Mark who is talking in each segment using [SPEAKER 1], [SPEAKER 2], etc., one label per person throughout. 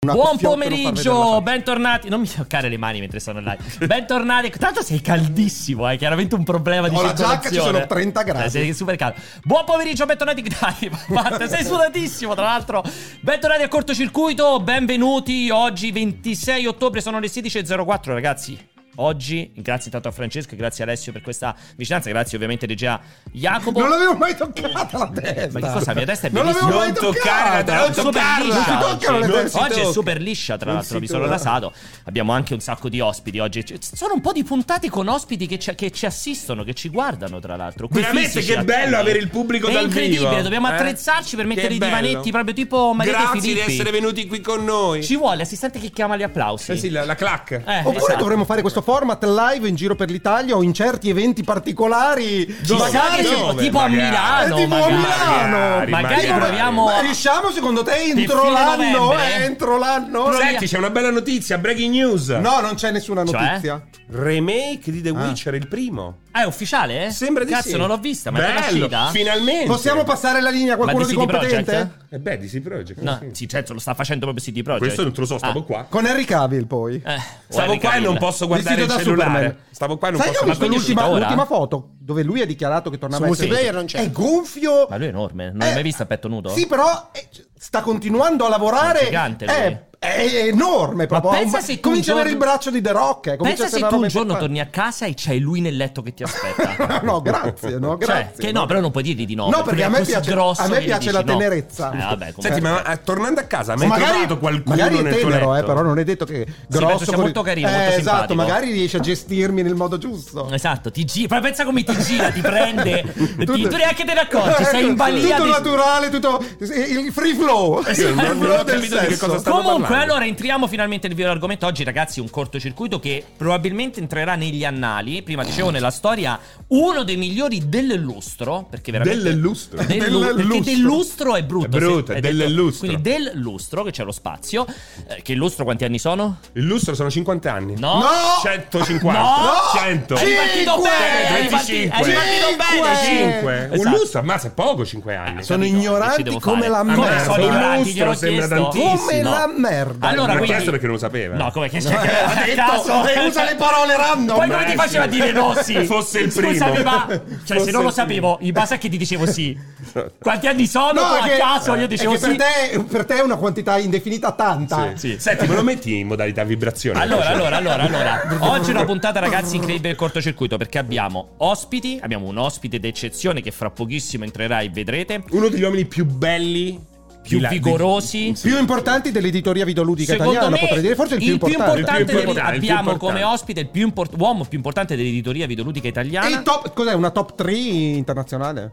[SPEAKER 1] Una
[SPEAKER 2] Buon
[SPEAKER 1] cuffiotto non far vedere
[SPEAKER 2] pomeriggio,
[SPEAKER 1] la faccia.
[SPEAKER 2] bentornati. Non mi toccare le mani mentre sono live. Bentornati. Tanto sei caldissimo, hai chiaramente un problema di
[SPEAKER 1] Ho la
[SPEAKER 2] circolazione.
[SPEAKER 1] giacca, ci sono 30 gradi.
[SPEAKER 2] Eh, sei super caldo. Buon pomeriggio, bentornati. Dai, basta, sei sudatissimo, tra l'altro. Bentornati a cortocircuito, benvenuti. Oggi 26 ottobre sono le 16.04, ragazzi. Oggi, grazie intanto a Francesco e grazie a Alessio per questa vicinanza, grazie ovviamente regia Jacopo.
[SPEAKER 1] Non l'avevo mai toccata la testa.
[SPEAKER 2] Ma che cosa? La mia testa è
[SPEAKER 1] Non l'avevo
[SPEAKER 2] bellissima.
[SPEAKER 1] mai
[SPEAKER 3] Non
[SPEAKER 1] toccata.
[SPEAKER 3] toccare, dai, non
[SPEAKER 2] Super
[SPEAKER 3] toccarla.
[SPEAKER 2] liscia
[SPEAKER 1] Non si
[SPEAKER 2] oggi.
[SPEAKER 1] toccano le
[SPEAKER 2] Oggi
[SPEAKER 1] teste.
[SPEAKER 2] è super liscia, tra
[SPEAKER 1] Non
[SPEAKER 2] l'altro,
[SPEAKER 1] si
[SPEAKER 2] mi sono
[SPEAKER 1] tocca.
[SPEAKER 2] rasato. Abbiamo anche un sacco di ospiti oggi. Ci- Sono un po' di puntate con ospiti che ci, che ci assistono, che ci guardano, tra l'altro. Qui
[SPEAKER 3] Veramente
[SPEAKER 2] fisici,
[SPEAKER 3] che
[SPEAKER 2] attenti.
[SPEAKER 3] bello avere il pubblico
[SPEAKER 2] È
[SPEAKER 3] dal vivo.
[SPEAKER 2] incredibile, dobbiamo
[SPEAKER 3] eh?
[SPEAKER 2] attrezzarci per
[SPEAKER 3] Che
[SPEAKER 2] mettere i
[SPEAKER 3] bello.
[SPEAKER 2] divanetti proprio tipo Maria De
[SPEAKER 3] Grazie di
[SPEAKER 2] Filippi.
[SPEAKER 3] essere venuti qui con noi.
[SPEAKER 2] Ci vuole l'assistente che chiama gli applausi.
[SPEAKER 3] Eh sì, la, la clac.
[SPEAKER 2] Eh,
[SPEAKER 1] Oppure
[SPEAKER 2] esatto.
[SPEAKER 1] dovremmo fare questo format live in giro per l'Italia o in certi eventi particolari.
[SPEAKER 2] Chissà che tipo,
[SPEAKER 3] Dove?
[SPEAKER 2] tipo a
[SPEAKER 3] Magari.
[SPEAKER 2] Milano,
[SPEAKER 1] Eh, tipo a
[SPEAKER 2] magari.
[SPEAKER 1] Milano.
[SPEAKER 2] Magari
[SPEAKER 3] Magari.
[SPEAKER 2] proviamo
[SPEAKER 1] Ma riusciamo secondo te entro
[SPEAKER 2] fine
[SPEAKER 1] l'anno?
[SPEAKER 2] novembre?
[SPEAKER 1] Eh, Entro l'anno?
[SPEAKER 2] Proviamo.
[SPEAKER 3] Senti, c'è una bella notizia, breaking news.
[SPEAKER 1] No, non c'è nessuna
[SPEAKER 2] Cioè?
[SPEAKER 1] notizia.
[SPEAKER 3] Remake di The Witcher, il primo.
[SPEAKER 2] Ah, è ufficiale? eh?
[SPEAKER 3] Sembra di
[SPEAKER 2] Cazzo,
[SPEAKER 3] sì.
[SPEAKER 2] non l'ho vista, ma è appena
[SPEAKER 3] Bello,
[SPEAKER 2] uscita?
[SPEAKER 3] finalmente.
[SPEAKER 1] Possiamo passare la linea a qualcuno
[SPEAKER 2] Ma
[SPEAKER 1] di
[SPEAKER 2] di CD Projekt,
[SPEAKER 1] competente?
[SPEAKER 2] eh?
[SPEAKER 3] Eh beh, di sì, Project.
[SPEAKER 2] No,
[SPEAKER 3] sì.
[SPEAKER 2] sì, certo, lo sta facendo proprio CD Projekt.
[SPEAKER 3] Questo non te lo so, stavo
[SPEAKER 2] Ah.
[SPEAKER 3] qua.
[SPEAKER 1] Con Henry Cavill poi.
[SPEAKER 2] Eh,
[SPEAKER 3] Stavo
[SPEAKER 2] Henry
[SPEAKER 3] qua e
[SPEAKER 2] Cavill.
[SPEAKER 3] non posso guardare il
[SPEAKER 1] Vestito da
[SPEAKER 3] cellulare.
[SPEAKER 1] Superman.
[SPEAKER 3] Stavo qua e non
[SPEAKER 1] Sai che ho
[SPEAKER 3] posso
[SPEAKER 2] ma
[SPEAKER 1] visto
[SPEAKER 3] guardare
[SPEAKER 2] quindi è
[SPEAKER 1] l'ultima,
[SPEAKER 2] uscita ora?
[SPEAKER 1] l'ultima foto dove lui ha dichiarato che tornava
[SPEAKER 4] Su
[SPEAKER 1] essere-
[SPEAKER 4] multiplayer non c'è.
[SPEAKER 1] È gonfio.
[SPEAKER 2] Ma lui è enorme, non l'hai
[SPEAKER 1] Eh,
[SPEAKER 2] mai visto a petto nudo?
[SPEAKER 1] Sì, però eh, sta continuando a lavorare.
[SPEAKER 2] È gigante lui.
[SPEAKER 1] È, è enorme proprio.
[SPEAKER 2] pensa
[SPEAKER 1] Ha un-
[SPEAKER 2] se tu
[SPEAKER 1] comincia
[SPEAKER 2] un
[SPEAKER 1] ad avere il
[SPEAKER 2] giorno-
[SPEAKER 1] braccio di The Rock. eh, comincia
[SPEAKER 2] Pensa
[SPEAKER 1] a essere
[SPEAKER 2] se
[SPEAKER 1] una
[SPEAKER 2] tu un
[SPEAKER 1] roba
[SPEAKER 2] giorno
[SPEAKER 1] importante.
[SPEAKER 2] torni a casa e c'hai lui nel letto che ti aspetta.
[SPEAKER 1] No, grazie, no, grazie.
[SPEAKER 2] Cioè, che no, però non puoi dirgli di no.
[SPEAKER 1] No, perché a me
[SPEAKER 2] è così
[SPEAKER 1] piace-
[SPEAKER 2] grosso
[SPEAKER 1] a me
[SPEAKER 2] che gli
[SPEAKER 1] piace
[SPEAKER 2] dici
[SPEAKER 1] la
[SPEAKER 2] no.
[SPEAKER 1] tenerezza.
[SPEAKER 2] Eh, vabbè, comunque.
[SPEAKER 3] Senti, ma eh, tornando a casa, mi hai
[SPEAKER 1] magari,
[SPEAKER 3] trovato qualcuno
[SPEAKER 1] magari
[SPEAKER 3] nel tuo
[SPEAKER 1] tenero,
[SPEAKER 3] letto?
[SPEAKER 1] eh, però non è detto che grosso
[SPEAKER 2] penso sia
[SPEAKER 1] con-
[SPEAKER 2] molto carino,
[SPEAKER 1] eh,
[SPEAKER 2] molto
[SPEAKER 1] esatto,
[SPEAKER 2] simpatico.
[SPEAKER 1] magari riesce a gestirmi nel modo giusto.
[SPEAKER 2] Esatto, ti gira. Però pensa come ti gira, ti prende. Eh, ti,
[SPEAKER 1] Tutto-
[SPEAKER 2] tu neanche te ne accorgi, sei in balia.
[SPEAKER 1] Tutto
[SPEAKER 2] di-
[SPEAKER 1] naturale, tutto il free flow.
[SPEAKER 3] Io non- non ho capito di che
[SPEAKER 1] sesso.
[SPEAKER 3] cosa sta- stanno
[SPEAKER 2] Comunque,
[SPEAKER 3] parlando.
[SPEAKER 2] allora entriamo finalmente nel vero argomento. Oggi, ragazzi, un cortocircuito che probabilmente entrerà negli annali. Prima dicevo nella storia, uno dei migliori del lustro. Perché veramente.
[SPEAKER 3] Del lustro.
[SPEAKER 2] Del,
[SPEAKER 1] Del
[SPEAKER 2] lu- perché
[SPEAKER 1] lustro.
[SPEAKER 2] del lustro è brutto.
[SPEAKER 3] È brutto,
[SPEAKER 2] se-
[SPEAKER 3] del
[SPEAKER 2] detto-
[SPEAKER 3] lustro.
[SPEAKER 2] Quindi del lustro, che c'è lo spazio. eh, che il lustro quanti anni sono?
[SPEAKER 3] Il lustro sono 50 anni.
[SPEAKER 2] No.
[SPEAKER 1] No!
[SPEAKER 3] 150.
[SPEAKER 2] No!
[SPEAKER 3] 100.
[SPEAKER 2] È ripartito
[SPEAKER 1] Cinque!
[SPEAKER 2] bene! È riparti- è
[SPEAKER 3] 25.
[SPEAKER 2] ripartito bene!
[SPEAKER 3] 5. Un
[SPEAKER 2] Esatto.
[SPEAKER 3] lustro, ma se poco 5 anni.
[SPEAKER 1] Sono
[SPEAKER 2] Capito, che ci
[SPEAKER 1] ignoranti
[SPEAKER 2] devo
[SPEAKER 1] come
[SPEAKER 2] fare?
[SPEAKER 1] la
[SPEAKER 2] Come
[SPEAKER 1] merda.
[SPEAKER 2] sono ignoranti,
[SPEAKER 3] lustro
[SPEAKER 2] gliel'ho
[SPEAKER 3] sembra
[SPEAKER 2] chiesto.
[SPEAKER 1] Come
[SPEAKER 3] tantissimo.
[SPEAKER 1] la merda.
[SPEAKER 2] Allora,
[SPEAKER 3] Ma
[SPEAKER 2] quindi...
[SPEAKER 3] questo perché non lo sapeva.
[SPEAKER 2] No, come che c'è?
[SPEAKER 1] Ha detto, e Cioè, eh, usa le parole random. eh.
[SPEAKER 2] Poi come ti faceva a dire no, sì?
[SPEAKER 3] Fosse il primo.
[SPEAKER 2] Scusami, ma... Cioè,
[SPEAKER 3] Fosse
[SPEAKER 2] se non lo
[SPEAKER 3] il
[SPEAKER 2] sapevo, in base a che ti dicevo sì. Quanti anni sono?
[SPEAKER 1] No,
[SPEAKER 2] Poi
[SPEAKER 1] è
[SPEAKER 2] a
[SPEAKER 1] che-
[SPEAKER 2] caso io
[SPEAKER 1] è
[SPEAKER 2] dicevo
[SPEAKER 1] che
[SPEAKER 2] sì.
[SPEAKER 1] per, te, per te è una quantità indefinita tanta.
[SPEAKER 3] Sì. Senti, me lo metti in modalità vibrazione?
[SPEAKER 2] Ah, Allora,
[SPEAKER 3] Cioè,
[SPEAKER 2] allora, allora, allora. Oggi è una puntata, ragazzi, incredibile del cortocircuito perché abbiamo ospiti, abbiamo un ospite d'eccezione che fra pochissimo entrerà e vedrete,
[SPEAKER 3] Uno degli uomini più belli,
[SPEAKER 2] più
[SPEAKER 3] di là- di-
[SPEAKER 2] vigorosi.
[SPEAKER 1] Più importanti dell'editoria videoludica italiana, potrei dire. Forse il più importante.
[SPEAKER 3] importante.
[SPEAKER 2] del-
[SPEAKER 3] Il più importante, il più
[SPEAKER 2] abbiamo come
[SPEAKER 3] importante.
[SPEAKER 2] ospite il più import- uomo più importante dell'editoria videoludica
[SPEAKER 1] E
[SPEAKER 2] italiana.
[SPEAKER 1] il top, cos'è? Una top 3 internazionale?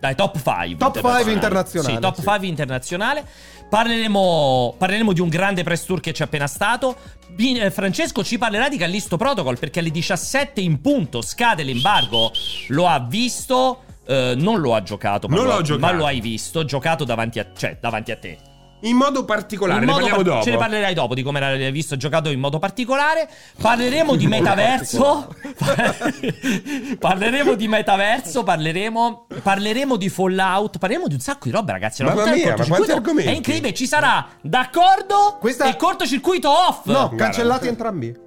[SPEAKER 2] Dai, top 5.
[SPEAKER 1] Top five internazionale,
[SPEAKER 2] Sì, top
[SPEAKER 1] sì.
[SPEAKER 2] 5 internazionale. Parleremo, parleremo di un grande press tour che c'è appena stato. Bi- eh, Francesco ci parlerà di Callisto Protocol perché alle 17 in punto scade l'embargo. Lo ha visto, eh, non lo ha giocato, ma,
[SPEAKER 3] Non
[SPEAKER 2] lo,
[SPEAKER 3] l'ho giocato.
[SPEAKER 2] ma lo hai visto, giocato davanti a, cioè, davanti a te.
[SPEAKER 3] In modo particolare,
[SPEAKER 2] In
[SPEAKER 3] ne
[SPEAKER 2] modo
[SPEAKER 3] parliamo
[SPEAKER 2] par-
[SPEAKER 3] dopo.
[SPEAKER 2] Ce ne parlerai dopo di come l'hai visto giocato in modo particolare. Parleremo di metaverso. parleremo di metaverso. Parleremo, parleremo di Fallout. Parleremo di un sacco di roba, ragazzi. È una
[SPEAKER 3] Mamma
[SPEAKER 2] puntata
[SPEAKER 3] mia,
[SPEAKER 2] del
[SPEAKER 3] ma quanti
[SPEAKER 2] cortocircuito.
[SPEAKER 3] argomenti?
[SPEAKER 2] È incredibile, ci sarà d'accordo
[SPEAKER 1] Questa-
[SPEAKER 2] e cortocircuito off.
[SPEAKER 1] No,
[SPEAKER 3] Guarda.
[SPEAKER 1] cancellati entrambi.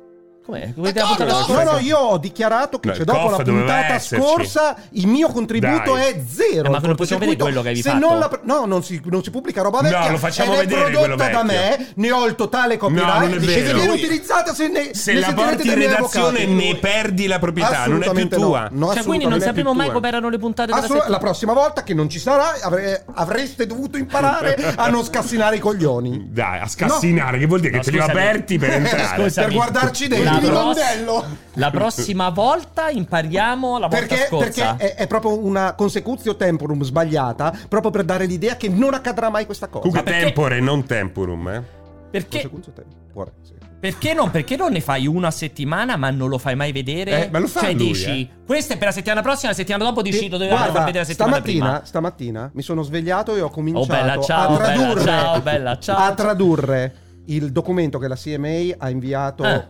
[SPEAKER 2] Com'è?
[SPEAKER 1] No, no, io ho dichiarato che
[SPEAKER 3] No,
[SPEAKER 1] cioè,
[SPEAKER 3] il
[SPEAKER 1] dopo la
[SPEAKER 3] COF doveva
[SPEAKER 1] puntata
[SPEAKER 3] esserci.
[SPEAKER 1] scorsa il mio contributo
[SPEAKER 3] Dai.
[SPEAKER 1] è zero.
[SPEAKER 2] Eh, ma
[SPEAKER 1] al
[SPEAKER 2] non
[SPEAKER 1] cortocircuito.
[SPEAKER 2] possiamo vedere quello che avevi
[SPEAKER 1] Se
[SPEAKER 2] fatto?
[SPEAKER 1] Non la pre- no, non si, non si pubblica roba vecchia.
[SPEAKER 3] lo facciamo
[SPEAKER 1] ed
[SPEAKER 3] vedere
[SPEAKER 1] è prodotta
[SPEAKER 3] quello
[SPEAKER 1] da
[SPEAKER 3] vecchio.
[SPEAKER 1] me, ne ho il totale copyright.
[SPEAKER 3] No, non è
[SPEAKER 1] Se
[SPEAKER 3] vero.
[SPEAKER 1] viene
[SPEAKER 3] Lui-
[SPEAKER 1] utilizzata se ne
[SPEAKER 3] Se
[SPEAKER 1] ne
[SPEAKER 3] la
[SPEAKER 1] sentirete
[SPEAKER 3] porti in
[SPEAKER 1] dai miei
[SPEAKER 3] redazione
[SPEAKER 1] avvocati.
[SPEAKER 3] ne perdi la proprietà, non è più
[SPEAKER 1] Assolutamente no.
[SPEAKER 3] tua.
[SPEAKER 1] No,
[SPEAKER 2] Cioè, quindi non
[SPEAKER 1] assolutamente.
[SPEAKER 2] sapevo mai
[SPEAKER 3] tua.
[SPEAKER 2] come erano le puntate della
[SPEAKER 1] Assolut- la
[SPEAKER 2] settimana.
[SPEAKER 1] prossima volta che non ci sarà avre- avreste dovuto imparare a non scassinare i coglioni.
[SPEAKER 3] Dai, a scassinare, che vuol dire
[SPEAKER 2] No,
[SPEAKER 3] che te li ho
[SPEAKER 2] scusami.
[SPEAKER 3] aperti per entrare?
[SPEAKER 2] Scusami.
[SPEAKER 1] Per guardarci
[SPEAKER 2] La
[SPEAKER 1] dentro il
[SPEAKER 2] pross-
[SPEAKER 1] mandello.
[SPEAKER 2] La prossima volta impariamo la volta
[SPEAKER 1] Perché,
[SPEAKER 2] scorsa.
[SPEAKER 1] perché è, è proprio una consecutio temporum sbagliata, proprio per dare l'idea che non accadrà mai questa cosa.
[SPEAKER 3] Comunque,
[SPEAKER 2] Ma perché-
[SPEAKER 3] tempore, non temporum, eh.
[SPEAKER 2] Perché-
[SPEAKER 1] Consecutio temporum, cuore, sì.
[SPEAKER 2] Perché non, perché non ne fai una a settimana ma non lo fai mai vedere?
[SPEAKER 3] Eh, ma lo fa
[SPEAKER 2] cioè,
[SPEAKER 3] lui,
[SPEAKER 2] dici, questa è per la settimana prossima, la settimana dopo dici lo dovevamo
[SPEAKER 1] Guarda,
[SPEAKER 2] far vedere la settimana
[SPEAKER 1] stamattina,
[SPEAKER 2] prima. Oh,
[SPEAKER 1] stamattina mi sono svegliato e ho cominciato
[SPEAKER 2] bella, ciao,
[SPEAKER 1] a
[SPEAKER 2] bella,
[SPEAKER 1] tradurre
[SPEAKER 2] ciao, bella, ciao.
[SPEAKER 1] a tradurre il documento che la CMA ha inviato
[SPEAKER 2] Eh.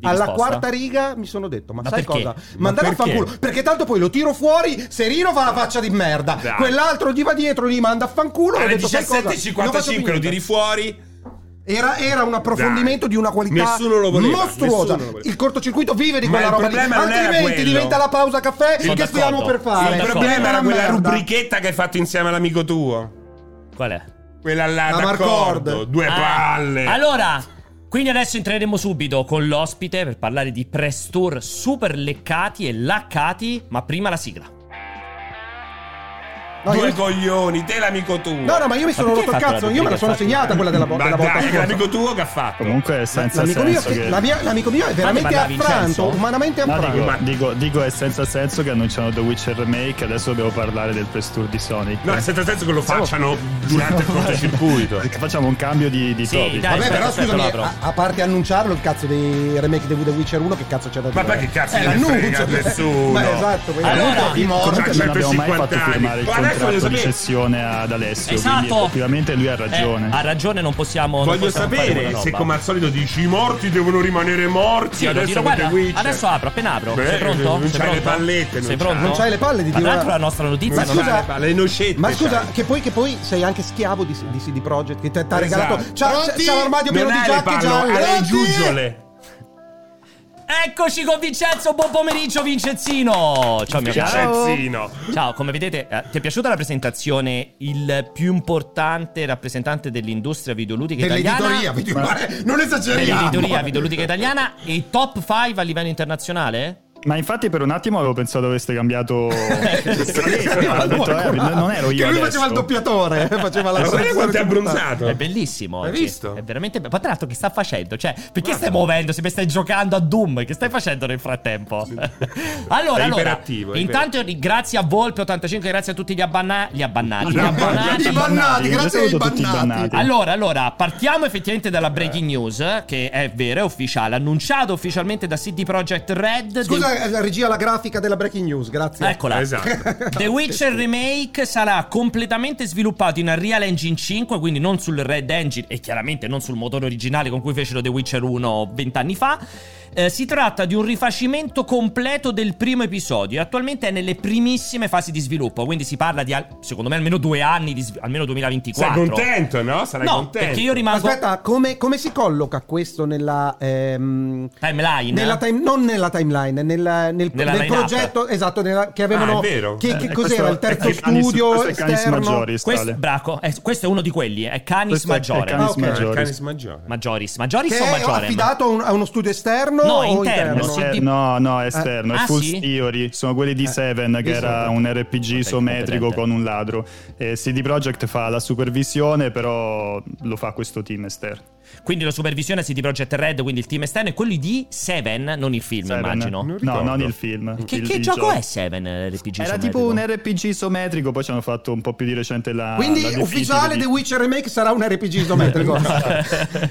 [SPEAKER 2] Di
[SPEAKER 1] alla
[SPEAKER 2] risposta.
[SPEAKER 1] quarta riga mi sono detto, ma,
[SPEAKER 2] Ma
[SPEAKER 1] sai
[SPEAKER 2] perché?
[SPEAKER 1] cosa?
[SPEAKER 3] Ma
[SPEAKER 1] Mandare a
[SPEAKER 3] perché?
[SPEAKER 1] fanculo, perché tanto poi lo tiro fuori, Serino fa la faccia di merda,
[SPEAKER 3] Dai.
[SPEAKER 1] quell'altro gli va dietro, gli manda a fanculo, ho
[SPEAKER 3] Alle
[SPEAKER 1] detto, sai cosa? Non faccio più
[SPEAKER 3] 17.55 lo
[SPEAKER 1] niente.
[SPEAKER 3] tiri fuori.
[SPEAKER 1] Era, era un approfondimento
[SPEAKER 3] Dai.
[SPEAKER 1] di una qualità
[SPEAKER 3] Nessuno lo voleva,
[SPEAKER 1] mostruosa.
[SPEAKER 3] nessuno lo voleva.
[SPEAKER 1] Il cortocircuito vive di
[SPEAKER 3] Ma
[SPEAKER 1] quella
[SPEAKER 3] il
[SPEAKER 1] roba lì.
[SPEAKER 3] problema non era
[SPEAKER 1] Altrimenti
[SPEAKER 3] quello.
[SPEAKER 1] diventa la pausa caffè
[SPEAKER 2] Sono
[SPEAKER 1] che stiamo per
[SPEAKER 2] d'accordo. Sono
[SPEAKER 1] fare.
[SPEAKER 3] Il
[SPEAKER 2] d'accordo.
[SPEAKER 3] problema era
[SPEAKER 1] Una
[SPEAKER 3] quella
[SPEAKER 1] merda.
[SPEAKER 3] rubrichetta che hai fatto insieme all'amico tuo.
[SPEAKER 2] Qual è?
[SPEAKER 3] Quella là,
[SPEAKER 1] La
[SPEAKER 3] d'accordo.
[SPEAKER 1] Marcord.
[SPEAKER 3] Due
[SPEAKER 2] Ah,
[SPEAKER 3] palle.
[SPEAKER 2] Allora, quindi adesso entreremo subito con l'ospite per parlare di Prestor super leccati e laccati, ma prima la sigla.
[SPEAKER 1] No,
[SPEAKER 3] Due
[SPEAKER 1] io-
[SPEAKER 3] coglioni, te l'amico tuo.
[SPEAKER 1] No, no, ma io mi sono
[SPEAKER 2] perché
[SPEAKER 1] rotto il
[SPEAKER 2] hai fatto la
[SPEAKER 1] cazzo. Io me la sono
[SPEAKER 2] rubrica?
[SPEAKER 1] segnata quella della, bo-
[SPEAKER 3] Ma
[SPEAKER 1] della volta
[SPEAKER 3] dai, che è
[SPEAKER 1] scorsa.
[SPEAKER 3] l'amico tuo che ha fatto?
[SPEAKER 4] Comunque è senza
[SPEAKER 1] L'amico mio,
[SPEAKER 4] senso.
[SPEAKER 1] che-
[SPEAKER 4] che-
[SPEAKER 1] la mia- l'amico mio è veramente
[SPEAKER 2] mandavi
[SPEAKER 1] affranto,
[SPEAKER 2] Vincenzo?
[SPEAKER 1] umanamente
[SPEAKER 4] No,
[SPEAKER 1] affranto.
[SPEAKER 4] dico,
[SPEAKER 3] Ma-
[SPEAKER 4] dico- dico è senza senso che annunciano The Witcher Remake. Adesso dobbiamo parlare del press tour di Sonic.
[SPEAKER 3] No, senza senso che lo
[SPEAKER 4] Siamo-
[SPEAKER 3] facciano durante il cortocircuito.
[SPEAKER 4] Facciamo un cambio di, di
[SPEAKER 2] Sì,
[SPEAKER 4] topic.
[SPEAKER 2] dai.
[SPEAKER 1] Vabbè,
[SPEAKER 2] aspetta,
[SPEAKER 1] però
[SPEAKER 2] aspetta,
[SPEAKER 1] scusami,
[SPEAKER 2] l'apro.
[SPEAKER 1] a, a parte annunciarlo il cazzo dei remake di The Witcher 1, che cazzo c'è da
[SPEAKER 3] Ma
[SPEAKER 1] dire?
[SPEAKER 3] perché cazzo
[SPEAKER 1] è
[SPEAKER 3] ne frega
[SPEAKER 1] l'annuncio?
[SPEAKER 3] nessuno?
[SPEAKER 1] Ma esatto, poi-
[SPEAKER 2] Allora,
[SPEAKER 1] i morti.
[SPEAKER 4] Comunque
[SPEAKER 3] Cioè,
[SPEAKER 4] non abbiamo mai
[SPEAKER 3] 50
[SPEAKER 4] fatto
[SPEAKER 3] anni.
[SPEAKER 4] firmare il
[SPEAKER 3] Ma adesso voglio
[SPEAKER 4] contratto di
[SPEAKER 3] sapere-
[SPEAKER 4] cessione ad Alessio. Quindi
[SPEAKER 2] Esatto.
[SPEAKER 4] effettivamente lui ha ragione.
[SPEAKER 2] Eh, ha ragione, non possiamo. non
[SPEAKER 3] Voglio
[SPEAKER 2] possiamo fare
[SPEAKER 3] sapere
[SPEAKER 2] quella
[SPEAKER 3] se
[SPEAKER 2] roba.
[SPEAKER 3] come al solito dici i morti devono rimanere morti.
[SPEAKER 2] Sì, lo
[SPEAKER 3] adesso
[SPEAKER 2] tiro,
[SPEAKER 3] con
[SPEAKER 2] guarda,
[SPEAKER 3] The Witcher.
[SPEAKER 2] adesso apro, appena apro.
[SPEAKER 3] Beh,
[SPEAKER 2] Sei pronto?
[SPEAKER 3] non
[SPEAKER 2] Sei
[SPEAKER 3] c'hai
[SPEAKER 2] pronto?
[SPEAKER 3] le pallette, non c'hai.
[SPEAKER 2] Sei pronto?
[SPEAKER 1] Non c'hai le palle di
[SPEAKER 2] Ma tra
[SPEAKER 1] dire-
[SPEAKER 2] l'altro la nostra notizia
[SPEAKER 3] Non
[SPEAKER 2] non,
[SPEAKER 1] scusa,
[SPEAKER 3] c'ha le palle, le nocette.
[SPEAKER 1] Ma scusa,
[SPEAKER 3] c'hai.
[SPEAKER 1] che poi, che poi sei anche schiavo di, di CD Projekt che ti ha
[SPEAKER 3] Esatto.
[SPEAKER 1] regalato. C'ha, c'ha-
[SPEAKER 3] Pronti?
[SPEAKER 1] c'ha l'armadio pieno
[SPEAKER 3] Non
[SPEAKER 1] di
[SPEAKER 3] hai le
[SPEAKER 1] giacche
[SPEAKER 3] palle,
[SPEAKER 1] gialle.
[SPEAKER 3] hai le
[SPEAKER 1] Pronti?
[SPEAKER 3] giuggiole.
[SPEAKER 2] Eccoci con Vincenzo, buon pomeriggio Vincenzino! Ciao mio caro.
[SPEAKER 3] Vincenzo.
[SPEAKER 2] Ciao, come vedete, eh, ti è piaciuta la presentazione? Il più importante rappresentante dell'industria videoludica
[SPEAKER 1] Dell'editoria,
[SPEAKER 2] italiana?
[SPEAKER 1] voglio dire, non esageriamo.
[SPEAKER 2] Dell'editoria videoludica italiana e top 5 a livello internazionale?
[SPEAKER 4] Ma infatti per un attimo avevo pensato aveste cambiato...
[SPEAKER 1] Ma
[SPEAKER 4] Ho detto, eh, non non ero io
[SPEAKER 1] Che lui
[SPEAKER 4] adesso.
[SPEAKER 1] faceva il doppiatore, eh, faceva la
[SPEAKER 3] Ma guarda quanto è
[SPEAKER 2] È
[SPEAKER 3] abbronzato.
[SPEAKER 2] bellissimo.
[SPEAKER 3] Hai
[SPEAKER 2] oggi.
[SPEAKER 3] visto?
[SPEAKER 2] È veramente bello. Ma tra l'altro, che sta facendo? Cioè, perché stai muovendo? Se stai giocando a Doom, che stai facendo nel frattempo? allora,
[SPEAKER 3] È
[SPEAKER 2] allora
[SPEAKER 3] iperattivo, è
[SPEAKER 2] intanto, ri- grazie a Volpe85, grazie a tutti gli, abbanna- gli abbannati. Gli
[SPEAKER 4] Gli
[SPEAKER 2] abbonati.
[SPEAKER 1] I bannati, grazie ai
[SPEAKER 4] Saluto tutti i
[SPEAKER 1] bannati.
[SPEAKER 4] bannati.
[SPEAKER 2] Allora, allora, partiamo effettivamente dalla breaking news, eh, che è vera, è ufficiale, annunciato ufficialmente da CD Projekt Red. The-
[SPEAKER 1] Scusa, eh, regia, la grafica della breaking news, grazie.
[SPEAKER 2] Eccola.
[SPEAKER 3] Esatto.
[SPEAKER 2] The Witcher Remake sarà completamente sviluppato in Unreal Engine 5, quindi non sul Red Engine e chiaramente non sul motore originale con cui fecero The Witcher 1 vent'anni fa. Eh, si tratta di un rifacimento completo del primo episodio. e Attualmente è nelle primissime fasi di sviluppo, quindi si parla di al- secondo me almeno due anni, di sv- almeno 2024.
[SPEAKER 3] Sei contento, no? Sarai
[SPEAKER 2] No,
[SPEAKER 3] contento.
[SPEAKER 2] perché io rimango
[SPEAKER 1] Aspetta, come, come si colloca questo nella. ehm,
[SPEAKER 2] timeline.
[SPEAKER 1] nella time- non nella timeline, nella- nel,
[SPEAKER 2] Nella
[SPEAKER 1] nel
[SPEAKER 2] line-up.
[SPEAKER 1] progetto esatto nella- che avevano.
[SPEAKER 3] Ah, è vero.
[SPEAKER 1] Che, che
[SPEAKER 4] Eh,
[SPEAKER 1] cos'era?
[SPEAKER 4] questo
[SPEAKER 1] Il terzo
[SPEAKER 4] è Canis-
[SPEAKER 1] studio
[SPEAKER 4] questo è Canis
[SPEAKER 1] esterno.
[SPEAKER 4] Majoris,
[SPEAKER 2] questo,
[SPEAKER 4] tale.
[SPEAKER 2] braco, eh, questo è uno di quelli, è Canis
[SPEAKER 4] Questo è- è
[SPEAKER 2] Maggiore.
[SPEAKER 4] Canis
[SPEAKER 1] Ah, ok.
[SPEAKER 4] Majoris.
[SPEAKER 3] Canis maggiore.
[SPEAKER 2] Maggioris. Maggioris
[SPEAKER 1] Che
[SPEAKER 2] o
[SPEAKER 1] è
[SPEAKER 2] Maggiorem?
[SPEAKER 1] affidato a, un- a uno studio esterno?
[SPEAKER 2] No,
[SPEAKER 1] o
[SPEAKER 2] interno, sì.
[SPEAKER 4] Ester- no, no,
[SPEAKER 1] Eh,
[SPEAKER 4] esterno,
[SPEAKER 2] Ah,
[SPEAKER 4] è Full
[SPEAKER 2] sì?
[SPEAKER 4] Theory, sono quelli di Seven, che era un RPG isometrico con un ladro. E CD Projekt fa la supervisione, però lo fa questo team esterno.
[SPEAKER 2] Quindi la supervisione CD Projekt Red, quindi il team esterno, e quelli di Seven, non il film,
[SPEAKER 4] Seven.
[SPEAKER 2] immagino.
[SPEAKER 4] No,
[SPEAKER 3] ricordo.
[SPEAKER 4] non il film.
[SPEAKER 2] Che,
[SPEAKER 4] il-
[SPEAKER 2] che
[SPEAKER 4] il
[SPEAKER 2] gioco è Seven eh, RPG?
[SPEAKER 4] Era
[SPEAKER 2] isometrico?
[SPEAKER 4] tipo un
[SPEAKER 1] er-
[SPEAKER 4] RPG isometrico, poi ci hanno fatto un po' più di recente la.
[SPEAKER 1] Quindi
[SPEAKER 4] Ah, la
[SPEAKER 1] ufficiale
[SPEAKER 4] definitiva
[SPEAKER 1] The Witcher Remake sarà un RPG isometrico.
[SPEAKER 4] di-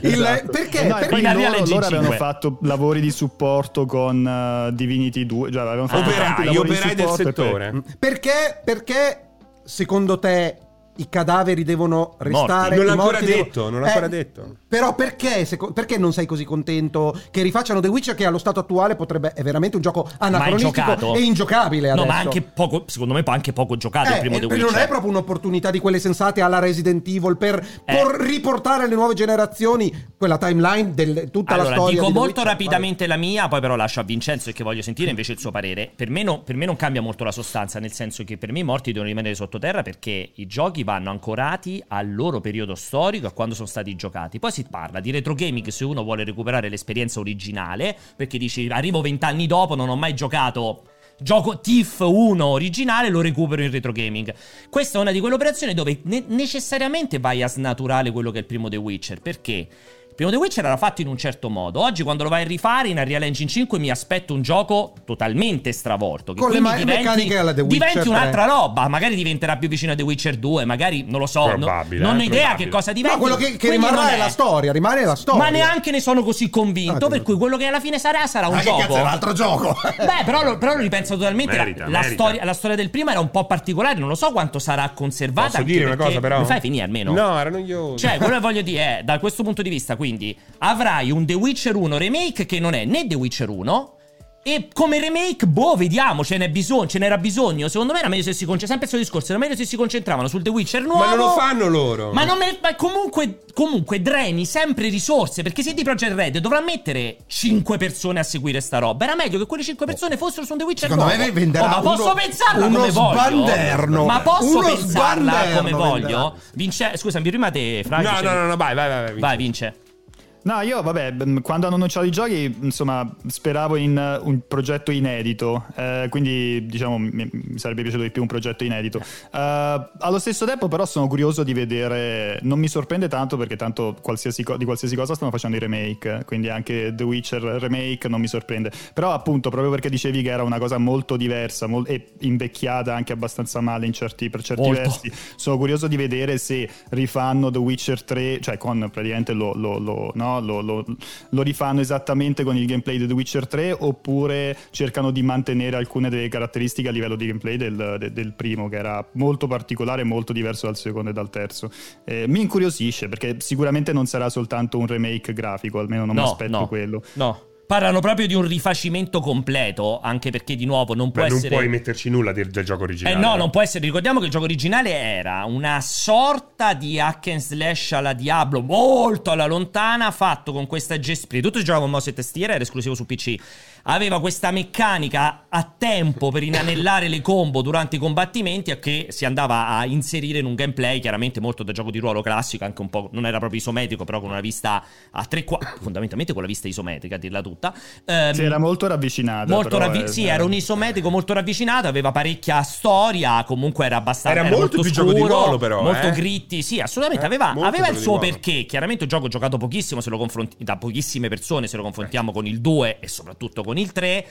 [SPEAKER 1] Il-
[SPEAKER 4] Esatto.
[SPEAKER 1] Perché?
[SPEAKER 4] No, e
[SPEAKER 1] Perché-
[SPEAKER 4] poi
[SPEAKER 2] In Unreal
[SPEAKER 4] loro,
[SPEAKER 2] Engine
[SPEAKER 4] loro avevano
[SPEAKER 2] 5.
[SPEAKER 4] fatto lavori di supporto con eh, Divinity 2, cioè avevano fatto tanti
[SPEAKER 3] Operai,
[SPEAKER 4] lavori di
[SPEAKER 3] operai del
[SPEAKER 4] supporto e poi-
[SPEAKER 3] settore.
[SPEAKER 1] Perché, perché secondo te i cadaveri devono restare?
[SPEAKER 3] Non
[SPEAKER 1] i
[SPEAKER 3] l'ha ancora
[SPEAKER 1] morti devono-
[SPEAKER 3] detto, non l'ha
[SPEAKER 1] Eh,
[SPEAKER 3] ancora detto.
[SPEAKER 1] Però perché, seco- perché non sei così contento che rifacciano The Witcher che allo stato attuale potrebbe è veramente un gioco
[SPEAKER 2] Ma
[SPEAKER 1] anacronistico
[SPEAKER 2] giocato.
[SPEAKER 1] e ingiocabile adesso.
[SPEAKER 2] No, ma anche poco, secondo me, anche poco giocato il
[SPEAKER 1] Eh,
[SPEAKER 2] primo The
[SPEAKER 1] eh, non è
[SPEAKER 2] Witcher.
[SPEAKER 1] proprio un'opportunità di quelle sensate alla Resident Evil per
[SPEAKER 2] Eh.
[SPEAKER 1] por- riportare alle nuove generazioni quella timeline del tutta la
[SPEAKER 2] Allora,
[SPEAKER 1] storia
[SPEAKER 2] dico
[SPEAKER 1] di The
[SPEAKER 2] molto
[SPEAKER 1] Witcher.
[SPEAKER 2] rapidamente la mia, poi però lascio a Vincenzo e che voglio sentire invece il suo parere. Per me, no- per me non cambia molto la sostanza, nel senso che per me i morti devono rimanere sottoterra perché i giochi vanno ancorati al loro periodo storico, a quando sono stati giocati. Poi si parla di retro gaming se uno vuole recuperare l'esperienza originale, perché dici arrivo vent'anni dopo, non ho mai giocato gioco TIFF 1 originale lo recupero in retro gaming. Questa è una di quelle operazioni dove ne- necessariamente vai a snaturare quello che è il primo The Witcher. Perché? Il primo The Witcher era fatto in un certo modo. Oggi, quando lo vai a rifare in Unreal Engine 5, mi aspetto un gioco totalmente stravolto. Che
[SPEAKER 1] Con le
[SPEAKER 2] quindi
[SPEAKER 1] ma-
[SPEAKER 2] diventi-
[SPEAKER 1] meccaniche alla The Witcher
[SPEAKER 2] Diventi
[SPEAKER 1] 3.
[SPEAKER 2] un'altra roba. Magari diventerà più vicino a The Witcher 2. Magari non lo so. no-
[SPEAKER 3] Probabile,
[SPEAKER 2] non ho
[SPEAKER 3] eh,
[SPEAKER 2] idea
[SPEAKER 3] probabile.
[SPEAKER 2] che cosa diventi.
[SPEAKER 1] No, quello che, che
[SPEAKER 2] Quindi non
[SPEAKER 1] rimarrà è la storia, rimane la storia.
[SPEAKER 2] Ma neanche ne sono così convinto.
[SPEAKER 1] Ah,
[SPEAKER 2] per cui quello che alla fine sarà sarà un
[SPEAKER 1] Ma che
[SPEAKER 2] gioco.
[SPEAKER 1] cazzo è un altro gioco?
[SPEAKER 2] Beh, però, lo- però lo ripenso totalmente. La-
[SPEAKER 3] Merita,
[SPEAKER 2] la,
[SPEAKER 3] merita.
[SPEAKER 2] Storia, la storia del primo era un po' particolare, non lo so quanto sarà conservata.
[SPEAKER 3] Posso
[SPEAKER 2] anche
[SPEAKER 3] dire una
[SPEAKER 2] perché-
[SPEAKER 3] cosa però?
[SPEAKER 2] Mi fai finire almeno.
[SPEAKER 3] No, era noioso.
[SPEAKER 2] Cioè, quello che voglio dire è, da questo punto di vista, quindi, avrai un The Witcher 1 remake che non è né The Witcher 1. E come remake, boh, vediamo, ce, n'è bisogno, ce n'era bisogno. Secondo me era meglio se si concentravano. Sempre il suo discorso, era meglio se si concentravano sul The Witcher nuovo.
[SPEAKER 3] Ma non lo fanno loro.
[SPEAKER 2] Ma, non me- ma comunque, comunque dreni sempre risorse perché se di Project Red dovrà mettere 5 persone a seguire sta roba. Era meglio che quelle 5 persone fossero su un The Witcher
[SPEAKER 1] Secondo
[SPEAKER 2] nuovo.
[SPEAKER 1] me venderà
[SPEAKER 2] Oh, ma posso
[SPEAKER 1] uno-
[SPEAKER 2] pensarla
[SPEAKER 1] uno
[SPEAKER 2] come voglio?
[SPEAKER 1] sbanderno.
[SPEAKER 2] Ma posso
[SPEAKER 1] Uno
[SPEAKER 2] pensarla
[SPEAKER 1] sbanderno
[SPEAKER 2] come voglio?
[SPEAKER 1] venderà.
[SPEAKER 2] Vince, scusami, prima te, Fra.
[SPEAKER 3] No,
[SPEAKER 2] dicevi-
[SPEAKER 3] no, no, no, vai, vai, vai.
[SPEAKER 2] Vai, vince.
[SPEAKER 4] No, io vabbè, b- quando hanno annunciato i giochi, insomma, speravo in eh, un progetto inedito, eh, quindi diciamo mi, mi sarebbe piaciuto di più un progetto inedito. Eh, allo stesso tempo però sono curioso di vedere, non mi sorprende tanto perché tanto qualsiasi co- di qualsiasi cosa stanno facendo i remake, eh, quindi anche The Witcher remake non mi sorprende, però appunto proprio perché dicevi che era una cosa molto diversa mol- e invecchiata anche abbastanza male in certi, per certi
[SPEAKER 2] Molto.
[SPEAKER 4] versi, sono curioso di vedere se rifanno The Witcher 3, cioè con praticamente lo, lo- lo- no? Lo- lo- lo rifanno esattamente con il gameplay di The Witcher 3 oppure cercano di mantenere alcune delle caratteristiche a livello di gameplay del, de- del primo che era molto particolare e molto diverso dal secondo e dal terzo. Eh, mi incuriosisce perché sicuramente non sarà soltanto un remake grafico, almeno non mi aspetto
[SPEAKER 2] no,
[SPEAKER 4] quello.
[SPEAKER 2] No. Parlano proprio di un rifacimento completo, anche perché di nuovo non può
[SPEAKER 3] Beh, non
[SPEAKER 2] essere
[SPEAKER 3] puoi metterci nulla del, del gioco
[SPEAKER 2] Eh
[SPEAKER 3] originale.
[SPEAKER 2] no, non può essere. Ricordiamo che il gioco originale era una sorta di hack and slash alla Diablo, molto alla lontana, fatto con questa gestione. Tutto si giocava con mouse e tastiera, era esclusivo su PC. Aveva questa meccanica a tempo per inanellare le combo durante i combattimenti e che si andava a inserire in un gameplay chiaramente molto da gioco di ruolo classico, anche un po' non era proprio isometrico, però con una vista a tre quarti, fondamentalmente con la vista isometrica, a dirla tutta. Ehm,
[SPEAKER 4] Sì, era molto ravvicinata.
[SPEAKER 2] Molto
[SPEAKER 4] però,
[SPEAKER 2] ravvi-
[SPEAKER 4] eh,
[SPEAKER 2] sì, era un isometrico molto ravvicinato, aveva parecchia storia, comunque era abbastanza
[SPEAKER 3] Era molto più
[SPEAKER 2] scuro,
[SPEAKER 3] gioco di ruolo, però,
[SPEAKER 2] molto
[SPEAKER 3] eh.
[SPEAKER 2] gritti, sì, assolutamente
[SPEAKER 3] Eh,
[SPEAKER 2] aveva,
[SPEAKER 3] molto
[SPEAKER 2] aveva il
[SPEAKER 3] gioco di
[SPEAKER 2] suo
[SPEAKER 3] ruolo.
[SPEAKER 2] perché, chiaramente un gioco giocato pochissimo se lo confronti da pochissime persone, se lo confrontiamo con il 2 e soprattutto con il 3.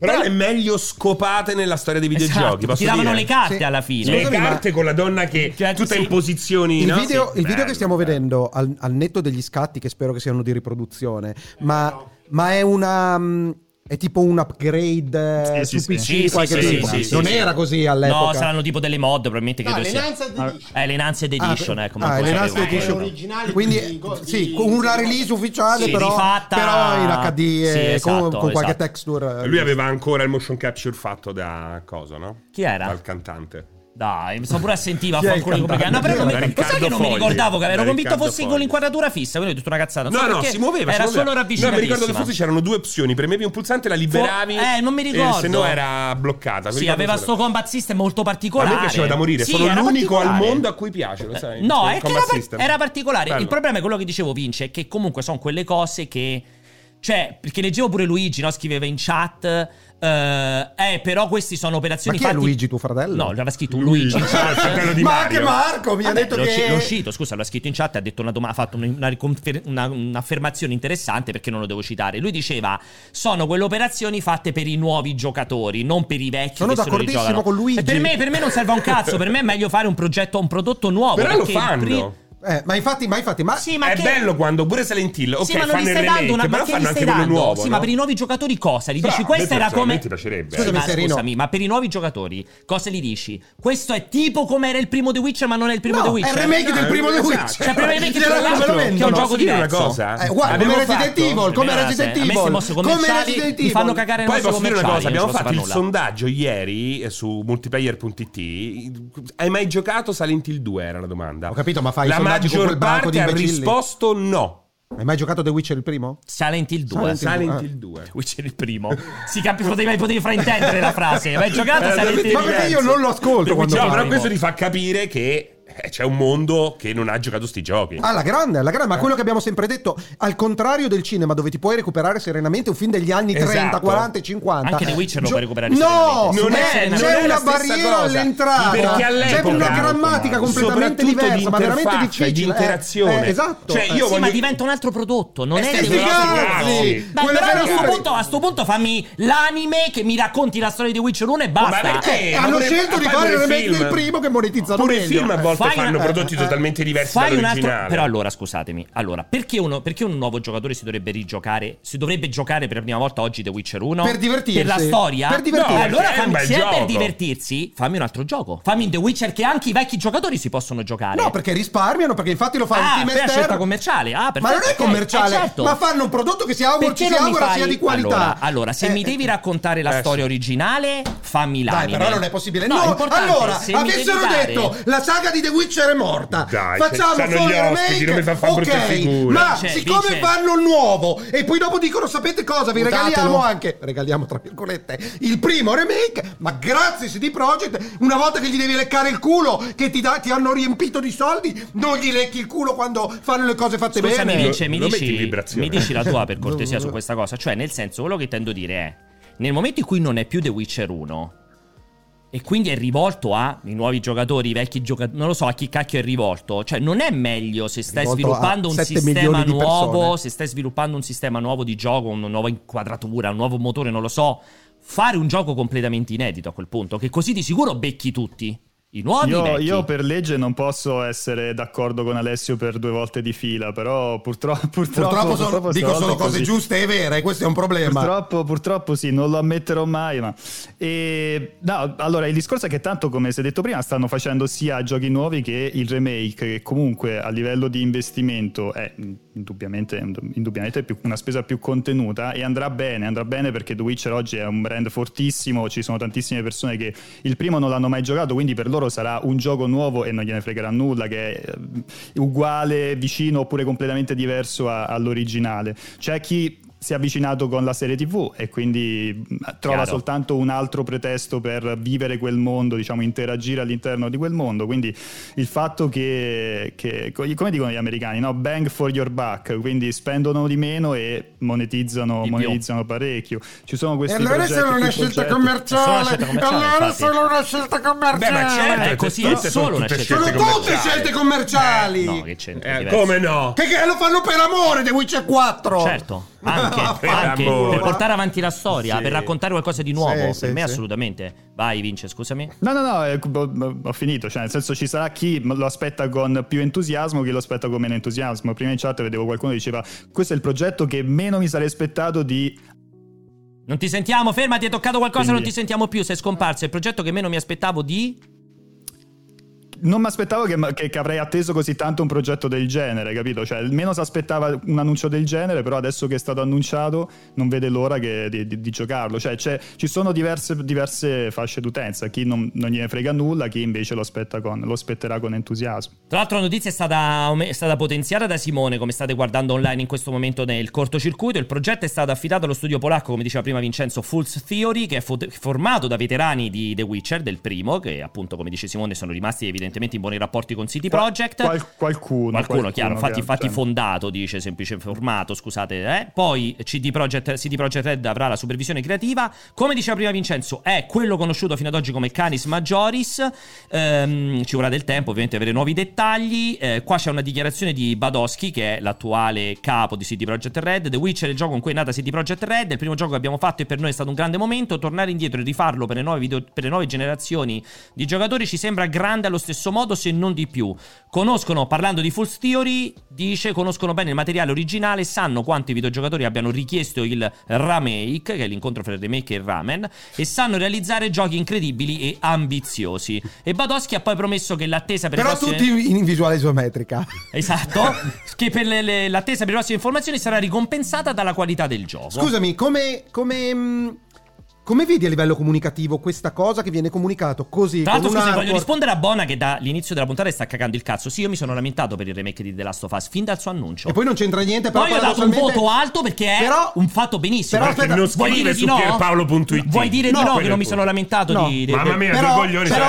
[SPEAKER 3] Però le meglio scopate nella storia dei videogiochi.
[SPEAKER 2] esatto,
[SPEAKER 3] posso
[SPEAKER 2] tiravano
[SPEAKER 3] dire?
[SPEAKER 2] le carte
[SPEAKER 1] Sì.
[SPEAKER 2] alla
[SPEAKER 1] Sì.
[SPEAKER 2] fine.
[SPEAKER 3] Le
[SPEAKER 1] Scusami, ma-
[SPEAKER 3] carte con la donna che
[SPEAKER 2] Cioè,
[SPEAKER 3] tutta
[SPEAKER 2] sì.
[SPEAKER 3] in posizioni.
[SPEAKER 1] Il
[SPEAKER 3] no?
[SPEAKER 1] video, il
[SPEAKER 3] Sì,
[SPEAKER 1] video
[SPEAKER 3] bello,
[SPEAKER 1] che stiamo
[SPEAKER 3] bello.
[SPEAKER 1] vedendo, al, al netto degli scatti, che spero che siano di
[SPEAKER 2] Eh,
[SPEAKER 1] riproduzione, ma, ma è una. mm, È tipo un upgrade eh,
[SPEAKER 4] Sì,
[SPEAKER 1] su
[SPEAKER 4] sì,
[SPEAKER 1] PC
[SPEAKER 4] sì.
[SPEAKER 1] di
[SPEAKER 2] Sì,
[SPEAKER 1] qualche
[SPEAKER 2] sì, sì,
[SPEAKER 1] tipo.
[SPEAKER 2] sì, sì,
[SPEAKER 1] non
[SPEAKER 2] sì.
[SPEAKER 1] era così all'epoca.
[SPEAKER 2] No, saranno tipo delle mod, probabilmente
[SPEAKER 5] No,
[SPEAKER 2] credo sia.
[SPEAKER 5] l'enhanced edition.
[SPEAKER 2] Eh, l'enhanced
[SPEAKER 1] Ah,
[SPEAKER 2] edition,
[SPEAKER 1] per-
[SPEAKER 2] ecco, ma
[SPEAKER 1] ah,
[SPEAKER 2] non
[SPEAKER 1] è
[SPEAKER 2] lo
[SPEAKER 1] l'Enhanced
[SPEAKER 2] sapevo.
[SPEAKER 1] Edition.
[SPEAKER 5] Eh, originale
[SPEAKER 1] quindi
[SPEAKER 5] di-
[SPEAKER 1] co-
[SPEAKER 5] di-
[SPEAKER 1] sì, con una release ufficiale
[SPEAKER 2] Sì,
[SPEAKER 1] però,
[SPEAKER 2] rifatta-
[SPEAKER 1] però in HD e
[SPEAKER 2] Sì,
[SPEAKER 1] con,
[SPEAKER 2] esatto,
[SPEAKER 1] con qualche
[SPEAKER 2] esatto.
[SPEAKER 1] texture eh,
[SPEAKER 3] Lui aveva ancora il motion capture fatto da cosa, no?
[SPEAKER 2] Chi era?
[SPEAKER 3] Dal cantante.
[SPEAKER 2] Dai, mi sono pure a sentiva a
[SPEAKER 1] Chi è
[SPEAKER 2] fare
[SPEAKER 1] il
[SPEAKER 2] alcuni complicati.
[SPEAKER 1] cantante?
[SPEAKER 2] No, però non mi-
[SPEAKER 3] Era
[SPEAKER 2] sai che
[SPEAKER 3] Riccardo
[SPEAKER 2] non mi
[SPEAKER 3] Fogli.
[SPEAKER 2] ricordavo che ero
[SPEAKER 3] Era
[SPEAKER 2] convinto
[SPEAKER 3] Riccardo
[SPEAKER 2] fossi
[SPEAKER 3] Fogli.
[SPEAKER 2] con l'inquadratura fissa, quindi ho detto una cazzata.
[SPEAKER 3] No,
[SPEAKER 2] So
[SPEAKER 3] no,
[SPEAKER 2] perché
[SPEAKER 3] si muoveva.
[SPEAKER 2] Era
[SPEAKER 3] si muoveva.
[SPEAKER 2] solo
[SPEAKER 3] No, mi
[SPEAKER 2] ravvicinatissima.
[SPEAKER 3] ricordo che forse c'erano due opzioni. Premevi un pulsante e la liberavi.
[SPEAKER 2] eh, non mi
[SPEAKER 3] e
[SPEAKER 2] ricordo.
[SPEAKER 3] se no era bloccata. Mi
[SPEAKER 2] Sì,
[SPEAKER 3] ricordo
[SPEAKER 2] aveva
[SPEAKER 3] solo-
[SPEAKER 2] sto combat system molto
[SPEAKER 3] A
[SPEAKER 2] particolare.
[SPEAKER 3] me piaceva da morire.
[SPEAKER 2] Sì, era
[SPEAKER 3] Sono l'unico al
[SPEAKER 2] particolare.
[SPEAKER 3] mondo a cui piace, lo sai?
[SPEAKER 2] No,
[SPEAKER 3] Il
[SPEAKER 2] è che
[SPEAKER 3] combat
[SPEAKER 2] era, par-
[SPEAKER 3] system.
[SPEAKER 2] era particolare.
[SPEAKER 3] Bello.
[SPEAKER 2] Il problema è quello che dicevo Vince, è che comunque sono quelle cose che... Cioè, perché leggevo pure Luigi, no? Scriveva in chat... eh, eh, però questi sono
[SPEAKER 1] ma
[SPEAKER 2] operazioni
[SPEAKER 1] chi è
[SPEAKER 2] fatti-
[SPEAKER 1] Luigi tuo fratello?
[SPEAKER 2] No, l'aveva scritto un Luigi in
[SPEAKER 3] il
[SPEAKER 2] chat.
[SPEAKER 3] fratello di
[SPEAKER 1] ma anche
[SPEAKER 3] Mario.
[SPEAKER 1] Marco mi ha
[SPEAKER 2] Vabbè,
[SPEAKER 1] detto
[SPEAKER 2] l'ho,
[SPEAKER 1] che
[SPEAKER 2] l'ho uscito, scusa, l'ha scritto in chat, ha detto una doma- ha fatto un- una riconfer- una- un'affermazione interessante perché non lo devo citare. Lui diceva: Sono quelle operazioni fatte per i nuovi giocatori, non per i vecchi.
[SPEAKER 1] Sono
[SPEAKER 2] che se lo
[SPEAKER 1] d'accordissimo
[SPEAKER 2] rigiocano."
[SPEAKER 1] con Luigi.
[SPEAKER 2] E per, me, per me non serve a un cazzo, per me è meglio fare un progetto, un prodotto nuovo.
[SPEAKER 3] Però lo
[SPEAKER 2] perché il
[SPEAKER 3] fanno.
[SPEAKER 2] pri-
[SPEAKER 1] Eh, ma infatti ma infatti ma
[SPEAKER 2] Sì, ma
[SPEAKER 3] è
[SPEAKER 2] che-
[SPEAKER 3] bello quando pure Silent Hill, ok,
[SPEAKER 2] sì, ma non gli
[SPEAKER 3] fanno il
[SPEAKER 2] stai
[SPEAKER 3] remake,
[SPEAKER 2] dando una
[SPEAKER 3] però
[SPEAKER 2] ma che gli
[SPEAKER 3] fanno
[SPEAKER 2] stai
[SPEAKER 3] anche quello
[SPEAKER 2] dando?
[SPEAKER 3] nuovo,
[SPEAKER 2] sì,
[SPEAKER 3] no?
[SPEAKER 2] ma per i nuovi giocatori cosa? Gli
[SPEAKER 3] Però
[SPEAKER 2] dici
[SPEAKER 3] a me
[SPEAKER 2] questa era
[SPEAKER 3] personalmente
[SPEAKER 2] come
[SPEAKER 3] piacerebbe,
[SPEAKER 2] Sì,
[SPEAKER 1] eh.
[SPEAKER 2] ma
[SPEAKER 1] Serino.
[SPEAKER 2] scusami, ma per i nuovi giocatori cosa gli dici? Questo è tipo come era il primo The Witcher, ma non è il primo
[SPEAKER 1] No,
[SPEAKER 2] The
[SPEAKER 1] è il
[SPEAKER 2] Witcher.
[SPEAKER 1] remake del
[SPEAKER 3] No,
[SPEAKER 1] primo The
[SPEAKER 3] esatto.
[SPEAKER 1] Witcher
[SPEAKER 2] Eh, Cioè, per me che
[SPEAKER 1] Glielo
[SPEAKER 2] tra l'altro
[SPEAKER 1] vendono,
[SPEAKER 2] che è un
[SPEAKER 1] no?
[SPEAKER 2] gioco
[SPEAKER 3] Posso dire una
[SPEAKER 2] diverso.
[SPEAKER 3] cosa?
[SPEAKER 1] Eh, guarda,
[SPEAKER 3] Abbiamo
[SPEAKER 1] come Resident
[SPEAKER 3] fatto-
[SPEAKER 1] Evil, come
[SPEAKER 2] Veramente,
[SPEAKER 1] Resident
[SPEAKER 2] A me sti
[SPEAKER 1] Evil,
[SPEAKER 2] mossi
[SPEAKER 1] come
[SPEAKER 2] commerciali
[SPEAKER 1] Resident
[SPEAKER 2] mi fanno
[SPEAKER 1] Evil.
[SPEAKER 2] cagare
[SPEAKER 3] Poi
[SPEAKER 2] i nostri
[SPEAKER 3] posso dire una cosa,
[SPEAKER 2] commerciali, Eh,
[SPEAKER 3] abbiamo
[SPEAKER 2] non ci posso
[SPEAKER 3] fatto il
[SPEAKER 2] fare nulla.
[SPEAKER 3] sondaggio ieri eh, su multiplayer.it. Hai mai giocato Silent Hill 2? Era la domanda.
[SPEAKER 1] Ho capito, ma fai i
[SPEAKER 3] La
[SPEAKER 1] sondaggi con
[SPEAKER 3] maggior
[SPEAKER 1] quel branco
[SPEAKER 3] parte
[SPEAKER 1] di
[SPEAKER 3] ha
[SPEAKER 1] imbecilli.
[SPEAKER 3] risposto no.
[SPEAKER 1] hai mai giocato The Witcher il primo?
[SPEAKER 2] Silent Hill
[SPEAKER 1] Silent
[SPEAKER 2] 2.
[SPEAKER 1] Hill.
[SPEAKER 3] Silent
[SPEAKER 1] Ah.
[SPEAKER 3] Hill 2.
[SPEAKER 2] Qui c'era il primo. Si capi, potevi, potevi fraintendere la frase. Ma hai giocato
[SPEAKER 3] Eh,
[SPEAKER 2] Silent Hill
[SPEAKER 1] ma
[SPEAKER 3] diverso.
[SPEAKER 1] perché io
[SPEAKER 2] 2.
[SPEAKER 1] non lo ascolto quando
[SPEAKER 3] No, Diciamo, però
[SPEAKER 1] parlo.
[SPEAKER 3] questo ti fa capire che eh, c'è un mondo che non ha giocato sti giochi.
[SPEAKER 1] Alla grande, alla
[SPEAKER 3] Eh.
[SPEAKER 1] grande, ma quello che abbiamo sempre detto, al contrario del cinema dove ti puoi recuperare serenamente un film degli anni 30,
[SPEAKER 3] Esatto.
[SPEAKER 1] 40 e 50.
[SPEAKER 2] Anche The Witcher lo puoi recuperare
[SPEAKER 1] No,
[SPEAKER 2] serenamente.
[SPEAKER 1] non
[SPEAKER 2] Non è-
[SPEAKER 1] è,
[SPEAKER 2] non
[SPEAKER 1] c'è
[SPEAKER 2] è
[SPEAKER 3] la
[SPEAKER 1] una
[SPEAKER 3] stessa
[SPEAKER 1] barriera
[SPEAKER 3] cosa.
[SPEAKER 1] all'entrata.
[SPEAKER 3] Perché
[SPEAKER 1] c'è
[SPEAKER 3] all'epoca-
[SPEAKER 1] una grammatica completamente
[SPEAKER 3] Soprattutto di
[SPEAKER 1] diversa, ma veramente
[SPEAKER 3] interfaccia,
[SPEAKER 1] difficile.
[SPEAKER 3] di
[SPEAKER 1] eh.
[SPEAKER 3] interazione.
[SPEAKER 1] Eh, esatto.
[SPEAKER 3] Cioè,
[SPEAKER 1] Eh,
[SPEAKER 3] io
[SPEAKER 2] sì, ma
[SPEAKER 3] voglio-
[SPEAKER 2] diventa un altro prodotto. Non
[SPEAKER 1] Eh,
[SPEAKER 2] è
[SPEAKER 1] stessi
[SPEAKER 2] dei nostri
[SPEAKER 1] cazzi!
[SPEAKER 2] cazzi. Beh,
[SPEAKER 1] Quello
[SPEAKER 2] però a
[SPEAKER 1] vero-
[SPEAKER 2] sto, punto, a sto punto fammi l'anime che mi racconti la storia di The Witcher 1 e basta.
[SPEAKER 3] Ma perché?
[SPEAKER 1] eh,
[SPEAKER 3] Ma
[SPEAKER 1] hanno
[SPEAKER 3] pure-
[SPEAKER 1] scelto di
[SPEAKER 3] fai
[SPEAKER 1] fare il
[SPEAKER 3] pure
[SPEAKER 1] remake
[SPEAKER 3] film.
[SPEAKER 1] del primo che monetizzano
[SPEAKER 3] Pure i
[SPEAKER 1] meglio.
[SPEAKER 3] film a volte Forse
[SPEAKER 2] Fai
[SPEAKER 3] fanno
[SPEAKER 2] una-
[SPEAKER 1] eh.
[SPEAKER 3] prodotti totalmente diversi
[SPEAKER 2] Fai un altro,
[SPEAKER 3] dall'originale.
[SPEAKER 2] però allora scusatemi, allora perché, uno- perché un nuovo giocatore si dovrebbe rigiocare, si dovrebbe giocare per la prima volta oggi The Witcher 1?
[SPEAKER 1] Per divertirsi.
[SPEAKER 2] Per la storia?
[SPEAKER 1] Per divertirsi.
[SPEAKER 2] No, allora
[SPEAKER 3] Perché è un
[SPEAKER 2] fammi,
[SPEAKER 3] bel
[SPEAKER 2] se è per
[SPEAKER 3] gioco.
[SPEAKER 2] divertirsi, fammi un altro gioco. Fammi un The Witcher che anche i vecchi giocatori si possono giocare.
[SPEAKER 1] No, perché risparmiano, perché infatti lo fa il
[SPEAKER 2] Ah,
[SPEAKER 1] team
[SPEAKER 2] per la
[SPEAKER 1] esterno.
[SPEAKER 2] scelta commerciale. Ah, perfetto,
[SPEAKER 1] ma non è
[SPEAKER 2] ok.
[SPEAKER 1] commerciale,
[SPEAKER 2] Eh, certo.
[SPEAKER 1] ma fanno un prodotto che si augura, ci
[SPEAKER 2] Perché
[SPEAKER 1] si
[SPEAKER 2] non mi
[SPEAKER 1] augura
[SPEAKER 2] fai-
[SPEAKER 1] sia di qualità.
[SPEAKER 2] Allora, allora, se
[SPEAKER 1] Eh,
[SPEAKER 2] mi devi raccontare la
[SPEAKER 3] eh,
[SPEAKER 2] storia
[SPEAKER 3] sì.
[SPEAKER 2] originale, fammi
[SPEAKER 1] Dai,
[SPEAKER 2] l'anime.
[SPEAKER 1] però non è possibile. No,
[SPEAKER 2] è importante,
[SPEAKER 1] allora,
[SPEAKER 2] se mi
[SPEAKER 1] avessero
[SPEAKER 2] devi dare-
[SPEAKER 1] detto la saga di The Witcher è morta.
[SPEAKER 3] Dai,
[SPEAKER 1] Facciamo
[SPEAKER 3] cioè, stanno
[SPEAKER 1] solo
[SPEAKER 3] gli
[SPEAKER 1] il
[SPEAKER 3] ospiti,
[SPEAKER 1] remake.
[SPEAKER 3] non mi fa fare brutte
[SPEAKER 1] ok,
[SPEAKER 3] figure.
[SPEAKER 1] ma
[SPEAKER 2] Vince,
[SPEAKER 1] siccome
[SPEAKER 2] Cioè, vince.
[SPEAKER 1] fanno il nuovo e poi dopo dicono sapete cosa vi
[SPEAKER 5] Mutatelo.
[SPEAKER 1] regaliamo anche regaliamo tra virgolette il primo remake, ma grazie CD Projekt, una volta che gli devi leccare il culo che ti, dà- ti hanno riempito di soldi, non gli lecchi il culo quando fanno le cose fatte
[SPEAKER 2] Scusami,
[SPEAKER 1] bene.
[SPEAKER 2] Vince, mi,
[SPEAKER 3] Lo- lo metti in
[SPEAKER 2] dici,
[SPEAKER 3] vibrazione?
[SPEAKER 2] mi dici la tua per cortesia su questa cosa. Cioè, nel senso, quello che intendo dire è: nel momento in cui non è più The Witcher 1, e quindi è rivolto a i nuovi giocatori, i vecchi giocatori, non lo so a chi cacchio è rivolto. Cioè, non è meglio se stai
[SPEAKER 1] Rivolto
[SPEAKER 2] sviluppando
[SPEAKER 1] a
[SPEAKER 2] un
[SPEAKER 1] 7
[SPEAKER 2] sistema
[SPEAKER 1] milioni di
[SPEAKER 2] nuovo,
[SPEAKER 1] persone.
[SPEAKER 2] se stai sviluppando un sistema nuovo di gioco, una nuova inquadratura, un nuovo motore, non lo so. Fare un gioco completamente inedito a quel punto, che così di sicuro becchi tutti. I nuovi i
[SPEAKER 4] Io,
[SPEAKER 2] vecchi.
[SPEAKER 4] io per legge non posso essere d'accordo con Alessio per due volte di fila, però purtro- purtroppo...
[SPEAKER 1] Purtroppo sono-
[SPEAKER 4] purtroppo
[SPEAKER 1] dico
[SPEAKER 4] stavolta
[SPEAKER 1] solo
[SPEAKER 4] è
[SPEAKER 1] cose
[SPEAKER 4] così.
[SPEAKER 1] giuste e vere, e questo è un problema.
[SPEAKER 4] Purtroppo, purtroppo sì, non lo ammetterò mai. Ma... E, no, allora, il discorso è che tanto, come si è detto prima, stanno facendo sia giochi nuovi che il remake, che comunque a livello di investimento è indubbiamente, indubbiamente più- una spesa più contenuta e andrà bene, andrà bene perché The Witcher oggi è un brand fortissimo, ci sono tantissime persone che il primo non l'hanno mai giocato, quindi per loro sarà un gioco nuovo e non gliene fregherà nulla, che è eh, uguale, vicino oppure completamente diverso a- all'originale. C'è chi si è avvicinato con la serie TV e quindi mh, trova
[SPEAKER 2] Chiaro.
[SPEAKER 4] soltanto un altro pretesto per vivere quel mondo, diciamo, interagire all'interno di quel mondo. Quindi il fatto che, che- co- come dicono gli americani, no? bang for your buck, quindi spendono di meno e monetizzano,
[SPEAKER 2] Di più.
[SPEAKER 4] monetizzano parecchio. Ci sono
[SPEAKER 1] E
[SPEAKER 4] questi
[SPEAKER 1] allora se
[SPEAKER 4] progetti,
[SPEAKER 1] non è una
[SPEAKER 4] questi
[SPEAKER 1] scelta
[SPEAKER 4] progetti-
[SPEAKER 2] Sono
[SPEAKER 1] commerciale,
[SPEAKER 2] una scelta
[SPEAKER 1] e
[SPEAKER 2] commerciale,
[SPEAKER 1] allora
[SPEAKER 2] infatti.
[SPEAKER 1] se non è una scelta
[SPEAKER 3] Beh, ma
[SPEAKER 1] commerciale.
[SPEAKER 3] certo,
[SPEAKER 2] è così,
[SPEAKER 3] tutte
[SPEAKER 2] è solo
[SPEAKER 3] sono
[SPEAKER 2] una
[SPEAKER 3] tutte
[SPEAKER 2] scelta.
[SPEAKER 1] Sono tutte
[SPEAKER 3] commerciali.
[SPEAKER 1] scelte commerciali.
[SPEAKER 2] No, che c'entra.
[SPEAKER 3] Eh,
[SPEAKER 2] diverso.
[SPEAKER 3] come no?
[SPEAKER 1] Che, che lo fanno per amore The Witcher 4
[SPEAKER 2] Certo, anche,
[SPEAKER 3] Ma
[SPEAKER 2] anche
[SPEAKER 3] amore.
[SPEAKER 2] per portare avanti la storia,
[SPEAKER 3] Sì.
[SPEAKER 2] per raccontare qualcosa di nuovo.
[SPEAKER 1] Sì,
[SPEAKER 2] per
[SPEAKER 1] sì,
[SPEAKER 2] me,
[SPEAKER 1] sì.
[SPEAKER 2] assolutamente. Vai, Vince, scusami.
[SPEAKER 4] No, no, no, eh, ho, ho finito. Cioè, nel senso, ci sarà chi lo aspetta con più entusiasmo, chi lo aspetta con meno entusiasmo. Prima in chat vedevo qualcuno che diceva: Questo è il progetto che meno mi sarei aspettato di.
[SPEAKER 2] Non ti sentiamo, fermati, hai toccato qualcosa,
[SPEAKER 4] Quindi-
[SPEAKER 2] non ti sentiamo più. Sei scomparso. È il progetto che meno mi aspettavo di.
[SPEAKER 4] Non mi aspettavo che, che- che avrei atteso così tanto un progetto del genere, capito? Cioè, meno si aspettava un annuncio del genere, però adesso che è stato annunciato, non vede l'ora che- di, di- di giocarlo. Cioè, c'è- ci sono diverse, diverse fasce d'utenza. Chi non, non gliene frega nulla, chi invece lo, aspetta con- lo aspetterà con entusiasmo.
[SPEAKER 2] Tra l'altro, la notizia è stata, è stata potenziata da Simone, come state guardando online in questo momento nel cortocircuito. Il progetto è stato affidato allo studio polacco, come diceva prima Vincenzo, Fulls Theory, che è fo- formato da veterani di The Witcher, del primo, che appunto, come dice Simone, sono rimasti evidentemente in buoni rapporti con City Project.
[SPEAKER 4] Qual- qualcuno,
[SPEAKER 2] qualcuno, chiaro, infatti,
[SPEAKER 4] chiaro,
[SPEAKER 2] infatti
[SPEAKER 4] cioè.
[SPEAKER 2] fondato, dice semplice formato, scusate. eh. Poi CD Projekt, CD Projekt Red avrà la supervisione creativa. Come diceva prima Vincenzo, è quello conosciuto fino ad oggi come Canis Majoris. Ehm, ci vorrà del tempo, ovviamente, avere nuovi dettagli. Eh, qua c'è una dichiarazione di Badoschi, che è l'attuale capo di CD Projekt Red. The Witcher è il gioco con cui è nata CD Projekt Red. È il primo gioco che abbiamo fatto e per noi è stato un grande momento. Tornare indietro e rifarlo per le nuove, video- per le nuove generazioni di giocatori ci sembra grande allo stesso modo, se non di più. Conoscono, parlando di False Theory, dice conoscono bene il materiale originale, sanno quanti videogiocatori abbiano richiesto il remake, che è l'incontro fra il remake e il ramen, e sanno realizzare giochi incredibili e ambiziosi. E Badoschi ha poi promesso che l'attesa per
[SPEAKER 1] però
[SPEAKER 2] i prossimi...
[SPEAKER 1] tutti in visuale isometrica
[SPEAKER 2] Esatto, che per le- le- l'attesa per le prossime informazioni sarà ricompensata dalla qualità del gioco.
[SPEAKER 1] scusami come come mh, come vedi a livello comunicativo questa cosa che viene comunicato così
[SPEAKER 2] Tra l'altro,
[SPEAKER 1] con un
[SPEAKER 2] scusa, voglio
[SPEAKER 1] hardware-
[SPEAKER 2] rispondere a Bona che dall'inizio della puntata sta cagando il cazzo. Sì, io mi sono lamentato per il remake di The Last of Us fin dal suo annuncio.
[SPEAKER 1] e poi non c'entra niente però
[SPEAKER 2] Poi ho dato un
[SPEAKER 1] paradossalmente-
[SPEAKER 2] voto alto perché è
[SPEAKER 1] Però-
[SPEAKER 2] un fatto benissimo.
[SPEAKER 1] però
[SPEAKER 3] Perché non
[SPEAKER 1] aspetta,
[SPEAKER 2] Vuoi
[SPEAKER 3] scrive
[SPEAKER 2] dire
[SPEAKER 3] su
[SPEAKER 2] di no?
[SPEAKER 3] pierpaolo.it.
[SPEAKER 2] Vuoi dire di
[SPEAKER 3] No,
[SPEAKER 2] no che
[SPEAKER 3] quello
[SPEAKER 2] non
[SPEAKER 3] è
[SPEAKER 2] mi
[SPEAKER 3] il
[SPEAKER 2] sono
[SPEAKER 3] punto.
[SPEAKER 2] lamentato
[SPEAKER 1] No.
[SPEAKER 2] di... di-
[SPEAKER 3] Mamma mia,
[SPEAKER 1] però,
[SPEAKER 3] due coglioni si è
[SPEAKER 1] però-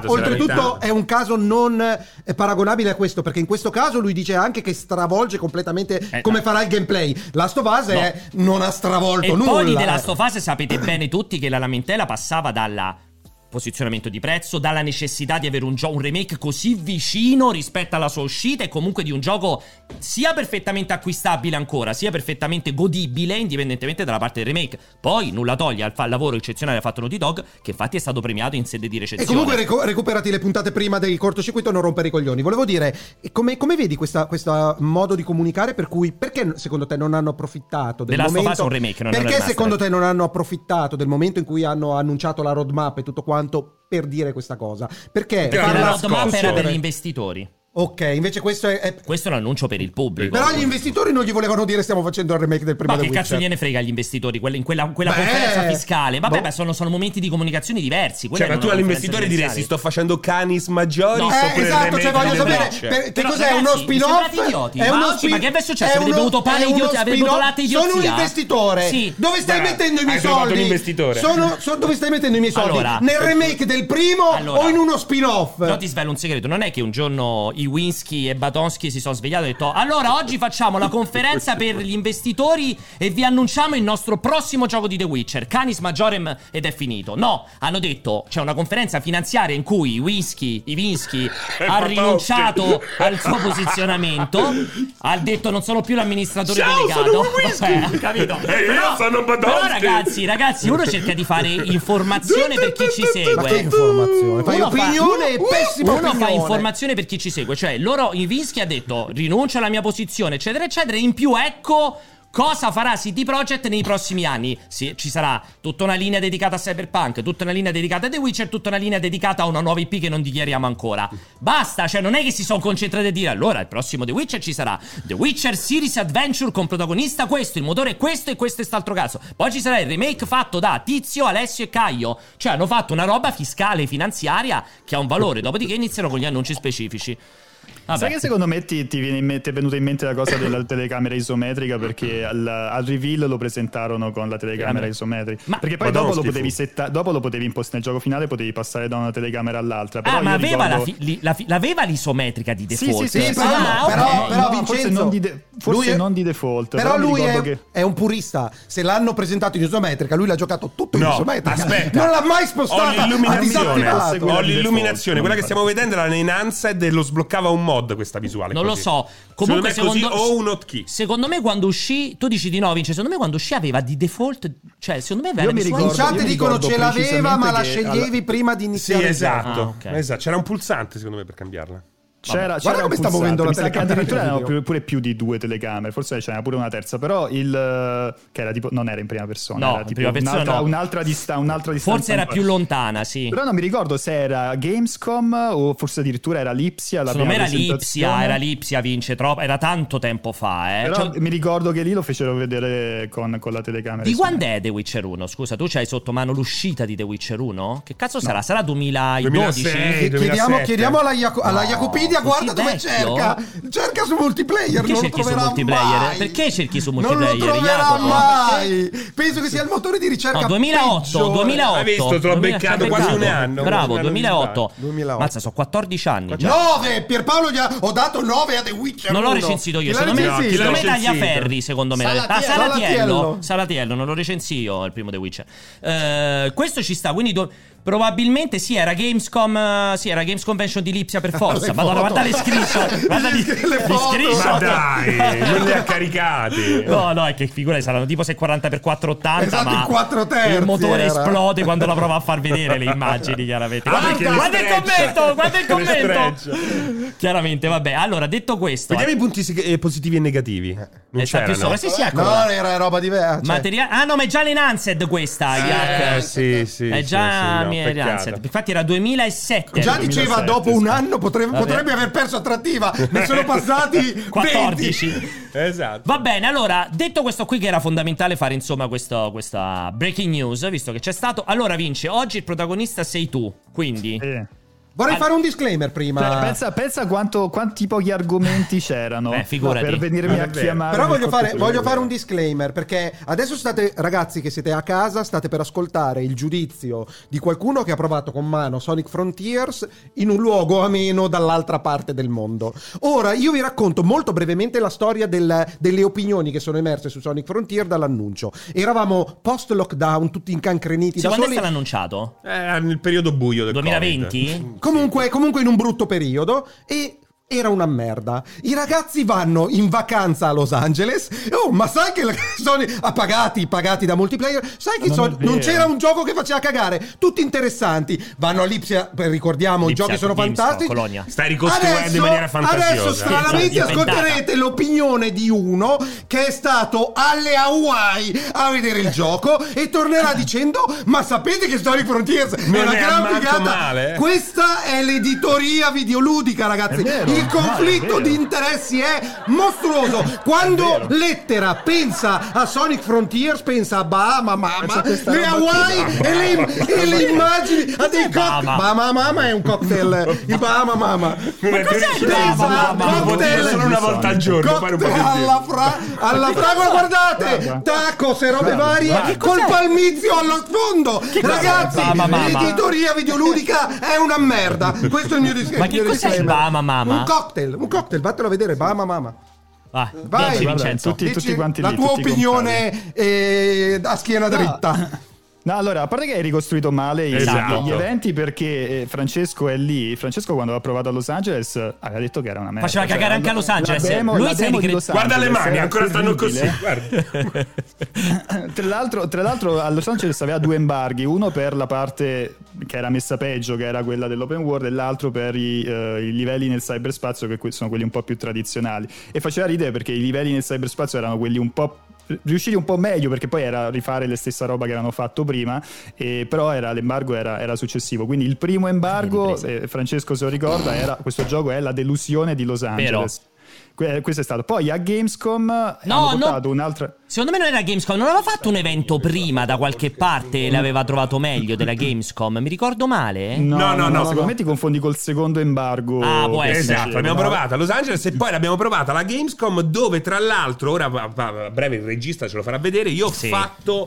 [SPEAKER 1] però,
[SPEAKER 3] si è
[SPEAKER 1] oltretutto
[SPEAKER 3] lamentato.
[SPEAKER 1] è un caso non eh, paragonabile a questo perché in questo caso lui dice anche che stravolge completamente
[SPEAKER 2] Eh,
[SPEAKER 1] come
[SPEAKER 2] no.
[SPEAKER 1] farà il gameplay Last of Us è- non ha stravolto
[SPEAKER 2] E
[SPEAKER 1] nulla eh.
[SPEAKER 2] poi di The Last of Us sapete bene tutti che la lamentela passava dalla posizionamento di prezzo, dalla necessità di avere un, gio- un remake così vicino rispetto alla sua uscita e comunque di un gioco sia perfettamente acquistabile ancora, sia perfettamente godibile indipendentemente dalla parte del remake. Poi nulla toglie al fa- lavoro eccezionale fatto Naughty Dog, che infatti è stato premiato in sede di
[SPEAKER 1] E
[SPEAKER 2] recensione.
[SPEAKER 1] comunque reco- recuperati le puntate prima del cortocircuito e non rompere i coglioni. Volevo dire, e come, come vedi questo modo di comunicare per cui, perché secondo te non hanno approfittato del
[SPEAKER 2] The Last of
[SPEAKER 1] momento...
[SPEAKER 2] Us è un remake, non è un
[SPEAKER 1] perché
[SPEAKER 2] remaster.
[SPEAKER 1] secondo te non hanno approfittato del momento in cui hanno annunciato la roadmap e tutto quanto per dire questa cosa? Perché...
[SPEAKER 3] Perché
[SPEAKER 2] Perché
[SPEAKER 1] parla-
[SPEAKER 2] la roadmap era per
[SPEAKER 1] Scusa.
[SPEAKER 2] gli investitori.
[SPEAKER 1] Ok, invece questo è... è-
[SPEAKER 2] Questo è un annuncio per il pubblico.
[SPEAKER 1] Però gli investitori non gli volevano dire stiamo facendo il remake del primo
[SPEAKER 2] Ma
[SPEAKER 1] The
[SPEAKER 2] che cazzo
[SPEAKER 1] Witcher.
[SPEAKER 2] gliene frega agli investitori quella- in quella, quella
[SPEAKER 1] Beh,
[SPEAKER 2] conferenza fiscale? Vabbè,
[SPEAKER 1] boh.
[SPEAKER 2] beh, sono, sono momenti di comunicazione diversi. quella
[SPEAKER 3] Cioè,
[SPEAKER 2] era
[SPEAKER 3] ma tu
[SPEAKER 2] una
[SPEAKER 3] all'investitore
[SPEAKER 2] conferenza
[SPEAKER 3] diresti
[SPEAKER 2] finanziaria.
[SPEAKER 3] sto facendo canis maggiori
[SPEAKER 2] No.
[SPEAKER 1] Eh,
[SPEAKER 3] oppure il
[SPEAKER 1] esatto,
[SPEAKER 3] remake
[SPEAKER 1] cioè voglio
[SPEAKER 3] di
[SPEAKER 1] sapere
[SPEAKER 3] Witcher?
[SPEAKER 1] per- che
[SPEAKER 2] Però,
[SPEAKER 1] cos'è
[SPEAKER 2] ragazzi,
[SPEAKER 1] uno
[SPEAKER 2] mi
[SPEAKER 1] spin-off?
[SPEAKER 2] sembrate idioti.
[SPEAKER 1] È
[SPEAKER 2] Ma
[SPEAKER 1] uno
[SPEAKER 2] oggi, ma che è successo?
[SPEAKER 1] è
[SPEAKER 2] Avete
[SPEAKER 1] uno-
[SPEAKER 2] bevuto pane
[SPEAKER 1] è uno
[SPEAKER 2] idiota- avete bevuto
[SPEAKER 1] spin-off-
[SPEAKER 2] latte
[SPEAKER 1] Sono un
[SPEAKER 2] idiozia?
[SPEAKER 1] investitore.
[SPEAKER 2] Sì.
[SPEAKER 1] Dove stai
[SPEAKER 3] Guarda,
[SPEAKER 1] mettendo i miei
[SPEAKER 3] hai trovato
[SPEAKER 1] soldi?
[SPEAKER 3] un investitore.
[SPEAKER 1] Sono, sono- dove stai mettendo i miei soldi?
[SPEAKER 2] Allora. eh,
[SPEAKER 1] Nel remake del primo
[SPEAKER 2] Allora.
[SPEAKER 1] o in uno spin-off?
[SPEAKER 2] Però ti svelo un segreto, non è che un giorno i Winsky e Batonski si sono svegliati e hanno detto allora oggi facciamo la conferenza per gli investitori e vi annunciamo il nostro prossimo gioco di The Witcher, Canis Majorem ed è finito. No, hanno detto c'è una conferenza finanziaria in cui i Winsky, i Winsky
[SPEAKER 3] E
[SPEAKER 2] ha
[SPEAKER 3] Batonski.
[SPEAKER 2] rinunciato al suo posizionamento, ha detto non sono più l'amministratore
[SPEAKER 3] Ciao,
[SPEAKER 2] delegato.
[SPEAKER 3] sono Lewinsky.
[SPEAKER 2] Vabbè, ho capito.
[SPEAKER 3] E io sono Batonski.
[SPEAKER 2] Però ragazzi, ragazzi, uno cerca di fare informazione per chi ci segue.
[SPEAKER 1] Ma che informazione? Fai
[SPEAKER 2] eh. Uno fa-
[SPEAKER 1] opinione e pessima
[SPEAKER 2] Uno fa
[SPEAKER 1] opinione.
[SPEAKER 2] informazione per chi ci segue, cioè loro Ivinsky ha detto rinuncia alla mia posizione, eccetera, eccetera. In più, ecco cosa farà CD Projekt nei prossimi anni. Sì, ci sarà tutta una linea dedicata a Cyberpunk, tutta una linea dedicata a The Witcher, tutta una linea dedicata a una nuova IP che non dichiariamo ancora. Basta, cioè non è che si sono concentrati a dire allora il prossimo The Witcher ci sarà The Witcher Series Adventure con protagonista questo, il motore è questo e questo è st'altro caso. Poi ci sarà il remake fatto da Tizio, Alessio e Caio. Cioè hanno fatto una roba fiscale, finanziaria che ha un valore, dopodiché iniziano con gli annunci specifici. Vabbè.
[SPEAKER 4] Sai che secondo me ti, ti viene in mente- ti è venuta in mente la cosa della telecamera isometrica perché al, al reveal lo presentarono con la telecamera
[SPEAKER 2] Telecamera.
[SPEAKER 4] isometrica.
[SPEAKER 2] Ma-
[SPEAKER 4] perché poi
[SPEAKER 3] Ma no,
[SPEAKER 4] dopo lo,
[SPEAKER 3] schifo.
[SPEAKER 4] potevi setta- dopo lo potevi impostare nel gioco finale, potevi passare da una telecamera all'altra. Però
[SPEAKER 2] Ah, ma
[SPEAKER 4] io
[SPEAKER 2] aveva,
[SPEAKER 4] ricordo-
[SPEAKER 2] la fi- li- la fi- l'aveva l'isometrica di
[SPEAKER 4] Sì,
[SPEAKER 2] default.
[SPEAKER 4] sì, sì,
[SPEAKER 1] Sì,
[SPEAKER 4] sì,
[SPEAKER 2] Ah,
[SPEAKER 1] però,
[SPEAKER 2] ok.
[SPEAKER 1] però, però,
[SPEAKER 4] No, forse
[SPEAKER 1] Vincenzo,
[SPEAKER 4] non di de- forse
[SPEAKER 1] lui è-
[SPEAKER 4] non di default,
[SPEAKER 1] Però,
[SPEAKER 4] però mi
[SPEAKER 1] lui è,
[SPEAKER 4] ricordo che-
[SPEAKER 1] è un purista. Se l'hanno presentato in isometrica, lui l'ha giocato tutto in
[SPEAKER 3] No,
[SPEAKER 1] isometrica.
[SPEAKER 3] aspetta.
[SPEAKER 1] Non l'ha mai
[SPEAKER 3] Ho
[SPEAKER 1] spostata. Ha
[SPEAKER 3] l'illuminazione,
[SPEAKER 1] disattivato.
[SPEAKER 3] ho
[SPEAKER 4] Default,
[SPEAKER 3] l'illuminazione. Quella che
[SPEAKER 4] infatti.
[SPEAKER 3] stiamo vedendo era l'enanza e dello sbloccava un mod questa visuale.
[SPEAKER 2] Non lo
[SPEAKER 3] così.
[SPEAKER 2] so. Comunque,
[SPEAKER 3] secondo me
[SPEAKER 2] secondo,
[SPEAKER 3] è così o un hotkey.
[SPEAKER 2] secondo me, quando uscì, tu dici di no, Vince. Secondo me, quando uscì, aveva di default. Cioè, secondo me, aveva
[SPEAKER 4] Io mi
[SPEAKER 2] le sue-
[SPEAKER 1] In
[SPEAKER 4] ricordo-
[SPEAKER 1] chat
[SPEAKER 4] io
[SPEAKER 1] dicono
[SPEAKER 4] ricordo
[SPEAKER 1] ce l'aveva, ma la
[SPEAKER 4] precisamente che-
[SPEAKER 1] sceglievi prima di
[SPEAKER 3] Sì,
[SPEAKER 1] iniziare. il gioco.
[SPEAKER 3] esatto.
[SPEAKER 2] Ah, ok.
[SPEAKER 3] esatto. C'era un pulsante secondo me per cambiarla.
[SPEAKER 4] C'era,
[SPEAKER 1] Vabbè.
[SPEAKER 4] c'era
[SPEAKER 1] Guarda come
[SPEAKER 4] un
[SPEAKER 1] sta muovendo
[SPEAKER 4] pulsante,
[SPEAKER 1] la
[SPEAKER 4] mi sa che
[SPEAKER 1] telecamera
[SPEAKER 4] addirittura
[SPEAKER 1] nel
[SPEAKER 4] erano
[SPEAKER 1] video.
[SPEAKER 4] più- pure più di due telecamere, forse c'era pure una terza, però il eh, che era tipo non era in prima persona,
[SPEAKER 2] No,
[SPEAKER 4] era
[SPEAKER 2] in
[SPEAKER 4] tipo
[SPEAKER 2] prima persona
[SPEAKER 4] un'altra,
[SPEAKER 2] no.
[SPEAKER 4] un'altra, dista- un'altra distanza.
[SPEAKER 2] Forse era
[SPEAKER 4] un po'.
[SPEAKER 2] più lontana, sì.
[SPEAKER 4] Però non mi ricordo se era Gamescom o forse addirittura era Lipsia la
[SPEAKER 2] Secondo me
[SPEAKER 4] prima
[SPEAKER 2] era Lipsia,
[SPEAKER 4] presentazione.
[SPEAKER 2] era Lipsia, vince troppo. Era tanto tempo fa, eh.
[SPEAKER 4] Però
[SPEAKER 2] Cioè,
[SPEAKER 4] mi ricordo che lì lo fecero vedere con, con la telecamera.
[SPEAKER 2] di
[SPEAKER 4] insomma.
[SPEAKER 2] quando è The Witcher 1? Scusa, tu c'hai sotto mano l'uscita di The Witcher 1? Che cazzo sarà? Sarà 2012?
[SPEAKER 3] 2006.
[SPEAKER 1] Chiediamo,
[SPEAKER 3] 2007.
[SPEAKER 1] chiediamo alla, Iaco- alla Iacopedia,
[SPEAKER 2] così
[SPEAKER 1] guarda dove
[SPEAKER 2] vecchio?
[SPEAKER 1] cerca. Cerca su multiplayer.
[SPEAKER 2] Perché
[SPEAKER 1] non
[SPEAKER 2] cerchi
[SPEAKER 1] lo
[SPEAKER 2] su
[SPEAKER 1] troverà
[SPEAKER 2] multiplayer?
[SPEAKER 1] Mai.
[SPEAKER 2] Perché cerchi su
[SPEAKER 1] Non lo
[SPEAKER 2] multiplayer,
[SPEAKER 1] troverà
[SPEAKER 2] Jacopo?
[SPEAKER 1] mai. Penso che sia il motore di ricerca.
[SPEAKER 2] No, 2008,
[SPEAKER 1] peggiore.
[SPEAKER 2] 2008.
[SPEAKER 3] Hai visto, te l'ho
[SPEAKER 2] 2000,
[SPEAKER 3] beccato
[SPEAKER 2] ci ha
[SPEAKER 3] quasi un anno. Quasi
[SPEAKER 2] Bravo,
[SPEAKER 3] un anno di
[SPEAKER 2] 2008.
[SPEAKER 1] ritardo. 2008.
[SPEAKER 2] Mazza, sono 14 anni già.
[SPEAKER 1] 9 Pierpaolo gli ha, ho dato 9 a The Witcher
[SPEAKER 2] Non l'ho
[SPEAKER 1] 1.
[SPEAKER 2] recensito io,
[SPEAKER 1] Chi l'ha
[SPEAKER 2] secondo me,
[SPEAKER 1] recensito?
[SPEAKER 2] secondo me
[SPEAKER 3] Chi l'ha recensito?
[SPEAKER 2] Tagliaferri, secondo me. l'ha detto. Ah,
[SPEAKER 1] Salatiello.
[SPEAKER 2] Salatiello.
[SPEAKER 1] Salatiello.
[SPEAKER 2] Salatiello, non lo recensi io il primo The Witcher. Eh, questo ci sta, quindi do- probabilmente sì, era Gamescom, eh, sì, era Games Convention di Lipsia per forza.
[SPEAKER 1] Le
[SPEAKER 2] Madonna,
[SPEAKER 1] foto.
[SPEAKER 2] guarda le screenshot, guarda gli,
[SPEAKER 1] Le
[SPEAKER 2] gli
[SPEAKER 1] foto.
[SPEAKER 2] screenshot.
[SPEAKER 3] Ma dai, non li ha caricati.
[SPEAKER 2] No, no, è che figure saranno tipo se 40x480,
[SPEAKER 1] Esatto,
[SPEAKER 2] ma
[SPEAKER 1] il 4 terzi
[SPEAKER 2] il motore
[SPEAKER 1] era.
[SPEAKER 2] esplode quando la prova a far vedere le immagini, chiaramente.
[SPEAKER 3] Ah,
[SPEAKER 2] Guarda,
[SPEAKER 3] perché le
[SPEAKER 2] guarda il
[SPEAKER 3] streccia.
[SPEAKER 2] commento, guarda il
[SPEAKER 3] Le
[SPEAKER 2] commento. Chiaramente, vabbè. Allora, detto questo,
[SPEAKER 3] Vediamo i punti sig- eh, positivi e negativi.
[SPEAKER 1] Eh.
[SPEAKER 3] Non
[SPEAKER 2] è
[SPEAKER 3] c'erano.
[SPEAKER 2] stato più sopra. Esatto, Sì, sì, eccola.
[SPEAKER 1] No, era roba diversa. Cioè,
[SPEAKER 2] Materia- ah, no, ma è già l'Enhanced questa, Jack.
[SPEAKER 3] Eh, sì, sì.
[SPEAKER 2] è
[SPEAKER 3] sì,
[SPEAKER 2] già
[SPEAKER 3] sì, no,
[SPEAKER 2] mi-
[SPEAKER 3] peccato.
[SPEAKER 2] Enhanced. Infatti era 2007.
[SPEAKER 1] Già
[SPEAKER 2] era
[SPEAKER 1] diceva
[SPEAKER 4] 2007,
[SPEAKER 1] dopo
[SPEAKER 4] sì.
[SPEAKER 1] un anno potre-
[SPEAKER 2] Vabbè.
[SPEAKER 1] potrebbe aver perso attrattiva. Ne sono passati
[SPEAKER 2] 14.
[SPEAKER 1] 20.
[SPEAKER 3] Esatto.
[SPEAKER 2] Va bene, allora, detto questo qui che era fondamentale fare insomma questo-
[SPEAKER 4] Eh,
[SPEAKER 2] questa breaking news, visto che c'è stato, allora vince, oggi il protagonista sei tu, quindi
[SPEAKER 4] Sì.
[SPEAKER 1] Vorrei
[SPEAKER 2] Al-
[SPEAKER 1] fare un disclaimer prima.
[SPEAKER 4] Cioè, pensa, pensa quanto, quanti pochi argomenti c'erano
[SPEAKER 2] Beh, Eh, figurati.
[SPEAKER 4] per venirmi
[SPEAKER 3] Non
[SPEAKER 4] a
[SPEAKER 3] è vero.
[SPEAKER 4] chiamare.
[SPEAKER 1] Però
[SPEAKER 4] nel
[SPEAKER 1] voglio fare,
[SPEAKER 4] cortocircuito.
[SPEAKER 1] voglio fare un disclaimer perché adesso state, ragazzi che siete a casa, state per ascoltare il giudizio di qualcuno che ha provato con mano Sonic Frontiers in un luogo ameno dall'altra parte del mondo. Ora io vi racconto molto brevemente la storia del- delle opinioni che sono emerse su Sonic Frontier dall'annuncio. Eravamo post lockdown, tutti incancreniti da
[SPEAKER 2] Secondo te
[SPEAKER 1] soli.
[SPEAKER 2] l'hanno annunciato?
[SPEAKER 3] Eh, nel periodo buio del
[SPEAKER 2] 2020?
[SPEAKER 3] Covid.
[SPEAKER 1] Comunque, comunque in un brutto periodo e era una merda. I ragazzi vanno in vacanza a Los Angeles. Oh, ma sai che la- sono ah, pagati, pagati da multiplayer. Sai che
[SPEAKER 4] Ma non
[SPEAKER 1] sono-
[SPEAKER 4] è
[SPEAKER 1] non
[SPEAKER 4] vero.
[SPEAKER 1] c'era un gioco che faceva cagare. Tutti interessanti. Vanno a Lipsia, beh, ricordiamo, i
[SPEAKER 2] Lipsia,
[SPEAKER 1] giochi sono
[SPEAKER 2] Gimsto,
[SPEAKER 1] fantastici.
[SPEAKER 2] Colonia.
[SPEAKER 3] Stai ricostruendo
[SPEAKER 1] Adesso-
[SPEAKER 3] in maniera
[SPEAKER 1] Adesso
[SPEAKER 3] fantasiosa.
[SPEAKER 1] stranamente
[SPEAKER 2] Esatto, diventata.
[SPEAKER 1] ascolterete l'opinione di uno che è stato alle Hawaii a vedere il gioco e tornerà dicendo "Ma sapete che Story Frontiers è
[SPEAKER 3] Non
[SPEAKER 1] una
[SPEAKER 3] è
[SPEAKER 1] gran
[SPEAKER 3] affatto
[SPEAKER 1] figata?"
[SPEAKER 3] male, eh.
[SPEAKER 1] Questa è l'editoria videoludica, ragazzi.
[SPEAKER 4] È vero,
[SPEAKER 1] il conflitto
[SPEAKER 4] no, è vero.
[SPEAKER 1] di interessi è mostruoso. Quando Lettera pensa a Sonic Frontiers, pensa a Bahama Mama, le Hawaii e le, e le immagini a dei
[SPEAKER 2] Cos'è
[SPEAKER 1] cocktail.
[SPEAKER 2] Bahama?
[SPEAKER 1] Bahama Mama è un cocktail, il Bahama Mama.
[SPEAKER 3] Non è più
[SPEAKER 2] cos'è
[SPEAKER 3] riuscito
[SPEAKER 2] il
[SPEAKER 3] a-
[SPEAKER 2] Bahama Mama?
[SPEAKER 3] Lo potevo solo una volta al giorno fare un po'
[SPEAKER 1] Cocktail
[SPEAKER 3] di
[SPEAKER 1] alla, fra- alla fragola, guardate,
[SPEAKER 4] Guarda.
[SPEAKER 1] tacos e robe varie, col palmizio allo sfondo. Ragazzi,
[SPEAKER 2] Bahama Mama?
[SPEAKER 1] l'editoria videoludica è una merda. Questo è il mio discorso.
[SPEAKER 2] Ma che cos'è il Bahama Mama?
[SPEAKER 1] Un cocktail, un cocktail, vattelo a vedere, Bahama Mama.
[SPEAKER 2] Ah,
[SPEAKER 1] Vai,
[SPEAKER 2] dici,
[SPEAKER 1] guarda,
[SPEAKER 2] Vincenzo.
[SPEAKER 4] tutti- quanti
[SPEAKER 1] la
[SPEAKER 4] lì,
[SPEAKER 1] tua
[SPEAKER 4] tutti
[SPEAKER 1] opinione eh, a schiena dritta.
[SPEAKER 2] Ah.
[SPEAKER 4] No, allora, a parte che hai ricostruito male i-
[SPEAKER 3] Esatto.
[SPEAKER 4] gli eventi perché eh, Francesco è lì. Francesco quando l'ha provato a Los Angeles eh, aveva detto che era una merda. Cioè,
[SPEAKER 2] Faceva cagare anche a Los
[SPEAKER 4] la
[SPEAKER 2] Angeles. eh.
[SPEAKER 4] demo-
[SPEAKER 2] Lui
[SPEAKER 4] la
[SPEAKER 2] si è
[SPEAKER 4] demo di
[SPEAKER 2] ricre-
[SPEAKER 4] Los
[SPEAKER 3] Guarda le
[SPEAKER 4] Angeles
[SPEAKER 3] mani,
[SPEAKER 4] era
[SPEAKER 3] ancora stanno così. Eh,
[SPEAKER 4] terribile.
[SPEAKER 3] Guarda.
[SPEAKER 4] Tra l'altro, tra l'altro a Los Angeles aveva due embarghi, uno per la parte che era messa peggio, che era quella dell'open world, e l'altro per i, eh, i livelli nel cyberspazio, che que- sono quelli un po' più tradizionali. E faceva ridere perché i livelli nel cyberspazio erano quelli un po' riusciti un po' meglio perché poi era rifare la stessa roba che avevano fatto prima e però era- l'embargo era, era successivo quindi il primo embargo eh, Francesco se lo ricorda era questo gioco è la delusione di Los Angeles Que- questo è stato poi a Gamescom hanno portato un'altra
[SPEAKER 2] Secondo me non era Gamescom, non aveva fatto un evento prima da qualche parte e l'aveva trovato meglio della Gamescom. Mi ricordo male?
[SPEAKER 4] No,
[SPEAKER 3] No,
[SPEAKER 4] no,
[SPEAKER 3] no,
[SPEAKER 4] no,
[SPEAKER 3] no,
[SPEAKER 4] secondo me ti confondi col secondo embargo.
[SPEAKER 2] Ah, può
[SPEAKER 4] che si
[SPEAKER 2] essere.
[SPEAKER 3] Esatto,
[SPEAKER 4] diceva,
[SPEAKER 3] l'abbiamo
[SPEAKER 4] no?
[SPEAKER 3] provata a Los Angeles e poi l'abbiamo provata alla Gamescom dove tra l'altro, ora va- va- a breve il regista ce lo farà vedere, io ho
[SPEAKER 2] Sì.
[SPEAKER 3] fatto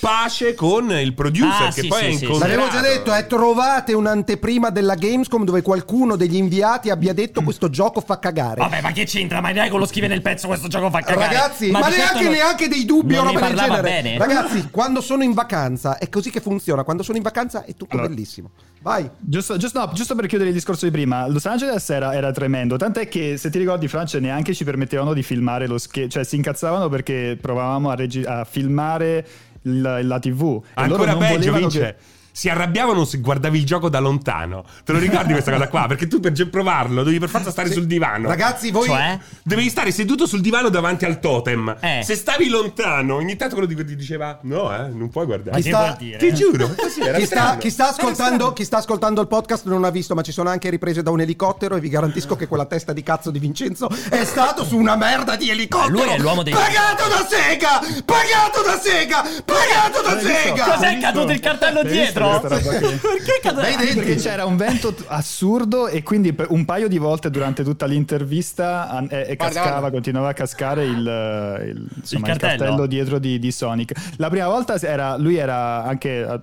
[SPEAKER 3] pace con il producer
[SPEAKER 2] Ah,
[SPEAKER 3] che
[SPEAKER 2] sì,
[SPEAKER 3] poi
[SPEAKER 2] sì,
[SPEAKER 3] è
[SPEAKER 2] sì, sì.
[SPEAKER 3] incontrato.
[SPEAKER 1] L'avevo già detto, eh, trovate un'anteprima della Gamescom dove qualcuno degli inviati abbia
[SPEAKER 2] Mm.
[SPEAKER 1] detto questo gioco fa cagare.
[SPEAKER 2] Vabbè, ma che c'entra? Ma dai con lo schive nel pezzo questo gioco fa cagare.
[SPEAKER 1] Ragazzi, ma,
[SPEAKER 2] di certo
[SPEAKER 1] neanche,
[SPEAKER 2] non-
[SPEAKER 1] neanche dei dubbi o
[SPEAKER 2] non ne
[SPEAKER 1] roba del
[SPEAKER 2] parlava
[SPEAKER 1] genere.
[SPEAKER 2] Bene.
[SPEAKER 1] Ragazzi, quando sono in vacanza è così che funziona. Quando sono in vacanza è tutto
[SPEAKER 4] Allora.
[SPEAKER 1] bellissimo. Vai.
[SPEAKER 4] Giusto, giusto- no, giusto per chiudere il discorso di prima, Los Angeles era, era tremendo. Tant'è che se ti ricordi, Francia neanche ci permettevano di filmare lo schermo, cioè si incazzavano perché provavamo a, regi- a filmare il- la TV. E loro
[SPEAKER 3] Ancora
[SPEAKER 4] non
[SPEAKER 3] peggio,
[SPEAKER 4] volevano
[SPEAKER 3] Vince. Si arrabbiavano se guardavi il gioco da lontano. Te lo ricordi questa cosa qua? Perché tu per ge- provarlo devi per forza stare sul divano.
[SPEAKER 1] Ragazzi, voi
[SPEAKER 2] Cioè?
[SPEAKER 3] Dovevi stare seduto sul divano davanti al totem.
[SPEAKER 2] Eh.
[SPEAKER 3] Se stavi lontano, ogni tanto quello ti ti diceva: No, eh, non puoi guardare.
[SPEAKER 1] chi
[SPEAKER 2] che
[SPEAKER 1] sta,
[SPEAKER 2] vuol dire? Eh,
[SPEAKER 3] Ti giuro, così era
[SPEAKER 1] chi sta,
[SPEAKER 3] strano.
[SPEAKER 1] chi sta
[SPEAKER 3] Era
[SPEAKER 1] ascoltando, chi sta ascoltando il podcast non ha visto, ma ci sono anche riprese da un elicottero e vi garantisco che quella testa di cazzo di Vincenzo è stato su una merda di elicottero.
[SPEAKER 2] Ma lui è l'uomo dei-
[SPEAKER 1] Pagato da sega! Pagato da sega! Pagato da sega!
[SPEAKER 2] Cos'è
[SPEAKER 4] Hai visto?
[SPEAKER 2] caduto il cartello
[SPEAKER 4] Hai visto
[SPEAKER 2] dietro?
[SPEAKER 4] questa roba qui?
[SPEAKER 2] Perché è caduto?
[SPEAKER 1] Dai
[SPEAKER 2] Ah,
[SPEAKER 4] Perché
[SPEAKER 1] dentro.
[SPEAKER 4] c'era un vento t- assurdo e quindi per un paio di volte durante tutta l'intervista an- eh, e- e cascava, continuava a cascare il, il- insomma,
[SPEAKER 2] Il
[SPEAKER 4] il
[SPEAKER 2] cartello.
[SPEAKER 4] cartello. dietro di, di Sonic. La prima volta era, lui era anche... a-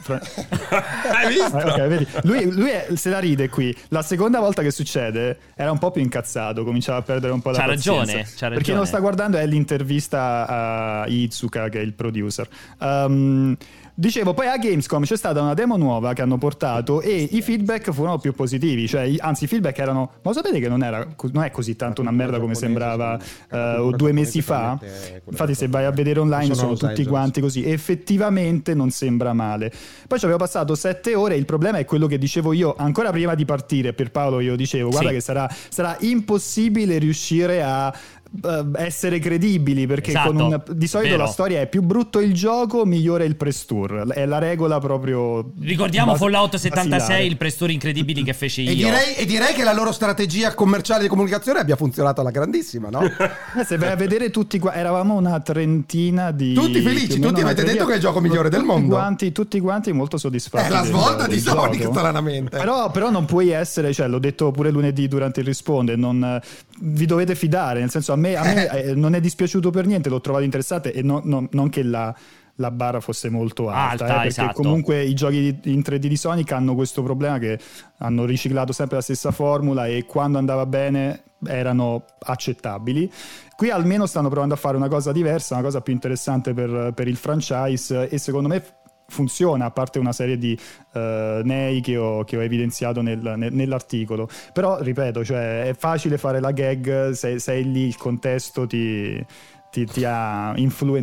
[SPEAKER 4] fra-
[SPEAKER 3] strano. Boh. Hai visto?
[SPEAKER 4] Ah, ok, vedi? Lui, lui è- se la ride qui. La seconda volta che succede era un po' più incazzato, cominciava a perdere un po' la
[SPEAKER 2] C'ha ragione,
[SPEAKER 4] pazienza.
[SPEAKER 2] c'ha ragione.
[SPEAKER 4] Per chi non lo sta guardando è l'intervista a Izuka, che è il producer. Ehm, dicevo, poi a Gamescom c'è stata una demo nuova che hanno portato e i feedback furono più positivi. Cioè, i- anzi, i feedback erano... Ma lo sapete che non, era, co- non è così tanto una merda come sembrava eh, o due mesi fa? Infatti, se vai a vedere online
[SPEAKER 1] Sono
[SPEAKER 4] sono
[SPEAKER 1] Los
[SPEAKER 4] tutti
[SPEAKER 1] Angeles.
[SPEAKER 4] quanti effettivamente così. Effettivamente non sembra male. Poi ci avevo passato sette ore. Il problema è quello che dicevo io ancora prima di partire. Per Paolo, io dicevo: guarda,
[SPEAKER 2] Sì.
[SPEAKER 4] che sarà, sarà impossibile riuscire a eh, essere credibili perché
[SPEAKER 2] Esatto,
[SPEAKER 4] con un- di solito
[SPEAKER 2] vero.
[SPEAKER 4] la storia è più brutto il gioco migliore il press tour è la regola proprio
[SPEAKER 2] Ricordiamo
[SPEAKER 4] bas-
[SPEAKER 2] Fallout 76,
[SPEAKER 4] basilare.
[SPEAKER 2] il prestore incredibili che feci io.
[SPEAKER 1] E direi, e direi che la loro strategia commerciale di comunicazione abbia funzionato alla grandissima, no?
[SPEAKER 4] Eh, se vai a vedere tutti qua, eravamo una trentina di
[SPEAKER 1] Tutti felici,
[SPEAKER 4] più o meno
[SPEAKER 1] tutti
[SPEAKER 4] una
[SPEAKER 1] avete detto che è il gioco migliore del
[SPEAKER 4] tutti
[SPEAKER 1] mondo.
[SPEAKER 4] quanti, tutti quanti molto soddisfatti
[SPEAKER 1] È Eh, la
[SPEAKER 4] del-
[SPEAKER 1] svolta di
[SPEAKER 4] del
[SPEAKER 1] Sonic,
[SPEAKER 4] gioco.
[SPEAKER 1] stranamente.
[SPEAKER 4] Però, però non puoi essere, cioè, l'ho detto pure lunedì durante il risponde, non- eh, vi dovete fidare, nel senso a me, a me, eh, non è dispiaciuto per niente, l'ho trovato interessante e no- no- non che la, la barra fosse molto alta,
[SPEAKER 2] Alta,
[SPEAKER 4] eh, perché
[SPEAKER 2] esatto.
[SPEAKER 4] comunque i giochi di- in 3D di Sonic hanno questo problema che hanno riciclato sempre la stessa formula e quando andava bene erano accettabili. Qui almeno stanno provando a fare una cosa diversa, una cosa più interessante per, per il franchise e secondo me f- funziona, a parte una serie di eh, nei che ho, che ho evidenziato nel- nel- nell'articolo. Però, ripeto, cioè, è facile fare la gag se sei lì, il contesto ti, ti- ti ha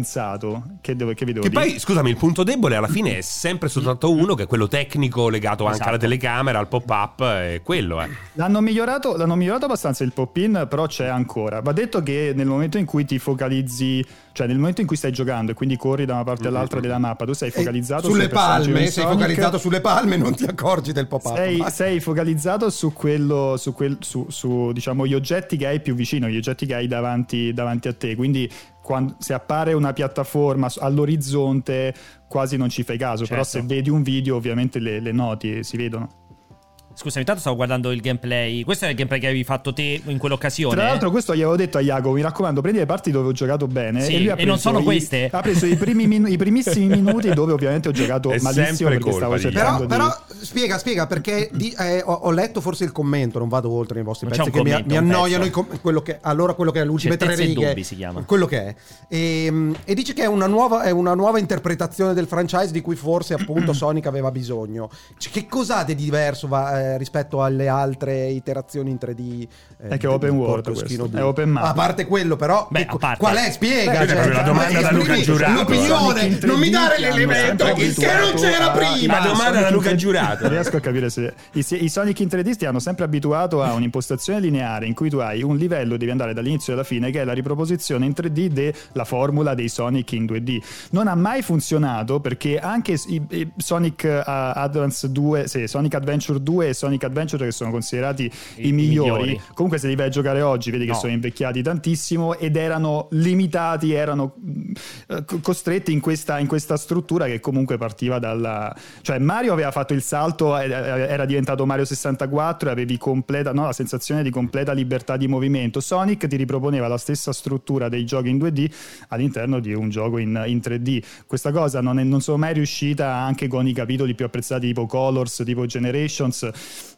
[SPEAKER 4] influenzato. Che, devo- che vi devo
[SPEAKER 3] Che
[SPEAKER 4] dire?
[SPEAKER 3] poi, scusami, il punto debole alla fine è sempre soltanto uno, che è quello tecnico legato anche
[SPEAKER 2] Esatto.
[SPEAKER 3] alla telecamera, al pop-up, è quello, eh.
[SPEAKER 4] L'hanno migliorato, l'hanno migliorato abbastanza il pop-in, però c'è ancora. Va detto che nel momento in cui ti focalizzi, cioè nel momento in cui stai giocando e quindi corri da una parte all'altra della mappa, tu sei
[SPEAKER 1] Mm-hmm. E
[SPEAKER 4] focalizzato
[SPEAKER 1] Eh, sulle
[SPEAKER 4] sui personaggi
[SPEAKER 1] palme,
[SPEAKER 4] di
[SPEAKER 1] sei
[SPEAKER 4] Sonic.
[SPEAKER 1] focalizzato sulle palme, non ti accorgi del pop-up.
[SPEAKER 4] Sei,
[SPEAKER 1] Ma-
[SPEAKER 4] sei focalizzato su quello, su quel, su, su, diciamo, gli oggetti che hai più vicino, gli oggetti che hai davanti, davanti a te. Quindi quan- se appare una piattaforma s- all'orizzonte quasi non ci fai caso, però
[SPEAKER 2] Certo.
[SPEAKER 4] se vedi un video ovviamente le, le noti, si vedono.
[SPEAKER 2] Scusami, intanto stavo guardando il gameplay. Questo era il gameplay che avevi fatto te in quell'occasione.
[SPEAKER 4] Tra l'altro, questo gli avevo detto a Iacopo: mi raccomando, prendi le parti dove ho giocato bene.
[SPEAKER 2] Sì,
[SPEAKER 4] e lui
[SPEAKER 2] e
[SPEAKER 4] ha preso
[SPEAKER 2] non sono
[SPEAKER 4] i-
[SPEAKER 2] queste.
[SPEAKER 4] Ha preso i, primi minu- i primissimi minuti dove ovviamente ho giocato
[SPEAKER 3] È
[SPEAKER 4] malissimo
[SPEAKER 3] sempre
[SPEAKER 4] perché
[SPEAKER 3] colpa
[SPEAKER 4] stavo
[SPEAKER 3] di-
[SPEAKER 4] cercando
[SPEAKER 1] Però,
[SPEAKER 4] di.
[SPEAKER 1] però spiega, spiega perché di- eh, ho, ho letto forse il commento, non vado oltre nei vostri
[SPEAKER 2] Non c'è
[SPEAKER 1] pezzi
[SPEAKER 2] un
[SPEAKER 1] che mi-
[SPEAKER 2] commento,
[SPEAKER 1] mi,
[SPEAKER 2] un
[SPEAKER 1] annoiano.
[SPEAKER 2] pezzo.
[SPEAKER 1] i com- quello che, allora, quello che è le ultime tre
[SPEAKER 2] Certezze e
[SPEAKER 1] righe,
[SPEAKER 2] dubbi si chiama.
[SPEAKER 1] quello che è. E, e dice che è una, nuova, è una nuova interpretazione del franchise di cui forse appunto Sonic aveva bisogno. Cioè, che cos'ha di diverso va- eh, rispetto alle altre iterazioni in 3D? eh,
[SPEAKER 4] È che è
[SPEAKER 1] di-
[SPEAKER 4] open
[SPEAKER 1] di
[SPEAKER 4] world
[SPEAKER 1] Porco
[SPEAKER 4] questo,
[SPEAKER 1] Schino
[SPEAKER 4] è
[SPEAKER 1] due?
[SPEAKER 4] open map.
[SPEAKER 1] A parte quello, però,
[SPEAKER 2] Beh,
[SPEAKER 1] ecco,
[SPEAKER 2] a parte.
[SPEAKER 1] qual è?
[SPEAKER 4] Beh,
[SPEAKER 1] Spiega. cioè,
[SPEAKER 4] quella è proprio la
[SPEAKER 3] domanda da Luca
[SPEAKER 1] esprimi
[SPEAKER 3] Giurato.
[SPEAKER 1] L'opinione,
[SPEAKER 4] Sonic in
[SPEAKER 1] non mi dare
[SPEAKER 4] 3D hanno
[SPEAKER 1] l'elemento
[SPEAKER 4] sempre
[SPEAKER 1] che non
[SPEAKER 4] abituato a-
[SPEAKER 1] c'era prima.
[SPEAKER 3] La domanda da
[SPEAKER 4] Sonic
[SPEAKER 3] Luca
[SPEAKER 4] in-
[SPEAKER 3] Giurato.
[SPEAKER 4] Non riesco a capire se i, i Sonic in 3D ti hanno sempre abituato a un'impostazione lineare in cui tu hai un livello, devi andare dall'inizio alla fine, che è la riproposizione in 3D della formula dei Sonic in 2D. Non ha mai funzionato perché anche i- i Sonic eh, Advance 2, sì, Sonic Adventure 2 e Sonic Adventure che sono considerati i,
[SPEAKER 2] I
[SPEAKER 4] migliori.
[SPEAKER 2] migliori.
[SPEAKER 4] Comunque se li vai a giocare oggi vedi che
[SPEAKER 2] No.
[SPEAKER 4] sono invecchiati tantissimo ed erano limitati, erano mh, eh, co- costretti in questa, in questa struttura che comunque partiva dalla... Cioè Mario aveva fatto il salto, eh, eh, era diventato Mario 64 e avevi completa, no, la sensazione di completa libertà di movimento. Sonic ti riproponeva la stessa struttura dei giochi in 2D all'interno di un gioco in, in 3D. Questa cosa non, è- non sono mai riuscita anche con i capitoli più apprezzati tipo Colors, tipo Generations,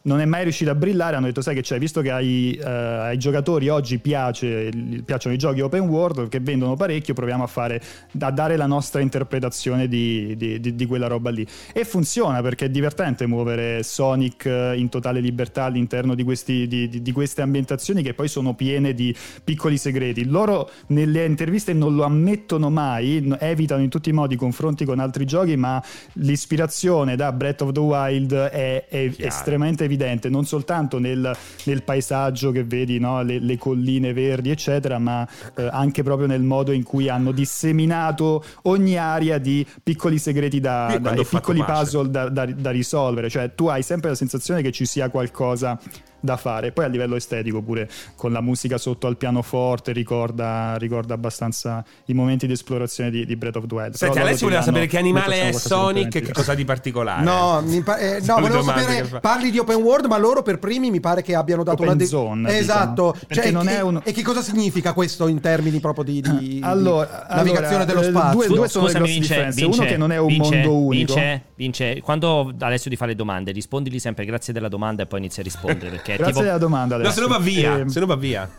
[SPEAKER 4] non è mai riuscita a brillare. Hanno detto, sai che c'è, visto che ai, eh, ai giocatori oggi piace, gli piacciono i giochi open world che vendono parecchio, proviamo a, fare, a dare la nostra interpretazione di, di- di- di quella roba lì. E funziona perché è divertente muovere Sonic eh, in totale libertà all'interno di, questi- di- di- di queste ambientazioni che poi sono piene di piccoli segreti. Loro nelle interviste non lo ammettono mai, n- evitano in tutti i modi i confronti con altri giochi, ma l'ispirazione da Breath of the Wild è, è
[SPEAKER 3] Chiaro.
[SPEAKER 4] estremamente evidente, non soltanto nel, nel paesaggio che vedi, no? le, le colline verdi, eccetera, ma eh, anche proprio nel modo in cui hanno disseminato ogni area di piccoli segreti da,
[SPEAKER 3] Io
[SPEAKER 4] da-
[SPEAKER 3] quando
[SPEAKER 4] e
[SPEAKER 3] ho fatto
[SPEAKER 4] piccoli
[SPEAKER 3] pace.
[SPEAKER 4] puzzle da, da- da risolvere, cioè tu hai sempre la sensazione che ci sia qualcosa da fare, poi a livello estetico pure con la musica sotto al pianoforte ricorda, ricorda abbastanza i momenti di esplorazione di, di Breath of the Wild.
[SPEAKER 3] Senti,
[SPEAKER 4] Però loro
[SPEAKER 3] Alessio
[SPEAKER 4] ti
[SPEAKER 3] voleva
[SPEAKER 4] danno-
[SPEAKER 3] sapere che animale è
[SPEAKER 4] mettono qualcosa di
[SPEAKER 3] Sonic e che
[SPEAKER 4] differente.
[SPEAKER 3] cosa di particolare.
[SPEAKER 1] No, mi pa- eh, no
[SPEAKER 3] Le
[SPEAKER 1] volevo
[SPEAKER 3] domande
[SPEAKER 1] sapere,
[SPEAKER 3] che fa.
[SPEAKER 1] parli di open world, ma loro per primi mi pare che abbiano dato
[SPEAKER 4] Open
[SPEAKER 1] una de-
[SPEAKER 4] zone,
[SPEAKER 1] Esatto.
[SPEAKER 4] dicono. Perché
[SPEAKER 1] Cioè,
[SPEAKER 4] non
[SPEAKER 1] e-
[SPEAKER 4] è un-
[SPEAKER 1] E che cosa significa questo in termini proprio di, di-
[SPEAKER 4] Allora,
[SPEAKER 1] di
[SPEAKER 4] allora,
[SPEAKER 1] navigazione dello
[SPEAKER 4] eh,
[SPEAKER 1] spazio?
[SPEAKER 4] due- due- sono le
[SPEAKER 2] Scusami,
[SPEAKER 4] grosse
[SPEAKER 2] vince,
[SPEAKER 4] differenze.
[SPEAKER 2] vince,
[SPEAKER 4] Uno che non è un
[SPEAKER 2] vince,
[SPEAKER 4] mondo unico.
[SPEAKER 2] Vince, vince. Quando Alessio ti fa le domande, rispondili sempre grazie della domanda e poi inizia a rispondere. Perché è
[SPEAKER 4] Grazie
[SPEAKER 2] tipo...
[SPEAKER 4] della domanda.
[SPEAKER 3] No,
[SPEAKER 4] Alessio.
[SPEAKER 3] se no va via,
[SPEAKER 4] Ehm,
[SPEAKER 3] se no va via.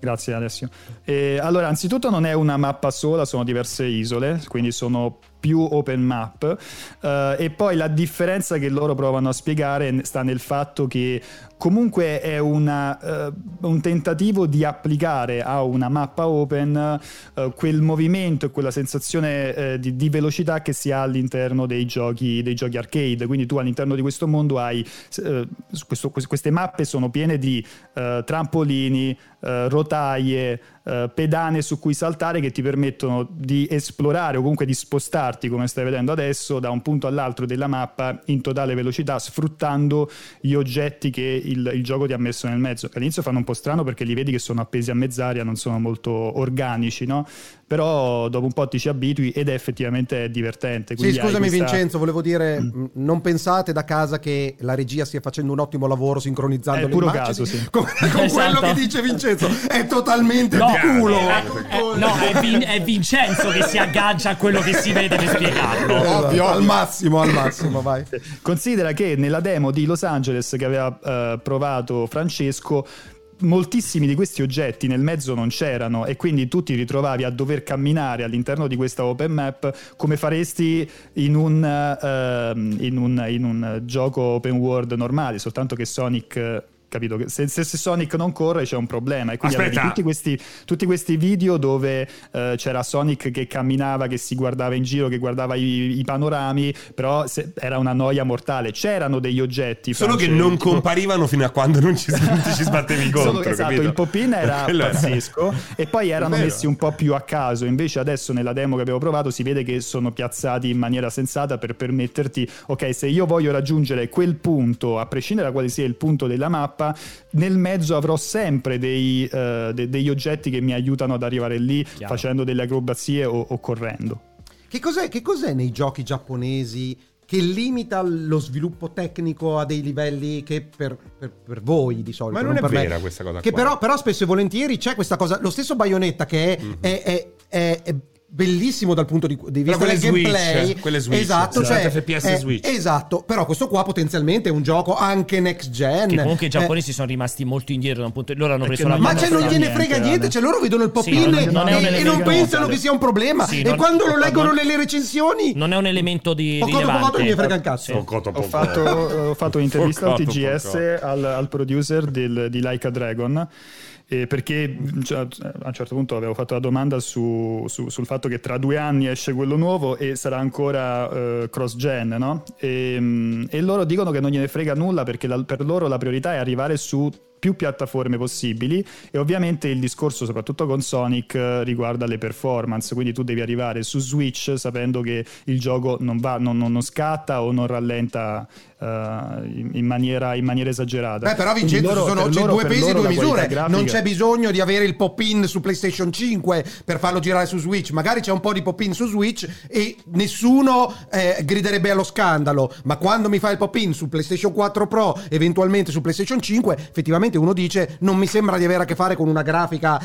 [SPEAKER 4] Grazie Alessio. Eh, allora, anzitutto non è una mappa sola, sono diverse isole, quindi sono più open map. Eh, e poi la differenza che loro provano a spiegare sta nel fatto che comunque è una, eh, un tentativo di applicare a una mappa open eh, quel movimento e quella sensazione eh, di, di velocità che si ha all'interno dei giochi, dei giochi arcade. Quindi tu all'interno di questo mondo hai eh, questo- queste mappe sono piene di eh, trampolini, eh, rotaie, eh, pedane su cui saltare che ti permettono di esplorare o comunque di spostarti, come stai vedendo adesso, da un punto all'altro della mappa in totale velocità, sfruttando gli oggetti che il, il gioco ti ha messo nel mezzo. All'inizio fanno un po' strano perché li vedi che sono appesi a mezz'aria, non sono molto organici, no? Però dopo un po' ti ci abitui ed è effettivamente divertente.
[SPEAKER 1] Sì,
[SPEAKER 4] Quindi hai
[SPEAKER 1] scusami
[SPEAKER 4] questa- Mm.
[SPEAKER 1] Vincenzo, volevo dire, mh, non pensate da casa che la regia stia facendo un ottimo lavoro sincronizzando
[SPEAKER 4] È
[SPEAKER 1] le
[SPEAKER 4] puro
[SPEAKER 1] immagini.
[SPEAKER 4] caso, sì.
[SPEAKER 1] Con, con
[SPEAKER 2] Esatto.
[SPEAKER 1] quello che dice Vincenzo, eh, è totalmente
[SPEAKER 2] No,
[SPEAKER 1] di culo.
[SPEAKER 2] eh, eh, no, è, Vin- è Vincenzo che si aggancia a quello che si vede per spiegarlo.
[SPEAKER 1] Eh, al massimo, al massimo, vai.
[SPEAKER 4] Considera che nella demo di Los Angeles che aveva eh, provato Francesco, moltissimi di questi oggetti nel mezzo non c'erano e quindi tu ti ritrovavi a dover camminare all'interno di questa open map come faresti in un, ehm, in un- in un gioco open world normale, soltanto che Sonic... eh, Capito? che Se, se- se Sonic non corre c'è un problema e quindi avevi
[SPEAKER 3] Aspetta.
[SPEAKER 4] tutti questi, tutti questi video dove eh, c'era Sonic che camminava, che si guardava in giro, che guardava i, i panorami, però se- era una noia mortale. C'erano degli oggetti.
[SPEAKER 3] Solo che
[SPEAKER 4] Franci,
[SPEAKER 3] non
[SPEAKER 4] tipo-
[SPEAKER 3] comparivano fino a quando non ci, non ci sbattevi contro.
[SPEAKER 4] Solo- esatto,
[SPEAKER 3] capito?
[SPEAKER 4] il pop-in era
[SPEAKER 3] Quello
[SPEAKER 4] pazzesco e poi erano
[SPEAKER 3] Vero.
[SPEAKER 4] messi un po' più a caso. Invece adesso nella demo che abbiamo provato si vede che sono piazzati in maniera sensata per permetterti, ok, se io voglio raggiungere quel punto, a prescindere da quale sia il punto della mappa, nel mezzo avrò sempre dei, eh, de- degli oggetti che mi aiutano ad arrivare lì
[SPEAKER 2] Chiaro.
[SPEAKER 4] facendo delle acrobazie o- o correndo.
[SPEAKER 1] Che cos'è, che cos'è nei giochi giapponesi che limita lo sviluppo tecnico a dei livelli che per, per- per voi di solito
[SPEAKER 3] Ma non è
[SPEAKER 1] per me.
[SPEAKER 3] vera questa cosa
[SPEAKER 1] Che
[SPEAKER 3] qua.
[SPEAKER 1] però, però spesso e volentieri c'è questa cosa. Lo stesso Bayonetta che è,
[SPEAKER 3] Mhm.
[SPEAKER 1] è- è- è- è bellissimo dal punto di, di vista
[SPEAKER 3] quelle
[SPEAKER 1] del
[SPEAKER 3] Switch,
[SPEAKER 1] gameplay.
[SPEAKER 3] quelle Switch,
[SPEAKER 1] esatto,
[SPEAKER 3] esatto,
[SPEAKER 1] cioè,
[SPEAKER 3] FPS
[SPEAKER 1] eh,
[SPEAKER 3] Switch.
[SPEAKER 1] Esatto, però questo qua potenzialmente è un gioco anche next gen.
[SPEAKER 2] Che comunque i
[SPEAKER 1] Eh,
[SPEAKER 2] giapponesi sono rimasti molto indietro da un punto loro hanno
[SPEAKER 4] Perché
[SPEAKER 2] preso la
[SPEAKER 1] ma
[SPEAKER 4] non
[SPEAKER 1] cioè,
[SPEAKER 4] frega
[SPEAKER 1] non gliene
[SPEAKER 4] niente,
[SPEAKER 1] frega niente,
[SPEAKER 4] vabbè.
[SPEAKER 1] cioè loro vedono il
[SPEAKER 2] Sì,
[SPEAKER 1] pop-in
[SPEAKER 2] non-
[SPEAKER 1] e-
[SPEAKER 2] non è un
[SPEAKER 1] e, non
[SPEAKER 2] elemento
[SPEAKER 1] pensano
[SPEAKER 2] mortale.
[SPEAKER 1] che sia un problema.
[SPEAKER 2] Sì,
[SPEAKER 1] e
[SPEAKER 2] non-
[SPEAKER 1] quando lo
[SPEAKER 2] non-
[SPEAKER 1] leggono
[SPEAKER 2] non-
[SPEAKER 1] nelle recensioni,
[SPEAKER 2] non è un elemento di
[SPEAKER 1] Poco dopo
[SPEAKER 2] rilevante.
[SPEAKER 1] vado gli frega un cazzo.
[SPEAKER 2] Sì.
[SPEAKER 3] Poco dopo
[SPEAKER 4] ho fatto, eh,
[SPEAKER 3] poco.
[SPEAKER 4] ho fatto un'intervista al
[SPEAKER 3] Porcato,
[SPEAKER 4] TGS
[SPEAKER 3] porcato.
[SPEAKER 4] al, al producer del- di Like a Dragon eh, perché cioè, a un certo punto avevo fatto la domanda su- su- sul fatto che tra due anni esce quello nuovo e sarà ancora cross gen e, mm, e loro dicono che non gliene frega nulla perché la- per loro la priorità è arrivare su più piattaforme possibili e ovviamente il discorso soprattutto con Sonic eh, riguarda le performance quindi tu devi arrivare su Switch sapendo che il gioco non, va, non, non- non scatta o non rallenta eh, in, in maniera, in maniera esagerata
[SPEAKER 1] Beh, però
[SPEAKER 4] Quindi
[SPEAKER 1] Vincenzo,
[SPEAKER 4] loro-
[SPEAKER 1] ci sono
[SPEAKER 4] per
[SPEAKER 1] oggi
[SPEAKER 4] loro-
[SPEAKER 1] due
[SPEAKER 4] per
[SPEAKER 1] pesi e
[SPEAKER 4] loro
[SPEAKER 1] due
[SPEAKER 4] la qualità
[SPEAKER 1] misure. Non
[SPEAKER 4] grafica-
[SPEAKER 1] c'è bisogno di avere il pop-in su PlayStation 5 per farlo girare su Switch. Magari c'è un po' di pop-in su Switch e nessuno eh, griderebbe allo scandalo. Ma quando mi fai il pop-in su PlayStation 4 Pro, eventualmente su PlayStation 5, effettivamente uno dice: Non mi sembra di avere a che fare con una grafica.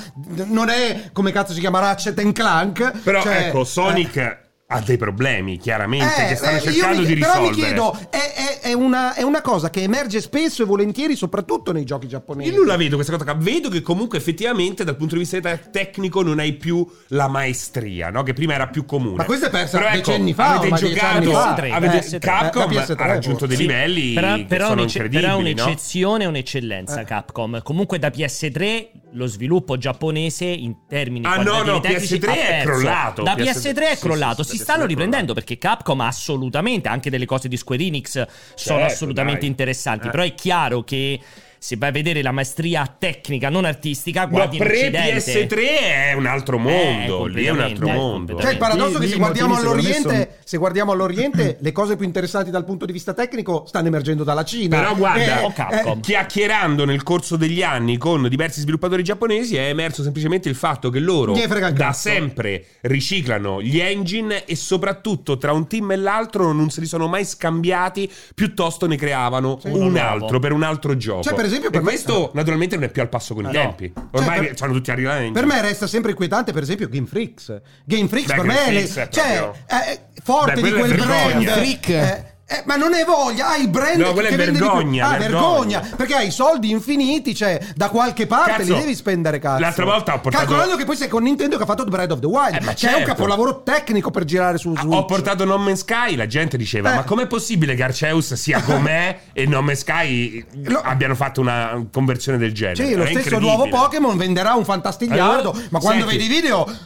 [SPEAKER 1] Non è come cazzo si chiama Ratchet and Clank.
[SPEAKER 3] Però
[SPEAKER 1] cioè,
[SPEAKER 3] ecco,
[SPEAKER 1] eh,
[SPEAKER 3] Sonic ha dei problemi, chiaramente,
[SPEAKER 1] eh,
[SPEAKER 3] che cioè, stanno
[SPEAKER 1] eh, io
[SPEAKER 3] cercando
[SPEAKER 1] mi-
[SPEAKER 3] di
[SPEAKER 1] però
[SPEAKER 3] risolvere.
[SPEAKER 1] mi chiedo, è, è- è una, è una cosa che emerge spesso e volentieri, soprattutto nei giochi giapponesi.
[SPEAKER 3] Io non la vedo questa cosa qua. Vedo che comunque effettivamente dal punto di vista te- tecnico non hai più la maestria, no? Che prima era più comune.
[SPEAKER 1] Ma questa è persa
[SPEAKER 3] Però, ecco,
[SPEAKER 1] decenni fa,
[SPEAKER 3] Avete
[SPEAKER 1] ormai dieci
[SPEAKER 3] giocato,
[SPEAKER 1] anni
[SPEAKER 2] fa.
[SPEAKER 3] avete-
[SPEAKER 2] Eh, sì,
[SPEAKER 3] Capcom
[SPEAKER 1] la PS3,
[SPEAKER 3] ha raggiunto dei
[SPEAKER 2] Sì,
[SPEAKER 3] livelli che
[SPEAKER 2] è
[SPEAKER 3] sono
[SPEAKER 2] un'ecce-
[SPEAKER 3] incredibili,
[SPEAKER 2] però è
[SPEAKER 3] no?
[SPEAKER 2] un'eccezione, un'eccellenza
[SPEAKER 1] Eh.
[SPEAKER 2] Capcom. Comunque da PS3 lo sviluppo giapponese in termini
[SPEAKER 3] Ah, no,
[SPEAKER 2] qualitativi
[SPEAKER 3] no,
[SPEAKER 2] tecnici
[SPEAKER 3] PS3
[SPEAKER 2] ha
[SPEAKER 3] è
[SPEAKER 2] perso.
[SPEAKER 3] crollato.
[SPEAKER 2] Da
[SPEAKER 3] PS3
[SPEAKER 2] PS3 è
[SPEAKER 3] sì,
[SPEAKER 2] crollato,
[SPEAKER 3] sì, sì,
[SPEAKER 2] si
[SPEAKER 3] da
[SPEAKER 2] stanno
[SPEAKER 3] PS3
[SPEAKER 2] riprendendo perché Capcom ha assolutamente anche delle cose di Square Enix sono
[SPEAKER 3] Certo,
[SPEAKER 2] assolutamente
[SPEAKER 3] dai.
[SPEAKER 2] interessanti,
[SPEAKER 3] Eh.
[SPEAKER 2] però è chiaro che se vai a vedere la maestria tecnica non artistica, guardi in
[SPEAKER 3] pre
[SPEAKER 2] Occidente.
[SPEAKER 3] PS3 è un altro mondo, lì è un altro
[SPEAKER 2] completamente,
[SPEAKER 3] mondo.
[SPEAKER 2] completamente.
[SPEAKER 1] Cioè, il paradosso è che
[SPEAKER 4] Lì-
[SPEAKER 1] se
[SPEAKER 4] lì i
[SPEAKER 1] guardiamo,
[SPEAKER 4] motivi, secondo me,
[SPEAKER 1] all'Oriente, se guardiamo all'Oriente, le cose più interessanti dal punto di vista tecnico stanno emergendo dalla Cina.
[SPEAKER 3] Però guarda, oh,
[SPEAKER 1] Eh,
[SPEAKER 2] o Capcom.
[SPEAKER 3] chiacchierando nel corso degli anni con diversi sviluppatori giapponesi è emerso semplicemente il fatto che loro
[SPEAKER 1] Gli frega il
[SPEAKER 3] da
[SPEAKER 1] cazzo.
[SPEAKER 3] sempre riciclano gli engine e soprattutto tra un team e l'altro non se li sono mai scambiati, piuttosto ne creavano
[SPEAKER 2] Uno
[SPEAKER 3] un
[SPEAKER 2] nuovo.
[SPEAKER 3] altro per un altro gioco.
[SPEAKER 1] Cioè, per esempio, per
[SPEAKER 3] e
[SPEAKER 1] me-
[SPEAKER 3] questo naturalmente non è più al passo con i tempi. Ormai
[SPEAKER 1] Cioè, per-
[SPEAKER 3] hanno tutti arrivati.
[SPEAKER 1] Per me resta sempre inquietante, per esempio, Game Freaks. Game Freaks
[SPEAKER 3] Beh,
[SPEAKER 1] per
[SPEAKER 3] Game
[SPEAKER 1] me è, le-
[SPEAKER 3] Freaks è
[SPEAKER 1] cioè,
[SPEAKER 3] proprio-
[SPEAKER 1] è forte
[SPEAKER 3] Beh,
[SPEAKER 1] di
[SPEAKER 3] quello è
[SPEAKER 1] quel
[SPEAKER 3] vergogna.
[SPEAKER 1] brand.
[SPEAKER 3] Game
[SPEAKER 5] Freak.
[SPEAKER 1] Eh, eh, ma non è voglia, hai il brand
[SPEAKER 3] No, quella
[SPEAKER 1] che
[SPEAKER 3] è
[SPEAKER 1] vende di più.
[SPEAKER 3] vergogna,
[SPEAKER 1] Ah, vergogna,
[SPEAKER 3] vergogna.
[SPEAKER 1] perché hai i soldi infiniti, cioè da qualche parte
[SPEAKER 3] Cazzo,
[SPEAKER 1] li devi spendere cazzo.
[SPEAKER 3] l'altra volta ho portato-
[SPEAKER 1] Calcolando che poi sei con Nintendo che ha fatto Breath of the Wild,
[SPEAKER 3] Eh, ma
[SPEAKER 1] c'è un
[SPEAKER 3] certo. Ah,
[SPEAKER 1] capolavoro tecnico per girare su Switch.
[SPEAKER 3] Ho portato No Man's Sky, la gente diceva:
[SPEAKER 1] Eh.
[SPEAKER 3] Ma com'è possibile che Arceus sia com'è e No Man's Sky
[SPEAKER 1] Lo-
[SPEAKER 3] abbiano fatto una conversione del genere?
[SPEAKER 1] Sì, lo
[SPEAKER 3] Era
[SPEAKER 1] stesso
[SPEAKER 3] incredibile.
[SPEAKER 1] nuovo Pokémon venderà un fantastigliardo,
[SPEAKER 3] Allora,
[SPEAKER 1] ma quando
[SPEAKER 3] senti.
[SPEAKER 1] vedi i video... Cioè,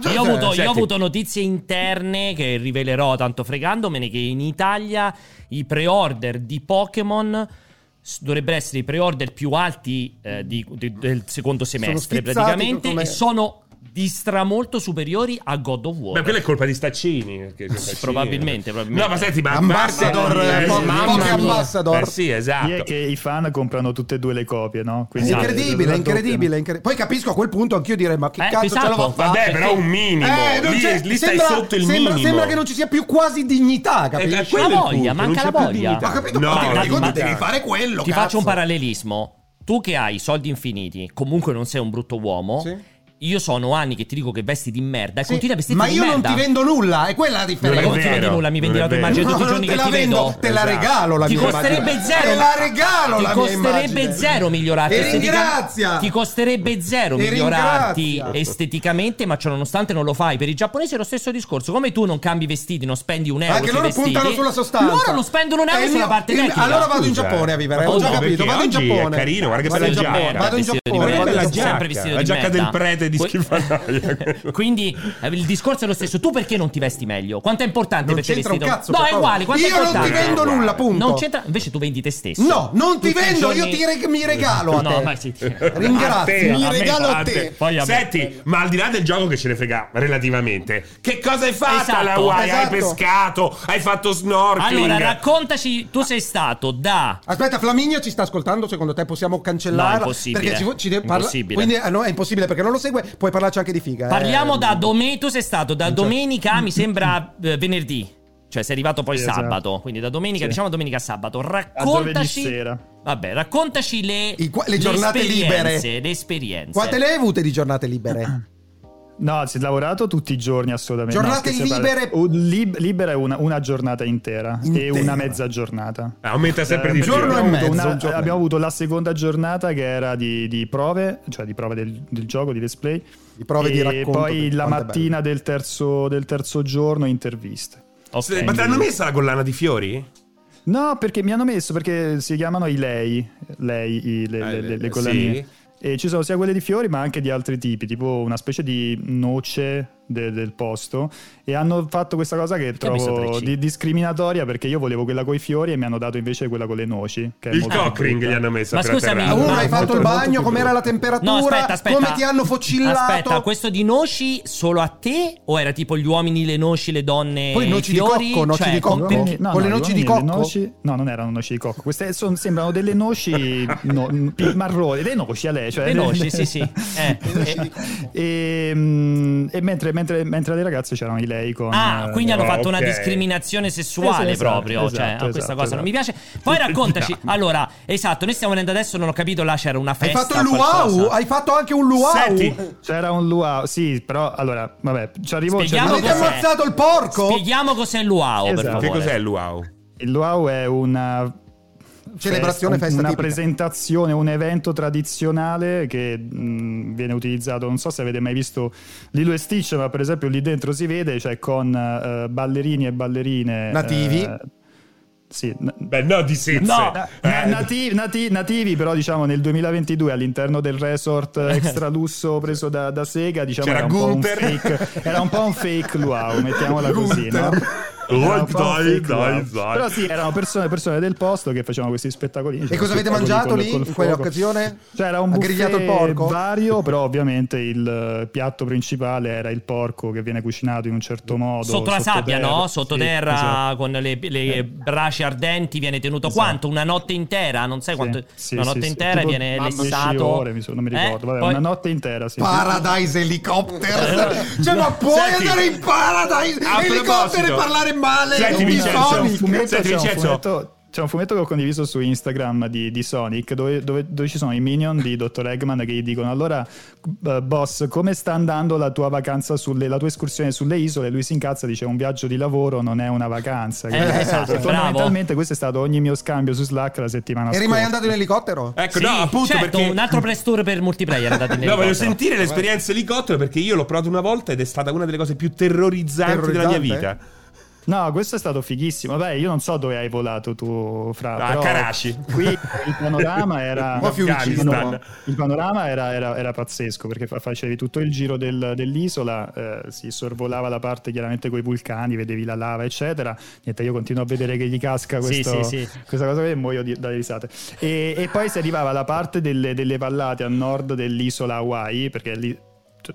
[SPEAKER 1] Ah,
[SPEAKER 2] Io ho, avuto, io ho
[SPEAKER 3] Senti.
[SPEAKER 2] avuto notizie interne che rivelerò tanto fregandomene che in Italia i pre-order di Pokémon s- dovrebbero essere i pre-order più alti eh, di- di- del secondo semestre
[SPEAKER 1] sfizzati
[SPEAKER 2] praticamente
[SPEAKER 1] come-
[SPEAKER 2] e sono di stramolto superiori a God of War.
[SPEAKER 3] Ma quella è colpa di Staccini. perché sono Staccini.
[SPEAKER 2] Probabilmente, probabilmente.
[SPEAKER 3] No, ma senti, ma
[SPEAKER 1] Ambassador,
[SPEAKER 3] Ambassador-
[SPEAKER 1] eh, po-
[SPEAKER 3] mamma
[SPEAKER 1] pochi
[SPEAKER 3] mia.
[SPEAKER 1] ambassador.
[SPEAKER 3] Eh sì,
[SPEAKER 4] Chi è
[SPEAKER 3] esatto.
[SPEAKER 4] che i fan comprano tutte e due le copie, no?
[SPEAKER 1] È
[SPEAKER 4] Quindi-
[SPEAKER 1] incredibile, è
[SPEAKER 4] raddoppiano.
[SPEAKER 1] incredibile, è incredibile. Poi capisco a quel punto anch'io direi: Ma che
[SPEAKER 2] Eh,
[SPEAKER 1] cazzo ce
[SPEAKER 2] esatto.
[SPEAKER 1] la va a fare?
[SPEAKER 3] Vabbè, però un minimo.
[SPEAKER 1] Ah, Eh, non
[SPEAKER 3] lì
[SPEAKER 1] c'è-
[SPEAKER 3] lì stai sotto il
[SPEAKER 1] sembra,
[SPEAKER 3] minimo.
[SPEAKER 1] Sembra che non ci sia più quasi dignità,
[SPEAKER 3] Eh,
[SPEAKER 1] capisci?
[SPEAKER 3] quello è il
[SPEAKER 2] La voglia,
[SPEAKER 3] punto,
[SPEAKER 2] manca
[SPEAKER 3] non c'è
[SPEAKER 2] la
[SPEAKER 3] più
[SPEAKER 2] voglia.
[SPEAKER 3] dignità.
[SPEAKER 1] Ho capito,
[SPEAKER 3] No,
[SPEAKER 1] ma ti
[SPEAKER 2] dai,
[SPEAKER 1] rendi conto
[SPEAKER 2] ma-
[SPEAKER 1] devi fare quello.
[SPEAKER 2] Ti faccio
[SPEAKER 1] cazzo.
[SPEAKER 2] un parallelismo. Tu che hai soldi infiniti, comunque non sei un brutto uomo.
[SPEAKER 1] Sì.
[SPEAKER 2] Io sono anni che ti dico che vesti di merda e
[SPEAKER 1] Sì,
[SPEAKER 2] continui a vestirti
[SPEAKER 1] ma
[SPEAKER 2] di
[SPEAKER 1] io non
[SPEAKER 2] merda.
[SPEAKER 1] ti vendo nulla, è quella la
[SPEAKER 3] Non
[SPEAKER 2] Ma
[SPEAKER 3] è
[SPEAKER 1] differenza.
[SPEAKER 2] come ti
[SPEAKER 3] vero,
[SPEAKER 2] vendi nulla? Mi
[SPEAKER 3] non
[SPEAKER 2] vendi
[SPEAKER 3] è
[SPEAKER 2] la tua
[SPEAKER 3] vero.
[SPEAKER 2] immagine
[SPEAKER 1] No,
[SPEAKER 2] tutti i
[SPEAKER 1] non
[SPEAKER 2] giorni
[SPEAKER 1] te
[SPEAKER 2] che
[SPEAKER 1] la
[SPEAKER 2] ti
[SPEAKER 1] vendo,
[SPEAKER 2] vedo.
[SPEAKER 1] te la
[SPEAKER 3] Esatto.
[SPEAKER 1] regalo la
[SPEAKER 2] Ti
[SPEAKER 1] mia
[SPEAKER 2] costerebbe
[SPEAKER 1] immagine.
[SPEAKER 2] zero.
[SPEAKER 1] Te la regalo
[SPEAKER 2] Ti
[SPEAKER 1] la mia
[SPEAKER 2] costerebbe
[SPEAKER 1] immagine.
[SPEAKER 2] zero migliorarti
[SPEAKER 1] E
[SPEAKER 2] esteticamente.
[SPEAKER 1] ringrazia.
[SPEAKER 2] Ti costerebbe zero
[SPEAKER 1] Ti
[SPEAKER 2] migliorarti
[SPEAKER 1] ringrazia.
[SPEAKER 2] esteticamente, ma ciò nonostante non lo fai. Per i giapponesi è lo stesso discorso. Come tu non cambi i vestiti, non spendi un euro.
[SPEAKER 1] Anche
[SPEAKER 2] sui
[SPEAKER 1] loro
[SPEAKER 2] vestiti,
[SPEAKER 1] puntano sulla sostanza.
[SPEAKER 2] Loro non spendono un
[SPEAKER 1] Eh,
[SPEAKER 2] euro
[SPEAKER 1] il
[SPEAKER 2] sulla
[SPEAKER 1] mio-
[SPEAKER 2] parte
[SPEAKER 1] il-
[SPEAKER 2] tecnica.
[SPEAKER 1] Allora vado in
[SPEAKER 3] Scusa.
[SPEAKER 1] Giappone a vivere,
[SPEAKER 2] Ma
[SPEAKER 1] ho già
[SPEAKER 2] no,
[SPEAKER 1] capito,
[SPEAKER 3] perché
[SPEAKER 1] vado in
[SPEAKER 3] oggi è
[SPEAKER 1] Giappone.
[SPEAKER 3] carino, guarda che
[SPEAKER 1] Vado
[SPEAKER 3] bella
[SPEAKER 1] in Giappone,
[SPEAKER 3] giacca.
[SPEAKER 1] Vado in
[SPEAKER 2] Vestito di
[SPEAKER 1] Giappone, vado in
[SPEAKER 2] merda.
[SPEAKER 3] Guarda la
[SPEAKER 1] Giappone.
[SPEAKER 2] Sempre
[SPEAKER 3] giacca,
[SPEAKER 2] vestito
[SPEAKER 3] la
[SPEAKER 2] di
[SPEAKER 3] giacca
[SPEAKER 2] merda.
[SPEAKER 3] del prete di
[SPEAKER 2] Que-
[SPEAKER 3] schifanaia.
[SPEAKER 2] Quindi eh, il discorso è lo stesso. Tu perché non ti vesti meglio? Quanto è importante
[SPEAKER 1] Non
[SPEAKER 2] per te
[SPEAKER 1] c'entra un
[SPEAKER 2] vestito?
[SPEAKER 1] cazzo.
[SPEAKER 2] no,
[SPEAKER 1] per
[SPEAKER 2] è
[SPEAKER 1] favore.
[SPEAKER 2] uguale. Quanto è
[SPEAKER 1] Io non ti
[SPEAKER 2] importante?
[SPEAKER 1] vendo nulla, punto.
[SPEAKER 2] Non c'entra. Invece tu vendi te stesso.
[SPEAKER 1] No, non ti
[SPEAKER 2] Tutti i
[SPEAKER 1] vendo, io
[SPEAKER 2] giorni-
[SPEAKER 1] ti reg- mi regalo a
[SPEAKER 2] No,
[SPEAKER 1] te.
[SPEAKER 2] ma sì.
[SPEAKER 1] Ringrazio,
[SPEAKER 3] A te,
[SPEAKER 1] mi
[SPEAKER 3] a me,
[SPEAKER 1] regalo a
[SPEAKER 3] a
[SPEAKER 1] te.
[SPEAKER 2] Poi a me.
[SPEAKER 3] Senti, ma al di là del gioco che ce ne frega relativamente, che cosa hai fatto
[SPEAKER 2] Esatto.
[SPEAKER 3] alla Hawaii?
[SPEAKER 1] Esatto.
[SPEAKER 3] Hai pescato, hai fatto snorkeling.
[SPEAKER 2] Allora, raccontaci, tu sei stato da
[SPEAKER 1] Aspetta, Flaminio ci sta ascoltando, secondo te possiamo cancellarla?
[SPEAKER 2] No, è impossibile.
[SPEAKER 1] Perché ci, vo- ci deve parla-
[SPEAKER 2] Impossibile.
[SPEAKER 1] Quindi ah, no, è impossibile perché non lo segue, puoi parlarci anche di figa. eh.
[SPEAKER 2] Parliamo da domenica. Tu sei stato da domenica, mi sembra eh, venerdì. Cioè, sei arrivato poi
[SPEAKER 4] Sì, esatto.
[SPEAKER 2] sabato. Quindi da domenica,
[SPEAKER 4] Sì.
[SPEAKER 2] diciamo domenica a sabato.
[SPEAKER 4] A giovedì
[SPEAKER 2] Raccontaci.
[SPEAKER 4] sera.
[SPEAKER 2] Vabbè, raccontaci le,
[SPEAKER 1] I qua- le giornate libere.
[SPEAKER 2] esperienze, Le esperienze.
[SPEAKER 1] Quante le hai avute di giornate
[SPEAKER 4] Ah.
[SPEAKER 1] libere?
[SPEAKER 4] No, si è lavorato tutti i giorni assolutamente.
[SPEAKER 1] Giornate
[SPEAKER 4] No, scherzi a parte.
[SPEAKER 1] libere?
[SPEAKER 4] Un lib- libera è una, una giornata intera, e
[SPEAKER 1] Intera.
[SPEAKER 4] una mezza giornata.
[SPEAKER 3] Aumenta sempre
[SPEAKER 4] Eh,
[SPEAKER 3] di più.
[SPEAKER 1] giorno
[SPEAKER 4] abbiamo
[SPEAKER 1] e
[SPEAKER 4] avuto
[SPEAKER 1] mezzo,
[SPEAKER 4] una-
[SPEAKER 1] un giorno e
[SPEAKER 4] abbiamo avuto la seconda giornata che era di, di prove, cioè di prove del, del gioco, di display.
[SPEAKER 1] Di prove
[SPEAKER 4] e
[SPEAKER 1] di racconto,
[SPEAKER 4] poi
[SPEAKER 1] quindi,
[SPEAKER 4] la
[SPEAKER 1] quanto è
[SPEAKER 4] mattina del terzo, del terzo giorno interviste.
[SPEAKER 2] Ok.
[SPEAKER 3] Se- Ma te l'hanno messa la collana di fiori?
[SPEAKER 4] No, perché mi hanno messo, perché si chiamano i lei, lei i- le,
[SPEAKER 3] Eh,
[SPEAKER 4] le- le- le
[SPEAKER 3] sì.
[SPEAKER 4] collanine. E ci sono sia quelle di fiori ma anche di altri tipi, tipo una specie di noce de- del posto. E hanno fatto questa cosa che
[SPEAKER 2] Perché ha messo
[SPEAKER 4] trovo
[SPEAKER 2] 3C?
[SPEAKER 4] di- discriminatoria perché io volevo quella con i fiori e mi hanno dato invece quella con le noci. Che è
[SPEAKER 3] Il
[SPEAKER 4] molto
[SPEAKER 3] cockring
[SPEAKER 4] brutta.
[SPEAKER 3] gli hanno messo
[SPEAKER 2] Ma
[SPEAKER 3] per la
[SPEAKER 2] scusami,
[SPEAKER 1] bello.
[SPEAKER 3] terrazza.
[SPEAKER 2] ma-
[SPEAKER 1] Uno, hai
[SPEAKER 4] molto-
[SPEAKER 1] fatto il
[SPEAKER 4] molto
[SPEAKER 1] bagno,
[SPEAKER 4] più
[SPEAKER 1] com'era la
[SPEAKER 4] brutto.
[SPEAKER 1] temperatura,
[SPEAKER 2] No, aspetta, aspetta.
[SPEAKER 1] come ti hanno focillato.
[SPEAKER 2] Aspetta, questo di noci solo a te? O era tipo gli uomini, le noci, le donne?
[SPEAKER 1] Poi
[SPEAKER 2] i
[SPEAKER 1] noci di
[SPEAKER 2] fiori?
[SPEAKER 1] cocco, noci
[SPEAKER 2] Cioè,
[SPEAKER 1] di cocco.
[SPEAKER 2] con- perché-
[SPEAKER 1] Con le
[SPEAKER 4] gli
[SPEAKER 1] noci di
[SPEAKER 4] uomini e le
[SPEAKER 1] cocco?
[SPEAKER 4] noci- no, non erano noci di cocco. Queste son- sembrano delle noci no, pi- marroni, le noci a lei. Cioè,
[SPEAKER 2] Le noci, sì, sì. Eh.
[SPEAKER 4] e, mm, e mentre, mentre, mentre le ragazze c'erano i lei con...
[SPEAKER 2] Ah,
[SPEAKER 4] eh,
[SPEAKER 2] quindi hanno
[SPEAKER 3] Ah,
[SPEAKER 2] fatto una
[SPEAKER 3] ok.
[SPEAKER 2] discriminazione sessuale
[SPEAKER 4] Eh sì, esatto,
[SPEAKER 2] proprio.
[SPEAKER 4] esatto,
[SPEAKER 2] cioè, a
[SPEAKER 4] esatto,
[SPEAKER 2] questa cosa
[SPEAKER 4] esatto.
[SPEAKER 2] non mi piace. Poi raccontaci. allora, esatto, noi stiamo venendo adesso, non ho capito, là c'era una
[SPEAKER 1] Hai
[SPEAKER 2] festa.
[SPEAKER 1] fatto il
[SPEAKER 2] qualcosa.
[SPEAKER 1] luau? Hai fatto anche un luau?
[SPEAKER 3] Senti,
[SPEAKER 4] eh, C'era un luau, sì, però allora, vabbè, ci arrivo. ci
[SPEAKER 2] Spieghiamo
[SPEAKER 4] arrivo-
[SPEAKER 1] Avete
[SPEAKER 2] cos'è?
[SPEAKER 1] ammazzato il porco?
[SPEAKER 2] Spieghiamo cos'è il luau, per
[SPEAKER 4] Esatto.
[SPEAKER 2] favore.
[SPEAKER 3] che cos'è il luau?
[SPEAKER 4] Il luau è una
[SPEAKER 1] Celebrazione,
[SPEAKER 4] festa,
[SPEAKER 1] festa
[SPEAKER 4] una
[SPEAKER 1] tipica.
[SPEAKER 4] presentazione, un evento tradizionale che mh, viene utilizzato. Non so se avete mai visto Lilo e Stitch, ma per esempio lì dentro si vede, cioè con eh, ballerini e ballerine
[SPEAKER 1] Nativi.
[SPEAKER 4] eh, sì, n-
[SPEAKER 3] Beh, no, di sezze.
[SPEAKER 2] No,
[SPEAKER 4] Na-
[SPEAKER 3] Eh,
[SPEAKER 4] nati- nati- nativi, però, diciamo, nel 2022 all'interno del resort extra lusso preso da, da Sega, diciamo,
[SPEAKER 3] C'era
[SPEAKER 4] era un, po' un
[SPEAKER 3] Gunther.
[SPEAKER 4] fake, era un po' un fake luau, mettiamola così, no?
[SPEAKER 1] Gunther.
[SPEAKER 4] Era un po' un
[SPEAKER 3] Dai,
[SPEAKER 4] fake
[SPEAKER 3] dai,
[SPEAKER 4] luau.
[SPEAKER 3] dai.
[SPEAKER 4] Però sì, erano persone, persone del posto che facevano questi spettacolini.
[SPEAKER 1] E cosa avete mangiato lì in quell'occasione?
[SPEAKER 4] C'era Cioè, un
[SPEAKER 1] Ha grigliato il
[SPEAKER 4] buffet
[SPEAKER 1] porco?
[SPEAKER 4] vario, però ovviamente il eh, piatto principale era il porco che viene cucinato in un certo modo.
[SPEAKER 2] Sotto la sabbia,
[SPEAKER 4] terra.
[SPEAKER 2] no?
[SPEAKER 4] Sì,
[SPEAKER 2] Sottoterra
[SPEAKER 4] esatto.
[SPEAKER 2] con le, le
[SPEAKER 4] Eh.
[SPEAKER 2] braci ardenti viene tenuto
[SPEAKER 4] Esatto.
[SPEAKER 2] quanto? Una notte intera? Non sai
[SPEAKER 4] Sì,
[SPEAKER 2] quanto.
[SPEAKER 4] sì,
[SPEAKER 2] una
[SPEAKER 4] sì,
[SPEAKER 2] notte
[SPEAKER 4] sì.
[SPEAKER 2] intera
[SPEAKER 4] Tipo
[SPEAKER 2] viene
[SPEAKER 4] 10
[SPEAKER 2] lessato.
[SPEAKER 4] ore, mi so- non mi ricordo.
[SPEAKER 2] Eh?
[SPEAKER 4] Vabbè,
[SPEAKER 2] Poi-
[SPEAKER 4] una notte intera, sì.
[SPEAKER 1] Paradise Helicopter. Cioè, ma puoi
[SPEAKER 3] Eh, Senti,
[SPEAKER 1] andare in Paradise
[SPEAKER 3] a
[SPEAKER 1] Helicopter e
[SPEAKER 3] proposito.
[SPEAKER 1] parlare male
[SPEAKER 3] Senti,
[SPEAKER 1] di
[SPEAKER 3] Vincenzo,
[SPEAKER 1] Sonic?
[SPEAKER 4] fumetto-
[SPEAKER 3] Senti,
[SPEAKER 4] c'è un
[SPEAKER 3] Vincenzo.
[SPEAKER 4] fumetto- c'è un fumetto che ho condiviso su Instagram di, di Sonic dove, dove- dove ci sono i minion di Dr. Eggman che gli dicono allora eh, boss come sta andando la tua vacanza sulle, la tua escursione sulle isole lui si incazza e dice un viaggio di lavoro non è una vacanza
[SPEAKER 2] Eh, esatto, bravo.
[SPEAKER 4] fondamentalmente questo è stato ogni mio scambio su Slack la settimana
[SPEAKER 1] Eri
[SPEAKER 4] scorsa
[SPEAKER 1] mai andato in elicottero?
[SPEAKER 3] Ecco,
[SPEAKER 2] Sì,
[SPEAKER 3] no, appunto
[SPEAKER 2] certo,
[SPEAKER 3] perché...
[SPEAKER 2] un altro press tour per multiplayer. andate in
[SPEAKER 3] No, voglio
[SPEAKER 2] elicottero.
[SPEAKER 3] sentire l'esperienza elicottero perché io l'ho provato una volta ed è stata una delle cose più terrorizzanti della mia
[SPEAKER 1] Terrorizzante?
[SPEAKER 3] vita.
[SPEAKER 4] No, questo è stato fighissimo. Beh, io non so dove hai volato tu, Fra.
[SPEAKER 3] A
[SPEAKER 4] però
[SPEAKER 3] Karachi.
[SPEAKER 4] Qui il panorama era.
[SPEAKER 1] Un po' Fiumicino.
[SPEAKER 3] Afghanistan.
[SPEAKER 4] Il panorama era, era- era pazzesco perché fa- facevi tutto il giro del- dell'isola, eh, si sorvolava la parte chiaramente con i vulcani, vedevi la lava, eccetera. Niente, io continuo a vedere che gli casca
[SPEAKER 2] Sì,
[SPEAKER 4] questo-
[SPEAKER 2] sì, sì.
[SPEAKER 4] questa cosa qui e muoio di- dalle risate. E, e poi si arrivava alla parte delle, delle vallate a nord dell'isola Hawaii, perché lì. cioè,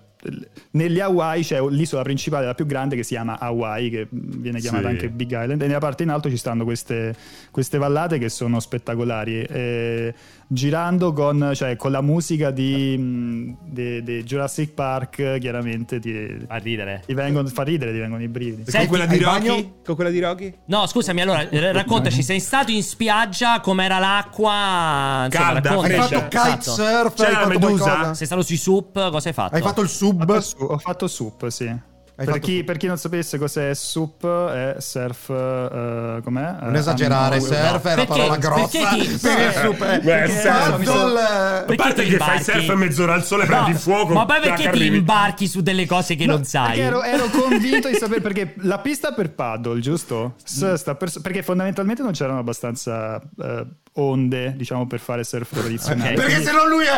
[SPEAKER 4] Negli Hawaii c'è l'isola principale, la più grande, che si chiama Hawaii, che viene chiamata
[SPEAKER 3] Sì.
[SPEAKER 4] anche Big Island, e nella parte in alto ci stanno queste, queste vallate che sono spettacolari. eh, girando con, cioè, con la musica di, mh, de- de Jurassic Park, eh, chiaramente ti,
[SPEAKER 2] A ridere.
[SPEAKER 4] ti vengono, fa ridere, ti vengono i brividi.
[SPEAKER 2] Senti,
[SPEAKER 3] con, quella di
[SPEAKER 1] al
[SPEAKER 3] Rocky?
[SPEAKER 1] bagno?
[SPEAKER 3] con quella di Rocky?
[SPEAKER 2] No, scusami, allora r- raccontaci, sei stato in spiaggia, com'era
[SPEAKER 1] Hai fatto kitesurf?
[SPEAKER 3] Calda, fresca. Eh, Esatto.
[SPEAKER 2] l'acqua? Insomma, raccontaci. Esatto.
[SPEAKER 3] C'era
[SPEAKER 1] Hai
[SPEAKER 3] la
[SPEAKER 1] fatto
[SPEAKER 3] medusa?
[SPEAKER 1] qualcosa?
[SPEAKER 2] Sei stato sui sup, cosa hai fatto?
[SPEAKER 1] Hai fatto il
[SPEAKER 4] Ho fatto
[SPEAKER 1] sub?
[SPEAKER 4] su- ho fatto SUP, sì. Per
[SPEAKER 1] fatto
[SPEAKER 4] chi,
[SPEAKER 1] sup.
[SPEAKER 4] per chi non sapesse cos'è SUP, è surf. eh, com'è?
[SPEAKER 1] Non esagerare,
[SPEAKER 4] surf
[SPEAKER 1] surf è una
[SPEAKER 2] Perché-
[SPEAKER 1] parola grossa.
[SPEAKER 2] perché ti-
[SPEAKER 1] Per il sub. eh.
[SPEAKER 3] Beh, certo. surf.
[SPEAKER 1] Fatto il-
[SPEAKER 3] A
[SPEAKER 2] Perché
[SPEAKER 3] parte
[SPEAKER 2] ti
[SPEAKER 3] che fai
[SPEAKER 2] imbarchi?
[SPEAKER 3] surf a mezz'ora al sole,
[SPEAKER 2] No,
[SPEAKER 3] prendi il fuoco.
[SPEAKER 2] Ma poi perché
[SPEAKER 3] tac,
[SPEAKER 2] ti
[SPEAKER 3] arrivi.
[SPEAKER 2] imbarchi su delle cose che non sai?
[SPEAKER 4] Perché ero, ero convinto di sapere perché la pista per paddle, giusto?
[SPEAKER 1] Mm.
[SPEAKER 4] S- sta per- perché fondamentalmente non c'erano abbastanza eh, onde, diciamo, per fare surf tradizionale.
[SPEAKER 1] Perché se no lui eh,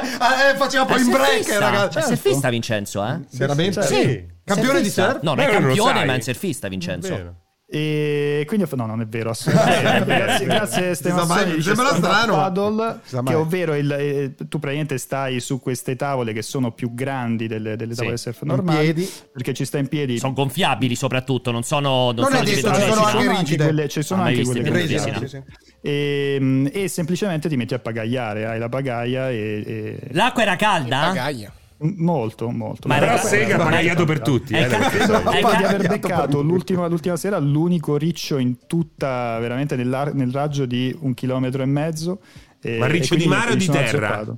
[SPEAKER 1] eh, faceva poi in break, ragazzi.
[SPEAKER 2] È surfista Cioè, Vincenzo, eh?
[SPEAKER 1] Veramente?
[SPEAKER 4] sì,
[SPEAKER 3] sì.
[SPEAKER 1] Campione di
[SPEAKER 2] Surfista?
[SPEAKER 1] surf?
[SPEAKER 2] No, non è
[SPEAKER 3] Beh, Eh, non lo
[SPEAKER 2] campione,
[SPEAKER 3] sai.
[SPEAKER 2] ma è un surfista Vincenzo.
[SPEAKER 3] Vero.
[SPEAKER 4] E quindi ho fatto: no, non è vero.
[SPEAKER 1] Eh,
[SPEAKER 4] Assolutamente. grazie, grazie
[SPEAKER 1] sa mai,
[SPEAKER 4] Stefano.
[SPEAKER 1] sembra strano, ma-
[SPEAKER 4] Paddle,
[SPEAKER 1] Si sa mai.
[SPEAKER 4] che ovvero il- eh, tu praticamente stai su queste tavole che sono più grandi delle, delle tavole surf normali.
[SPEAKER 1] piedi.
[SPEAKER 4] Perché ci sta in piedi.
[SPEAKER 2] Sono gonfiabili soprattutto, non sono...
[SPEAKER 1] Non
[SPEAKER 2] sono
[SPEAKER 1] è
[SPEAKER 2] di
[SPEAKER 1] detto, ci
[SPEAKER 2] vetro
[SPEAKER 1] sono
[SPEAKER 2] resina.
[SPEAKER 1] anche rigide.
[SPEAKER 4] quelle, ci sono
[SPEAKER 2] Ah, mai
[SPEAKER 4] anche
[SPEAKER 2] viste
[SPEAKER 4] quelle
[SPEAKER 2] in
[SPEAKER 4] con
[SPEAKER 1] Presi,
[SPEAKER 4] le
[SPEAKER 2] Sì,
[SPEAKER 1] sì,
[SPEAKER 4] piedi.
[SPEAKER 1] sì.
[SPEAKER 4] e, e semplicemente ti metti a pagaiare, hai la pagaia e, e-
[SPEAKER 2] L'acqua era
[SPEAKER 3] Ah?
[SPEAKER 2] calda?
[SPEAKER 5] Pagaia.
[SPEAKER 4] molto, molto.
[SPEAKER 2] Ma
[SPEAKER 4] Ma
[SPEAKER 2] era-
[SPEAKER 3] Però Sega ha
[SPEAKER 2] Ma-
[SPEAKER 3] pagagliato per tutti.
[SPEAKER 2] È
[SPEAKER 3] eh,
[SPEAKER 2] ca-
[SPEAKER 3] perché sai.
[SPEAKER 2] è
[SPEAKER 4] di
[SPEAKER 2] ca-
[SPEAKER 4] aver
[SPEAKER 1] cagato per
[SPEAKER 4] beccato
[SPEAKER 1] lui.
[SPEAKER 4] l'ultima, l'ultima sera l'unico riccio in tutta, veramente nell'ar- nel raggio di un chilometro e mezzo. E,
[SPEAKER 3] Ma riccio
[SPEAKER 4] e quindi
[SPEAKER 3] di mare o
[SPEAKER 4] mi
[SPEAKER 3] di
[SPEAKER 4] sono
[SPEAKER 3] terra?
[SPEAKER 4] azzoppato.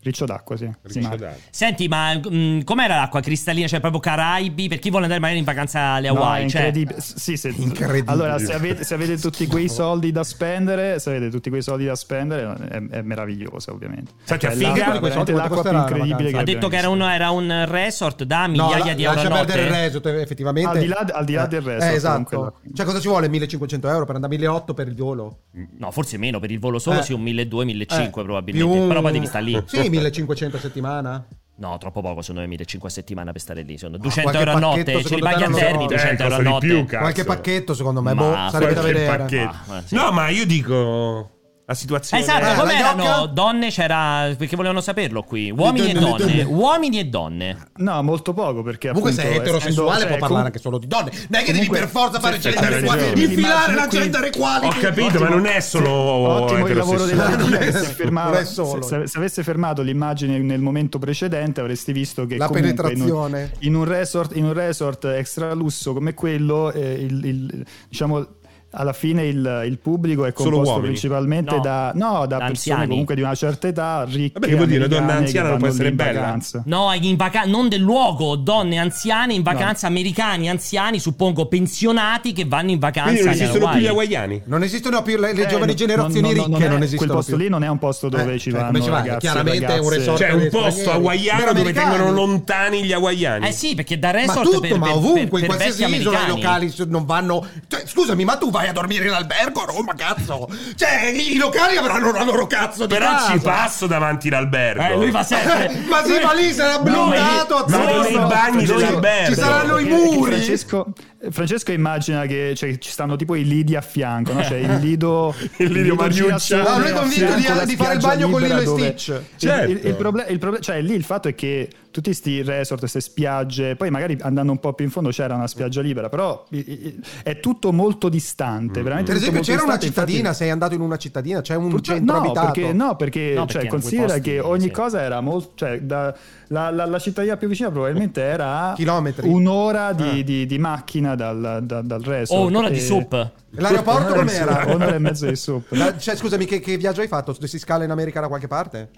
[SPEAKER 4] Riccio d'acqua, sì. Sì,
[SPEAKER 3] Riccio
[SPEAKER 4] mare.
[SPEAKER 3] Dante.
[SPEAKER 2] Senti, ma mm, com'era l'acqua cristallina? Cioè proprio Caraibi? Per chi vuole andare magari in vacanza alle
[SPEAKER 4] No,
[SPEAKER 2] Hawaii?
[SPEAKER 4] è
[SPEAKER 2] cioè,
[SPEAKER 4] incredibile. S- sì, se-
[SPEAKER 1] Incredibile.
[SPEAKER 4] Allora, se avete, se avete tutti quei soldi da spendere, se avete tutti quei soldi da spendere, è, è meraviglioso, ovviamente.
[SPEAKER 3] Senti, a
[SPEAKER 4] Cioè,
[SPEAKER 3] figa-
[SPEAKER 4] l'acqua è
[SPEAKER 1] Quei
[SPEAKER 4] veramente
[SPEAKER 1] soldi quanto
[SPEAKER 4] l'acqua più
[SPEAKER 1] costerà una
[SPEAKER 4] incredibile che
[SPEAKER 1] vacanza?
[SPEAKER 2] ha
[SPEAKER 4] abbiamo
[SPEAKER 2] detto che era
[SPEAKER 4] visto.
[SPEAKER 2] un, era un resort da migliaia
[SPEAKER 1] la-
[SPEAKER 2] di euro
[SPEAKER 1] lascia
[SPEAKER 2] a notte.
[SPEAKER 1] perdere il resort effettivamente
[SPEAKER 4] Al di là- al di là
[SPEAKER 1] Eh,
[SPEAKER 4] del resort,
[SPEAKER 1] eh, esatto
[SPEAKER 4] comunque.
[SPEAKER 1] cioè cosa ci vuole 1500 euro per andare 1800 per il volo
[SPEAKER 2] No, forse meno per il volo solo,
[SPEAKER 1] Eh.
[SPEAKER 2] sì, un 1.200-1.500
[SPEAKER 1] Eh,
[SPEAKER 2] probabilmente.
[SPEAKER 1] più-
[SPEAKER 2] Però poi devi stare lì.
[SPEAKER 1] sì 1500 a settimana
[SPEAKER 2] No, troppo poco, sono 1.500 a settimana per stare lì. Sono 200
[SPEAKER 1] Ah, qualche
[SPEAKER 2] euro a notte,
[SPEAKER 1] pacchetto,
[SPEAKER 2] ce li
[SPEAKER 1] secondo
[SPEAKER 2] paghi
[SPEAKER 1] te
[SPEAKER 2] a
[SPEAKER 1] non lo
[SPEAKER 2] Terni,
[SPEAKER 1] so.
[SPEAKER 2] 200
[SPEAKER 3] Eh,
[SPEAKER 2] euro a
[SPEAKER 3] costa di più,
[SPEAKER 2] notte.
[SPEAKER 3] cazzo.
[SPEAKER 1] qualche pacchetto secondo me
[SPEAKER 2] Ma
[SPEAKER 1] boh, sarebbe da
[SPEAKER 2] qualche
[SPEAKER 1] vedere
[SPEAKER 3] pacchetto.
[SPEAKER 2] Ah, sì.
[SPEAKER 3] No, ma io dico la situazione.
[SPEAKER 2] Esatto,
[SPEAKER 1] Eh, la
[SPEAKER 2] com'erano
[SPEAKER 1] gnocca?
[SPEAKER 2] donne? C'era. Perché volevano saperlo qui. Uomini e
[SPEAKER 1] Donne,
[SPEAKER 2] donne.
[SPEAKER 1] donne.
[SPEAKER 2] Uomini e donne.
[SPEAKER 4] No, molto poco perché
[SPEAKER 1] comunque se
[SPEAKER 4] appunto,
[SPEAKER 1] è eterosessuale
[SPEAKER 4] essendo-
[SPEAKER 1] può
[SPEAKER 4] cioè,
[SPEAKER 2] eh,
[SPEAKER 1] parlare anche solo di donne non è che devi
[SPEAKER 4] comunque-
[SPEAKER 1] per forza fare
[SPEAKER 3] sì,
[SPEAKER 1] gender
[SPEAKER 3] sì,
[SPEAKER 1] equality,
[SPEAKER 3] sì,
[SPEAKER 4] sì,
[SPEAKER 1] infilare
[SPEAKER 4] sì,
[SPEAKER 1] la
[SPEAKER 4] qui-
[SPEAKER 1] gender equality
[SPEAKER 3] Ho capito, ma non è solo
[SPEAKER 4] Ottimo il lavoro della
[SPEAKER 3] eterosessuale.
[SPEAKER 4] regia
[SPEAKER 1] Non
[SPEAKER 4] che
[SPEAKER 1] è
[SPEAKER 4] se,
[SPEAKER 1] solo-
[SPEAKER 4] fermava-
[SPEAKER 1] non è solo.
[SPEAKER 4] se- se- se avesse fermato l'immagine nel momento precedente avresti visto che
[SPEAKER 1] La
[SPEAKER 4] comunque in un-
[SPEAKER 1] penetrazione.
[SPEAKER 4] in un, resort, in un resort extra lusso come quello eh, il- il- diciamo alla fine il, il pubblico è
[SPEAKER 3] Solo
[SPEAKER 4] composto
[SPEAKER 3] uomini.
[SPEAKER 4] principalmente
[SPEAKER 2] No.
[SPEAKER 4] da, no, da
[SPEAKER 2] Da
[SPEAKER 4] persone
[SPEAKER 2] anziani.
[SPEAKER 4] comunque di una certa età ricche
[SPEAKER 3] Vabbè, che vuol dire, una donna
[SPEAKER 4] americane che
[SPEAKER 3] anziana non può
[SPEAKER 4] vanno
[SPEAKER 3] essere
[SPEAKER 4] lì in
[SPEAKER 3] bella?
[SPEAKER 4] vacanza.
[SPEAKER 2] No, in vaca- non del luogo, donne anziane in vacanza, americani anziani, suppongo pensionati che vanno in vacanza.
[SPEAKER 3] Quindi non
[SPEAKER 2] alle
[SPEAKER 3] esistono più gli
[SPEAKER 2] Hawaii.
[SPEAKER 3] hawaiani.
[SPEAKER 1] non esistono più le, le
[SPEAKER 4] Eh,
[SPEAKER 1] giovani
[SPEAKER 4] no,
[SPEAKER 1] generazioni
[SPEAKER 4] no, no,
[SPEAKER 1] ricche
[SPEAKER 4] è-
[SPEAKER 1] non esistono
[SPEAKER 4] quel posto
[SPEAKER 1] più.
[SPEAKER 4] lì non è un posto dove
[SPEAKER 1] Eh,
[SPEAKER 4] ci
[SPEAKER 1] cioè,
[SPEAKER 4] vanno
[SPEAKER 1] come ci vai?
[SPEAKER 4] ragazzi e
[SPEAKER 1] Chiaramente è un
[SPEAKER 4] ragazze.
[SPEAKER 1] resort.
[SPEAKER 3] Cioè,
[SPEAKER 1] Sono
[SPEAKER 3] un posto
[SPEAKER 1] stranieri.
[SPEAKER 3] hawaiano
[SPEAKER 1] Per
[SPEAKER 3] dove
[SPEAKER 1] americani.
[SPEAKER 3] tengono lontani gli hawaiani.
[SPEAKER 2] Eh sì, perché da
[SPEAKER 1] ma
[SPEAKER 2] resort
[SPEAKER 1] tutto,
[SPEAKER 2] per,
[SPEAKER 1] ma
[SPEAKER 2] per-
[SPEAKER 1] ovunque,
[SPEAKER 2] per-
[SPEAKER 1] in
[SPEAKER 2] per
[SPEAKER 1] qualsiasi
[SPEAKER 2] vecchi
[SPEAKER 1] isola i
[SPEAKER 2] americani.
[SPEAKER 1] locali s- non vanno. Cioè, scusami, ma tu vai a dormire in albergo a Roma, cazzo! Cioè, i i locali avranno la loro cazzo di
[SPEAKER 3] Però
[SPEAKER 1] casa.
[SPEAKER 3] ci passo davanti l'albergo.
[SPEAKER 2] esatto. Eh, lui va sempre.
[SPEAKER 1] Ma si
[SPEAKER 2] lui-
[SPEAKER 1] va lì, sarà
[SPEAKER 2] lui-
[SPEAKER 1] blindato a
[SPEAKER 2] lui-
[SPEAKER 3] Ma con i
[SPEAKER 1] Sono-
[SPEAKER 3] bagni
[SPEAKER 1] sono-
[SPEAKER 3] dell'albergo.
[SPEAKER 1] ci saranno i
[SPEAKER 4] Perché-
[SPEAKER 1] muri.
[SPEAKER 4] perché Francesco, Francesco immagina che cioè, ci stanno tipo i lidi a fianco, no? Cioè il lido.
[SPEAKER 3] Il lido Mariuccia.
[SPEAKER 4] girasole
[SPEAKER 3] No,
[SPEAKER 1] Ah, lui è
[SPEAKER 4] a
[SPEAKER 1] convinto di-
[SPEAKER 4] fianco alla
[SPEAKER 1] di fare il
[SPEAKER 4] spiaggia
[SPEAKER 1] bagno con
[SPEAKER 4] libera
[SPEAKER 1] Lilo e
[SPEAKER 4] dove-
[SPEAKER 1] Stitch.
[SPEAKER 4] Il-
[SPEAKER 3] Certo.
[SPEAKER 4] Il, il proble- il proble- cioè lì il fatto è che tutti questi resort, queste spiagge, poi magari andando un po' più in fondo c'era una spiaggia libera, però i- i- è tutto molto
[SPEAKER 3] Mm-hmm.
[SPEAKER 4] distante. Veramente
[SPEAKER 1] Per
[SPEAKER 4] tutto
[SPEAKER 1] esempio,
[SPEAKER 4] molto
[SPEAKER 1] c'era una
[SPEAKER 4] distante, infatti-
[SPEAKER 1] cittadina, sei andato in una cittadina, c'è un
[SPEAKER 4] Purtro-
[SPEAKER 1] centro
[SPEAKER 4] no,
[SPEAKER 1] abitato.
[SPEAKER 4] Perché, no, perché, cioè,
[SPEAKER 2] No, perché in quei
[SPEAKER 4] considera
[SPEAKER 2] posti,
[SPEAKER 4] che ogni
[SPEAKER 2] sì.
[SPEAKER 4] cosa era molto. Cioè, da- la, la- la cittadina più vicina probabilmente era a
[SPEAKER 1] Eh, Chilometri. Ah.
[SPEAKER 4] un'ora di, di- di macchina dal, da- dal resto.
[SPEAKER 2] Oh, un'ora di
[SPEAKER 4] E-
[SPEAKER 2] sup.
[SPEAKER 1] L'aeroporto
[SPEAKER 4] Un'ora
[SPEAKER 1] non
[SPEAKER 4] di sup,
[SPEAKER 1] era.
[SPEAKER 4] Un'ora e mezzo di sup.
[SPEAKER 1] La- cioè, scusami, che, che viaggio hai fatto? Si scala in America da qualche parte?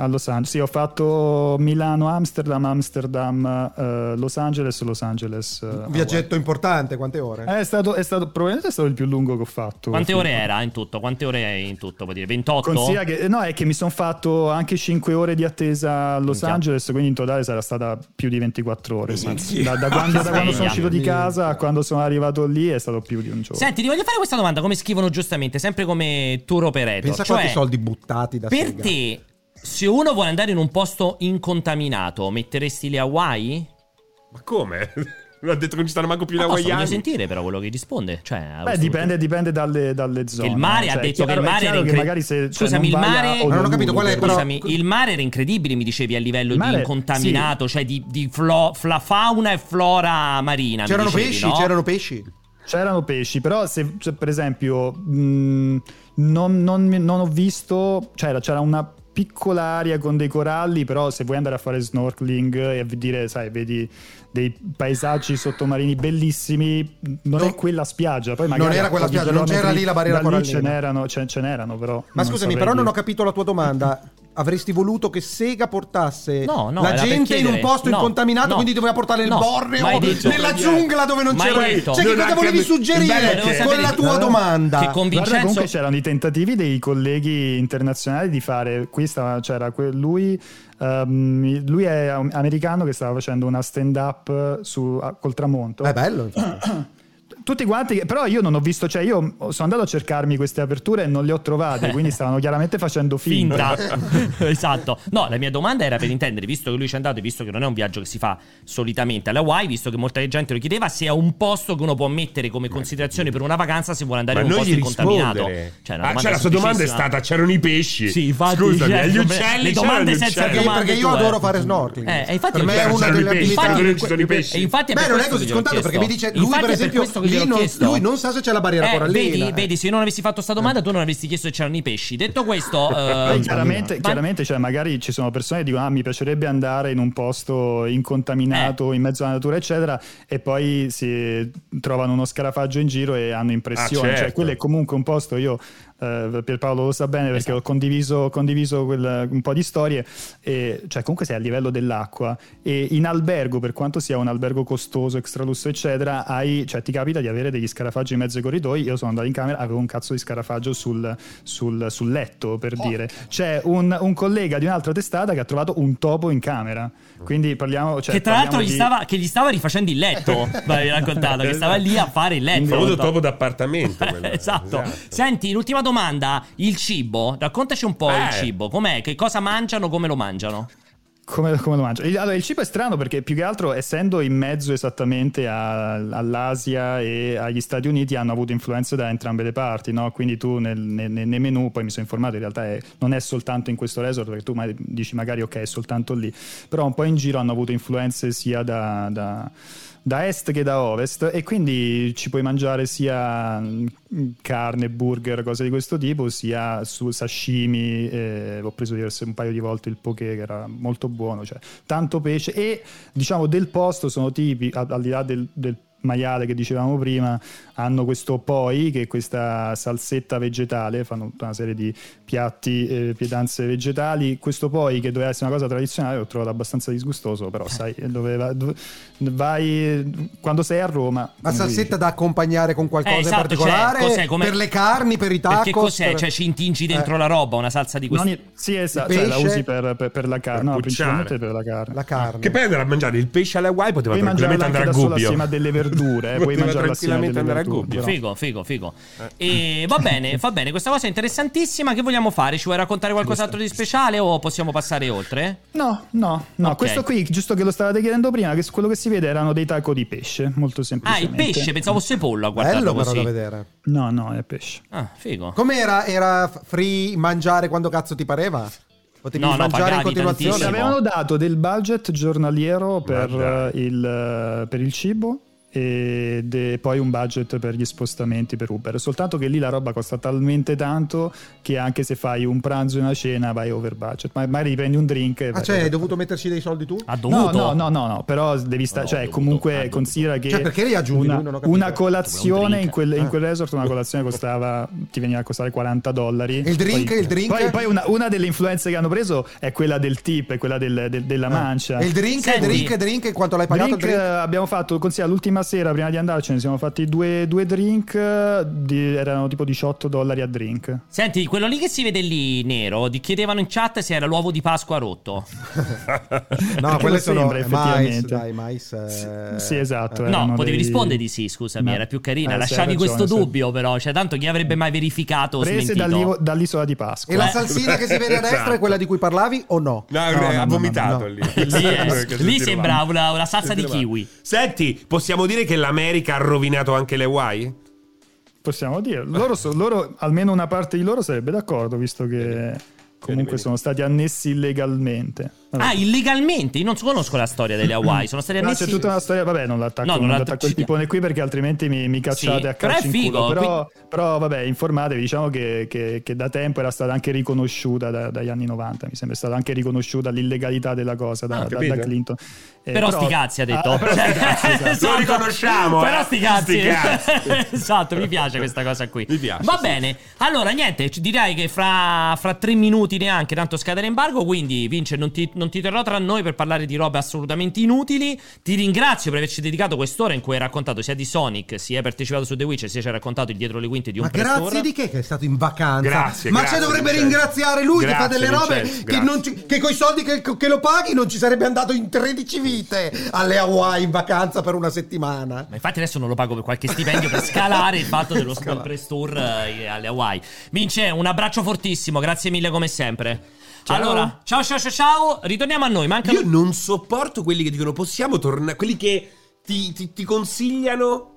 [SPEAKER 4] a Los Angeles. Sì, ho fatto Milano, Amsterdam, Amsterdam, eh, Los Angeles, Los Angeles. eh,
[SPEAKER 1] Un viaggetto importante, quante ore?
[SPEAKER 4] Hawaii. È stato, è stato- probabilmente è stato il più lungo che ho fatto.
[SPEAKER 2] Quante ore era in tutto? Quante ore in tutto? Vuol dire 28?
[SPEAKER 4] Considera che, no, è che mi sono fatto anche 5 ore di attesa a Los
[SPEAKER 2] Minchia.
[SPEAKER 4] Angeles, quindi in totale sarà stata più di 24 ore. sì.
[SPEAKER 3] Minchia.
[SPEAKER 4] Da, da quando, da quando
[SPEAKER 2] Minchia.
[SPEAKER 4] sono uscito di casa a quando sono arrivato lì è stato più di un giorno.
[SPEAKER 2] Senti, ti voglio fare questa domanda, come scrivono giustamente, sempre come tour operator.
[SPEAKER 1] Pensa a
[SPEAKER 2] cioè,
[SPEAKER 1] quanti soldi buttati da
[SPEAKER 2] Per
[SPEAKER 1] Sega.
[SPEAKER 2] te, se uno vuole andare in un posto incontaminato, metteresti le Hawaii?
[SPEAKER 3] Ma come? Ha detto che non ci stanno manco più le
[SPEAKER 2] Ah, posso, voglio
[SPEAKER 3] hawaiane.
[SPEAKER 2] sentire però quello che risponde. Cioè,
[SPEAKER 4] Beh, dipende, dipende dalle, dalle
[SPEAKER 2] Che
[SPEAKER 4] zone.
[SPEAKER 2] il mare
[SPEAKER 4] no?
[SPEAKER 2] ha
[SPEAKER 4] Cioè,
[SPEAKER 2] detto
[SPEAKER 4] chiaro-
[SPEAKER 2] che il mare
[SPEAKER 4] chiaro
[SPEAKER 2] era
[SPEAKER 4] che
[SPEAKER 2] incre-
[SPEAKER 4] magari se, cioè, non
[SPEAKER 2] Scusami,
[SPEAKER 4] vai
[SPEAKER 2] il
[SPEAKER 4] a
[SPEAKER 2] mare-
[SPEAKER 4] Honolulu,
[SPEAKER 1] Non ho capito qual è,
[SPEAKER 4] per-
[SPEAKER 1] però-
[SPEAKER 2] Scusami, il mare era incredibile, mi dicevi, a livello
[SPEAKER 4] Il mare-
[SPEAKER 2] di incontaminato, cioè di, di flo- fla- fauna e flora marina. mi
[SPEAKER 1] C'erano
[SPEAKER 2] dicevi,
[SPEAKER 1] pesci,
[SPEAKER 2] no?
[SPEAKER 1] c'erano pesci.
[SPEAKER 4] C'erano pesci, però se cioè, per esempio mh, non, non mi- non ho visto, c'era, c'era una piccola area con dei coralli, però se vuoi andare a fare snorkeling e dire, sai, vedi dei paesaggi sottomarini bellissimi, non
[SPEAKER 1] Non-
[SPEAKER 4] è quella spiaggia, poi
[SPEAKER 1] non
[SPEAKER 4] magari
[SPEAKER 1] era
[SPEAKER 4] a
[SPEAKER 1] quella
[SPEAKER 4] pochi
[SPEAKER 1] spiaggia, non c'era
[SPEAKER 4] chilometri
[SPEAKER 1] lì la barriera
[SPEAKER 4] da lì
[SPEAKER 1] corallina.
[SPEAKER 4] ce n'erano, ce, ce n'erano però.
[SPEAKER 1] Ma scusami, però non ho capito la tua domanda. Avresti voluto che Sega portasse
[SPEAKER 2] No, no,
[SPEAKER 1] la
[SPEAKER 2] era per
[SPEAKER 1] gente in un
[SPEAKER 2] chiedere.
[SPEAKER 1] posto
[SPEAKER 2] No,
[SPEAKER 1] incontaminato,
[SPEAKER 2] no.
[SPEAKER 1] quindi doveva portare il
[SPEAKER 2] No,
[SPEAKER 1] Borneo
[SPEAKER 2] mai detto.
[SPEAKER 1] nella giungla dove non
[SPEAKER 2] Mai
[SPEAKER 1] c'era.
[SPEAKER 2] detto.
[SPEAKER 1] Cioè, che
[SPEAKER 3] Non
[SPEAKER 1] cosa
[SPEAKER 3] ha
[SPEAKER 1] volevi
[SPEAKER 3] capito.
[SPEAKER 1] suggerire
[SPEAKER 3] Volevo sapere
[SPEAKER 1] con la
[SPEAKER 2] di-
[SPEAKER 1] tua
[SPEAKER 4] Eh?
[SPEAKER 1] domanda?
[SPEAKER 2] Che con
[SPEAKER 4] Guarda,
[SPEAKER 2] Vincenzo...
[SPEAKER 4] comunque c'erano i tentativi dei colleghi internazionali di fare questa, c'era que- lui, ehm, lui è am- americano che stava facendo una stand up su, a- col tramonto.
[SPEAKER 1] È bello, infatti.
[SPEAKER 4] Tutti quanti, però io non ho visto, cioè io sono andato a cercarmi queste aperture e non le ho trovate, quindi stavano chiaramente facendo finta.
[SPEAKER 2] finta. esatto. No, la mia domanda era per intendere, visto che lui ci è andato e visto che non è un viaggio che si fa solitamente alla Hawaii, visto che molta gente lo chiedeva, se è un posto che uno può mettere come considerazione per una vacanza se vuole andare
[SPEAKER 3] Ma
[SPEAKER 2] in un
[SPEAKER 3] noi
[SPEAKER 2] posto
[SPEAKER 3] gli
[SPEAKER 2] incontaminato.
[SPEAKER 3] rispondere.
[SPEAKER 2] una
[SPEAKER 3] ah,
[SPEAKER 2] domanda
[SPEAKER 3] cioè, la sua domanda è
[SPEAKER 2] semplicissima.
[SPEAKER 3] stata: c'erano i pesci.
[SPEAKER 2] Sì, infatti,
[SPEAKER 3] Scusami,
[SPEAKER 2] cioè,
[SPEAKER 3] agli
[SPEAKER 2] come-
[SPEAKER 3] uccelli.
[SPEAKER 2] le
[SPEAKER 3] c'erano
[SPEAKER 2] domande
[SPEAKER 3] gli
[SPEAKER 2] senza
[SPEAKER 3] uccelli.
[SPEAKER 1] Perché,
[SPEAKER 2] domande
[SPEAKER 1] perché io
[SPEAKER 2] tu, eh.
[SPEAKER 1] adoro fare snorkeling.
[SPEAKER 2] Eh, e infatti
[SPEAKER 1] per
[SPEAKER 2] ho
[SPEAKER 1] me è
[SPEAKER 2] chiesto-
[SPEAKER 1] una
[SPEAKER 3] C'erano i
[SPEAKER 1] delle
[SPEAKER 3] pesci,
[SPEAKER 1] attività.
[SPEAKER 3] c'erano i pesci.
[SPEAKER 2] E infatti è
[SPEAKER 1] Beh,
[SPEAKER 2] per
[SPEAKER 1] non è
[SPEAKER 2] questo
[SPEAKER 1] così
[SPEAKER 2] che gliel'ho
[SPEAKER 1] scontato perché
[SPEAKER 2] chiesto.
[SPEAKER 1] mi dice lui,
[SPEAKER 2] Infatti
[SPEAKER 1] per
[SPEAKER 2] è
[SPEAKER 1] esempio,
[SPEAKER 2] questo che
[SPEAKER 1] lì
[SPEAKER 2] gliel'ho
[SPEAKER 1] non,
[SPEAKER 2] chiesto.
[SPEAKER 1] lui non sa se c'è la barriera
[SPEAKER 2] Eh,
[SPEAKER 1] corallina.
[SPEAKER 2] Vedi, vedi, se non avessi fatto sta domanda, tu non avresti chiesto se c'erano i pesci. Detto questo, eh,
[SPEAKER 4] Poi chiaramente,
[SPEAKER 2] ma-
[SPEAKER 4] chiaramente, cioè, magari ci sono persone che dicono ah, mi piacerebbe andare in un posto incontaminato, in mezzo alla natura, eccetera, e poi si trovano uno scarafaggio in giro e hanno impressione.
[SPEAKER 3] Ah, certo.
[SPEAKER 4] Cioè, quello è comunque un posto, io eh, Pierpaolo lo sa bene perché
[SPEAKER 2] Esatto.
[SPEAKER 4] ho condiviso, condiviso quel- un po' di storie, e, cioè comunque sei a livello dell'acqua e in albergo, per quanto sia un albergo costoso, extralusso, eccetera, hai, cioè, ti capita di avere degli scarafaggi in mezzo ai corridoi. Io sono andato in camera, avevo un cazzo di scarafaggio sul, sul- sul letto, per dire. C'è un, un collega di un'altra testata che ha trovato un topo in camera. Quindi parliamo. Cioè,
[SPEAKER 2] che tra l'altro
[SPEAKER 4] parliamo
[SPEAKER 2] gli
[SPEAKER 4] di-
[SPEAKER 2] stava, che gli stava rifacendo il letto, mi avevi raccontato,
[SPEAKER 1] Esatto.
[SPEAKER 2] che stava lì a fare il letto.
[SPEAKER 3] Il famoso
[SPEAKER 2] Esatto.
[SPEAKER 3] topo d'appartamento. eh. quello.
[SPEAKER 2] esatto. Senti, l'ultima domanda, il cibo, raccontaci un po' il
[SPEAKER 3] Eh.
[SPEAKER 2] cibo, com'è, che cosa mangiano, come lo mangiano?
[SPEAKER 4] Come, come lo mangio? Il- Allora, il cibo è strano perché più che altro, essendo in mezzo esattamente a- all'Asia e agli Stati Uniti, hanno avuto influenze da entrambe le parti, no? Quindi tu nel- ne- ne- nei menu, poi mi sono informato, in realtà è- non è soltanto in questo resort, perché tu ma- dici magari ok, è soltanto lì, però un po' in giro hanno avuto influenze sia da... da- da est che da ovest e quindi ci puoi mangiare sia mm, carne, burger, cose di questo tipo, sia su sashimi, eh, ho preso diverse- un paio di volte il poke che era molto buono, cioè tanto pesce e diciamo del posto sono tipi, al, al di là del, del maiale che dicevamo prima, hanno questo poi che è questa salsetta vegetale, fanno tutta una serie di piatti, eh, pietanze vegetali, questo poi che doveva essere una cosa tradizionale l'ho trovato abbastanza disgustoso, però sai, doveva, dov- vai quando sei a Roma...
[SPEAKER 1] La salsetta da accompagnare con qualcosa
[SPEAKER 2] Eh,
[SPEAKER 1] in
[SPEAKER 2] esatto,
[SPEAKER 1] particolare
[SPEAKER 2] cioè, cos'è, come-
[SPEAKER 1] per le carni, per i tacos.
[SPEAKER 2] Perché cos'è?
[SPEAKER 1] per-
[SPEAKER 2] Cioè ci intingi dentro
[SPEAKER 1] Eh,
[SPEAKER 2] la roba, una salsa di
[SPEAKER 4] Non è-
[SPEAKER 2] questo...
[SPEAKER 4] sì, esatto,
[SPEAKER 1] Il
[SPEAKER 4] cioè, la
[SPEAKER 1] pesce-
[SPEAKER 4] usi per, per- per la carne, no,
[SPEAKER 3] pucciare.
[SPEAKER 4] principalmente per la carne.
[SPEAKER 1] la carne.
[SPEAKER 3] Che poi andare a mangiare il pesce alle Hawaii poteva
[SPEAKER 4] Puoi
[SPEAKER 3] tranquillamente
[SPEAKER 4] mangiarla anche
[SPEAKER 3] andare a
[SPEAKER 4] da sola
[SPEAKER 3] Gubbio.
[SPEAKER 4] assieme a delle verdure, eh, puoi
[SPEAKER 3] Poteva
[SPEAKER 4] mangiarla assieme a
[SPEAKER 3] tranquillamente
[SPEAKER 4] delle
[SPEAKER 3] andare a
[SPEAKER 4] verdure.
[SPEAKER 3] Gubbio.
[SPEAKER 4] però.
[SPEAKER 2] Figo, figo, figo.
[SPEAKER 1] Eh.
[SPEAKER 2] E va bene, va bene, questa cosa è interessantissima. Che vogliamo fare? Ci vuoi raccontare qualcos'altro di speciale o possiamo passare oltre?
[SPEAKER 4] No, no, no,
[SPEAKER 2] Ok.
[SPEAKER 4] questo qui, giusto che lo stavate chiedendo prima, che quello che si vede erano dei taco di pesce, molto
[SPEAKER 2] Ah, il
[SPEAKER 4] semplicemente.
[SPEAKER 2] pesce, pensavo fosse pollo a guardarlo
[SPEAKER 1] Bello però da
[SPEAKER 2] così.
[SPEAKER 1] vedere.
[SPEAKER 4] No, no, è pesce.
[SPEAKER 2] Ah, figo.
[SPEAKER 1] Com'era? Era free mangiare quando cazzo ti pareva? Potevi
[SPEAKER 2] No, no,
[SPEAKER 1] mangiare in
[SPEAKER 2] pagavi
[SPEAKER 1] continuazione?
[SPEAKER 4] Ci
[SPEAKER 2] tantissimo.
[SPEAKER 4] avevano dato del budget giornaliero per,
[SPEAKER 3] Ma dai.
[SPEAKER 4] eh, il, eh, per il cibo. E e de- poi un budget per gli spostamenti per Uber. Soltanto che lì la roba costa talmente tanto che anche se fai un pranzo e una cena vai over budget. Ma magari prendi un drink. e
[SPEAKER 1] Ah,
[SPEAKER 4] vai
[SPEAKER 1] cioè,
[SPEAKER 4] over
[SPEAKER 1] hai dovuto metterci dei soldi tu?
[SPEAKER 2] Ha
[SPEAKER 4] No,
[SPEAKER 2] dovuto.
[SPEAKER 4] no, no, no, no, però devi stare,
[SPEAKER 5] No,
[SPEAKER 4] cioè
[SPEAKER 5] dovuto, ha
[SPEAKER 4] comunque
[SPEAKER 5] dovuto.
[SPEAKER 4] considera che
[SPEAKER 1] Cioè, perché li aggiungi?
[SPEAKER 4] una,
[SPEAKER 1] Lui non ho capito.
[SPEAKER 4] una colazione in quel, in
[SPEAKER 1] Ah.
[SPEAKER 4] quel resort, una colazione costava, ti veniva a costare 40 dollari.
[SPEAKER 1] E il drink,
[SPEAKER 4] Poi-
[SPEAKER 1] il drink?
[SPEAKER 4] Poi, poi una, una delle influenze che hanno preso è quella del tip, è quella del- del- della mancia.
[SPEAKER 1] Ah. E il drink, il
[SPEAKER 2] Senti.
[SPEAKER 1] drink, il drink, quanto l'hai pagato? il
[SPEAKER 4] Drink, eh,
[SPEAKER 1] drink?
[SPEAKER 4] abbiamo fatto, considera l'ultima sera prima di andarcene, siamo fatti due, due drink, eh, di- erano tipo 18 dollari a drink.
[SPEAKER 2] Senti, quello lì che si vede lì nero, ti chiedevano in chat se era l'uovo di Pasqua rotto.
[SPEAKER 1] No, quelle
[SPEAKER 4] lo
[SPEAKER 1] sono
[SPEAKER 4] eh,
[SPEAKER 1] eh,
[SPEAKER 4] sembra,
[SPEAKER 1] mais,
[SPEAKER 4] effettivamente.
[SPEAKER 1] dai, mais. eh,
[SPEAKER 4] Sì, esatto,
[SPEAKER 1] eh.
[SPEAKER 4] eh.
[SPEAKER 2] No,
[SPEAKER 4] erano
[SPEAKER 2] potevi
[SPEAKER 4] dei-
[SPEAKER 2] rispondere di sì, scusami,
[SPEAKER 4] No.
[SPEAKER 2] era più carina.
[SPEAKER 4] Eh, sì,
[SPEAKER 2] Lasciavi
[SPEAKER 4] hai ragione,
[SPEAKER 2] questo
[SPEAKER 4] sì.
[SPEAKER 2] dubbio, però. Cioè, tanto chi avrebbe mai verificato o
[SPEAKER 4] Prese
[SPEAKER 2] smentito?
[SPEAKER 4] dall'ivo- dall'isola di Pasqua.
[SPEAKER 1] E la
[SPEAKER 2] Eh.
[SPEAKER 1] salsina che si vede a destra è
[SPEAKER 3] Esatto.
[SPEAKER 1] quella di cui parlavi o no?
[SPEAKER 3] No,
[SPEAKER 4] No,
[SPEAKER 3] eh,
[SPEAKER 4] no,
[SPEAKER 3] ha
[SPEAKER 4] no,
[SPEAKER 3] vomitato
[SPEAKER 1] no, no.
[SPEAKER 3] lì.
[SPEAKER 2] Lì, è-
[SPEAKER 3] Perché
[SPEAKER 2] lì
[SPEAKER 3] tutti
[SPEAKER 2] sembra
[SPEAKER 3] vanno.
[SPEAKER 2] una, una salsa di
[SPEAKER 3] Tutti vanno.
[SPEAKER 2] kiwi.
[SPEAKER 3] Senti, possiamo dire che l'America ha rovinato anche le Hawaii?
[SPEAKER 4] Possiamo dire, loro, so- loro- almeno una parte di loro sarebbe d'accordo, visto che comunque
[SPEAKER 3] vedi.
[SPEAKER 4] sono stati annessi illegalmente. Vabbè.
[SPEAKER 2] Ah, illegalmente? Io non conosco la storia delle Hawaii. Sono state
[SPEAKER 4] No,
[SPEAKER 2] ammesse.
[SPEAKER 4] c'è tutta una storia, vabbè, non l'attacco,
[SPEAKER 2] No, non
[SPEAKER 4] non
[SPEAKER 2] la-
[SPEAKER 4] l'attacco il tipone qui perché altrimenti mi, mi cacciate
[SPEAKER 2] Sì,
[SPEAKER 4] a
[SPEAKER 2] però è
[SPEAKER 4] calcio in
[SPEAKER 2] figo,
[SPEAKER 4] culo. Però, però, vabbè, informatevi, diciamo che, che- che da tempo era stata anche riconosciuta da- dagli anni 90, mi sembra, è stata anche riconosciuta l'illegalità della cosa
[SPEAKER 6] Ah,
[SPEAKER 4] da, da- da
[SPEAKER 3] capito.
[SPEAKER 4] Clinton. Eh,
[SPEAKER 2] Però, sti cazzi ha detto.
[SPEAKER 4] Ah, però sti cazzi, esatto.
[SPEAKER 2] Esatto.
[SPEAKER 3] Lo riconosciamo,
[SPEAKER 2] Però
[SPEAKER 3] eh.
[SPEAKER 2] sti cazzi.
[SPEAKER 3] Sti cazzi.
[SPEAKER 2] esatto, mi piace questa cosa qui.
[SPEAKER 3] Mi piace,
[SPEAKER 2] Va
[SPEAKER 3] sì.
[SPEAKER 2] bene. Allora, niente, ci- direi che fra, fra tre minuti neanche tanto scade l'embargo. Quindi, Vince, non ti, non ti terrò tra noi per parlare di robe assolutamente inutili. Ti ringrazio per averci dedicato quest'ora in cui hai raccontato sia di Sonic, sia hai partecipato su The Witcher, sia ci hai raccontato il dietro le quinte di un
[SPEAKER 1] Ma
[SPEAKER 2] press
[SPEAKER 1] grazie
[SPEAKER 2] tour.
[SPEAKER 1] di che che è stato in vacanza?
[SPEAKER 3] Grazie,
[SPEAKER 1] Ma
[SPEAKER 3] grazie,
[SPEAKER 1] ci dovrebbe
[SPEAKER 3] Vincenzo.
[SPEAKER 1] ringraziare lui che fa
[SPEAKER 3] Grazie,
[SPEAKER 1] delle robe
[SPEAKER 3] Vincenzo,
[SPEAKER 1] che,
[SPEAKER 3] grazie.
[SPEAKER 1] non ci- che coi soldi che, che lo paghi non ci sarebbe andato in 13 vite alle Hawaii in vacanza per una settimana.
[SPEAKER 2] Ma infatti adesso non lo pago per qualche stipendio per scalare il fatto dello Small Press Tour eh, alle Hawaii. Vince, un abbraccio fortissimo, grazie mille come sempre. Allora, ciao ciao ciao ciao, ritorniamo a noi, manca
[SPEAKER 3] Io non sopporto quelli che dicono possiamo tornare, quelli che ti, ti- ti consigliano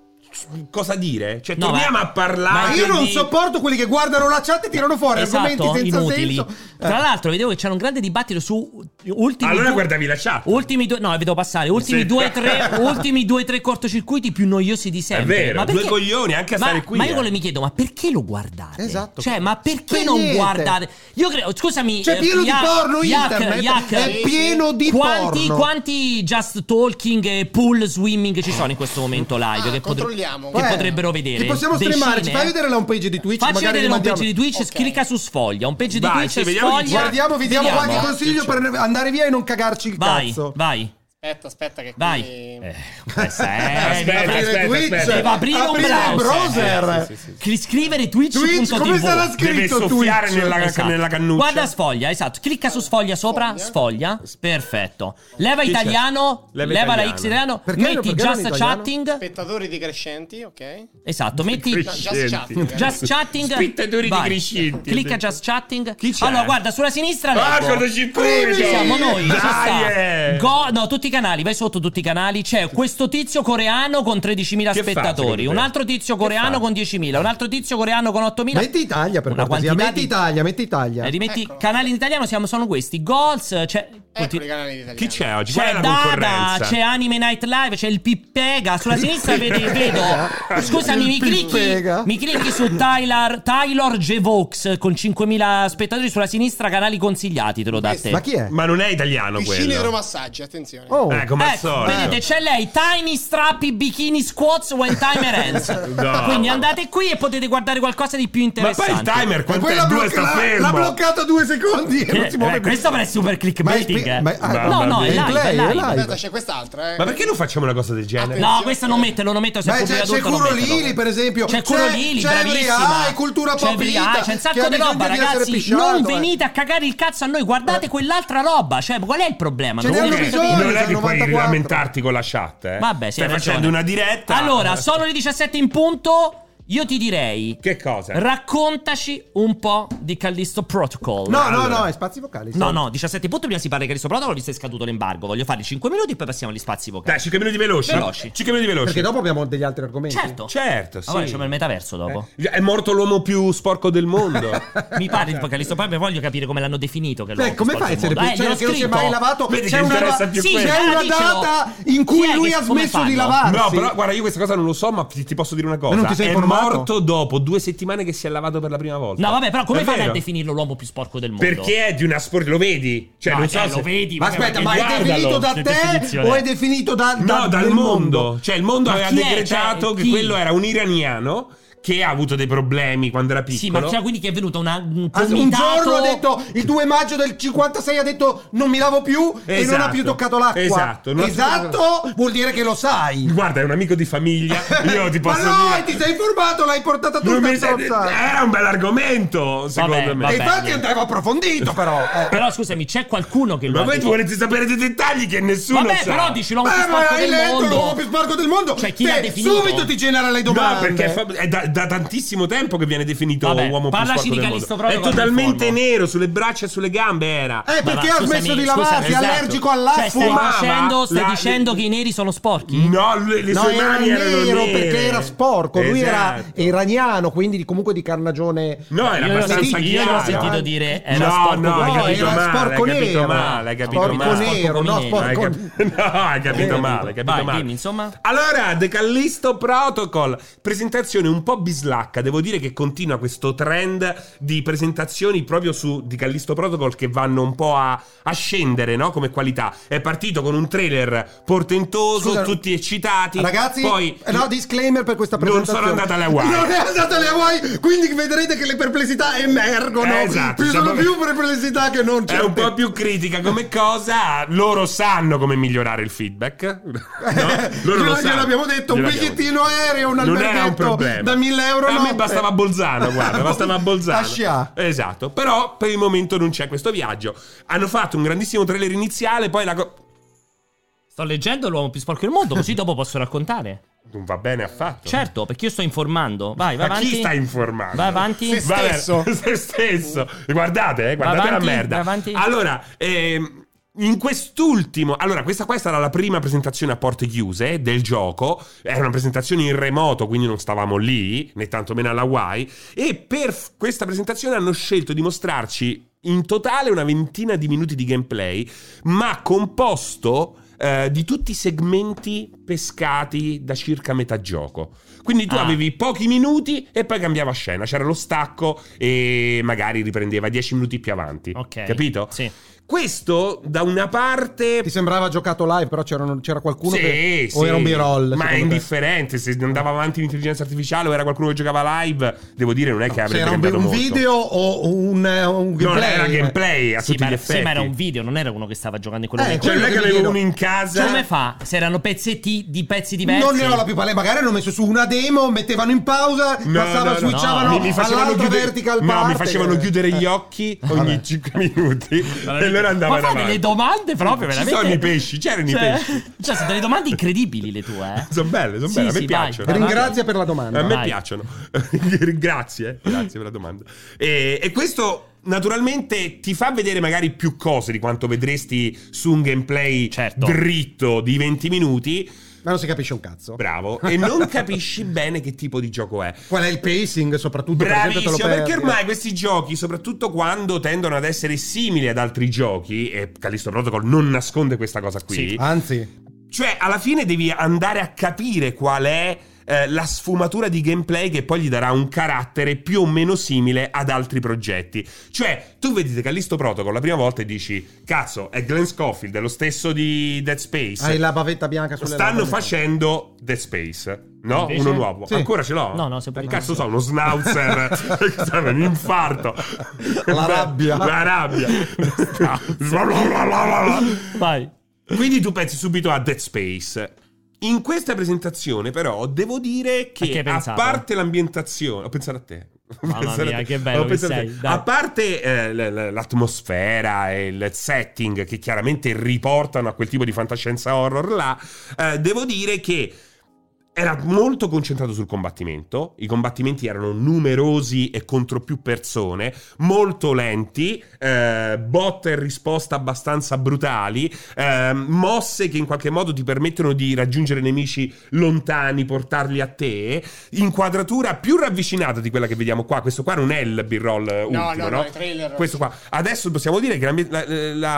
[SPEAKER 3] cosa dire. Cioè,
[SPEAKER 2] No,
[SPEAKER 3] torniamo
[SPEAKER 2] ma-
[SPEAKER 3] a parlare.
[SPEAKER 1] Ma
[SPEAKER 2] Ma
[SPEAKER 1] io non
[SPEAKER 2] quindi-
[SPEAKER 1] sopporto quelli che guardano la chat e tirano fuori
[SPEAKER 2] Esatto,
[SPEAKER 1] argomenti senza
[SPEAKER 2] inutili.
[SPEAKER 1] senso. Eh,
[SPEAKER 2] Tra l'altro, vedevo che c'era un grande dibattito su ultimi
[SPEAKER 3] Allora
[SPEAKER 2] due-
[SPEAKER 3] guardavi la chat.
[SPEAKER 2] Ultimi due, no, vi devo passare. Ultimi
[SPEAKER 3] Sì.
[SPEAKER 2] due, tre, ultimi due, tre cortocircuiti più noiosi di sempre.
[SPEAKER 3] vero,
[SPEAKER 2] ma
[SPEAKER 3] due
[SPEAKER 2] perché-
[SPEAKER 3] coglioni anche a
[SPEAKER 2] ma,
[SPEAKER 3] stare qui,
[SPEAKER 2] Ma io
[SPEAKER 3] eh.
[SPEAKER 2] quello mi chiedo, ma perché lo guardate?
[SPEAKER 1] Esatto.
[SPEAKER 2] Cioè, ma perché non
[SPEAKER 1] Spegnete.
[SPEAKER 2] guardate? Io credo, scusami.
[SPEAKER 1] C'è
[SPEAKER 2] eh,
[SPEAKER 1] pieno di
[SPEAKER 2] Yak-
[SPEAKER 1] porno
[SPEAKER 2] Yak-
[SPEAKER 1] internet,
[SPEAKER 2] Yak,
[SPEAKER 1] è pieno di
[SPEAKER 2] quanti,
[SPEAKER 1] porno.
[SPEAKER 2] Quanti just talking e pool swimming ci sono in questo momento live?
[SPEAKER 5] Ah,
[SPEAKER 2] che potre-
[SPEAKER 5] controlliamo.
[SPEAKER 2] che
[SPEAKER 1] eh,
[SPEAKER 2] potrebbero vedere.
[SPEAKER 1] Ti possiamo streamare, ci
[SPEAKER 2] Decine?
[SPEAKER 1] fai vedere la homepage di Twitch?
[SPEAKER 2] Facci
[SPEAKER 1] magari
[SPEAKER 2] vedere
[SPEAKER 1] li
[SPEAKER 2] la
[SPEAKER 1] mandiamo-
[SPEAKER 2] page di Twitch,
[SPEAKER 5] Ok.
[SPEAKER 2] clicca su sfoglia. Un page di
[SPEAKER 3] Vai,
[SPEAKER 2] Twitch,
[SPEAKER 3] sì, vediamo chi
[SPEAKER 2] sfoglia.
[SPEAKER 1] Guardiamo, vi diamo
[SPEAKER 2] Vediamo.
[SPEAKER 1] qualche consiglio per andare via e non cagarci il
[SPEAKER 2] Vai,
[SPEAKER 1] cazzo.
[SPEAKER 2] vai,
[SPEAKER 5] Aspetta, aspetta, che
[SPEAKER 2] vai.
[SPEAKER 5] qui-
[SPEAKER 2] Eh, questa è-
[SPEAKER 3] Aspetta,
[SPEAKER 1] aprire
[SPEAKER 3] aspetta,
[SPEAKER 1] Twitch,
[SPEAKER 3] aspetta.
[SPEAKER 2] Devo aprire un
[SPEAKER 1] il
[SPEAKER 2] browser.
[SPEAKER 1] browser.
[SPEAKER 2] Cli- Scrivere
[SPEAKER 1] Twitch, come sarà
[SPEAKER 2] twitch.tv
[SPEAKER 3] Deve
[SPEAKER 1] scritto
[SPEAKER 3] soffiare
[SPEAKER 1] Twitch?
[SPEAKER 3] nella,
[SPEAKER 2] Esatto.
[SPEAKER 3] nella cannuccia.
[SPEAKER 2] Guarda sfoglia, esatto. Clicca su sfoglia sopra, sfoglia. Perfetto. Leva
[SPEAKER 3] Chi c'è?
[SPEAKER 2] italiano, leva,
[SPEAKER 3] Leva
[SPEAKER 2] la
[SPEAKER 3] italiano.
[SPEAKER 2] X italiano,
[SPEAKER 1] Perché-
[SPEAKER 2] metti
[SPEAKER 1] perché non
[SPEAKER 2] just
[SPEAKER 1] italiano?
[SPEAKER 2] chatting.
[SPEAKER 5] Spettatori decrescenti, ok? Ecco
[SPEAKER 2] Esatto, metti
[SPEAKER 5] No, just chatting.
[SPEAKER 2] just chatting.
[SPEAKER 3] Spettatori
[SPEAKER 2] Vai.
[SPEAKER 3] di crescenti.
[SPEAKER 2] Clicca just chatting.
[SPEAKER 3] Chi c'è?
[SPEAKER 2] Allora, guarda, sulla sinistra
[SPEAKER 3] Ah,
[SPEAKER 2] leggo.
[SPEAKER 3] cortocircuito!
[SPEAKER 1] Primi!
[SPEAKER 2] siamo noi, ci sta.
[SPEAKER 3] Dai, eh.
[SPEAKER 2] Go- no, tutti i canali, vai sotto tutti i canali. C'è questo tizio coreano con 13.000
[SPEAKER 3] Che fa,
[SPEAKER 2] spettatori,
[SPEAKER 3] secondo te?
[SPEAKER 2] un altro tizio
[SPEAKER 3] Che
[SPEAKER 2] coreano
[SPEAKER 3] fa?
[SPEAKER 2] con 10.000, un altro tizio coreano con 8.000.
[SPEAKER 1] Metti Italia per
[SPEAKER 2] Una
[SPEAKER 1] cortesia,
[SPEAKER 2] quantità
[SPEAKER 1] metti
[SPEAKER 2] di-
[SPEAKER 1] Italia, metti
[SPEAKER 2] Eh,
[SPEAKER 1] Italia.
[SPEAKER 2] rimetti
[SPEAKER 5] Eccolo.
[SPEAKER 2] canali in italiano, siamo, sono questi. Goals, cioè, c'è.
[SPEAKER 5] Ecco i
[SPEAKER 2] continu-
[SPEAKER 5] canali italiani.
[SPEAKER 3] Chi c'è oggi? Qual
[SPEAKER 2] C'è
[SPEAKER 3] è la
[SPEAKER 2] Dada,
[SPEAKER 3] concorrenza?
[SPEAKER 2] c'è Anime Night Live, c'è il Pippega. Sulla sinistra vedi, vedo. Scusami,
[SPEAKER 1] Il
[SPEAKER 2] mi clicchi,
[SPEAKER 1] Pippega.
[SPEAKER 2] mi clicchi su Tyler, Tyler Jvox con 5.000 spettatori. Sulla sinistra, canali consigliati, te lo dà a te.
[SPEAKER 1] Ma chi è?
[SPEAKER 3] Ma non è italiano
[SPEAKER 5] Piscine
[SPEAKER 3] quello.
[SPEAKER 5] idromassaggi, attenzione.
[SPEAKER 1] Oh,
[SPEAKER 3] Eh, come al
[SPEAKER 2] Ecco,
[SPEAKER 3] solito.
[SPEAKER 2] vedete, c'è lei, Tiny Strappy Bikini Squats One Timer Ends.
[SPEAKER 3] No.
[SPEAKER 2] Quindi andate qui e potete guardare qualcosa di più
[SPEAKER 3] Ma poi il
[SPEAKER 2] interessante.
[SPEAKER 3] timer
[SPEAKER 1] Ma
[SPEAKER 3] quanto
[SPEAKER 1] quella
[SPEAKER 3] è? Due
[SPEAKER 1] blocca-
[SPEAKER 3] sta
[SPEAKER 1] l'ha, l'ha
[SPEAKER 3] fermo.
[SPEAKER 1] bloccato due secondi e non si
[SPEAKER 2] Eh,
[SPEAKER 1] muove
[SPEAKER 2] eh,
[SPEAKER 1] più.
[SPEAKER 2] questo per essere super
[SPEAKER 1] Ma è
[SPEAKER 2] clickbaiting,
[SPEAKER 1] spi-
[SPEAKER 2] eh.
[SPEAKER 1] ma- ah,
[SPEAKER 2] No,
[SPEAKER 3] vabbè,
[SPEAKER 2] no, è
[SPEAKER 1] è in
[SPEAKER 2] live, è
[SPEAKER 1] play,
[SPEAKER 2] live.
[SPEAKER 1] è live.
[SPEAKER 5] Aspetta, c'è quest'altra, eh.
[SPEAKER 3] Ma perché non facciamo una
[SPEAKER 1] Ah,
[SPEAKER 3] cosa del genere?
[SPEAKER 5] Attenzione.
[SPEAKER 2] No, questo non mettelo, non metterlo, se
[SPEAKER 1] Beh,
[SPEAKER 2] è
[SPEAKER 1] c'è,
[SPEAKER 2] pubblico
[SPEAKER 1] c'è
[SPEAKER 2] adulto non
[SPEAKER 1] Curolini,
[SPEAKER 2] metterlo.
[SPEAKER 1] per esempio.
[SPEAKER 2] C'è Curolini, bravissima.
[SPEAKER 1] e ah, cultura
[SPEAKER 2] C'è
[SPEAKER 1] pop.
[SPEAKER 2] Brià, c'è un sacco di roba, ragazzi. Non
[SPEAKER 1] eh.
[SPEAKER 2] venite a cagare il cazzo a noi, guardate quell'altra roba. Cè, qual è il problema?
[SPEAKER 1] Ce
[SPEAKER 2] Non
[SPEAKER 1] ne hanno
[SPEAKER 2] capite?
[SPEAKER 1] bisogno.
[SPEAKER 3] non è che puoi
[SPEAKER 1] 94.
[SPEAKER 3] lamentarti con la chat, eh.
[SPEAKER 2] Vabbè, sì,
[SPEAKER 3] Stai
[SPEAKER 2] hai ragione.
[SPEAKER 3] facendo una diretta. Eh.
[SPEAKER 2] Allora, sono le 17 in punto. Io ti direi,
[SPEAKER 3] Che cosa?
[SPEAKER 2] raccontaci un po' di Callisto Protocol.
[SPEAKER 1] No, no, no, è spazi vocali. sì.
[SPEAKER 2] No, no, 17 punti prima si parla di Callisto Protocol, visto è scaduto l'embargo. Voglio fare 5 minuti e poi passiamo agli spazi vocali.
[SPEAKER 3] Dai, 5 minuti veloci.
[SPEAKER 2] Veloci.
[SPEAKER 3] 5 minuti veloci.
[SPEAKER 1] Perché dopo abbiamo degli altri argomenti.
[SPEAKER 2] Certo.
[SPEAKER 3] Certo, sì.
[SPEAKER 2] Allora facciamo il metaverso dopo.
[SPEAKER 3] Eh, È morto l'uomo più sporco del mondo.
[SPEAKER 2] Mi pare di Callisto Protocol, voglio capire come l'hanno definito. Che è
[SPEAKER 1] Beh,
[SPEAKER 2] l'uomo
[SPEAKER 1] come
[SPEAKER 2] più
[SPEAKER 1] fai a
[SPEAKER 2] sporco del
[SPEAKER 1] essere
[SPEAKER 2] mondo.
[SPEAKER 1] più-
[SPEAKER 2] Eh, gliel'ho
[SPEAKER 1] cioè, che non si è
[SPEAKER 2] scritto.
[SPEAKER 1] mai lavato?
[SPEAKER 3] Vedi che
[SPEAKER 1] C'è una,
[SPEAKER 3] interessa più
[SPEAKER 1] c'è
[SPEAKER 3] quello.
[SPEAKER 1] una
[SPEAKER 2] Sì, dicelo.
[SPEAKER 1] data in cui
[SPEAKER 2] Ah, Chi è che-
[SPEAKER 1] lui ha
[SPEAKER 2] come
[SPEAKER 1] smesso di
[SPEAKER 2] fanno?
[SPEAKER 1] lavarsi.
[SPEAKER 3] No, però guarda, io questa cosa non lo so, ma ti, ti posso dire una cosa.
[SPEAKER 1] non ti sei
[SPEAKER 3] è
[SPEAKER 1] informato?
[SPEAKER 3] morto dopo due settimane che si è lavato per la prima volta.
[SPEAKER 2] No, vabbè, però come
[SPEAKER 3] È
[SPEAKER 2] fai a
[SPEAKER 3] vero.
[SPEAKER 2] definirlo l'uomo più sporco del mondo?
[SPEAKER 3] Perché è di una sport, lo vedi? Cioè,
[SPEAKER 2] No,
[SPEAKER 3] non
[SPEAKER 2] cioè,
[SPEAKER 3] so
[SPEAKER 2] lo
[SPEAKER 3] se...
[SPEAKER 2] vedi,
[SPEAKER 1] Ma
[SPEAKER 2] vabbè,
[SPEAKER 1] aspetta, ma è
[SPEAKER 3] guardalo,
[SPEAKER 1] definito da
[SPEAKER 2] che
[SPEAKER 1] te
[SPEAKER 2] definizione.
[SPEAKER 1] o è definito da, da-
[SPEAKER 3] No, dal
[SPEAKER 1] del
[SPEAKER 3] mondo. Cioè, il mondo
[SPEAKER 2] Ma
[SPEAKER 3] aveva
[SPEAKER 2] chi è?
[SPEAKER 3] decretato
[SPEAKER 2] Cioè,
[SPEAKER 3] che
[SPEAKER 2] chi?
[SPEAKER 3] quello era un iraniano che ha avuto dei problemi quando era
[SPEAKER 2] Sì, ma
[SPEAKER 3] piccolo.
[SPEAKER 2] cioè, quindi che è venuto una, un
[SPEAKER 1] Ah,
[SPEAKER 2] comitato
[SPEAKER 1] Un giorno ha detto il 2 maggio del 56 ha detto non mi lavo più e non ha
[SPEAKER 3] Esatto.
[SPEAKER 1] più toccato l'acqua.
[SPEAKER 3] Esatto, non ha più
[SPEAKER 1] Esatto, vuol dire che lo sai.
[SPEAKER 3] Guarda, è un amico di famiglia. Io ti posso
[SPEAKER 1] Ma no,
[SPEAKER 3] dire. Eh,
[SPEAKER 1] e ti sei informato, l'hai portata tutta
[SPEAKER 3] Non mi-
[SPEAKER 1] a
[SPEAKER 3] Era un bel argomento, secondo me.
[SPEAKER 1] E
[SPEAKER 2] vabbè.
[SPEAKER 1] infatti andava approfondito però. eh.
[SPEAKER 2] Però scusami, c'è qualcuno che lo
[SPEAKER 3] Ma
[SPEAKER 2] ha
[SPEAKER 3] voi
[SPEAKER 2] detto-
[SPEAKER 3] volete sapere dei dettagli che nessuno
[SPEAKER 2] Vabbè,
[SPEAKER 3] sa.
[SPEAKER 2] però dici l'uomo più
[SPEAKER 1] Beh, ma
[SPEAKER 2] sporco
[SPEAKER 1] hai
[SPEAKER 2] del
[SPEAKER 1] letto l'uomo più
[SPEAKER 2] mondo.
[SPEAKER 1] sporco del mondo?
[SPEAKER 2] Cioè, chi
[SPEAKER 1] Te
[SPEAKER 2] l'ha definito?
[SPEAKER 1] Subito ti genera le domande.
[SPEAKER 3] No, perché fa- è da, da tantissimo tempo che viene definito
[SPEAKER 2] Vabbè,
[SPEAKER 3] uomo più
[SPEAKER 2] parlaci
[SPEAKER 3] sporco
[SPEAKER 2] di
[SPEAKER 3] del
[SPEAKER 2] Callisto
[SPEAKER 3] mondo. È
[SPEAKER 2] Protocol,
[SPEAKER 3] totalmente
[SPEAKER 2] informo.
[SPEAKER 3] nero sulle braccia e sulle gambe era.
[SPEAKER 1] Eh, perché
[SPEAKER 2] Ma
[SPEAKER 1] ha
[SPEAKER 2] va,
[SPEAKER 1] smesso
[SPEAKER 2] scusami,
[SPEAKER 1] di lavarsi,
[SPEAKER 2] scusami,
[SPEAKER 1] è
[SPEAKER 2] esatto.
[SPEAKER 1] allergico all'acqua.
[SPEAKER 2] Cioè, stai
[SPEAKER 3] Fumava
[SPEAKER 2] dicendo, stai
[SPEAKER 3] la- Mm,
[SPEAKER 2] dicendo che i neri sono sporchi?
[SPEAKER 3] No, le, le
[SPEAKER 1] No,
[SPEAKER 3] sue
[SPEAKER 1] era
[SPEAKER 3] mani erano
[SPEAKER 1] nero
[SPEAKER 3] nere.
[SPEAKER 1] perché era sporco. Lui era
[SPEAKER 3] Esatto.
[SPEAKER 1] iraniano, quindi comunque di carnagione.
[SPEAKER 3] No, era
[SPEAKER 2] Io l'ho
[SPEAKER 3] abbastanza
[SPEAKER 2] sentito- io l'ho
[SPEAKER 3] chiaro.
[SPEAKER 2] sentito dire era
[SPEAKER 3] no,
[SPEAKER 2] sporco
[SPEAKER 3] No, hai
[SPEAKER 2] come
[SPEAKER 3] capito
[SPEAKER 1] era
[SPEAKER 3] male,
[SPEAKER 1] sporco
[SPEAKER 3] hai capito
[SPEAKER 1] nero.
[SPEAKER 3] male, hai capito
[SPEAKER 1] Sporco
[SPEAKER 3] male.
[SPEAKER 1] nero, no,
[SPEAKER 2] Sporco
[SPEAKER 3] No, hai
[SPEAKER 1] sporco.
[SPEAKER 3] cap- no, hai capito
[SPEAKER 2] Eh,
[SPEAKER 3] male, hai capito
[SPEAKER 2] vai,
[SPEAKER 3] male.
[SPEAKER 2] dimmi, insomma.
[SPEAKER 3] Allora, The Callisto Protocol, presentazione un po' bislacca, devo dire che continua questo trend di presentazioni proprio su The Callisto Protocol che vanno un po' a, a scendere, no, come qualità. È partito con un trailer portentoso,
[SPEAKER 1] Scusa,
[SPEAKER 3] tutti eccitati,
[SPEAKER 1] Ragazzi,
[SPEAKER 3] poi
[SPEAKER 1] eh, no, disclaimer per questa
[SPEAKER 3] Non
[SPEAKER 1] presentazione.
[SPEAKER 3] sono andato alle Hawaii.
[SPEAKER 1] Non è andato alle Hawaii, quindi vedrete che le perplessità emergono.
[SPEAKER 3] Eh, esatto,
[SPEAKER 1] Ci sono
[SPEAKER 3] diciamo
[SPEAKER 1] più perplessità che non c'è.
[SPEAKER 3] È un po' più critica come cosa, loro sanno come migliorare il feedback. No? Loro lo
[SPEAKER 1] Glielo-
[SPEAKER 3] sanno.
[SPEAKER 1] gliel'abbiamo detto, un
[SPEAKER 3] Gliel'abbiamo
[SPEAKER 1] bigliettino
[SPEAKER 3] detto.
[SPEAKER 1] aereo, un
[SPEAKER 3] Non era un
[SPEAKER 1] alberghetto
[SPEAKER 3] problema.
[SPEAKER 1] da 1000 euro Eh. Ah,
[SPEAKER 3] A
[SPEAKER 1] notte.
[SPEAKER 3] me bastava Bolzano, guarda, bastava Bolzano.
[SPEAKER 1] Ascià.
[SPEAKER 3] Esatto, però per il momento non c'è questo viaggio. Hanno fatto un grandissimo trailer iniziale, poi la co-
[SPEAKER 2] Sto leggendo l'uomo più sporco del mondo, così dopo posso raccontare.
[SPEAKER 3] non va bene affatto.
[SPEAKER 2] Certo, perché io sto informando. Vai, vai
[SPEAKER 3] Ma
[SPEAKER 2] avanti.
[SPEAKER 3] chi sta informando?
[SPEAKER 2] Vai avanti.
[SPEAKER 5] Sì,
[SPEAKER 3] Va bene,
[SPEAKER 5] stesso.
[SPEAKER 3] se stesso. Guardate, eh, guardate
[SPEAKER 2] Va avanti,
[SPEAKER 3] la merda. Ah,
[SPEAKER 2] va avanti.
[SPEAKER 3] Allora, ehm, in quest'ultimo, allora questa qua è stata la prima presentazione a porte chiuse del gioco, era una presentazione in remoto, quindi non stavamo lì, né tantomeno alla Hawaii, e per f- questa presentazione hanno scelto di mostrarci in totale una ventina di minuti di gameplay, ma composto eh, di tutti i segmenti pescati da circa metà gioco. Quindi tu
[SPEAKER 2] Ah.
[SPEAKER 3] avevi pochi minuti e poi cambiava scena, c'era lo stacco e magari riprendeva 10 minuti più avanti.
[SPEAKER 2] Ok.
[SPEAKER 3] Capito?
[SPEAKER 2] Sì.
[SPEAKER 3] Questo da una parte
[SPEAKER 1] Ti sembrava giocato live, però c'erano- c'era qualcuno
[SPEAKER 3] sì,
[SPEAKER 1] che...
[SPEAKER 3] sì.
[SPEAKER 1] O era un b-roll.
[SPEAKER 3] Ma è
[SPEAKER 1] secondo te?
[SPEAKER 3] indifferente se andava avanti l'intelligenza artificiale o era qualcuno che giocava live. Devo dire, non è che
[SPEAKER 1] Se
[SPEAKER 3] avrebbe
[SPEAKER 1] era un,
[SPEAKER 3] cambiato
[SPEAKER 1] un
[SPEAKER 3] molto.
[SPEAKER 1] video o un, eh, un
[SPEAKER 3] No,
[SPEAKER 1] gameplay?
[SPEAKER 3] era gameplay a
[SPEAKER 2] Sì,
[SPEAKER 3] tutti
[SPEAKER 2] ma,
[SPEAKER 3] gli
[SPEAKER 2] sì,
[SPEAKER 3] effetti.
[SPEAKER 2] ma era un video, non era uno che stava giocando in quello
[SPEAKER 1] Eh,
[SPEAKER 2] che
[SPEAKER 3] Cioè, non è che
[SPEAKER 1] Quello che
[SPEAKER 3] avevo
[SPEAKER 1] vedo.
[SPEAKER 3] uno in casa.
[SPEAKER 2] Come fa? Se erano pezzetti di pezzi diversi.
[SPEAKER 1] Non ne ho la più palestra, magari hanno messo su una demo, mettevano in pausa,
[SPEAKER 3] No,
[SPEAKER 1] passavano,
[SPEAKER 3] no, no.
[SPEAKER 1] switchavano
[SPEAKER 2] No.
[SPEAKER 3] Mi- mi facevano
[SPEAKER 1] all'altra
[SPEAKER 3] chiudere-
[SPEAKER 1] vertical
[SPEAKER 3] no,
[SPEAKER 1] parte.
[SPEAKER 3] mi facevano chiudere gli occhi ogni 5 minuti e loro
[SPEAKER 2] Ma
[SPEAKER 3] andavano
[SPEAKER 2] fai
[SPEAKER 3] avanti.
[SPEAKER 2] delle domande proprio,
[SPEAKER 3] Ci
[SPEAKER 2] veramente.
[SPEAKER 3] sono i pesci, c'erano i
[SPEAKER 2] Cioè,
[SPEAKER 3] pesci.
[SPEAKER 2] cioè, sono delle domande incredibili le tue, eh.
[SPEAKER 3] Sono belle, sono
[SPEAKER 2] Sì,
[SPEAKER 3] belle, a me
[SPEAKER 2] sì, vai,
[SPEAKER 3] piacciono.
[SPEAKER 2] vai, vai.
[SPEAKER 1] Ringrazia per la domanda.
[SPEAKER 3] Eh, A me
[SPEAKER 2] Vai.
[SPEAKER 3] piacciono. grazie, eh. grazie per la domanda. E, e questo naturalmente ti fa vedere magari più cose di quanto vedresti su un gameplay
[SPEAKER 2] Certo.
[SPEAKER 3] dritto di 20 minuti.
[SPEAKER 1] Ma non si capisce un cazzo.
[SPEAKER 3] Bravo. E non capisci bene che tipo di gioco è.
[SPEAKER 1] Qual è il pacing, soprattutto per esempio,
[SPEAKER 3] Bravissimo,
[SPEAKER 1] te lo
[SPEAKER 3] perché
[SPEAKER 1] perdi. eh.
[SPEAKER 3] ormai questi giochi, soprattutto quando tendono ad essere simili ad altri giochi, e Callisto Protocol non nasconde questa cosa qui,
[SPEAKER 2] Sì.
[SPEAKER 1] Anzi,
[SPEAKER 3] cioè, alla fine devi andare a capire qual è eh, la sfumatura di gameplay che poi gli darà un carattere più o meno simile ad altri progetti. Cioè, tu vedi The Callisto Protocol la prima volta e dici, cazzo, è Glenn Scofield, è lo stesso di Dead Space.
[SPEAKER 1] hai la bavetta bianca sulle
[SPEAKER 3] Stanno
[SPEAKER 1] labbra.
[SPEAKER 3] facendo Dead Space. No,
[SPEAKER 2] Invece?
[SPEAKER 3] uno nuovo.
[SPEAKER 1] Sì.
[SPEAKER 3] Ancora ce l'ho?
[SPEAKER 2] No, no, sempre
[SPEAKER 3] Eh,
[SPEAKER 2] no.
[SPEAKER 3] Cazzo so, uno schnauzer. Che sarebbe un infarto.
[SPEAKER 1] La rabbia.
[SPEAKER 3] La rabbia. Bla, bla, bla, bla, bla.
[SPEAKER 2] Vai.
[SPEAKER 3] Quindi tu pensi subito a Dead Space. In questa presentazione, però, devo dire
[SPEAKER 2] A chi
[SPEAKER 3] che
[SPEAKER 2] hai
[SPEAKER 3] a
[SPEAKER 2] pensato?
[SPEAKER 3] parte l'ambientazione, ho pensato a te. Ho
[SPEAKER 2] Mamma
[SPEAKER 3] pensato a
[SPEAKER 2] mia,
[SPEAKER 3] te.
[SPEAKER 2] che bello
[SPEAKER 3] Ho
[SPEAKER 2] che
[SPEAKER 3] pensato a te.
[SPEAKER 2] sei, dai.
[SPEAKER 3] A parte eh, l- l- l'atmosfera e il setting che chiaramente riportano a quel tipo di fantascienza horror là, eh, devo dire che. È era molto concentrato sul combattimento. I combattimenti erano numerosi e contro più persone, molto lenti, eh, botte e risposta abbastanza brutali, eh, mosse che in qualche modo ti permettono di raggiungere nemici lontani, portarli a te. Inquadratura più ravvicinata di quella che vediamo qua. Questo qua non è il B-roll eh,
[SPEAKER 5] No,
[SPEAKER 3] ultimo,
[SPEAKER 5] no,
[SPEAKER 3] no?
[SPEAKER 5] no, i trailer.
[SPEAKER 3] Questo qua. Adesso possiamo dire che la, la-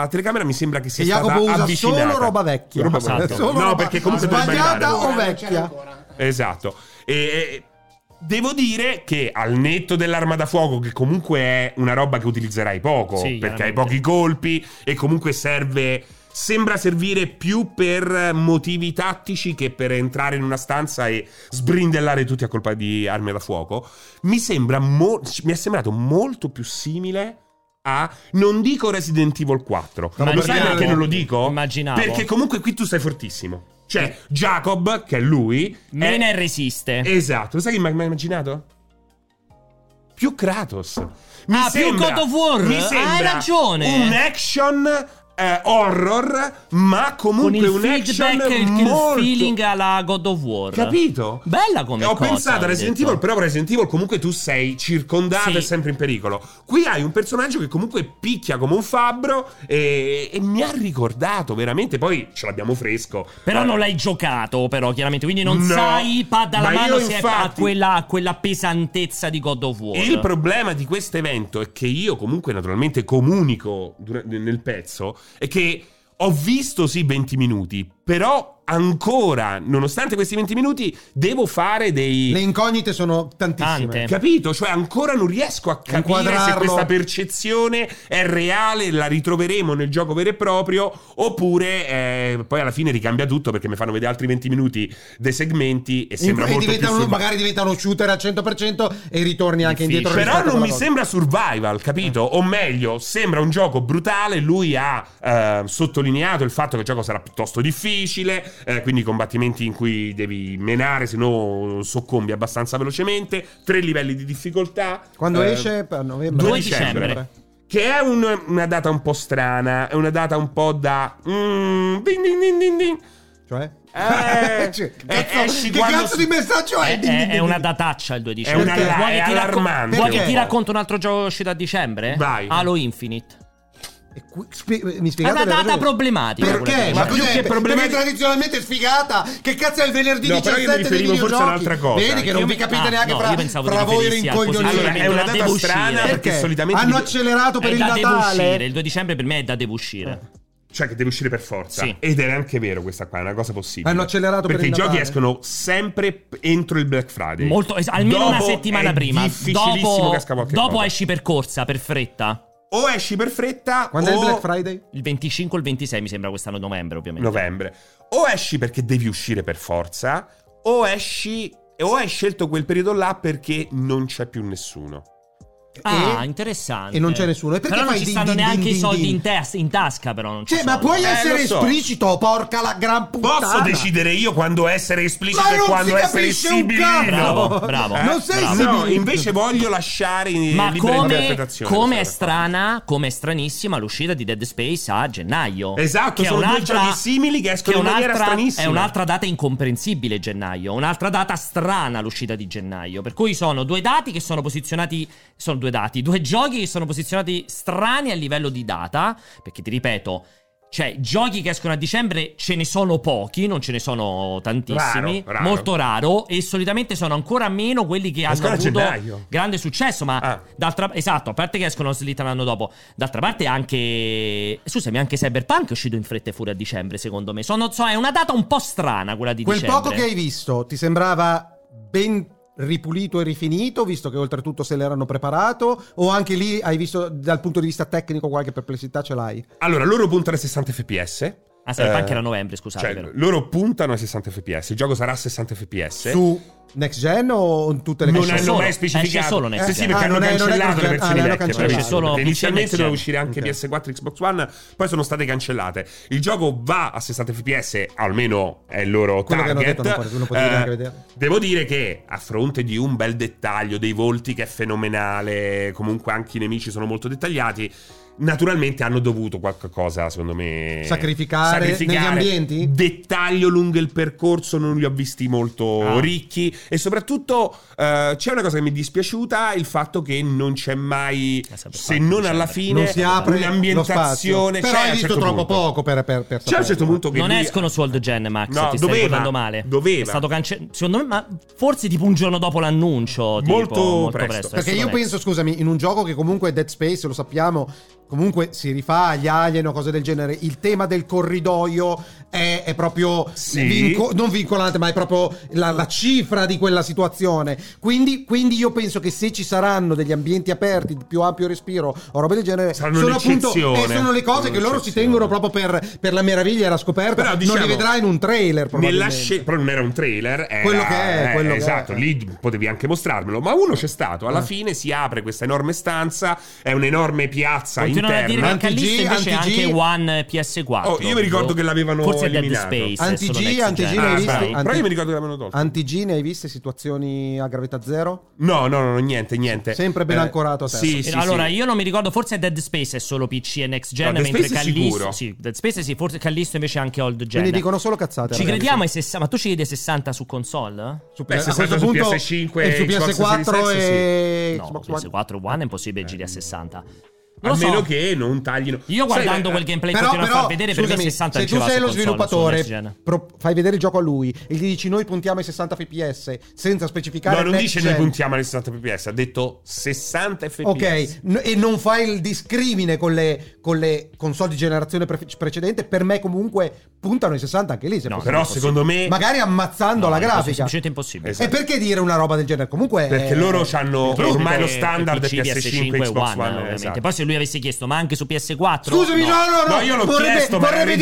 [SPEAKER 3] la telecamera mi sembra che sia
[SPEAKER 1] Che
[SPEAKER 3] stata
[SPEAKER 1] Jacopo usa
[SPEAKER 3] avvicinata.
[SPEAKER 1] solo roba vecchia.
[SPEAKER 3] Roba
[SPEAKER 1] Esatto.
[SPEAKER 3] vecchia.
[SPEAKER 1] Solo
[SPEAKER 3] no,
[SPEAKER 1] roba-
[SPEAKER 5] Ah,
[SPEAKER 3] perché comunque dovrebbe
[SPEAKER 1] sbagliata
[SPEAKER 3] andare.
[SPEAKER 1] o
[SPEAKER 5] Non c'era
[SPEAKER 1] vecchia?
[SPEAKER 5] ancora.
[SPEAKER 3] Esatto. E, e- devo dire che al netto dell'arma da fuoco, che comunque è una roba che utilizzerai poco,
[SPEAKER 2] Sì,
[SPEAKER 3] perché hai
[SPEAKER 2] chiaramente.
[SPEAKER 3] pochi colpi e comunque serve... Sembra servire più per motivi tattici che per entrare in una stanza e sbrindellare tutti a colpa di armi da fuoco. Mi sembra mo- mi è sembrato molto più simile a non dico Resident Evil 4.
[SPEAKER 1] No,
[SPEAKER 3] lo sai
[SPEAKER 1] immaginavo.
[SPEAKER 3] perché non lo dico?
[SPEAKER 2] Immaginavo.
[SPEAKER 3] Perché comunque qui tu sei fortissimo. Cioè, Jacob, che è lui, è-
[SPEAKER 2] Mena e resiste.
[SPEAKER 3] Esatto, sai che mi hai immaginato? Più Kratos. Mi
[SPEAKER 2] Ah, più God of War.
[SPEAKER 3] mi
[SPEAKER 2] Hai
[SPEAKER 3] sembra
[SPEAKER 2] ragione.
[SPEAKER 3] Un action eh, horror, ma
[SPEAKER 2] con
[SPEAKER 3] comunque
[SPEAKER 2] il
[SPEAKER 3] un action
[SPEAKER 2] feedback e il-
[SPEAKER 3] molto...
[SPEAKER 2] il feeling alla God of War.
[SPEAKER 3] Capito?
[SPEAKER 2] Bella come
[SPEAKER 3] E Ho
[SPEAKER 2] cosa,
[SPEAKER 3] pensato a
[SPEAKER 2] ho
[SPEAKER 3] Resident
[SPEAKER 2] detto.
[SPEAKER 3] Evil, però Resident Evil comunque tu sei circondato
[SPEAKER 2] Sì.
[SPEAKER 3] e sempre in pericolo. Qui hai un personaggio che comunque picchia come un fabbro e, e mi ha ricordato veramente, poi ce l'abbiamo fresco.
[SPEAKER 2] Però
[SPEAKER 3] Eh,
[SPEAKER 2] non l'hai giocato, però, chiaramente. Quindi non
[SPEAKER 3] No.
[SPEAKER 2] sai, pad alla
[SPEAKER 3] Ma
[SPEAKER 2] mano,
[SPEAKER 3] io,
[SPEAKER 2] se è a
[SPEAKER 3] infatti-
[SPEAKER 2] quella, a quella pesantezza di God of War.
[SPEAKER 3] Il problema di questo evento è che io comunque naturalmente comunico dura- nel pezzo è che ho visto sì 20 minuti, però ancora, nonostante questi 20 minuti, devo fare dei...
[SPEAKER 1] Le incognite sono tantissime.
[SPEAKER 2] Tante.
[SPEAKER 3] Capito? Cioè ancora non riesco a capire se
[SPEAKER 1] Eh. Inquadrarlo.
[SPEAKER 3] questa percezione è reale, la ritroveremo nel gioco vero e proprio, oppure eh, poi alla fine ricambia tutto perché mi fanno vedere altri 20 minuti dei segmenti e sembra
[SPEAKER 1] In- e
[SPEAKER 3] molto più
[SPEAKER 1] diventa uno-
[SPEAKER 3] survival.
[SPEAKER 1] magari diventa uno shooter al 100% e ritorni anche
[SPEAKER 2] Difficile.
[SPEAKER 1] indietro.
[SPEAKER 3] Però
[SPEAKER 1] rispetto
[SPEAKER 3] non mi
[SPEAKER 1] alla cosa.
[SPEAKER 3] sembra survival, capito? O meglio, sembra un gioco brutale. Lui ha eh, sottolineato il fatto che il gioco sarà piuttosto difficile, eh, quindi combattimenti in cui devi menare, se no soccombi abbastanza velocemente. Tre livelli di difficoltà.
[SPEAKER 1] Quando
[SPEAKER 3] Eh,
[SPEAKER 1] esce a novembre.
[SPEAKER 2] 2 dicembre.
[SPEAKER 3] Che è un- una data un po' strana, è una data un po' da... mm, ding, ding, ding, ding, ding.
[SPEAKER 1] Cioè?
[SPEAKER 3] Eh,
[SPEAKER 1] Cioè,
[SPEAKER 3] eh,
[SPEAKER 1] cazzo,
[SPEAKER 3] esci
[SPEAKER 1] che
[SPEAKER 3] quando-
[SPEAKER 1] cazzo di messaggio è?
[SPEAKER 2] È,
[SPEAKER 1] Dimmi,
[SPEAKER 2] è-
[SPEAKER 1] dimmi,
[SPEAKER 2] è una
[SPEAKER 1] dimmi.
[SPEAKER 2] dataccia il 2
[SPEAKER 3] È una-
[SPEAKER 2] dicembre.
[SPEAKER 1] Perché?
[SPEAKER 2] Vuoi,
[SPEAKER 3] è
[SPEAKER 2] che ti racco-
[SPEAKER 3] allarmante.
[SPEAKER 2] vuoi che
[SPEAKER 1] Perché?
[SPEAKER 2] ti racconto un altro gioco uscito a dicembre?
[SPEAKER 3] Vai.
[SPEAKER 2] Halo Infinite.
[SPEAKER 1] E qui- spie- eh, mi
[SPEAKER 2] È
[SPEAKER 1] spiegate
[SPEAKER 2] una
[SPEAKER 1] le
[SPEAKER 2] data
[SPEAKER 1] ragioni?
[SPEAKER 2] problematica. quella
[SPEAKER 1] Perché?
[SPEAKER 2] che
[SPEAKER 1] Ma
[SPEAKER 2] c'è.
[SPEAKER 3] più
[SPEAKER 1] cos'è?
[SPEAKER 3] che problemi-
[SPEAKER 1] Perché tradizionalmente è sfigata. Che cazzo è il venerdì
[SPEAKER 3] No, però io mi
[SPEAKER 1] 17 dei
[SPEAKER 3] riferivo forse a
[SPEAKER 1] videogiochi?
[SPEAKER 3] un'altra cosa.
[SPEAKER 1] Vedi che non
[SPEAKER 2] Io
[SPEAKER 1] vi
[SPEAKER 2] mi-
[SPEAKER 1] capite
[SPEAKER 2] ah,
[SPEAKER 1] neanche
[SPEAKER 2] no,
[SPEAKER 1] fra,
[SPEAKER 2] io pensavo
[SPEAKER 1] fra
[SPEAKER 2] ti
[SPEAKER 1] voi
[SPEAKER 2] riferissi al
[SPEAKER 1] rincoglioniti.
[SPEAKER 2] posizionamento.
[SPEAKER 3] Allora, è una
[SPEAKER 2] la
[SPEAKER 3] data
[SPEAKER 2] devo
[SPEAKER 3] strana
[SPEAKER 2] uscire.
[SPEAKER 3] perché,
[SPEAKER 1] perché
[SPEAKER 3] solitamente...
[SPEAKER 1] hanno
[SPEAKER 3] di-
[SPEAKER 1] accelerato per
[SPEAKER 2] È
[SPEAKER 1] il
[SPEAKER 2] da devo uscire.
[SPEAKER 1] Natale.
[SPEAKER 2] Il 2 dicembre per me è da devo uscire.
[SPEAKER 3] Cioè che deve uscire per forza.
[SPEAKER 2] Sì.
[SPEAKER 3] Ed è anche vero questa qua, è una cosa possibile.
[SPEAKER 1] Hanno accelerato per
[SPEAKER 3] Perché
[SPEAKER 1] il
[SPEAKER 3] i giochi
[SPEAKER 1] Natale.
[SPEAKER 3] escono sempre p- entro il Black Friday.
[SPEAKER 2] Molto, es- almeno una
[SPEAKER 3] Dopo
[SPEAKER 2] settimana
[SPEAKER 3] è
[SPEAKER 2] prima.
[SPEAKER 3] difficilissimo
[SPEAKER 2] Dopo,
[SPEAKER 3] che esca qualche
[SPEAKER 2] dopo
[SPEAKER 3] cosa.
[SPEAKER 2] esci per corsa, per fretta.
[SPEAKER 3] O esci per fretta
[SPEAKER 1] Quando è
[SPEAKER 3] o
[SPEAKER 1] il
[SPEAKER 2] Oh.
[SPEAKER 1] Black Friday?
[SPEAKER 2] Il 25 o il 26 mi sembra quest'anno novembre, ovviamente.
[SPEAKER 3] novembre. O esci perché devi uscire per forza o esci o hai scelto quel periodo là perché non c'è più nessuno.
[SPEAKER 2] Ah,
[SPEAKER 1] E-
[SPEAKER 2] interessante.
[SPEAKER 1] e non c'è nessuno. E perché
[SPEAKER 2] Però non
[SPEAKER 1] fai
[SPEAKER 2] ci
[SPEAKER 1] din,
[SPEAKER 2] stanno
[SPEAKER 1] din,
[SPEAKER 2] neanche
[SPEAKER 1] din,
[SPEAKER 2] i soldi
[SPEAKER 1] din?
[SPEAKER 2] In, tes- in tasca, però. Non ci
[SPEAKER 1] Cioè, ma
[SPEAKER 2] sono.
[SPEAKER 1] puoi
[SPEAKER 3] Eh,
[SPEAKER 1] essere
[SPEAKER 3] lo so.
[SPEAKER 1] esplicito, porca la gran puttana.
[SPEAKER 3] Posso decidere io quando essere esplicito
[SPEAKER 1] Ma
[SPEAKER 3] e
[SPEAKER 1] non
[SPEAKER 3] quando
[SPEAKER 1] si
[SPEAKER 3] essere
[SPEAKER 1] capisce un
[SPEAKER 3] sibilino.
[SPEAKER 1] cazzo!
[SPEAKER 2] Bravo, bravo.
[SPEAKER 3] Eh?
[SPEAKER 1] Non sei
[SPEAKER 2] bravo.
[SPEAKER 1] sibilino.
[SPEAKER 3] No, invece voglio lasciare in
[SPEAKER 2] Ma
[SPEAKER 3] libera
[SPEAKER 2] come,
[SPEAKER 3] interpretazione.
[SPEAKER 2] come è
[SPEAKER 3] questa cosa.
[SPEAKER 2] strana, come è stranissima l'uscita di Dead Space a gennaio.
[SPEAKER 3] Esatto,
[SPEAKER 2] è
[SPEAKER 3] sono due
[SPEAKER 2] un'altra-
[SPEAKER 3] giochi simili che escono
[SPEAKER 2] è
[SPEAKER 3] in maniera
[SPEAKER 2] un'altra-
[SPEAKER 3] stranissima.
[SPEAKER 2] È un'altra data incomprensibile gennaio, un'altra data strana l'uscita di gennaio. Per cui sono due dati che sono posizionati, sono due dati, due giochi che sono posizionati strani a livello di data, perché ti ripeto, cioè giochi che escono a dicembre ce ne sono pochi, non ce ne sono
[SPEAKER 3] Raro,
[SPEAKER 2] tantissimi,
[SPEAKER 3] raro.
[SPEAKER 2] molto raro e solitamente sono ancora meno quelli che hanno
[SPEAKER 3] Escono a
[SPEAKER 2] avuto
[SPEAKER 3] gennaio.
[SPEAKER 2] grande successo, ma
[SPEAKER 3] Ah.
[SPEAKER 2] d'altra esatto, a parte che escono slittano l'anno dopo. D'altra parte anche scusami, anche Cyberpunk è uscito in fretta e furia a dicembre, secondo me. Sono, so, è una data un po' strana quella di
[SPEAKER 1] Quel
[SPEAKER 2] dicembre.
[SPEAKER 1] poco che hai visto ti sembrava ben ripulito e rifinito, visto che oltretutto se l'erano preparato, o anche lì hai visto dal punto di vista tecnico qualche perplessità ce l'hai?
[SPEAKER 3] Allora, loro puntano a 60 fps.
[SPEAKER 2] Ah, Cyberpunk
[SPEAKER 3] Eh,
[SPEAKER 2] era a novembre, scusate,
[SPEAKER 3] Cioè,
[SPEAKER 2] vero.
[SPEAKER 3] loro puntano a 60 fps. Il gioco sarà a 60 fps.
[SPEAKER 1] Su next gen o in tutte le
[SPEAKER 3] non
[SPEAKER 1] console?
[SPEAKER 2] esce
[SPEAKER 3] hanno
[SPEAKER 2] solo-
[SPEAKER 3] mai
[SPEAKER 2] esce
[SPEAKER 3] specificato.
[SPEAKER 2] solo next
[SPEAKER 3] sì,
[SPEAKER 2] gen.
[SPEAKER 3] sì, perché
[SPEAKER 1] Ah,
[SPEAKER 3] hanno
[SPEAKER 1] non è- non è
[SPEAKER 3] cancellato le
[SPEAKER 1] next gen. Ah,
[SPEAKER 3] versioni
[SPEAKER 1] l'hanno
[SPEAKER 3] vecchie.
[SPEAKER 1] cancellato.
[SPEAKER 3] previsto,
[SPEAKER 2] Esce solo
[SPEAKER 3] perché
[SPEAKER 2] PC e
[SPEAKER 3] inizialmente
[SPEAKER 2] next
[SPEAKER 3] doveva
[SPEAKER 2] gen.
[SPEAKER 3] uscire anche
[SPEAKER 1] Ok.
[SPEAKER 3] PS4 Xbox One, poi sono state cancellate. Il gioco va a 60 fps, almeno è il loro
[SPEAKER 1] Quello che hanno
[SPEAKER 3] target.
[SPEAKER 1] detto, non può- non potete
[SPEAKER 3] Eh,
[SPEAKER 1] neanche vedere.
[SPEAKER 3] Devo dire che a fronte di un bel dettaglio dei volti che è fenomenale, comunque anche i nemici sono molto dettagliati. Naturalmente hanno dovuto qualcosa, secondo me,
[SPEAKER 1] Sacrificare negli ambienti?
[SPEAKER 3] Dettaglio lungo il percorso, non li ho visti molto
[SPEAKER 2] Ah.
[SPEAKER 3] ricchi. E soprattutto eh, c'è una cosa che mi è dispiaciuta: il fatto che non c'è mai,
[SPEAKER 2] Eh, sempre
[SPEAKER 3] se
[SPEAKER 2] fatto,
[SPEAKER 3] non alla
[SPEAKER 2] sempre.
[SPEAKER 3] fine,
[SPEAKER 1] non si apre lo
[SPEAKER 3] un'ambientazione.
[SPEAKER 1] spazio.
[SPEAKER 3] C'è
[SPEAKER 1] Però
[SPEAKER 3] a
[SPEAKER 1] hai
[SPEAKER 3] un
[SPEAKER 1] visto
[SPEAKER 3] certo
[SPEAKER 1] troppo
[SPEAKER 3] punto.
[SPEAKER 1] poco per, per, per
[SPEAKER 3] C'è a un certo
[SPEAKER 1] saperlo.
[SPEAKER 3] punto che
[SPEAKER 2] Non
[SPEAKER 3] lui-
[SPEAKER 2] escono su Old Gen, Max.
[SPEAKER 3] No,
[SPEAKER 2] ti
[SPEAKER 3] doveva,
[SPEAKER 2] stai ricordando male.
[SPEAKER 3] doveva.
[SPEAKER 2] È stato cancellato. Secondo me, ma forse tipo un giorno dopo l'annuncio. tipo,
[SPEAKER 3] Molto
[SPEAKER 2] molto
[SPEAKER 3] presto.
[SPEAKER 2] presto. eh,
[SPEAKER 1] Perché
[SPEAKER 2] escono
[SPEAKER 1] io
[SPEAKER 2] adesso.
[SPEAKER 1] penso, scusami, in un gioco che comunque è Dead Space, lo sappiamo, comunque si rifà agli alien o cose del genere, il tema del corridoio è, è proprio
[SPEAKER 3] Sì.
[SPEAKER 1] vinco- non vincolante, ma è proprio la, la cifra di quella situazione. Quindi, quindi io penso che se ci saranno degli ambienti aperti di più ampio respiro o robe del genere,
[SPEAKER 3] Saranno
[SPEAKER 1] sono appunto
[SPEAKER 3] un'eccezione.
[SPEAKER 1] eh, sono le cose
[SPEAKER 3] Sono
[SPEAKER 1] che loro si
[SPEAKER 3] un'eccezione.
[SPEAKER 1] tengono proprio per, per la meraviglia e la scoperta.
[SPEAKER 3] Però, diciamo,
[SPEAKER 1] non li vedrai in un trailer,
[SPEAKER 3] Nella
[SPEAKER 1] probabilmente.
[SPEAKER 3] scel- però non era un trailer, era-
[SPEAKER 1] Quello che è, Eh.
[SPEAKER 3] eh,
[SPEAKER 1] quello che
[SPEAKER 3] esatto,
[SPEAKER 1] è.
[SPEAKER 3] lì potevi anche mostrarmelo, ma uno c'è stato, alla fine si apre questa enorme stanza, è un'enorme piazza
[SPEAKER 2] Continuano a dire che
[SPEAKER 3] interna.
[SPEAKER 2] anche
[SPEAKER 1] Anti-G,
[SPEAKER 2] lì invece
[SPEAKER 1] anti-G.
[SPEAKER 2] anche One eh, PS4.
[SPEAKER 3] Oh, io mi ricordo
[SPEAKER 2] tipo.
[SPEAKER 3] che l'avevano
[SPEAKER 2] Forse è Dead
[SPEAKER 3] eliminato.
[SPEAKER 2] Space.
[SPEAKER 1] Anti-G,
[SPEAKER 2] solo next
[SPEAKER 1] anti-G,
[SPEAKER 2] gen.
[SPEAKER 1] l'hai
[SPEAKER 3] Ah,
[SPEAKER 1] visto?
[SPEAKER 3] sai,
[SPEAKER 1] Anti-
[SPEAKER 3] però io mi ricordo che l'avevano tolto.
[SPEAKER 1] Anti-G, ne hai viste situazioni a gravità zero?
[SPEAKER 3] No, no, no, no, niente, niente. Eh,
[SPEAKER 1] Sempre ben ancorato a terra.
[SPEAKER 3] Sì, sì,
[SPEAKER 2] allora,
[SPEAKER 3] sì.
[SPEAKER 2] io non mi ricordo, forse Dead Space è solo PC e Next Gen,
[SPEAKER 3] No, Dead
[SPEAKER 2] mentre
[SPEAKER 3] Space è sicuro.
[SPEAKER 2] Callisto. Sì, Dead Space sì, forse Callisto invece è anche Old Gen.
[SPEAKER 1] Quindi dicono solo cazzate.
[SPEAKER 2] Ci
[SPEAKER 1] ragazzi.
[SPEAKER 2] crediamo ai 60, ma tu ci chiedi ai 60 su console?
[SPEAKER 1] Su-
[SPEAKER 3] Beh,
[SPEAKER 1] a
[SPEAKER 3] 60
[SPEAKER 1] questo
[SPEAKER 3] Eh, Cioè, su
[SPEAKER 1] punto
[SPEAKER 3] PS5
[SPEAKER 1] e su
[SPEAKER 3] e Xbox
[SPEAKER 1] PS4
[SPEAKER 3] Series X,
[SPEAKER 1] e
[SPEAKER 2] No,
[SPEAKER 1] Eh, Xbox One.
[SPEAKER 2] PS4 One è impossibile giri a 60. Non
[SPEAKER 3] Eh. A
[SPEAKER 2] lo so.
[SPEAKER 3] meno che non taglino.
[SPEAKER 2] Io
[SPEAKER 3] Sai,
[SPEAKER 2] guardando
[SPEAKER 3] eh,
[SPEAKER 2] quel gameplay che continuano a far vedere, per me
[SPEAKER 1] scusami,
[SPEAKER 2] 60
[SPEAKER 1] se
[SPEAKER 2] ce
[SPEAKER 1] tu
[SPEAKER 2] l'ha
[SPEAKER 1] sei
[SPEAKER 2] su
[SPEAKER 1] lo
[SPEAKER 2] console, su next
[SPEAKER 1] sviluppatore,
[SPEAKER 2] gen.
[SPEAKER 1] pro- fai vedere il gioco a lui e gli dici noi puntiamo ai 60 fps senza specificare
[SPEAKER 3] No, non
[SPEAKER 1] next
[SPEAKER 3] dice
[SPEAKER 1] gen.
[SPEAKER 3] noi puntiamo alle 60 fps, ha detto 60 fps.
[SPEAKER 1] Ok, n- e non fai il discrimine con le, con le console di generazione pre- precedente, per me comunque puntano ai 60 anche lì. Se
[SPEAKER 2] No,
[SPEAKER 1] possibile.
[SPEAKER 3] Però secondo me
[SPEAKER 1] magari ammazzando
[SPEAKER 2] No,
[SPEAKER 1] la
[SPEAKER 2] è questo
[SPEAKER 1] grafica.
[SPEAKER 2] semplicemente impossibile.
[SPEAKER 3] Esatto.
[SPEAKER 1] E perché dire una roba del genere? Comunque
[SPEAKER 3] Perché
[SPEAKER 1] eh,
[SPEAKER 3] loro hanno
[SPEAKER 2] Perché
[SPEAKER 3] ormai lo
[SPEAKER 2] comunque
[SPEAKER 3] standard
[SPEAKER 2] PC,
[SPEAKER 3] PS5 Xbox One,
[SPEAKER 2] ovviamente.
[SPEAKER 3] esatto.
[SPEAKER 2] Poi se lui avesse chiesto, ma anche su PS4.
[SPEAKER 1] Scusami, no, no, no,
[SPEAKER 3] No, io l'ho
[SPEAKER 1] vorrebbe,
[SPEAKER 3] chiesto, ma era
[SPEAKER 1] vorrebbe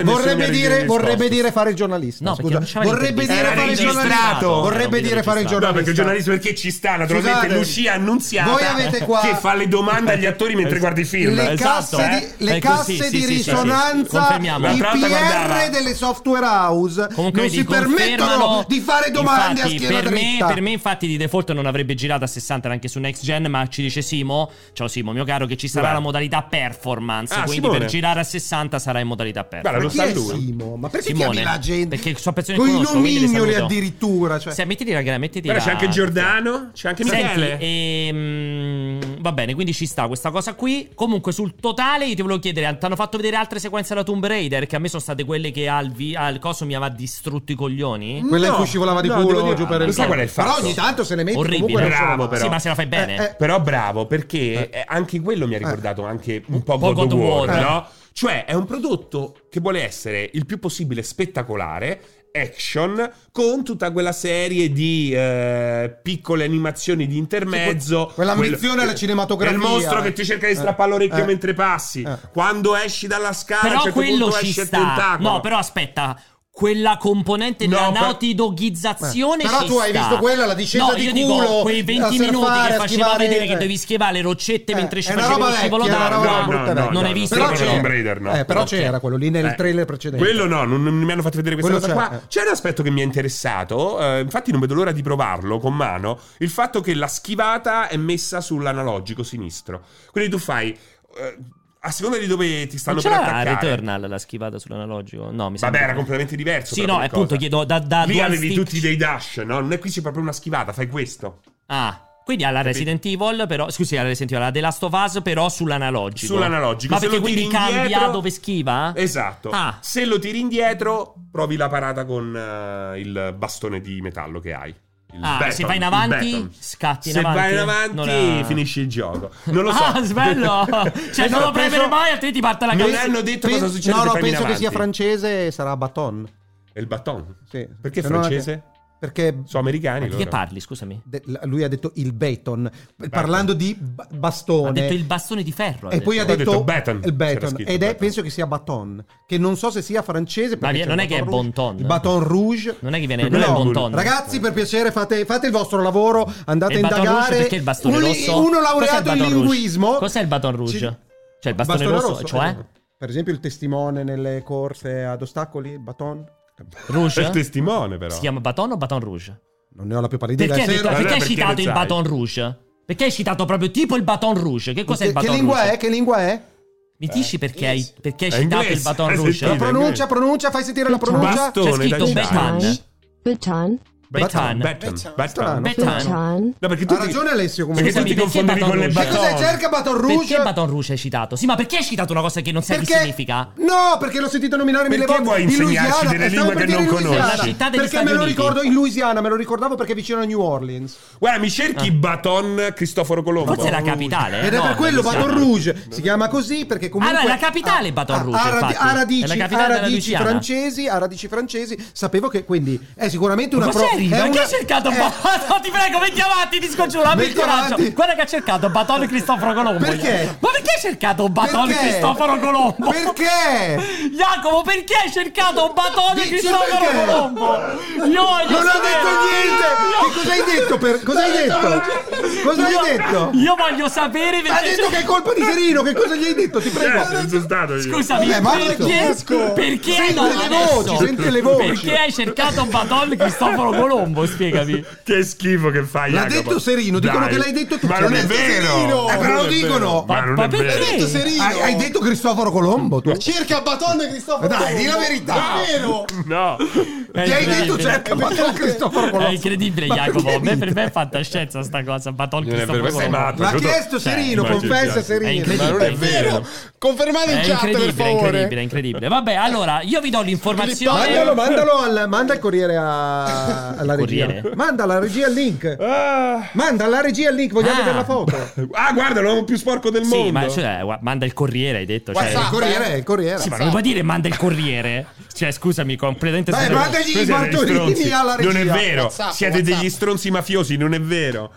[SPEAKER 1] dire,
[SPEAKER 3] e nessuno mi
[SPEAKER 1] vorrebbe
[SPEAKER 3] ha
[SPEAKER 1] dire,
[SPEAKER 3] risposto.
[SPEAKER 1] vorrebbe dire fare il giornalista.
[SPEAKER 2] No, perché
[SPEAKER 1] scusa.
[SPEAKER 2] non c'era
[SPEAKER 1] vorrebbe
[SPEAKER 2] l'intervista.
[SPEAKER 1] dire
[SPEAKER 3] Era
[SPEAKER 1] fare il giornalista.
[SPEAKER 3] registrato.
[SPEAKER 2] Era
[SPEAKER 1] Vorrebbe
[SPEAKER 2] un
[SPEAKER 1] dire fare il
[SPEAKER 2] video
[SPEAKER 1] giornalista.
[SPEAKER 3] No, perché il giornalista perché ci sta, naturalmente
[SPEAKER 1] Scusate,
[SPEAKER 3] Lucia annunziata
[SPEAKER 1] voi avete qua-
[SPEAKER 3] che fa le domande agli attori mentre guardi il film.
[SPEAKER 1] Le
[SPEAKER 2] Esatto,
[SPEAKER 1] casse
[SPEAKER 2] eh.
[SPEAKER 1] di, le
[SPEAKER 2] È
[SPEAKER 1] casse
[SPEAKER 2] così, sì,
[SPEAKER 1] di
[SPEAKER 2] sì, sì, sì.
[SPEAKER 1] risonanza,
[SPEAKER 2] Confermiamo.
[SPEAKER 1] i
[SPEAKER 3] L'altra volta guardava.
[SPEAKER 1] PR delle software house
[SPEAKER 2] Comunque
[SPEAKER 1] non
[SPEAKER 2] vedi,
[SPEAKER 1] si permettono
[SPEAKER 2] confermano-
[SPEAKER 1] di fare domande
[SPEAKER 2] Infatti,
[SPEAKER 1] a schiena
[SPEAKER 2] per me,
[SPEAKER 1] dritta.
[SPEAKER 2] per me, infatti, di default non avrebbe girato a 60 anche su next gen. Ma ci dice Simo, ciao Simo, mio caro, che ci sarà
[SPEAKER 3] Guarda.
[SPEAKER 2] la modalità performance.
[SPEAKER 3] Ah,
[SPEAKER 2] quindi
[SPEAKER 3] Simone.
[SPEAKER 2] per girare a 60 sarà in modalità performance.
[SPEAKER 3] Guarda, lo
[SPEAKER 1] chi
[SPEAKER 3] sa
[SPEAKER 1] è
[SPEAKER 3] lui.
[SPEAKER 1] Simo? Ma perché
[SPEAKER 2] Simone,
[SPEAKER 1] chiami la gente?
[SPEAKER 2] perché sono persone che
[SPEAKER 1] Con i
[SPEAKER 2] conosco, quindi le
[SPEAKER 1] nomignoli
[SPEAKER 2] saluto.
[SPEAKER 1] addirittura. Cioè.
[SPEAKER 2] Sì, mettiti la mettiti
[SPEAKER 3] Però
[SPEAKER 2] la-
[SPEAKER 3] c'è anche Giordano, c'è anche Michele.
[SPEAKER 2] Senti, ehm, va bene, quindi ci sta questa cosa qui. Comunque, sul totale, io ti volevo chiedere: ti hanno fatto vedere altre sequenze da Tomb Raider? Che a me sono state quelle che al, vi- al coso mi aveva distrutto i coglioni.
[SPEAKER 1] Quella in
[SPEAKER 3] No,
[SPEAKER 1] cui scivolava di
[SPEAKER 3] no,
[SPEAKER 1] culo
[SPEAKER 3] devo dire-
[SPEAKER 1] giù per
[SPEAKER 3] lo
[SPEAKER 1] il
[SPEAKER 3] sai qual è il fatto?
[SPEAKER 1] Però ogni tanto se ne metti
[SPEAKER 2] Orribile.
[SPEAKER 1] comunque non sono
[SPEAKER 3] Bravo,
[SPEAKER 1] male.
[SPEAKER 3] però.
[SPEAKER 2] Sì, ma se la fai bene.
[SPEAKER 1] Eh, eh,
[SPEAKER 3] Però bravo, perché eh, anche quello mi ha ricordato anche un po'
[SPEAKER 2] Un
[SPEAKER 3] God,
[SPEAKER 2] po'
[SPEAKER 3] of
[SPEAKER 2] God of
[SPEAKER 3] War,
[SPEAKER 2] War, eh.
[SPEAKER 3] no? Cioè, è un prodotto che vuole essere il più possibile spettacolare, action, con tutta quella serie di eh, piccole animazioni di intermezzo.
[SPEAKER 1] que- quell'ambizione
[SPEAKER 3] Quello-
[SPEAKER 1] alla cinematografia.
[SPEAKER 3] È il mostro che ti cerca di strappare l'orecchio
[SPEAKER 1] Eh.
[SPEAKER 3] mentre passi.
[SPEAKER 1] Eh.
[SPEAKER 3] Quando esci dalla scala, a
[SPEAKER 2] però
[SPEAKER 3] un certo
[SPEAKER 2] quello
[SPEAKER 3] punto
[SPEAKER 2] ci
[SPEAKER 3] esce il
[SPEAKER 2] sta.
[SPEAKER 3] tentacolo.
[SPEAKER 2] No, però aspetta. Quella componente
[SPEAKER 3] No,
[SPEAKER 2] della
[SPEAKER 3] per-
[SPEAKER 2] nautidoghizzazione
[SPEAKER 1] Eh, però
[SPEAKER 2] ci
[SPEAKER 1] tu hai
[SPEAKER 2] sta.
[SPEAKER 1] visto quella, la discesa
[SPEAKER 2] no,
[SPEAKER 1] di
[SPEAKER 2] io dico,
[SPEAKER 1] culo,
[SPEAKER 2] quei 20
[SPEAKER 1] a
[SPEAKER 2] minuti
[SPEAKER 1] surfare, a
[SPEAKER 2] che faceva
[SPEAKER 1] schivare,
[SPEAKER 2] vedere che
[SPEAKER 1] eh.
[SPEAKER 2] dovevi schivare le roccette
[SPEAKER 1] Eh,
[SPEAKER 2] mentre ci
[SPEAKER 1] è una
[SPEAKER 2] facevi
[SPEAKER 1] roba
[SPEAKER 2] lo scivolo
[SPEAKER 1] vecchia, è una
[SPEAKER 2] d'acqua.
[SPEAKER 1] roba brutta vecchia.
[SPEAKER 2] non hai visto
[SPEAKER 1] Però
[SPEAKER 2] quello?
[SPEAKER 1] c'era.
[SPEAKER 3] Tomb Raider, no.
[SPEAKER 1] Eh, però
[SPEAKER 3] Ok.
[SPEAKER 1] c'era quello lì nel
[SPEAKER 3] Eh,
[SPEAKER 1] trailer precedente.
[SPEAKER 3] Quello no, non, non mi hanno fatto vedere questa
[SPEAKER 1] Quello
[SPEAKER 3] cosa
[SPEAKER 1] c'è,
[SPEAKER 3] qua.
[SPEAKER 1] eh.
[SPEAKER 3] C'è un aspetto che mi è interessato, eh, infatti non vedo l'ora di provarlo con mano, il fatto che la schivata è messa sull'analogico sinistro. Quindi tu fai... eh, a seconda di dove ti
[SPEAKER 2] Non
[SPEAKER 3] stanno per
[SPEAKER 2] c'era
[SPEAKER 3] attaccare...
[SPEAKER 2] Returnal la schivata sull'analogico? No, mi sembra.
[SPEAKER 3] Vabbè,
[SPEAKER 2] di
[SPEAKER 3] era
[SPEAKER 2] no.
[SPEAKER 3] completamente diverso.
[SPEAKER 2] Sì,
[SPEAKER 3] però
[SPEAKER 2] no,
[SPEAKER 3] come
[SPEAKER 2] appunto,
[SPEAKER 3] cosa.
[SPEAKER 2] chiedo da- da
[SPEAKER 3] Lì
[SPEAKER 2] dual
[SPEAKER 3] avevi
[SPEAKER 2] stick.
[SPEAKER 3] tutti dei dash, no? Non è qui c'è proprio una schivata, fai questo.
[SPEAKER 2] Ah. Quindi alla Resident Evil, però. Scusi, alla Resident Evil, alla The Last of Us, però sull'analogico.
[SPEAKER 3] Sull'analogico.
[SPEAKER 2] Ma
[SPEAKER 3] Se
[SPEAKER 2] perché
[SPEAKER 3] lo
[SPEAKER 2] quindi
[SPEAKER 3] tiri
[SPEAKER 2] cambia
[SPEAKER 3] indietro-
[SPEAKER 2] dove schiva?
[SPEAKER 3] Esatto.
[SPEAKER 2] Ah.
[SPEAKER 3] Se lo tiri indietro, provi la parata con eh, il bastone di metallo che hai. Il
[SPEAKER 2] Ah,
[SPEAKER 3] baton,
[SPEAKER 2] se vai in
[SPEAKER 3] il
[SPEAKER 2] avanti,
[SPEAKER 3] baton.
[SPEAKER 2] scatti in
[SPEAKER 3] Se
[SPEAKER 2] avanti. eh.
[SPEAKER 3] vai in avanti,
[SPEAKER 2] Non è-
[SPEAKER 3] finisci il gioco. Non lo so. Esatto.
[SPEAKER 2] Ah, bello! Cioè, non lo premere mai, altrimenti parte la
[SPEAKER 3] Non
[SPEAKER 2] canzone.
[SPEAKER 3] hanno detto
[SPEAKER 1] Pen-
[SPEAKER 3] cosa succede
[SPEAKER 1] no,
[SPEAKER 3] se
[SPEAKER 1] no,
[SPEAKER 3] premi in
[SPEAKER 1] penso che sia
[SPEAKER 3] avanti.
[SPEAKER 1] francese e sarà Baton.
[SPEAKER 3] È il baton.
[SPEAKER 1] Sì.
[SPEAKER 3] Perché
[SPEAKER 1] Se non-
[SPEAKER 3] francese?
[SPEAKER 1] Perché
[SPEAKER 3] Sono americani
[SPEAKER 2] Ma di che
[SPEAKER 3] loro.
[SPEAKER 2] parli, scusami?
[SPEAKER 1] de- l- lui ha detto il Baton, parlando di ba- bastone.
[SPEAKER 2] Ha detto il bastone di ferro. ha
[SPEAKER 1] e poi ha
[SPEAKER 2] detto.
[SPEAKER 1] detto,
[SPEAKER 3] detto baton.
[SPEAKER 1] il
[SPEAKER 3] C'era
[SPEAKER 1] baton
[SPEAKER 3] scritto
[SPEAKER 1] ed è
[SPEAKER 3] baton.
[SPEAKER 1] penso che sia baton che non so se sia francese
[SPEAKER 2] Ma
[SPEAKER 1] perché
[SPEAKER 2] vi-
[SPEAKER 1] c'è
[SPEAKER 2] non
[SPEAKER 1] il
[SPEAKER 2] è che è
[SPEAKER 1] Baton Rouge,
[SPEAKER 2] bon ton.
[SPEAKER 1] il baton rouge
[SPEAKER 2] Non è che viene- non è bon ton.
[SPEAKER 1] ragazzi per piacere fate, fate il vostro lavoro andate
[SPEAKER 2] E
[SPEAKER 1] a
[SPEAKER 2] il baton rouge
[SPEAKER 1] indagare
[SPEAKER 2] perché il bastone
[SPEAKER 1] uno,
[SPEAKER 2] rosso?
[SPEAKER 1] uno
[SPEAKER 2] Cos'è il
[SPEAKER 1] laureato in
[SPEAKER 2] baton rouge?
[SPEAKER 1] linguismo
[SPEAKER 2] Cos'è il baton rouge?
[SPEAKER 1] Ci-
[SPEAKER 2] Cioè, il bastone rosso, cioè?
[SPEAKER 1] eh, per esempio il testimone nelle corse ad ostacoli il baton
[SPEAKER 2] Rouge?
[SPEAKER 3] Eh, È il testimone, però.
[SPEAKER 2] cioè? Si chiama baton o baton rouge?
[SPEAKER 1] non ne ho la più pallida idea
[SPEAKER 2] Perché, hai
[SPEAKER 1] se
[SPEAKER 2] detto-
[SPEAKER 1] ero-
[SPEAKER 3] allora
[SPEAKER 2] perché hai
[SPEAKER 3] perché
[SPEAKER 2] citato
[SPEAKER 3] lo
[SPEAKER 2] il
[SPEAKER 3] sai?
[SPEAKER 2] baton rouge? Perché hai citato proprio tipo il baton rouge? Che cos'è
[SPEAKER 1] che,
[SPEAKER 2] il baton
[SPEAKER 1] che lingua
[SPEAKER 2] rouge?
[SPEAKER 1] è che lingua è
[SPEAKER 2] Mi dici perché hai, perché hai
[SPEAKER 3] È
[SPEAKER 2] citato
[SPEAKER 3] Eh. inglese, Eh,
[SPEAKER 2] il Baton
[SPEAKER 3] hai
[SPEAKER 2] Rouge?
[SPEAKER 3] sentito?
[SPEAKER 1] Pronuncia, pronuncia, fai sentire la pronuncia.
[SPEAKER 3] Bastone,
[SPEAKER 2] C'è scritto
[SPEAKER 3] dai,
[SPEAKER 2] Betan.
[SPEAKER 3] dai.
[SPEAKER 1] eh.
[SPEAKER 7] baton,
[SPEAKER 3] Baton.
[SPEAKER 2] Betan.
[SPEAKER 5] Betan.
[SPEAKER 3] Baton.
[SPEAKER 2] Betan.
[SPEAKER 7] baton,
[SPEAKER 3] No, perché tu
[SPEAKER 1] Ha
[SPEAKER 3] ti-
[SPEAKER 1] ragione Alessio
[SPEAKER 3] Perché tu
[SPEAKER 1] comunque.
[SPEAKER 3] ti
[SPEAKER 2] Perché
[SPEAKER 3] confondevi
[SPEAKER 2] Baton
[SPEAKER 3] con le
[SPEAKER 2] Rouge?
[SPEAKER 1] Che cos'è?
[SPEAKER 3] baton.
[SPEAKER 1] Cerca Baton Rouge?
[SPEAKER 2] Perché Baton Rouge hai citato? Sì, ma perché hai citato una cosa che non sai
[SPEAKER 1] Perché?
[SPEAKER 2] che significa?
[SPEAKER 1] No, perché l'ho sentito nominare mille
[SPEAKER 3] Perché
[SPEAKER 1] volte.
[SPEAKER 3] vuoi
[SPEAKER 1] In
[SPEAKER 3] insegnarci
[SPEAKER 1] Louisiana,
[SPEAKER 3] delle
[SPEAKER 1] eh, stavo
[SPEAKER 3] lingue
[SPEAKER 1] per
[SPEAKER 3] che
[SPEAKER 1] dire
[SPEAKER 3] non
[SPEAKER 1] Louisiana,
[SPEAKER 3] conosci?
[SPEAKER 2] La città degli
[SPEAKER 1] Perché
[SPEAKER 2] Stati
[SPEAKER 1] me lo
[SPEAKER 2] Uniti.
[SPEAKER 1] ricordo in Louisiana, me lo ricordavo perché è vicino a New Orleans.
[SPEAKER 3] Guarda, mi cerchi Baton Cristoforo Colombo.
[SPEAKER 2] Ah.
[SPEAKER 3] Eh,
[SPEAKER 2] Forse è la capitale.
[SPEAKER 1] Ed è
[SPEAKER 2] no?
[SPEAKER 1] per quello
[SPEAKER 2] Louisiana.
[SPEAKER 1] Baton Rouge si chiama così perché comunque
[SPEAKER 2] Ah, no, è la capitale Baton Rouge,
[SPEAKER 1] Ha, ha,
[SPEAKER 2] infatti.
[SPEAKER 1] radi- ha radici,
[SPEAKER 2] È la capitale
[SPEAKER 1] ha
[SPEAKER 2] della
[SPEAKER 1] radici
[SPEAKER 2] Louisiana.
[SPEAKER 1] francesi, ha radici francesi. Sapevo che quindi è sicuramente una
[SPEAKER 2] Ma
[SPEAKER 1] pro-
[SPEAKER 2] Cos'è ridi?
[SPEAKER 1] è
[SPEAKER 2] Ma che
[SPEAKER 1] una-
[SPEAKER 2] hai cercato
[SPEAKER 1] è-
[SPEAKER 2] Baton? Ti prego, metti avanti, ti scongiuro, abbi il
[SPEAKER 1] Metti
[SPEAKER 2] coraggio.
[SPEAKER 1] avanti.
[SPEAKER 2] Guarda che ha cercato Baton Cristoforo Colombo.
[SPEAKER 1] Perché?
[SPEAKER 2] Ma perché hai cercato Baton
[SPEAKER 1] Perché?
[SPEAKER 2] Cristoforo Colombo?
[SPEAKER 1] Perché?
[SPEAKER 2] Jacopo, perché hai cercato Baton
[SPEAKER 1] Dici
[SPEAKER 2] Cristoforo
[SPEAKER 1] perché?
[SPEAKER 2] Colombo? Io voglio
[SPEAKER 1] Non ho
[SPEAKER 2] sapere-
[SPEAKER 1] detto niente! Che cosa hai detto? Per... Cosa hai detto? Cosa hai detto?
[SPEAKER 2] Io voglio sapere
[SPEAKER 1] Ha
[SPEAKER 2] perché
[SPEAKER 1] detto che è colpa di Serino, che cosa gli hai detto? Ti prego.
[SPEAKER 3] Eh,
[SPEAKER 2] Certo.
[SPEAKER 3] sono stato io.
[SPEAKER 2] Scusami,
[SPEAKER 1] Vabbè, ma
[SPEAKER 2] perché?
[SPEAKER 1] adesso-
[SPEAKER 2] Perché
[SPEAKER 1] Sente
[SPEAKER 2] no,
[SPEAKER 1] le
[SPEAKER 2] adesso?
[SPEAKER 1] voci, sente le voci.
[SPEAKER 2] Perché hai cercato Baton Cristoforo Colombo? Spiegami.
[SPEAKER 3] Che schifo che fai,
[SPEAKER 1] L'ha
[SPEAKER 3] Jacopo.
[SPEAKER 1] detto Serino, dicono
[SPEAKER 3] Dai.
[SPEAKER 1] che l'hai detto tu.
[SPEAKER 3] Ma non è vero.
[SPEAKER 5] Serino.
[SPEAKER 1] Eh, però
[SPEAKER 3] Ma non
[SPEAKER 1] lo
[SPEAKER 3] è vero.
[SPEAKER 1] dicono.
[SPEAKER 3] Ma non
[SPEAKER 2] Ma
[SPEAKER 3] è vero.
[SPEAKER 2] perché?
[SPEAKER 5] detto Serino.
[SPEAKER 1] Eh, Hai, hai detto Cristoforo Colombo tu?
[SPEAKER 5] Cerca Baton e Cristoforo.
[SPEAKER 1] Dai,
[SPEAKER 5] Colombo.
[SPEAKER 1] di la verità.
[SPEAKER 5] È vero.
[SPEAKER 3] No.
[SPEAKER 2] Eh, È
[SPEAKER 1] Gli hai detto
[SPEAKER 2] incredibile.
[SPEAKER 1] cerca Baton Cristoforo
[SPEAKER 2] È
[SPEAKER 1] Colombo.
[SPEAKER 2] incredibile,
[SPEAKER 1] Ma
[SPEAKER 2] Jacopo.
[SPEAKER 1] perché
[SPEAKER 2] A me- per
[SPEAKER 1] dite?
[SPEAKER 2] me è fantascienza sta cosa. Baton
[SPEAKER 3] Non è vero,
[SPEAKER 2] Cristoforo
[SPEAKER 3] questo è
[SPEAKER 2] Colombo.
[SPEAKER 3] matto.
[SPEAKER 1] L'ha
[SPEAKER 3] Giusto?
[SPEAKER 1] chiesto Serino,
[SPEAKER 3] Cioè,
[SPEAKER 1] confessa
[SPEAKER 3] immagino.
[SPEAKER 2] È
[SPEAKER 1] Serino.
[SPEAKER 2] incredibile.
[SPEAKER 3] Ma non è vero.
[SPEAKER 5] Confermate
[SPEAKER 2] È
[SPEAKER 5] in chat, per
[SPEAKER 2] incredibile, è incredibile, è
[SPEAKER 5] favore.
[SPEAKER 2] incredibile. Vabbè, allora io vi do
[SPEAKER 1] Mandalo,
[SPEAKER 2] l'informazione.
[SPEAKER 1] mandalo al, manda il corriere a- alla regia.
[SPEAKER 2] Corriere?
[SPEAKER 1] Manda alla regia il link.
[SPEAKER 3] Ah,
[SPEAKER 1] Manda alla regia il link, vogliamo
[SPEAKER 2] Ah.
[SPEAKER 1] vedere la foto.
[SPEAKER 3] Ah, guarda, l'uomo più sporco del mondo.
[SPEAKER 2] Sì, ma cioè, gua- manda il corriere, hai detto. Cioè,
[SPEAKER 1] Il
[SPEAKER 5] WhatsApp.
[SPEAKER 1] corriere, il corriere.
[SPEAKER 2] sì, ma non puoi dire manda il corriere. Cioè, scusami, completamente
[SPEAKER 1] Dai,
[SPEAKER 2] senza-
[SPEAKER 1] mandagli
[SPEAKER 3] Voi
[SPEAKER 1] i
[SPEAKER 3] siete degli
[SPEAKER 1] Bartolini
[SPEAKER 3] stronzi.
[SPEAKER 1] alla regia.
[SPEAKER 3] Non è vero.
[SPEAKER 5] WhatsApp,
[SPEAKER 3] Siete degli
[SPEAKER 5] WhatsApp.
[SPEAKER 3] stronzi mafiosi, non è vero.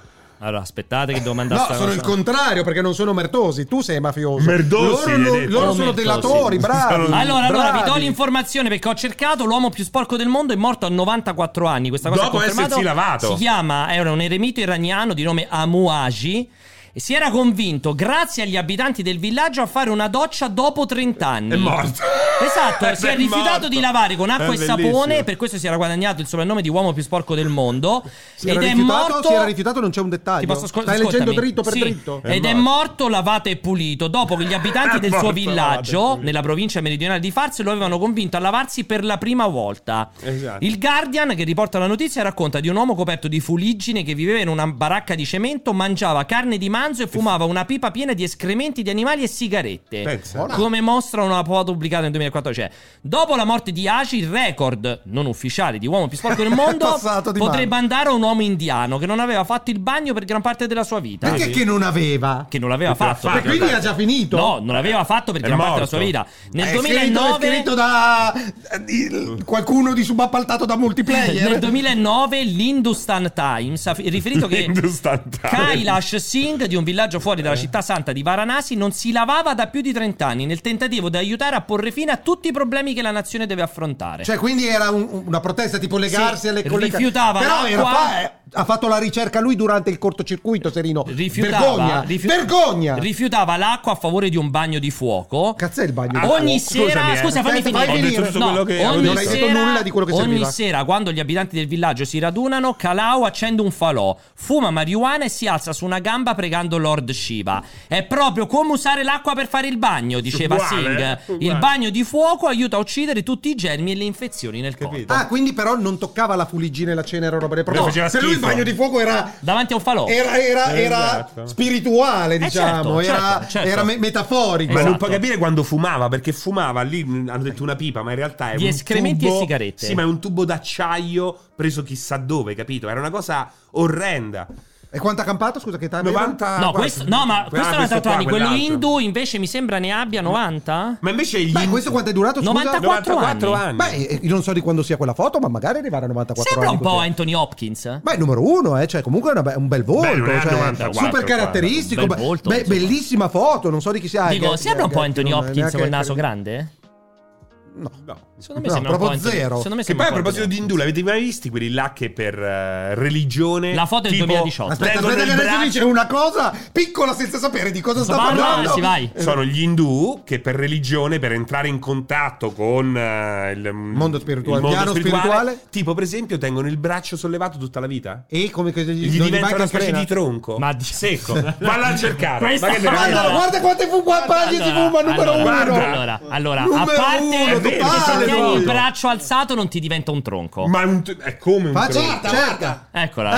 [SPEAKER 2] Allora, aspettate che devo mandare
[SPEAKER 1] No,
[SPEAKER 2] sta
[SPEAKER 1] sono il
[SPEAKER 2] cosa.
[SPEAKER 1] contrario perché non sono mertosi. Tu sei mafioso.
[SPEAKER 3] Merdosi,
[SPEAKER 1] Loro,
[SPEAKER 3] hai detto.
[SPEAKER 1] loro
[SPEAKER 2] Oh,
[SPEAKER 1] sono
[SPEAKER 2] merdosi.
[SPEAKER 1] delatori, bravi.
[SPEAKER 3] Sono-
[SPEAKER 2] Allora, allora, vi do
[SPEAKER 1] bravi.
[SPEAKER 2] l'informazione perché ho cercato. L'uomo più sporco del mondo è morto a 94 anni. Questa cosa
[SPEAKER 3] Dopo
[SPEAKER 2] è confermato.
[SPEAKER 3] essersi lavato.
[SPEAKER 2] Si chiama, era un eremito iraniano di nome Amuaji. E si era convinto, grazie agli abitanti del villaggio, a fare una doccia dopo 30 anni.
[SPEAKER 3] È morto.
[SPEAKER 2] Mm. Esatto, si è rifiutato
[SPEAKER 3] morto.
[SPEAKER 2] di lavare con acqua
[SPEAKER 3] È
[SPEAKER 2] e
[SPEAKER 3] bellissimo.
[SPEAKER 2] sapone, per questo si era guadagnato il soprannome di uomo più sporco del mondo.
[SPEAKER 1] Si era,
[SPEAKER 2] ed è
[SPEAKER 1] rifiutato,
[SPEAKER 2] morto.
[SPEAKER 1] si era rifiutato, non c'è un dettaglio.
[SPEAKER 2] Ti posso ascol-
[SPEAKER 1] Stai
[SPEAKER 2] ascoltami.
[SPEAKER 1] leggendo dritto per
[SPEAKER 2] Sì. Eh,
[SPEAKER 1] dritto.
[SPEAKER 2] Ed è morto lavato e pulito dopo che gli abitanti
[SPEAKER 3] È
[SPEAKER 2] del suo
[SPEAKER 3] morto lavato e
[SPEAKER 2] villaggio,
[SPEAKER 3] pulito.
[SPEAKER 2] nella provincia meridionale di Fars, lo avevano convinto a lavarsi per la prima volta.
[SPEAKER 3] Esatto.
[SPEAKER 2] Il Guardian, che riporta la notizia, racconta di un uomo coperto di fuliggine che viveva in una baracca di cemento, mangiava carne di manzo e fumava una pipa piena di escrementi di animali e sigarette.
[SPEAKER 3] Pensa.
[SPEAKER 2] Come mostra una foto pubblicata nel 2014, cioè, dopo la morte di Aci, il record non ufficiale di uomo più sporco del mondo
[SPEAKER 1] Passato di
[SPEAKER 2] potrebbe
[SPEAKER 1] mano.
[SPEAKER 2] andare a un uomo indiano che non aveva fatto il bagno per gran parte della sua vita.
[SPEAKER 1] Perché che non aveva?
[SPEAKER 2] Che non l'aveva fatto.
[SPEAKER 3] fatto.
[SPEAKER 1] E quindi ha già finito.
[SPEAKER 2] No, non l'aveva fatto per
[SPEAKER 3] È
[SPEAKER 2] gran parte della
[SPEAKER 3] morto.
[SPEAKER 2] sua vita. Nel
[SPEAKER 1] È scritto, è
[SPEAKER 2] 2009
[SPEAKER 1] scritto da eh, il- qualcuno di subappaltato da multiplayer.
[SPEAKER 2] Nel 2009 l'Hindustan Times ha fi- riferito che
[SPEAKER 3] L'Hindustan Times.
[SPEAKER 2] Kailash Singh di un villaggio fuori
[SPEAKER 1] Eh.
[SPEAKER 2] dalla città santa di Varanasi non si lavava da più di 30 anni nel tentativo di aiutare a porre fine a tutti i problemi che la nazione deve affrontare.
[SPEAKER 1] Cioè, quindi era un- una protesta tipo legarsi
[SPEAKER 2] Sì,
[SPEAKER 1] alle collega-
[SPEAKER 2] rifiutava
[SPEAKER 1] Però era
[SPEAKER 2] l'acqua.
[SPEAKER 1] fa- eh, ha fatto la ricerca lui durante il cortocircuito, Serino.
[SPEAKER 2] rifiutava,
[SPEAKER 1] vergogna!
[SPEAKER 2] rifiu-
[SPEAKER 1] vergogna!
[SPEAKER 2] rifiutava l'acqua a favore di un bagno di fuoco.
[SPEAKER 1] Cazzo è il bagno.
[SPEAKER 3] Ah,
[SPEAKER 2] Ogni
[SPEAKER 3] oh,
[SPEAKER 2] sera,
[SPEAKER 3] scusami, eh.
[SPEAKER 2] scusa, fammi
[SPEAKER 1] Aspetta,
[SPEAKER 2] finire.
[SPEAKER 1] fai finire. Ho detto
[SPEAKER 3] tutto quello che avevo
[SPEAKER 2] ogni
[SPEAKER 3] detto. Non hai
[SPEAKER 2] sera,
[SPEAKER 1] detto nulla di quello che
[SPEAKER 2] ogni
[SPEAKER 1] serviva.
[SPEAKER 2] sera, quando gli abitanti del villaggio si radunano, Kalao accende un falò, fuma marijuana e si alza su una gamba pregando Lord Shiva. È proprio come usare l'acqua per fare il bagno, diceva
[SPEAKER 3] Uguale, eh?
[SPEAKER 2] Singh. Il
[SPEAKER 3] Uguale.
[SPEAKER 2] bagno di fuoco aiuta a uccidere tutti i germi e le infezioni nel corpo.
[SPEAKER 1] Ah, quindi però non toccava la fuliggine, la cenere o roba del
[SPEAKER 3] No,
[SPEAKER 1] proprio.
[SPEAKER 3] faceva
[SPEAKER 1] se lui il
[SPEAKER 3] schifo.
[SPEAKER 1] bagno di fuoco era
[SPEAKER 2] Davanti a un falò.
[SPEAKER 1] era, era-
[SPEAKER 3] Eh,
[SPEAKER 1] era
[SPEAKER 3] esatto.
[SPEAKER 1] spirituale, diciamo,
[SPEAKER 2] certo,
[SPEAKER 1] era,
[SPEAKER 2] certo, certo.
[SPEAKER 1] era me- metaforico.
[SPEAKER 3] Ma non
[SPEAKER 2] Esatto.
[SPEAKER 3] puoi capire quando fumava, perché fumava lì, mh, hanno detto una pipa, ma in realtà è
[SPEAKER 2] Di
[SPEAKER 3] un
[SPEAKER 2] escrementi
[SPEAKER 3] tubo-
[SPEAKER 2] e sigarette.
[SPEAKER 3] Sì, ma è un tubo d'acciaio preso chissà dove, capito? Era una cosa orrenda.
[SPEAKER 1] E quanto ha campato? Scusa, che età aveva?
[SPEAKER 3] 90
[SPEAKER 2] No,
[SPEAKER 3] quasi-
[SPEAKER 2] questo, no, ma
[SPEAKER 3] Ah,
[SPEAKER 2] questo è un altro
[SPEAKER 3] qua,
[SPEAKER 2] anni. Quello
[SPEAKER 3] quell'altro.
[SPEAKER 2] Hindu invece mi sembra ne abbia 90.
[SPEAKER 3] Ma invece gli
[SPEAKER 1] Beh, questo quanto è durato? Scusa?
[SPEAKER 2] 94
[SPEAKER 3] 94 anni.
[SPEAKER 1] Beh, eh, io non so di quando sia quella foto, ma magari arrivare a 94
[SPEAKER 2] Sembra
[SPEAKER 1] anni.
[SPEAKER 2] un po'
[SPEAKER 1] così.
[SPEAKER 2] Anthony Hopkins. eh?
[SPEAKER 1] Beh, è numero uno, eh, cioè comunque è una be- un bel volto,
[SPEAKER 3] Beh, non è
[SPEAKER 1] cioè,
[SPEAKER 3] 94,
[SPEAKER 1] super caratteristico,
[SPEAKER 2] guarda, un bel volto,
[SPEAKER 1] be-
[SPEAKER 2] insomma.
[SPEAKER 1] bellissima foto, non so di chi sia.
[SPEAKER 2] Dico,
[SPEAKER 1] Ah, Gatti,
[SPEAKER 2] sembra un po'
[SPEAKER 1] Gatti,
[SPEAKER 2] Anthony
[SPEAKER 1] non-
[SPEAKER 2] Hopkins
[SPEAKER 1] neanche-
[SPEAKER 2] col naso grande?
[SPEAKER 1] No.
[SPEAKER 3] No.
[SPEAKER 2] Secondo me
[SPEAKER 1] No,
[SPEAKER 2] sembra un po'
[SPEAKER 1] proprio
[SPEAKER 2] inter-
[SPEAKER 1] zero.
[SPEAKER 2] Secondo me
[SPEAKER 3] Che
[SPEAKER 2] sembra
[SPEAKER 3] poi a
[SPEAKER 2] un po'
[SPEAKER 3] proposito di Indù, l'avete mai visti quelli là che per eh, religione.
[SPEAKER 2] La foto è del
[SPEAKER 3] tipo,
[SPEAKER 2] 2018.
[SPEAKER 1] Aspetta,
[SPEAKER 3] prendono
[SPEAKER 1] aspetta,
[SPEAKER 3] il
[SPEAKER 1] che adesso
[SPEAKER 3] braccio-
[SPEAKER 1] dice una cosa piccola senza sapere di cosa sta
[SPEAKER 2] parla,
[SPEAKER 1] parlando.
[SPEAKER 2] sì, vai.
[SPEAKER 3] Sono gli Indù che per religione, per entrare in contatto con eh, il
[SPEAKER 1] Mondo spirituale,
[SPEAKER 3] il mondo
[SPEAKER 1] piano spirituale.
[SPEAKER 3] tipo per esempio tengono il braccio sollevato tutta la vita.
[SPEAKER 1] E come che
[SPEAKER 3] Gli diventa una specie di tronco.
[SPEAKER 2] Ma di-
[SPEAKER 3] secco. Valla a cercare.
[SPEAKER 2] Questa-
[SPEAKER 3] Ma che te ne-
[SPEAKER 2] Allora,
[SPEAKER 1] Guarda, guarda quante fu- pagine di fuma numero
[SPEAKER 2] allora,
[SPEAKER 1] uno.
[SPEAKER 3] guarda.
[SPEAKER 2] Allora, allora,
[SPEAKER 1] Numero
[SPEAKER 2] a parte
[SPEAKER 1] uno,
[SPEAKER 2] è vero che
[SPEAKER 1] totale,
[SPEAKER 2] se tieni il
[SPEAKER 1] proprio.
[SPEAKER 2] braccio alzato non ti diventa un tronco.
[SPEAKER 3] Ma è un t- è come un
[SPEAKER 1] Ma
[SPEAKER 3] tronco.
[SPEAKER 1] cerca, cerca.
[SPEAKER 2] Eccola.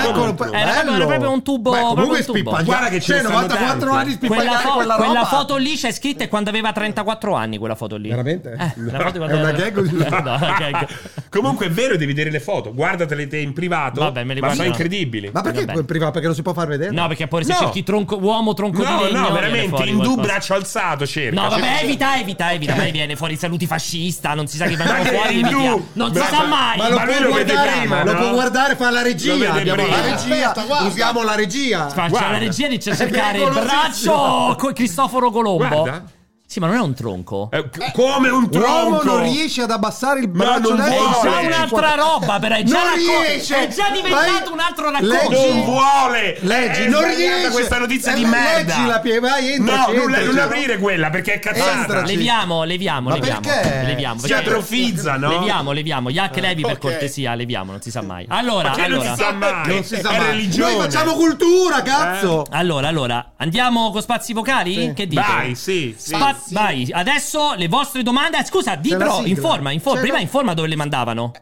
[SPEAKER 1] Eccolo,
[SPEAKER 2] Era
[SPEAKER 1] ecco, bello.
[SPEAKER 2] proprio- era proprio un tubo-
[SPEAKER 1] Beh, comunque
[SPEAKER 2] proprio un tubo.
[SPEAKER 1] spippa-
[SPEAKER 3] Guarda che ce ne
[SPEAKER 1] Cioè,
[SPEAKER 3] stanno
[SPEAKER 1] 94
[SPEAKER 3] tanti.
[SPEAKER 1] anni
[SPEAKER 2] Quella,
[SPEAKER 1] spippagare
[SPEAKER 2] fo-
[SPEAKER 1] quella,
[SPEAKER 2] quella
[SPEAKER 1] roba.
[SPEAKER 2] foto lì c'è scritta è quando aveva 34 anni quella foto lì.
[SPEAKER 1] Veramente?
[SPEAKER 2] Eh, la
[SPEAKER 1] No,
[SPEAKER 2] foto
[SPEAKER 1] è una gag o di-
[SPEAKER 2] No, è una gag.
[SPEAKER 3] Comunque è vero, devi vedere le foto. Guardatele te in privato.
[SPEAKER 2] Vabbè, me le
[SPEAKER 3] ma
[SPEAKER 2] guardo.
[SPEAKER 3] sono incredibili.
[SPEAKER 1] Ma perché
[SPEAKER 2] Vabbè.
[SPEAKER 1] privato? Perché non si può far vedere?
[SPEAKER 2] No, perché poi se
[SPEAKER 3] No.
[SPEAKER 2] cerchi tronco, uomo tronco di
[SPEAKER 3] No,
[SPEAKER 2] legno
[SPEAKER 3] no,
[SPEAKER 2] viene
[SPEAKER 3] veramente.
[SPEAKER 2] fuori
[SPEAKER 3] Indù
[SPEAKER 2] qualcosa.
[SPEAKER 3] braccio alzato, Eh, cerca.
[SPEAKER 2] No,
[SPEAKER 3] cerca.
[SPEAKER 2] vabbè, evita, evita, evita. Mai viene fuori saluti fascista. Non si sa che vengono
[SPEAKER 3] Eh. Ma che
[SPEAKER 2] fuori.
[SPEAKER 3] Indù?
[SPEAKER 2] via. Non si
[SPEAKER 3] Ma-
[SPEAKER 2] sa mai.
[SPEAKER 1] Ma lo
[SPEAKER 3] Ma lui
[SPEAKER 1] può
[SPEAKER 3] lo vede
[SPEAKER 1] guardare,
[SPEAKER 3] prima,
[SPEAKER 1] lo
[SPEAKER 3] no?
[SPEAKER 1] può guardare, fa la
[SPEAKER 3] Lo
[SPEAKER 1] regia.
[SPEAKER 3] vede
[SPEAKER 1] Abbiamo la
[SPEAKER 3] prima.
[SPEAKER 1] regia,
[SPEAKER 5] Aspetta, guarda.
[SPEAKER 1] usiamo la regia.
[SPEAKER 2] Faccia
[SPEAKER 3] Guarda.
[SPEAKER 2] la regia di cercare il
[SPEAKER 1] pericolosissimo.
[SPEAKER 2] braccio con Cristoforo Colombo.
[SPEAKER 3] Guarda.
[SPEAKER 2] Sì, ma non è un tronco.
[SPEAKER 3] Eh, c- come
[SPEAKER 1] L'uomo
[SPEAKER 3] un tronco.
[SPEAKER 1] non riesce ad abbassare il braccio
[SPEAKER 3] non
[SPEAKER 1] destro.
[SPEAKER 2] È
[SPEAKER 3] vuole.
[SPEAKER 2] già un'altra roba, però è già,
[SPEAKER 1] Non
[SPEAKER 2] racco-
[SPEAKER 1] riesce.
[SPEAKER 2] è già diventato
[SPEAKER 1] Vai-
[SPEAKER 2] un altro
[SPEAKER 1] Leggi.
[SPEAKER 3] non
[SPEAKER 2] racconto.
[SPEAKER 3] vuole. Eh,
[SPEAKER 1] Leggi,
[SPEAKER 3] È
[SPEAKER 1] non
[SPEAKER 3] sbagliata
[SPEAKER 1] riesce.
[SPEAKER 3] questa notizia di
[SPEAKER 1] Eh,
[SPEAKER 3] merda.
[SPEAKER 1] leggi la pie- vai, entraci,
[SPEAKER 3] No, non, la- non
[SPEAKER 1] entraci.
[SPEAKER 3] aprire quella perché è cazzata.
[SPEAKER 1] Entraci.
[SPEAKER 3] Si
[SPEAKER 2] Leviamo, leviamo,
[SPEAKER 1] Ma
[SPEAKER 2] leviamo.
[SPEAKER 1] perché?
[SPEAKER 2] Leviamo, perché-
[SPEAKER 3] atrofizza, no?
[SPEAKER 2] Leviamo, leviamo. Iac Levi per
[SPEAKER 5] ok.
[SPEAKER 2] cortesia, leviamo, non si sa mai. Allora,
[SPEAKER 3] Perché
[SPEAKER 2] allora.
[SPEAKER 3] non si sa mai.
[SPEAKER 1] Non si sa
[SPEAKER 3] è
[SPEAKER 1] mai.
[SPEAKER 3] religione.
[SPEAKER 1] Noi facciamo cultura, cazzo.
[SPEAKER 2] Allora, allora, andiamo con spazi vocali? Che dite?
[SPEAKER 3] Vai, sì. sì.
[SPEAKER 2] Spa- Vai, adesso le vostre domande. Ah, Scusa, di
[SPEAKER 1] C'è la
[SPEAKER 2] però,
[SPEAKER 1] sigla.
[SPEAKER 2] informa, informa.
[SPEAKER 1] C'è
[SPEAKER 2] Prima
[SPEAKER 1] la-
[SPEAKER 2] informa dove le mandavano.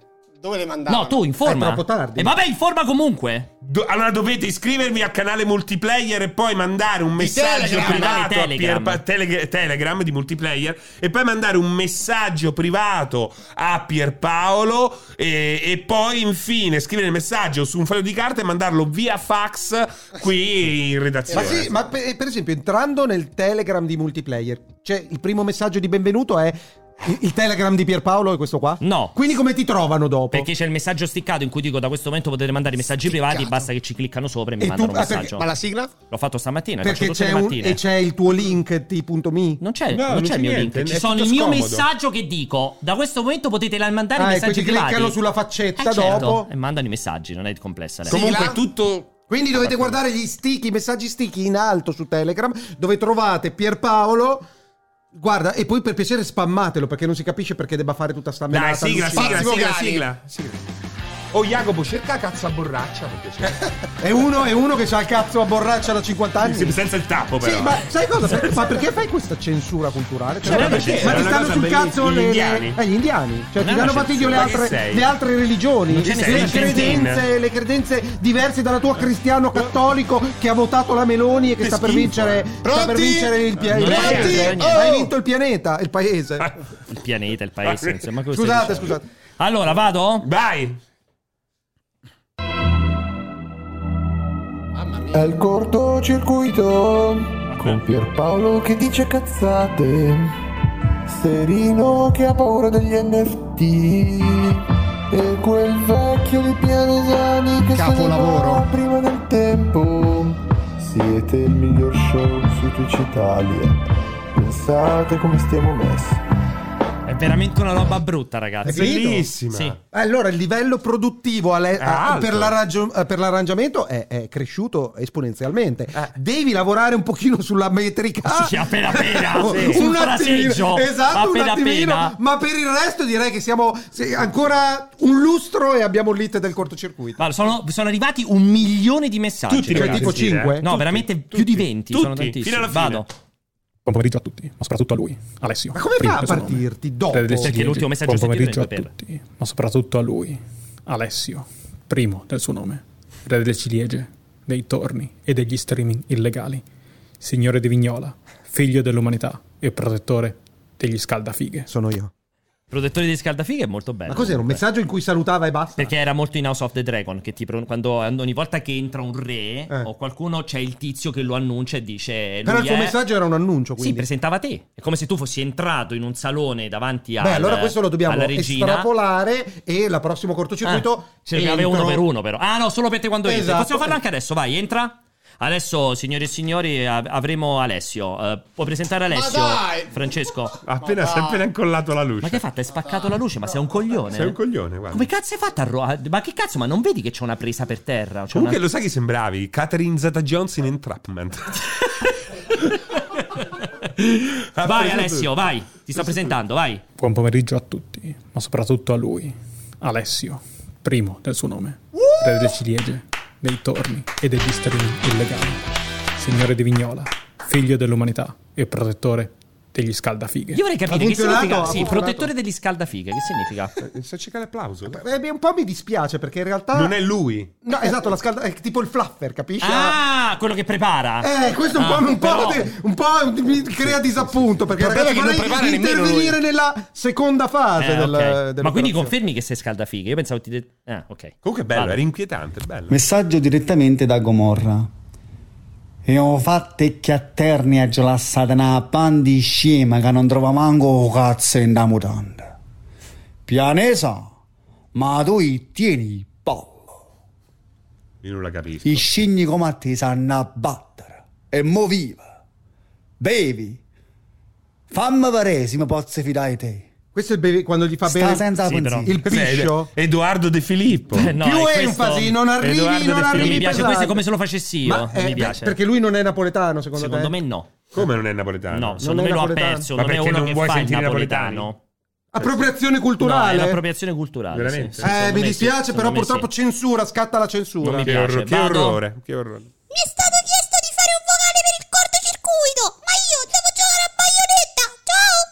[SPEAKER 5] Dove le mandavo?
[SPEAKER 2] No, tu informa.
[SPEAKER 1] È troppo tardi.
[SPEAKER 2] E vabbè, informa comunque.
[SPEAKER 3] Do- allora dovete iscrivervi al canale multiplayer e poi mandare un messaggio
[SPEAKER 5] Telegram.
[SPEAKER 3] privato
[SPEAKER 2] Canale
[SPEAKER 3] a
[SPEAKER 2] Telegram.
[SPEAKER 3] Pierpa- Tele- Telegram di multiplayer e poi mandare un messaggio privato a Pierpaolo e, e poi infine scrivere il messaggio su un foglio di carta e mandarlo via fax qui in
[SPEAKER 1] Ma
[SPEAKER 3] redazione.
[SPEAKER 1] sì, ma per, per esempio, entrando nel Telegram di multiplayer, cioè il primo messaggio di benvenuto è il- il Telegram di Pierpaolo è questo qua?
[SPEAKER 2] No.
[SPEAKER 1] Quindi come ti trovano dopo?
[SPEAKER 2] Perché c'è il messaggio sticcato in cui dico da questo momento potete mandare i messaggi privati. Basta che ci cliccano sopra e mi
[SPEAKER 1] E tu-
[SPEAKER 2] mandano un
[SPEAKER 1] ah, perché-
[SPEAKER 2] messaggio.
[SPEAKER 5] Ma la sigla?
[SPEAKER 2] L'ho fatto stamattina.
[SPEAKER 1] Perché
[SPEAKER 3] certo
[SPEAKER 2] Perché
[SPEAKER 1] c'è,
[SPEAKER 2] tutte le
[SPEAKER 1] un, e
[SPEAKER 2] mattine.
[SPEAKER 1] c'è il tuo link t.me?
[SPEAKER 2] Non c'è,
[SPEAKER 3] No,
[SPEAKER 2] non
[SPEAKER 3] non
[SPEAKER 2] c'è
[SPEAKER 3] c'è
[SPEAKER 2] il mio
[SPEAKER 3] niente,
[SPEAKER 2] link. Ci
[SPEAKER 3] è
[SPEAKER 2] sono
[SPEAKER 3] tutto
[SPEAKER 2] il mio
[SPEAKER 3] scomodo.
[SPEAKER 2] messaggio che dico. Da questo momento potete la- mandare i
[SPEAKER 1] Ah, e poi
[SPEAKER 2] messaggi
[SPEAKER 1] ci
[SPEAKER 2] privati.
[SPEAKER 1] cliccano sulla
[SPEAKER 2] Eh,
[SPEAKER 1] faccetta
[SPEAKER 2] certo.
[SPEAKER 1] dopo.
[SPEAKER 2] E mandano i messaggi, non è complessa. lei.
[SPEAKER 3] Comunque
[SPEAKER 5] Sigla?
[SPEAKER 3] è tutto
[SPEAKER 1] Quindi dovete guardare gli sticky, i messaggi sticky in alto su Telegram dove trovate Pierpaolo. Guarda, e poi per piacere spammatelo perché non si capisce perché debba fare tutta sta menata.
[SPEAKER 3] Dai, sigla,
[SPEAKER 1] allucinante.
[SPEAKER 3] sigla,
[SPEAKER 5] Fazio
[SPEAKER 3] sigla,
[SPEAKER 5] Gali.
[SPEAKER 3] sigla, sigla. Oh Jacopo, cerca cazzo a borraccia per piacere.
[SPEAKER 1] È uno, è uno che ha il cazzo a borraccia da 50 anni.
[SPEAKER 3] Sì, Senza il tappo però.
[SPEAKER 1] Sì, ma sai cosa? Perché- ma perché fai questa censura culturale? Cioè,
[SPEAKER 2] Non è
[SPEAKER 1] ma
[SPEAKER 2] una
[SPEAKER 1] perché? ma
[SPEAKER 2] censura,
[SPEAKER 1] ti
[SPEAKER 3] è una
[SPEAKER 1] stanno
[SPEAKER 3] cosa
[SPEAKER 1] sul cazzo
[SPEAKER 3] bellissima.
[SPEAKER 1] le,
[SPEAKER 3] Gli indiani?
[SPEAKER 1] eh, gli indiani. Cioè,
[SPEAKER 2] Non
[SPEAKER 1] ti
[SPEAKER 2] è
[SPEAKER 1] danno
[SPEAKER 2] una
[SPEAKER 1] fastidio le
[SPEAKER 2] censura,
[SPEAKER 3] che
[SPEAKER 1] altre,
[SPEAKER 3] sei?
[SPEAKER 1] le altre religioni,
[SPEAKER 2] ce ne sei
[SPEAKER 1] le
[SPEAKER 2] una
[SPEAKER 1] credenze,
[SPEAKER 3] trentina.
[SPEAKER 1] le credenze diverse dalla tua cristiano cattolico che ha votato la Meloni e che sta per
[SPEAKER 3] schifo,
[SPEAKER 1] vincere, sta per
[SPEAKER 5] Pronti?
[SPEAKER 1] vincere il, pia- il
[SPEAKER 2] Non
[SPEAKER 5] è
[SPEAKER 1] paese.
[SPEAKER 5] niente.
[SPEAKER 1] Hai
[SPEAKER 5] Oh!
[SPEAKER 1] vinto il pianeta, il paese.
[SPEAKER 2] Il pianeta, il paese. insomma, cosa stai
[SPEAKER 1] Scusate,
[SPEAKER 2] dicendo?
[SPEAKER 1] scusate.
[SPEAKER 2] Allora, vado?
[SPEAKER 3] Vai.
[SPEAKER 7] È il cortocircuito con Pierpaolo che dice cazzate, Serino che ha paura degli NFT e quel vecchio di Pianesani che
[SPEAKER 1] Capolavoro.
[SPEAKER 7] se ne va prima del tempo. Siete il miglior show su Twitch Italia. Pensate come stiamo messi.
[SPEAKER 2] È veramente una roba brutta, ragazzi.
[SPEAKER 1] Sì.
[SPEAKER 3] Bellissima.
[SPEAKER 2] Sì.
[SPEAKER 1] Allora, il livello produttivo alle-
[SPEAKER 3] È
[SPEAKER 1] a-
[SPEAKER 3] alto.
[SPEAKER 1] per, l'arraggio- per l'arrangiamento è, è cresciuto esponenzialmente. Devi lavorare un pochino sulla metrica.
[SPEAKER 2] Sì, appena appena,
[SPEAKER 1] Oh, Un
[SPEAKER 2] sì. Sul fraseggio.
[SPEAKER 1] attimino, esatto,
[SPEAKER 2] Appena
[SPEAKER 1] un attimino.
[SPEAKER 2] appena.
[SPEAKER 1] Ma per il resto direi che siamo sì, ancora un lustro e abbiamo l'ite del cortocircuito.
[SPEAKER 2] Ma sono, sono arrivati un milione di messaggi.
[SPEAKER 3] Tutti,
[SPEAKER 1] Cioè,
[SPEAKER 2] ragazzi.
[SPEAKER 1] tipo
[SPEAKER 3] sì, eh.
[SPEAKER 1] 5?
[SPEAKER 2] No, veramente più di 20. sono
[SPEAKER 3] tutti,
[SPEAKER 2] tantissimi.
[SPEAKER 3] fino alla fine.
[SPEAKER 2] Vado.
[SPEAKER 8] Buon pomeriggio a tutti, ma soprattutto a lui, Alessio.
[SPEAKER 1] Ma come
[SPEAKER 8] Primo
[SPEAKER 1] fa a
[SPEAKER 8] tesoro.
[SPEAKER 1] partirti dopo?
[SPEAKER 8] Tre delle
[SPEAKER 1] Perché
[SPEAKER 8] ciliegie.
[SPEAKER 2] l'ultimo messaggio
[SPEAKER 8] Buon
[SPEAKER 2] sentito
[SPEAKER 8] pomeriggio a
[SPEAKER 2] è per-
[SPEAKER 8] tutti, ma soprattutto a lui, Alessio. Primo del suo nome, re delle ciliegie, dei torni e degli streaming illegali. Signore di Vignola, figlio dell'umanità e protettore degli scaldafighe.
[SPEAKER 1] Sono io.
[SPEAKER 2] Protettore di scaldafighe è molto bello.
[SPEAKER 1] Ma cos'era? Un messaggio in cui salutava e basta?
[SPEAKER 2] Eh, Perché era molto in House of the Dragon. Che ti pro- quando ogni volta che entra un re
[SPEAKER 1] Eh.
[SPEAKER 2] o qualcuno c'è il tizio che lo annuncia e dice.
[SPEAKER 1] Però
[SPEAKER 2] lui
[SPEAKER 1] il tuo
[SPEAKER 2] è-
[SPEAKER 1] messaggio era un annuncio,
[SPEAKER 2] Sì,
[SPEAKER 1] quindi.
[SPEAKER 2] presentava te. È come se tu fossi entrato in un salone davanti a.
[SPEAKER 1] Beh, allora questo lo dobbiamo
[SPEAKER 2] alla regina.
[SPEAKER 1] estrapolare e la prossimo cortocircuito...
[SPEAKER 2] Ah, ce ne aveva
[SPEAKER 1] entro-
[SPEAKER 2] uno per uno, però. Ah, no, solo per te quando entri.
[SPEAKER 1] Esatto.
[SPEAKER 2] Possiamo farlo anche adesso, vai, entra. Adesso, signore e signori, av- avremo Alessio. Eh, può presentare Alessio?
[SPEAKER 5] dai!
[SPEAKER 2] Francesco.
[SPEAKER 3] Appena, si è appena incollato la luce.
[SPEAKER 2] Ma che hai fatto? Hai spaccato la luce, ma sei un coglione.
[SPEAKER 3] Sei un coglione, guarda.
[SPEAKER 2] Eh. Come cazzo hai fatto a ro- Ma che cazzo? Ma non vedi che c'è una presa per terra? C'è
[SPEAKER 3] Comunque
[SPEAKER 2] una-
[SPEAKER 3] lo sai chi sembravi? Catherine Zeta-Jones in Entrapment. Ha
[SPEAKER 2] Vai
[SPEAKER 3] preso
[SPEAKER 2] Alessio,
[SPEAKER 3] tutto.
[SPEAKER 2] vai. Ti sto presentando, vai.
[SPEAKER 8] Buon pomeriggio a tutti, ma soprattutto a lui, Alessio, primo del suo nome, re delle ciliegie, dei torni e degli stream illegali, signore di Vignola, figlio dell'umanità e protettore degli scaldafighe.
[SPEAKER 2] Io vorrei capire
[SPEAKER 1] Ha
[SPEAKER 2] che
[SPEAKER 1] funzionato?
[SPEAKER 2] significa.
[SPEAKER 1] Ha
[SPEAKER 2] Sì,
[SPEAKER 1] funzionato?
[SPEAKER 2] protettore degli scaldafighe. Che significa?
[SPEAKER 3] Sto cercando Eh, l'applauso. dai.
[SPEAKER 1] Eh, beh, un po' mi dispiace perché in realtà.
[SPEAKER 3] Non è lui.
[SPEAKER 1] No, esatto, la scalda. È tipo il fluffer, capisci?
[SPEAKER 2] Ah, quello che prepara.
[SPEAKER 1] Eh, questo un po',
[SPEAKER 2] Ah,
[SPEAKER 1] un po',
[SPEAKER 2] però-
[SPEAKER 1] di- un po' di- mi crea disappunto perché
[SPEAKER 9] problema è
[SPEAKER 1] ragazzi,
[SPEAKER 9] che non
[SPEAKER 1] vorrei
[SPEAKER 9] prepara nemmeno
[SPEAKER 1] intervenire nella seconda fase
[SPEAKER 2] Eh,
[SPEAKER 1] del,
[SPEAKER 2] ok.
[SPEAKER 1] dell'operazione.
[SPEAKER 2] Ma quindi confermi che sei scaldafighe? Io pensavo ti. de- Ah, ok.
[SPEAKER 3] Comunque è bello,
[SPEAKER 2] Vado.
[SPEAKER 3] era inquietante, è bello.
[SPEAKER 6] Messaggio direttamente da Gomorra. E ho fatto chiatterni a gelassata una pandi scema che non trova manco cazzo in da mutanda. Pianesa, ma tu i tieni il pollo.
[SPEAKER 3] Io non la capisco.
[SPEAKER 6] I scigni come a te sanno a battere. E mo viva. Bevi. Fammi vedere se mi posso fidare di te.
[SPEAKER 1] Questo è il beve- quando gli fa
[SPEAKER 6] Sta
[SPEAKER 1] bere
[SPEAKER 6] senza
[SPEAKER 2] Sì, però.
[SPEAKER 6] pensiero.
[SPEAKER 1] il
[SPEAKER 3] Cos'è?
[SPEAKER 1] piscio.
[SPEAKER 3] Ed- Edoardo De Filippo.
[SPEAKER 2] Eh, no,
[SPEAKER 1] Più
[SPEAKER 2] è questo-
[SPEAKER 1] enfasi, non arrivi,
[SPEAKER 3] Edoardo
[SPEAKER 1] non arrivi.
[SPEAKER 3] De
[SPEAKER 2] Non mi
[SPEAKER 3] Filippo.
[SPEAKER 2] piace,
[SPEAKER 1] pesante.
[SPEAKER 2] questo è come se lo facessi io.
[SPEAKER 1] Ma,
[SPEAKER 2] non
[SPEAKER 1] eh,
[SPEAKER 2] mi piace.
[SPEAKER 1] Perché lui non è napoletano, secondo, te?
[SPEAKER 2] Secondo me no.
[SPEAKER 3] Come Ah, non è napoletano?
[SPEAKER 2] No,
[SPEAKER 1] è
[SPEAKER 2] secondo me lo ha
[SPEAKER 1] napoletano.
[SPEAKER 2] perso.
[SPEAKER 3] Ma
[SPEAKER 2] Non è
[SPEAKER 3] perché
[SPEAKER 2] uno
[SPEAKER 3] non
[SPEAKER 2] che
[SPEAKER 3] vuoi
[SPEAKER 2] fa il
[SPEAKER 3] sentire
[SPEAKER 2] napoletano.
[SPEAKER 3] napoletani?
[SPEAKER 1] Appropriazione
[SPEAKER 2] No, è
[SPEAKER 1] culturale.
[SPEAKER 2] un'appropriazione culturale.
[SPEAKER 3] Veramente?
[SPEAKER 2] sì,
[SPEAKER 1] eh,
[SPEAKER 2] sì, secondo
[SPEAKER 1] mi
[SPEAKER 2] me sì,
[SPEAKER 1] dispiace,
[SPEAKER 2] secondo
[SPEAKER 1] però
[SPEAKER 2] me
[SPEAKER 1] purtroppo
[SPEAKER 2] sì.
[SPEAKER 1] censura, scatta la censura.
[SPEAKER 2] Non mi
[SPEAKER 3] Che, orro-
[SPEAKER 2] piace.
[SPEAKER 3] che
[SPEAKER 2] Vado.
[SPEAKER 3] orrore, che orrore.
[SPEAKER 10] Mi è stato chiesto di fare un vocale per il cortocircuito, ma io devo giocare a baionetta. Ciao!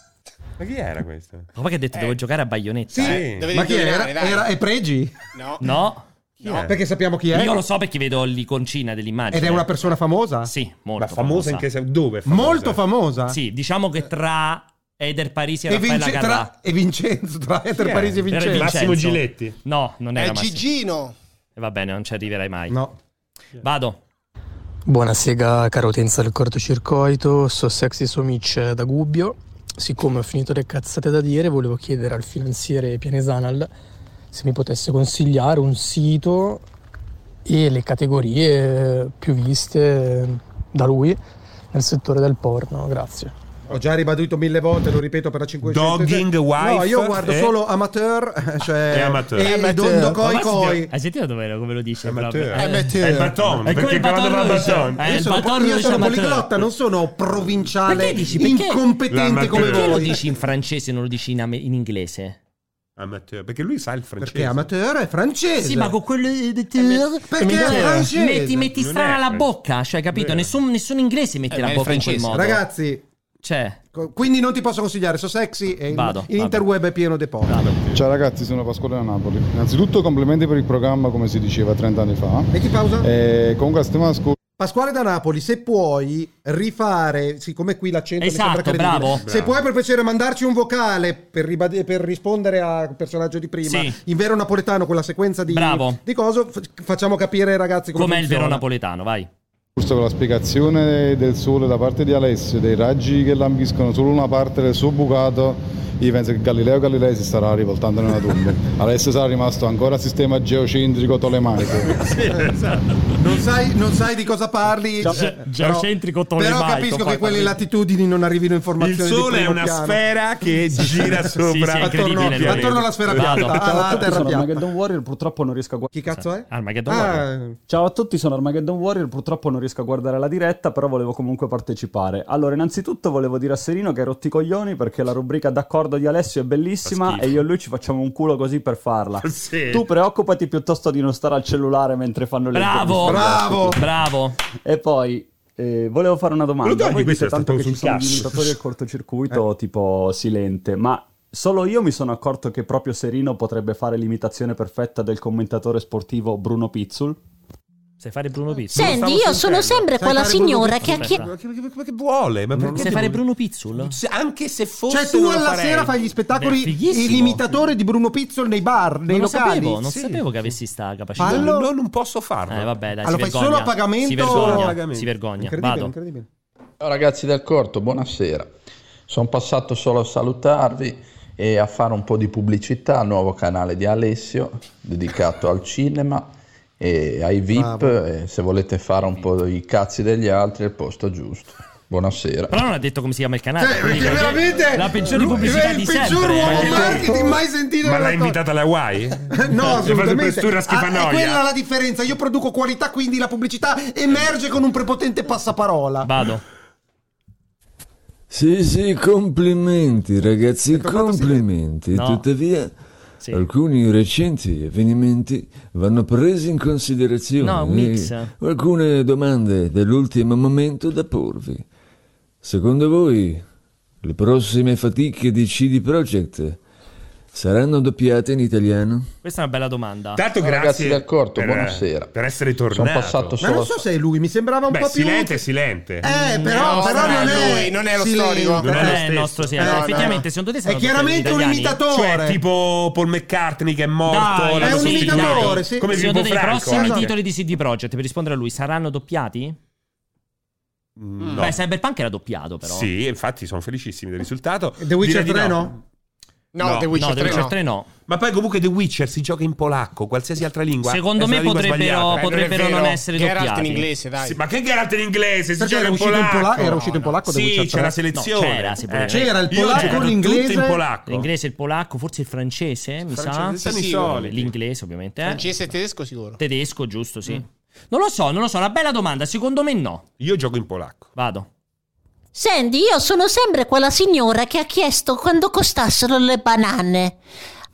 [SPEAKER 3] Ma chi era questo?
[SPEAKER 2] Ma poi che ha detto devo giocare a baionetta?
[SPEAKER 1] Sì,
[SPEAKER 3] Eh,
[SPEAKER 5] devi
[SPEAKER 1] ma chi era?
[SPEAKER 5] indovinare, dai.
[SPEAKER 1] Era è Pregi?
[SPEAKER 5] No.
[SPEAKER 2] No,
[SPEAKER 3] No,
[SPEAKER 1] Perché sappiamo chi è.
[SPEAKER 2] Eh. io lo so perché vedo l'iconcina dell'immagine.
[SPEAKER 1] Ed è una persona famosa?
[SPEAKER 2] Sì, molto
[SPEAKER 3] Ma famosa in che se- Dove? è famosa?
[SPEAKER 1] Molto famosa.
[SPEAKER 2] Sì, diciamo che tra Eder Parisi e,
[SPEAKER 1] E,
[SPEAKER 2] Raffaella
[SPEAKER 1] Vince-
[SPEAKER 2] Carrà.
[SPEAKER 1] tra- e Vincenzo, tra Eter
[SPEAKER 3] Chi è?
[SPEAKER 1] Parisi e
[SPEAKER 2] Era
[SPEAKER 1] Vincenzo.
[SPEAKER 3] Massimo
[SPEAKER 2] Vincenzo.
[SPEAKER 3] Giletti.
[SPEAKER 2] No, non
[SPEAKER 5] È
[SPEAKER 2] era Massimo.
[SPEAKER 5] Gigino.
[SPEAKER 2] Eh, Va bene, non ci arriverai mai.
[SPEAKER 1] No.
[SPEAKER 2] Vado.
[SPEAKER 11] Buonasera caro utenza del cortocircuito, sono Sexy Somic da Gubbio. Siccome ho finito le cazzate da dire, volevo chiedere al finanziere Pianesanal se mi potesse consigliare un sito e le categorie eh, più viste eh, da lui nel settore del porno. Grazie.
[SPEAKER 1] Ho già ribadito mille volte, lo ripeto per la 500
[SPEAKER 3] Dogging, wife,
[SPEAKER 1] No, io guardo
[SPEAKER 3] eh?
[SPEAKER 1] solo amateur, cioè
[SPEAKER 3] E amateur.
[SPEAKER 1] E
[SPEAKER 3] Amateur.
[SPEAKER 1] Dondo Koi
[SPEAKER 2] Ma
[SPEAKER 1] Koi.
[SPEAKER 2] Hai sentito dove- come lo dice?
[SPEAKER 3] Amateur.
[SPEAKER 2] proprio? Eh,
[SPEAKER 3] È il baton,
[SPEAKER 2] È come
[SPEAKER 3] perché
[SPEAKER 2] il
[SPEAKER 3] quando va
[SPEAKER 2] baton
[SPEAKER 3] il
[SPEAKER 2] russo.
[SPEAKER 3] baton.
[SPEAKER 2] Eh,
[SPEAKER 1] Io
[SPEAKER 2] il
[SPEAKER 1] sono,
[SPEAKER 2] baton
[SPEAKER 1] io
[SPEAKER 2] russo
[SPEAKER 1] sono
[SPEAKER 2] amateur.
[SPEAKER 1] poliglotta, non sono provinciale,
[SPEAKER 2] Perché dici? Perché-
[SPEAKER 1] incompetente
[SPEAKER 3] L'amateur.
[SPEAKER 1] come
[SPEAKER 2] Perché lo
[SPEAKER 1] voi.
[SPEAKER 2] dici in francese e non lo dici in, am- in inglese?
[SPEAKER 3] Amateur, perché lui sa il francese.
[SPEAKER 1] Perché amateur è francese.
[SPEAKER 2] Sì, ma con quello eh,
[SPEAKER 1] Eh, Perché è francese.
[SPEAKER 2] metti, metti
[SPEAKER 3] Non
[SPEAKER 2] strana
[SPEAKER 3] è
[SPEAKER 2] la
[SPEAKER 3] fran-
[SPEAKER 2] bocca, cioè, capito?
[SPEAKER 3] Vero.
[SPEAKER 2] Nessun, nessun inglese mette
[SPEAKER 9] Eh,
[SPEAKER 2] la
[SPEAKER 9] ma è
[SPEAKER 2] bocca in quel
[SPEAKER 9] francese.
[SPEAKER 2] modo.
[SPEAKER 1] Ragazzi,
[SPEAKER 2] Cioè,
[SPEAKER 1] co- quindi non ti posso consigliare, so sexy e il-
[SPEAKER 2] Vado,
[SPEAKER 1] il
[SPEAKER 2] vado.
[SPEAKER 1] interweb è pieno di porno.
[SPEAKER 12] Ciao ragazzi, sono Pasquale da Napoli. Innanzitutto complimenti per il programma come si diceva 30 anni fa.
[SPEAKER 1] Metti pausa.
[SPEAKER 13] Eh,
[SPEAKER 12] E Eh, comunque la settimana scorsa
[SPEAKER 1] Pasquale da Napoli, se puoi rifare, siccome qui l'accento mi sembra
[SPEAKER 2] Esatto,
[SPEAKER 1] credibile,
[SPEAKER 2] bravo.
[SPEAKER 1] se puoi per piacere mandarci un vocale per, ribad- per rispondere al personaggio di prima,
[SPEAKER 2] Sì.
[SPEAKER 1] in vero napoletano quella sequenza di,
[SPEAKER 2] Bravo.
[SPEAKER 1] di coso, f- facciamo capire ai ragazzi come
[SPEAKER 2] com'è il vero
[SPEAKER 1] funziona.
[SPEAKER 2] napoletano? Vai.
[SPEAKER 12] con la spiegazione del sole da parte di Alessio, dei raggi che lambiscono solo una parte del suo bucato, io penso che Galileo Galilei si starà rivoltando nella tomba. Alessio sarà rimasto ancora a sistema geocentrico tolemaico.
[SPEAKER 1] Esatto. Non sai, non sai di cosa parli, cioè,
[SPEAKER 2] Ge-
[SPEAKER 1] però-
[SPEAKER 2] geocentrico
[SPEAKER 1] però
[SPEAKER 2] tolemaico,
[SPEAKER 1] capisco
[SPEAKER 2] fai
[SPEAKER 1] che quelle
[SPEAKER 2] capire.
[SPEAKER 1] latitudini non arrivino
[SPEAKER 3] Il
[SPEAKER 1] informazioni
[SPEAKER 3] sole
[SPEAKER 1] di
[SPEAKER 3] è
[SPEAKER 1] primo
[SPEAKER 3] una
[SPEAKER 1] piano.
[SPEAKER 3] sfera che gira sopra.
[SPEAKER 2] sì, è incredibile,
[SPEAKER 1] attorno,
[SPEAKER 2] lui.
[SPEAKER 1] attorno alla sfera
[SPEAKER 2] Vado.
[SPEAKER 1] piatta, alla Ah, terra piatta.
[SPEAKER 6] Armageddon Warrior, purtroppo non riesco a
[SPEAKER 1] Chi cazzo è?
[SPEAKER 2] Armageddon
[SPEAKER 1] Ah,
[SPEAKER 6] Ciao a tutti, sono Armageddon Warrior, purtroppo non riesco a guardare la diretta, però volevo comunque partecipare. Allora, innanzitutto volevo dire a Serino che hai rotto i coglioni perché la rubrica d'accordo di Alessio è
[SPEAKER 3] Fa
[SPEAKER 6] bellissima
[SPEAKER 3] schifo.
[SPEAKER 6] e io e lui ci facciamo un culo così per farla.
[SPEAKER 3] Sì.
[SPEAKER 6] Tu preoccupati piuttosto di non stare al cellulare mentre fanno le
[SPEAKER 2] Bravo,
[SPEAKER 6] interviste.
[SPEAKER 1] bravo.
[SPEAKER 2] bravo.
[SPEAKER 6] E poi eh, volevo fare una
[SPEAKER 3] Lo
[SPEAKER 6] domanda.
[SPEAKER 3] togli,
[SPEAKER 6] Voi
[SPEAKER 3] questo
[SPEAKER 6] dite
[SPEAKER 3] è
[SPEAKER 6] tanto che
[SPEAKER 3] stato
[SPEAKER 6] ci sono gli
[SPEAKER 3] sul Eh. cazzo.
[SPEAKER 6] imitatori al cortocircuito tipo Silente, ma solo io mi sono accorto che proprio Serino potrebbe fare l'imitazione perfetta del commentatore sportivo Bruno Pizzul.
[SPEAKER 2] Sai fare Bruno Pizzul?
[SPEAKER 3] stavo
[SPEAKER 10] Senti, io sono
[SPEAKER 3] sentendo.
[SPEAKER 10] sempre
[SPEAKER 1] Sai
[SPEAKER 10] quella
[SPEAKER 1] fare Bruno
[SPEAKER 10] signora che ha
[SPEAKER 1] Pizzul?
[SPEAKER 10] chiesto.
[SPEAKER 3] Ma che, ma che- ma che vuole? Ma perché
[SPEAKER 2] Sai
[SPEAKER 3] devo-
[SPEAKER 2] fare Bruno Pizzul?
[SPEAKER 3] Se- anche se fosse
[SPEAKER 1] Cioè, tu
[SPEAKER 3] non lo
[SPEAKER 1] alla
[SPEAKER 3] farei.
[SPEAKER 1] sera fai gli
[SPEAKER 2] Beh,
[SPEAKER 1] spettacoli
[SPEAKER 2] fighissimo.
[SPEAKER 1] e l'imitatore di Bruno Pizzol nei bar, nei
[SPEAKER 2] Non lo
[SPEAKER 1] locali.
[SPEAKER 2] sapevo, non
[SPEAKER 1] Sì.
[SPEAKER 2] sapevo che avessi sta capacità.
[SPEAKER 1] Fallo.
[SPEAKER 3] No, non posso farlo.
[SPEAKER 2] Eh, vabbè, dai,
[SPEAKER 1] Ah, lo
[SPEAKER 2] si
[SPEAKER 1] fai
[SPEAKER 2] vergogna.
[SPEAKER 1] solo a pagamento?
[SPEAKER 2] Si vergogna,
[SPEAKER 3] Pagamento.
[SPEAKER 2] si vergogna.
[SPEAKER 1] Incredibile,
[SPEAKER 2] Vado.
[SPEAKER 1] incredibile.
[SPEAKER 11] Ciao ragazzi del corto, buonasera. Sono passato solo a salutarvi e a fare un po' di pubblicità al nuovo canale di Alessio dedicato al cinema
[SPEAKER 9] e ai VIP
[SPEAKER 2] Bravo.
[SPEAKER 9] e se volete fare un po' i cazzi degli altri è il posto giusto. Buonasera.
[SPEAKER 2] Però non ha detto come si chiama il canale.
[SPEAKER 9] Cioè,
[SPEAKER 2] Ah, quindi
[SPEAKER 9] perché
[SPEAKER 2] vuol dire
[SPEAKER 1] veramente
[SPEAKER 2] La peggiore
[SPEAKER 1] lui-
[SPEAKER 2] pubblicità
[SPEAKER 1] il
[SPEAKER 2] di
[SPEAKER 1] peggior
[SPEAKER 2] sempre. Eh,
[SPEAKER 1] uomo marketing mai sentito
[SPEAKER 3] Ma
[SPEAKER 1] nella
[SPEAKER 3] l'ha
[SPEAKER 1] storia.
[SPEAKER 3] invitata alle Hawaii?
[SPEAKER 1] No, assolutamente.
[SPEAKER 3] Questura
[SPEAKER 1] Ah, è quella
[SPEAKER 3] schifanoia.
[SPEAKER 1] la differenza. Io produco qualità, quindi la pubblicità emerge con un prepotente passaparola.
[SPEAKER 2] Vado.
[SPEAKER 14] Sì, sì, complimenti ragazzi,
[SPEAKER 6] Ecco,
[SPEAKER 14] complimenti.
[SPEAKER 1] No.
[SPEAKER 14] Tuttavia,
[SPEAKER 2] Ecco.
[SPEAKER 14] alcuni recenti avvenimenti vanno presi in considerazione.
[SPEAKER 2] No, un mix.
[SPEAKER 14] e ho Alcune domande dell'ultimo momento da porvi. Secondo voi, le prossime fatiche di CD Projekt saranno doppiate in italiano?
[SPEAKER 2] Questa è una bella domanda.
[SPEAKER 3] Tanto
[SPEAKER 9] Ciao,
[SPEAKER 3] grazie
[SPEAKER 9] ragazzi del Corto,
[SPEAKER 3] per-
[SPEAKER 9] buonasera.
[SPEAKER 3] Per essere tornato.
[SPEAKER 9] Sono passato
[SPEAKER 1] Ma non so se è lui, mi sembrava un
[SPEAKER 3] Beh,
[SPEAKER 1] po' più.
[SPEAKER 3] silente, silente.
[SPEAKER 1] Eh, però, però non è
[SPEAKER 3] lui, non è lo
[SPEAKER 1] silente.
[SPEAKER 3] storico. Non è lo
[SPEAKER 2] Eh,
[SPEAKER 3] stesso.
[SPEAKER 2] il nostro sì.
[SPEAKER 3] No,
[SPEAKER 2] allora,
[SPEAKER 3] no,
[SPEAKER 2] effettivamente,
[SPEAKER 3] no.
[SPEAKER 2] secondo te
[SPEAKER 1] È chiaramente un imitatore.
[SPEAKER 3] Cioè, tipo Paul McCartney che è morto.
[SPEAKER 2] Dai,
[SPEAKER 3] l'hanno
[SPEAKER 2] è un
[SPEAKER 3] sostituito.
[SPEAKER 2] imitatore,
[SPEAKER 1] sì.
[SPEAKER 3] Come
[SPEAKER 2] Secondo
[SPEAKER 3] Filippo
[SPEAKER 2] te i
[SPEAKER 3] Franco. eh.
[SPEAKER 2] prossimi
[SPEAKER 3] anche.
[SPEAKER 2] titoli di CD Projekt per rispondere a lui saranno doppiati?
[SPEAKER 3] Mm, No.
[SPEAKER 2] Mm. Beh, Cyberpunk era doppiato, però.
[SPEAKER 3] Sì, infatti sono felicissimi del risultato.
[SPEAKER 1] The Witcher
[SPEAKER 3] Direi
[SPEAKER 1] 3
[SPEAKER 3] di
[SPEAKER 1] no?
[SPEAKER 2] No, The Witcher No, The 3 Witcher no. 3 no.
[SPEAKER 3] Ma poi comunque The Witcher si gioca in polacco, qualsiasi altra lingua.
[SPEAKER 2] Secondo
[SPEAKER 3] è
[SPEAKER 2] me
[SPEAKER 3] una lingua
[SPEAKER 2] potrebbero-
[SPEAKER 3] sbagliata.
[SPEAKER 2] potrebbero
[SPEAKER 3] Eh,
[SPEAKER 2] non
[SPEAKER 3] è vero.
[SPEAKER 2] essere Geralt in doppiati. inglese, dai.
[SPEAKER 3] Sì, ma che Geralt in inglese? Si
[SPEAKER 1] Perché
[SPEAKER 3] gioca
[SPEAKER 1] era
[SPEAKER 3] in
[SPEAKER 1] uscito in
[SPEAKER 3] polacco.
[SPEAKER 1] pola- era uscito in polacco The
[SPEAKER 3] Sì,
[SPEAKER 1] Witcher
[SPEAKER 3] c'è
[SPEAKER 1] 3.
[SPEAKER 3] la selezione.
[SPEAKER 2] No, c'era, se
[SPEAKER 3] Eh,
[SPEAKER 2] volete.
[SPEAKER 1] C'era il
[SPEAKER 3] Io ho
[SPEAKER 1] polacco,
[SPEAKER 3] giocato
[SPEAKER 1] l'inglese.
[SPEAKER 3] tutto in polacco.
[SPEAKER 2] L'inglese, il polacco, forse il francese, mi
[SPEAKER 3] Francese,
[SPEAKER 2] sa.
[SPEAKER 3] sì, sì, soliti.
[SPEAKER 2] L'inglese, ovviamente. eh.
[SPEAKER 5] Francese e tedesco sicuro.
[SPEAKER 2] Tedesco, giusto, sì.
[SPEAKER 1] Mm.
[SPEAKER 2] Non lo so, non lo so, una bella domanda. Secondo me no.
[SPEAKER 3] Io gioco in polacco.
[SPEAKER 2] Vado.
[SPEAKER 15] Sandy, io sono sempre quella signora che ha chiesto quando costassero le banane.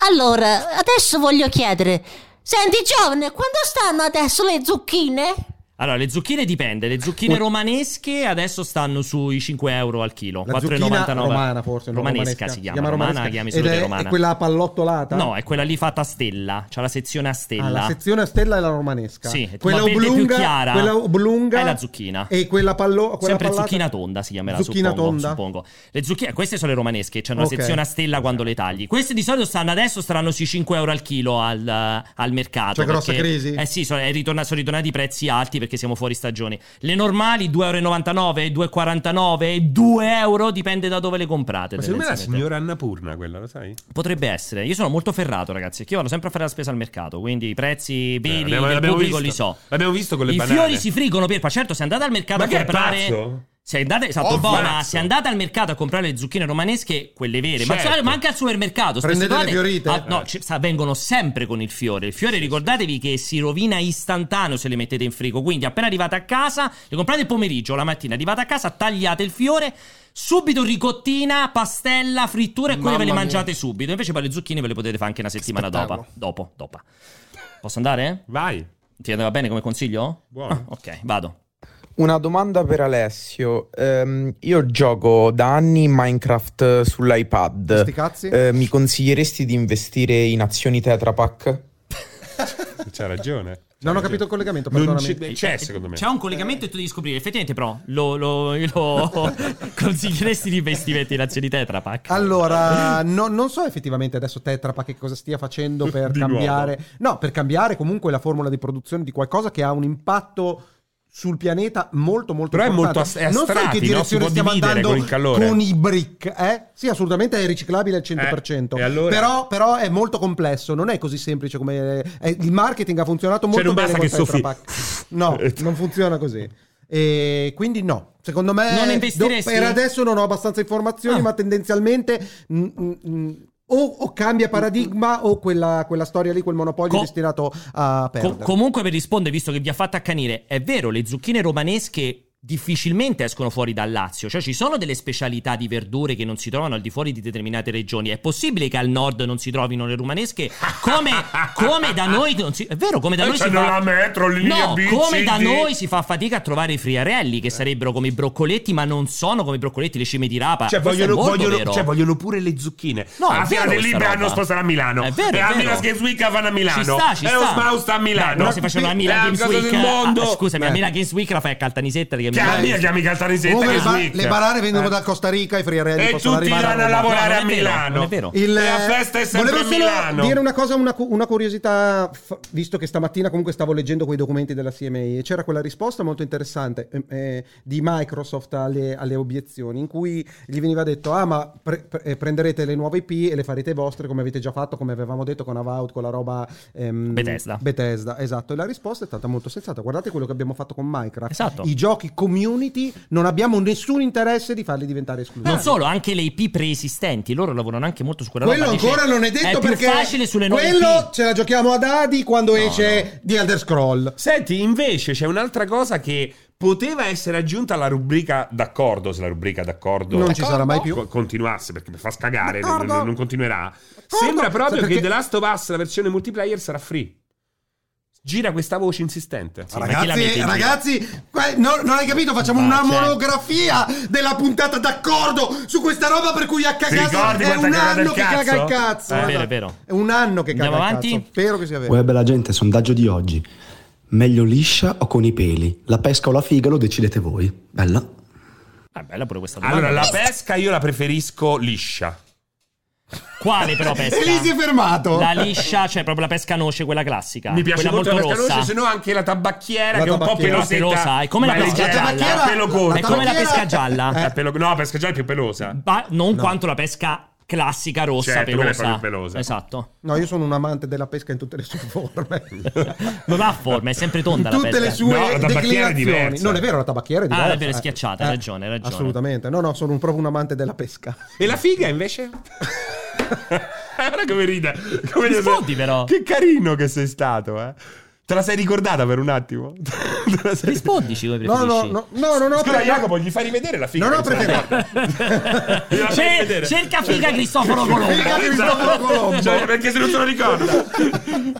[SPEAKER 15] Allora, adesso voglio chiedere, Sandy giovane, quando stanno adesso le zucchine?
[SPEAKER 2] Allora, le zucchine dipende. Le zucchine romanesche adesso stanno sui 5 euro al chilo.
[SPEAKER 1] La zucchina
[SPEAKER 2] 4,99.
[SPEAKER 1] romana forse. no,
[SPEAKER 2] Romanesca, si chiama. romana, la chiami solo
[SPEAKER 1] Ed
[SPEAKER 2] te
[SPEAKER 1] è-
[SPEAKER 2] romana.
[SPEAKER 1] È quella pallottolata?
[SPEAKER 2] No, è quella lì fatta a stella. C'ha la sezione a stella.
[SPEAKER 1] Ah, la sezione a stella è la romanesca.
[SPEAKER 2] Sì,
[SPEAKER 1] quella
[SPEAKER 2] ma verde più
[SPEAKER 1] oblunga,
[SPEAKER 2] chiara
[SPEAKER 1] quella oblunga
[SPEAKER 2] è la zucchina.
[SPEAKER 1] e quella pallo quella
[SPEAKER 2] Sempre
[SPEAKER 1] pallata-
[SPEAKER 2] zucchina tonda si chiamerà
[SPEAKER 1] Zucchina
[SPEAKER 2] suppongo,
[SPEAKER 1] tonda.
[SPEAKER 2] suppongo. Le zucchine, queste sono le romanesche, c'è una
[SPEAKER 1] Ok.
[SPEAKER 2] sezione a stella quando le tagli. Queste di solito stanno adesso staranno sui 5 euro al chilo al, al mercato.
[SPEAKER 1] C'è Cioè, grossa
[SPEAKER 2] perché-
[SPEAKER 1] crisi?
[SPEAKER 2] Eh sì, sono, è ritorna- sono ritornati i prezzi alti perché siamo fuori stagione. Le normali 2,99 euro, 2,49, 2 euro, dipende da dove le comprate.
[SPEAKER 3] Ma secondo me è la signora
[SPEAKER 2] tendenzialmente.
[SPEAKER 3] Annapurna quella, lo sai?
[SPEAKER 2] Potrebbe essere. Io sono molto ferrato, ragazzi. Che io vado sempre a fare la spesa al mercato. Quindi i prezzi veri
[SPEAKER 3] Eh, l'abbiamo-
[SPEAKER 2] del
[SPEAKER 3] l'abbiamo
[SPEAKER 2] pubblico
[SPEAKER 3] visto.
[SPEAKER 2] li so.
[SPEAKER 3] L'abbiamo visto con le
[SPEAKER 2] I
[SPEAKER 3] banane.
[SPEAKER 2] fiori si friggono, Pierpa. Certo, se andate al mercato
[SPEAKER 3] Ma
[SPEAKER 2] a
[SPEAKER 3] che è
[SPEAKER 2] comprare.
[SPEAKER 3] pazzo?
[SPEAKER 2] se andate, esatto,
[SPEAKER 3] Oh,
[SPEAKER 2] Bona,
[SPEAKER 3] pazzo.
[SPEAKER 2] se andate al mercato a comprare le zucchine romanesche, quelle vere, ma-
[SPEAKER 3] Certo.
[SPEAKER 2] ma, anche al supermercato, spesso
[SPEAKER 1] Prendete le
[SPEAKER 2] trovate-
[SPEAKER 1] fiorite.
[SPEAKER 2] ah, no, ci- sa- vengono sempre con il fiore. Il fiore, ricordatevi che si rovina istantaneo se le mettete in frigo. Quindi, appena arrivate a casa, le comprate il pomeriggio, la mattina, arrivate a casa, tagliate il fiore. Subito ricottina, pastella, frittura e quelle ve le
[SPEAKER 5] Mamma mia.
[SPEAKER 2] mangiate subito. Invece per le zucchine ve le potete fare anche una settimana dopo.
[SPEAKER 5] Spettacolo.
[SPEAKER 2] Dopo, dopo. Posso andare?
[SPEAKER 3] Vai.
[SPEAKER 2] Ti andava bene come consiglio?
[SPEAKER 3] Buono.
[SPEAKER 2] Ah, ok, vado.
[SPEAKER 16] Una domanda per Alessio. Ehm, io gioco da anni in Minecraft sull'iPad.
[SPEAKER 1] Sti cazzi.
[SPEAKER 16] Eh, mi consiglieresti di investire in azioni Tetra Pak?
[SPEAKER 3] C'ha ragione.
[SPEAKER 1] Non ho capito il collegamento,
[SPEAKER 3] Non
[SPEAKER 1] perdonami.
[SPEAKER 3] c'è- c'è, secondo me.
[SPEAKER 2] C'è un collegamento e tu devi scoprire. Effettivamente, però, lo, lo- lo- consiglieresti di investimenti in azioni Tetra
[SPEAKER 3] Ecco.
[SPEAKER 2] Pak?
[SPEAKER 1] Allora, no- non so effettivamente adesso Tetra Pak che cosa stia facendo per
[SPEAKER 2] Di
[SPEAKER 1] cambiare. No, per cambiare comunque la formula di produzione di qualcosa che ha un impatto sul pianeta molto molto
[SPEAKER 3] Però è
[SPEAKER 1] importante.
[SPEAKER 3] molto as- è
[SPEAKER 1] non so in
[SPEAKER 3] astratti,
[SPEAKER 1] che
[SPEAKER 3] no?
[SPEAKER 1] direzione
[SPEAKER 3] Si può
[SPEAKER 1] stiamo
[SPEAKER 3] dividere
[SPEAKER 1] andando
[SPEAKER 3] con il calore.
[SPEAKER 1] i brick, eh? Sì, assolutamente è riciclabile al 100%.
[SPEAKER 3] Eh, e allora?
[SPEAKER 1] però, però è molto complesso, non è così semplice come eh, il marketing ha funzionato molto
[SPEAKER 3] Cioè, non
[SPEAKER 1] bene
[SPEAKER 3] basta
[SPEAKER 1] con
[SPEAKER 3] che
[SPEAKER 1] Tetra
[SPEAKER 3] soffi-
[SPEAKER 1] Pak. No, non funziona così. E quindi no, secondo me
[SPEAKER 2] Non investiresti?
[SPEAKER 1] do- per adesso non ho abbastanza informazioni,
[SPEAKER 2] Ah.
[SPEAKER 1] ma tendenzialmente mm, mm, mm, o, o cambia paradigma o quella, quella storia lì, quel monopolio
[SPEAKER 2] Co-
[SPEAKER 1] è destinato a
[SPEAKER 2] Co-
[SPEAKER 1] perdere.
[SPEAKER 2] comunque, per rispondere, visto che vi ha fatto accanire, è vero, le zucchine romanesche difficilmente escono fuori dal Lazio. Cioè, ci sono delle specialità di verdure che non si trovano al di fuori di determinate regioni. È possibile che al nord non si trovino le romanesche come, come da noi. non si- È vero, come da
[SPEAKER 3] Eh,
[SPEAKER 2] noi si
[SPEAKER 3] c'hanno
[SPEAKER 2] fa.
[SPEAKER 3] la metro, linea
[SPEAKER 2] no,
[SPEAKER 3] B,
[SPEAKER 2] come
[SPEAKER 3] C,
[SPEAKER 2] da
[SPEAKER 3] D.
[SPEAKER 2] noi si fa fatica a trovare i friarelli, che sarebbero come i broccoletti, ma non sono come i broccoletti, le cime di rapa.
[SPEAKER 3] Cioè
[SPEAKER 2] Questo è
[SPEAKER 3] vogliono,
[SPEAKER 2] molto
[SPEAKER 3] vogliono,
[SPEAKER 2] vero.
[SPEAKER 3] cioè, vogliono pure le zucchine.
[SPEAKER 2] No, è
[SPEAKER 3] alla
[SPEAKER 2] vero
[SPEAKER 3] fiera del
[SPEAKER 2] questa
[SPEAKER 3] Libia
[SPEAKER 2] roba.
[SPEAKER 3] hanno spostato a Milano.
[SPEAKER 2] È vero,
[SPEAKER 3] e
[SPEAKER 2] è
[SPEAKER 3] a
[SPEAKER 2] vero.
[SPEAKER 3] Milano Games Week vanno a Milano.
[SPEAKER 2] Ci sta, ci
[SPEAKER 3] e
[SPEAKER 2] sta.
[SPEAKER 3] Osmaus sta a Milano.
[SPEAKER 2] Beh, però se facevano la Milan
[SPEAKER 3] È
[SPEAKER 2] Games
[SPEAKER 3] cosa
[SPEAKER 2] Week.
[SPEAKER 3] del mondo.
[SPEAKER 2] ah, scusami, la
[SPEAKER 3] Eh.
[SPEAKER 2] Milan Games Week la fai a Caltanisetta, che che
[SPEAKER 3] Che alla mia chiami Caltanissetta
[SPEAKER 1] Comunque
[SPEAKER 3] che
[SPEAKER 1] le, ba-
[SPEAKER 3] snicca.
[SPEAKER 1] le banane vengono
[SPEAKER 3] Eh.
[SPEAKER 1] da Costa Rica, i friarelli
[SPEAKER 3] E
[SPEAKER 1] possono
[SPEAKER 3] tutti
[SPEAKER 1] arrivare.
[SPEAKER 3] vanno a lavorare
[SPEAKER 2] No,
[SPEAKER 3] a
[SPEAKER 2] non è vero,
[SPEAKER 3] Milano.
[SPEAKER 2] non è vero.
[SPEAKER 3] Il- e la festa è sempre
[SPEAKER 1] volevo
[SPEAKER 3] a
[SPEAKER 1] solo
[SPEAKER 3] Milano.
[SPEAKER 1] dire una cosa, una, cu- una curiosità, f- visto che stamattina comunque stavo leggendo quei documenti della CMA e c'era quella risposta molto interessante ehm, eh, di Microsoft alle, alle obiezioni, in cui gli veniva detto, ah ma pre- pre- eh, prenderete le nuove IP e le farete vostre come avete già fatto, come avevamo detto con Avowed, con la roba... ehm,
[SPEAKER 2] Bethesda.
[SPEAKER 1] Bethesda, esatto. E la risposta è stata molto sensata. Guardate quello che abbiamo fatto con Minecraft.
[SPEAKER 2] Esatto.
[SPEAKER 1] I giochi community non abbiamo nessun interesse di farli diventare esclusivi.
[SPEAKER 2] Non solo, anche le IP preesistenti, loro lavorano anche molto su quella
[SPEAKER 1] Quello
[SPEAKER 2] roba. dice,
[SPEAKER 1] ancora non è detto
[SPEAKER 2] più
[SPEAKER 1] perché
[SPEAKER 2] facile sulle nuove
[SPEAKER 1] quello
[SPEAKER 2] IP.
[SPEAKER 1] ce la giochiamo ad Adi quando esce The Elder Scroll.
[SPEAKER 3] Senti, invece c'è un'altra cosa che poteva essere aggiunta alla rubrica d'accordo, se la rubrica d'accordo
[SPEAKER 1] Non ci sarà mai più.
[SPEAKER 3] co- continuasse, perché mi fa scagare, non,
[SPEAKER 1] D'accordo.
[SPEAKER 3] non continuerà. Sembra proprio
[SPEAKER 1] Sì, perché-
[SPEAKER 3] che The Last of Us, la versione multiplayer, sarà free. Gira questa voce insistente.
[SPEAKER 2] Sì, ma chi la mette
[SPEAKER 1] Ragazzi,
[SPEAKER 2] in giro?
[SPEAKER 1] ragazzi, qua- no- non hai capito? Facciamo
[SPEAKER 2] Ma certo.
[SPEAKER 1] una
[SPEAKER 2] c'è.
[SPEAKER 1] monografia della puntata d'accordo su questa roba per cui ha cagato.
[SPEAKER 3] ricordi
[SPEAKER 1] È
[SPEAKER 3] quanta
[SPEAKER 1] un
[SPEAKER 3] cagata
[SPEAKER 1] anno
[SPEAKER 3] il
[SPEAKER 1] che caga il
[SPEAKER 3] cazzo?
[SPEAKER 1] cazzo.
[SPEAKER 2] Eh, è
[SPEAKER 1] guarda.
[SPEAKER 2] vero, è vero.
[SPEAKER 1] È un anno che
[SPEAKER 2] Andiamo
[SPEAKER 1] caga il
[SPEAKER 2] avanti?
[SPEAKER 1] cazzo. Spero che sia vero.
[SPEAKER 17] Web la gente, sondaggio di oggi. Meglio liscia o con i peli? La pesca o la figa lo decidete voi. Bella.
[SPEAKER 2] Ah, bella pure questa domanda.
[SPEAKER 3] Allora, la pesca io la preferisco liscia.
[SPEAKER 2] Quale però pesca?
[SPEAKER 1] E lì si è fermato.
[SPEAKER 2] La liscia, cioè proprio la pesca noce, quella classica.
[SPEAKER 3] Mi piace
[SPEAKER 2] Ah,
[SPEAKER 3] molto
[SPEAKER 2] quella
[SPEAKER 3] la pesca
[SPEAKER 2] rossa.
[SPEAKER 3] noce, se no anche la tabacchiera
[SPEAKER 1] La
[SPEAKER 3] che è un po'
[SPEAKER 1] tabacchiera.
[SPEAKER 3] pelosetta.
[SPEAKER 2] Pelosa, è come la
[SPEAKER 3] ma
[SPEAKER 2] pesca
[SPEAKER 3] leggera,
[SPEAKER 2] gialla.
[SPEAKER 3] a pelo corto.
[SPEAKER 2] È come la pesca gialla.
[SPEAKER 3] A Cioè, pelo- No, la pesca gialla è più pelosa.
[SPEAKER 2] Ma non quanto la pesca classica rossa
[SPEAKER 3] Certo, quella è
[SPEAKER 2] pelosa.
[SPEAKER 3] proprio pelosa.
[SPEAKER 2] Esatto.
[SPEAKER 1] No, io sono un amante della pesca in tutte le sue forme.
[SPEAKER 2] Non ha forma, è sempre
[SPEAKER 1] In
[SPEAKER 2] tonda la pesca.
[SPEAKER 1] tutte le sue
[SPEAKER 3] No, la tabacchiera è
[SPEAKER 1] declinazioni.
[SPEAKER 3] diversa.
[SPEAKER 1] Non è vero, la tabacchiera è
[SPEAKER 2] Ah,
[SPEAKER 1] diversa.
[SPEAKER 2] è vero, è schiacciata, hai ragione, hai ragione.
[SPEAKER 1] Assolutamente. No, no, sono un- proprio un amante della pesca.
[SPEAKER 3] E la figa invece? Guarda come ride. Come
[SPEAKER 2] Rispondi, però.
[SPEAKER 3] Che carino che sei stato, eh. Te la sei ricordata per un attimo? Te la sei-
[SPEAKER 2] Rispondici come
[SPEAKER 1] No,
[SPEAKER 2] preferisci.
[SPEAKER 1] no, no, no, no, no,
[SPEAKER 3] Scusa,
[SPEAKER 1] pre-
[SPEAKER 3] Jacopo, gli fai rivedere la figa?
[SPEAKER 1] No, no,
[SPEAKER 3] che c'è? Gliela fai
[SPEAKER 2] Cer-
[SPEAKER 3] vedere.
[SPEAKER 2] cerca figa Cristoforo Colombo. Esatto.
[SPEAKER 1] Figa Cristoforo Colombo.
[SPEAKER 3] Cioè, perché se non se lo ricorda.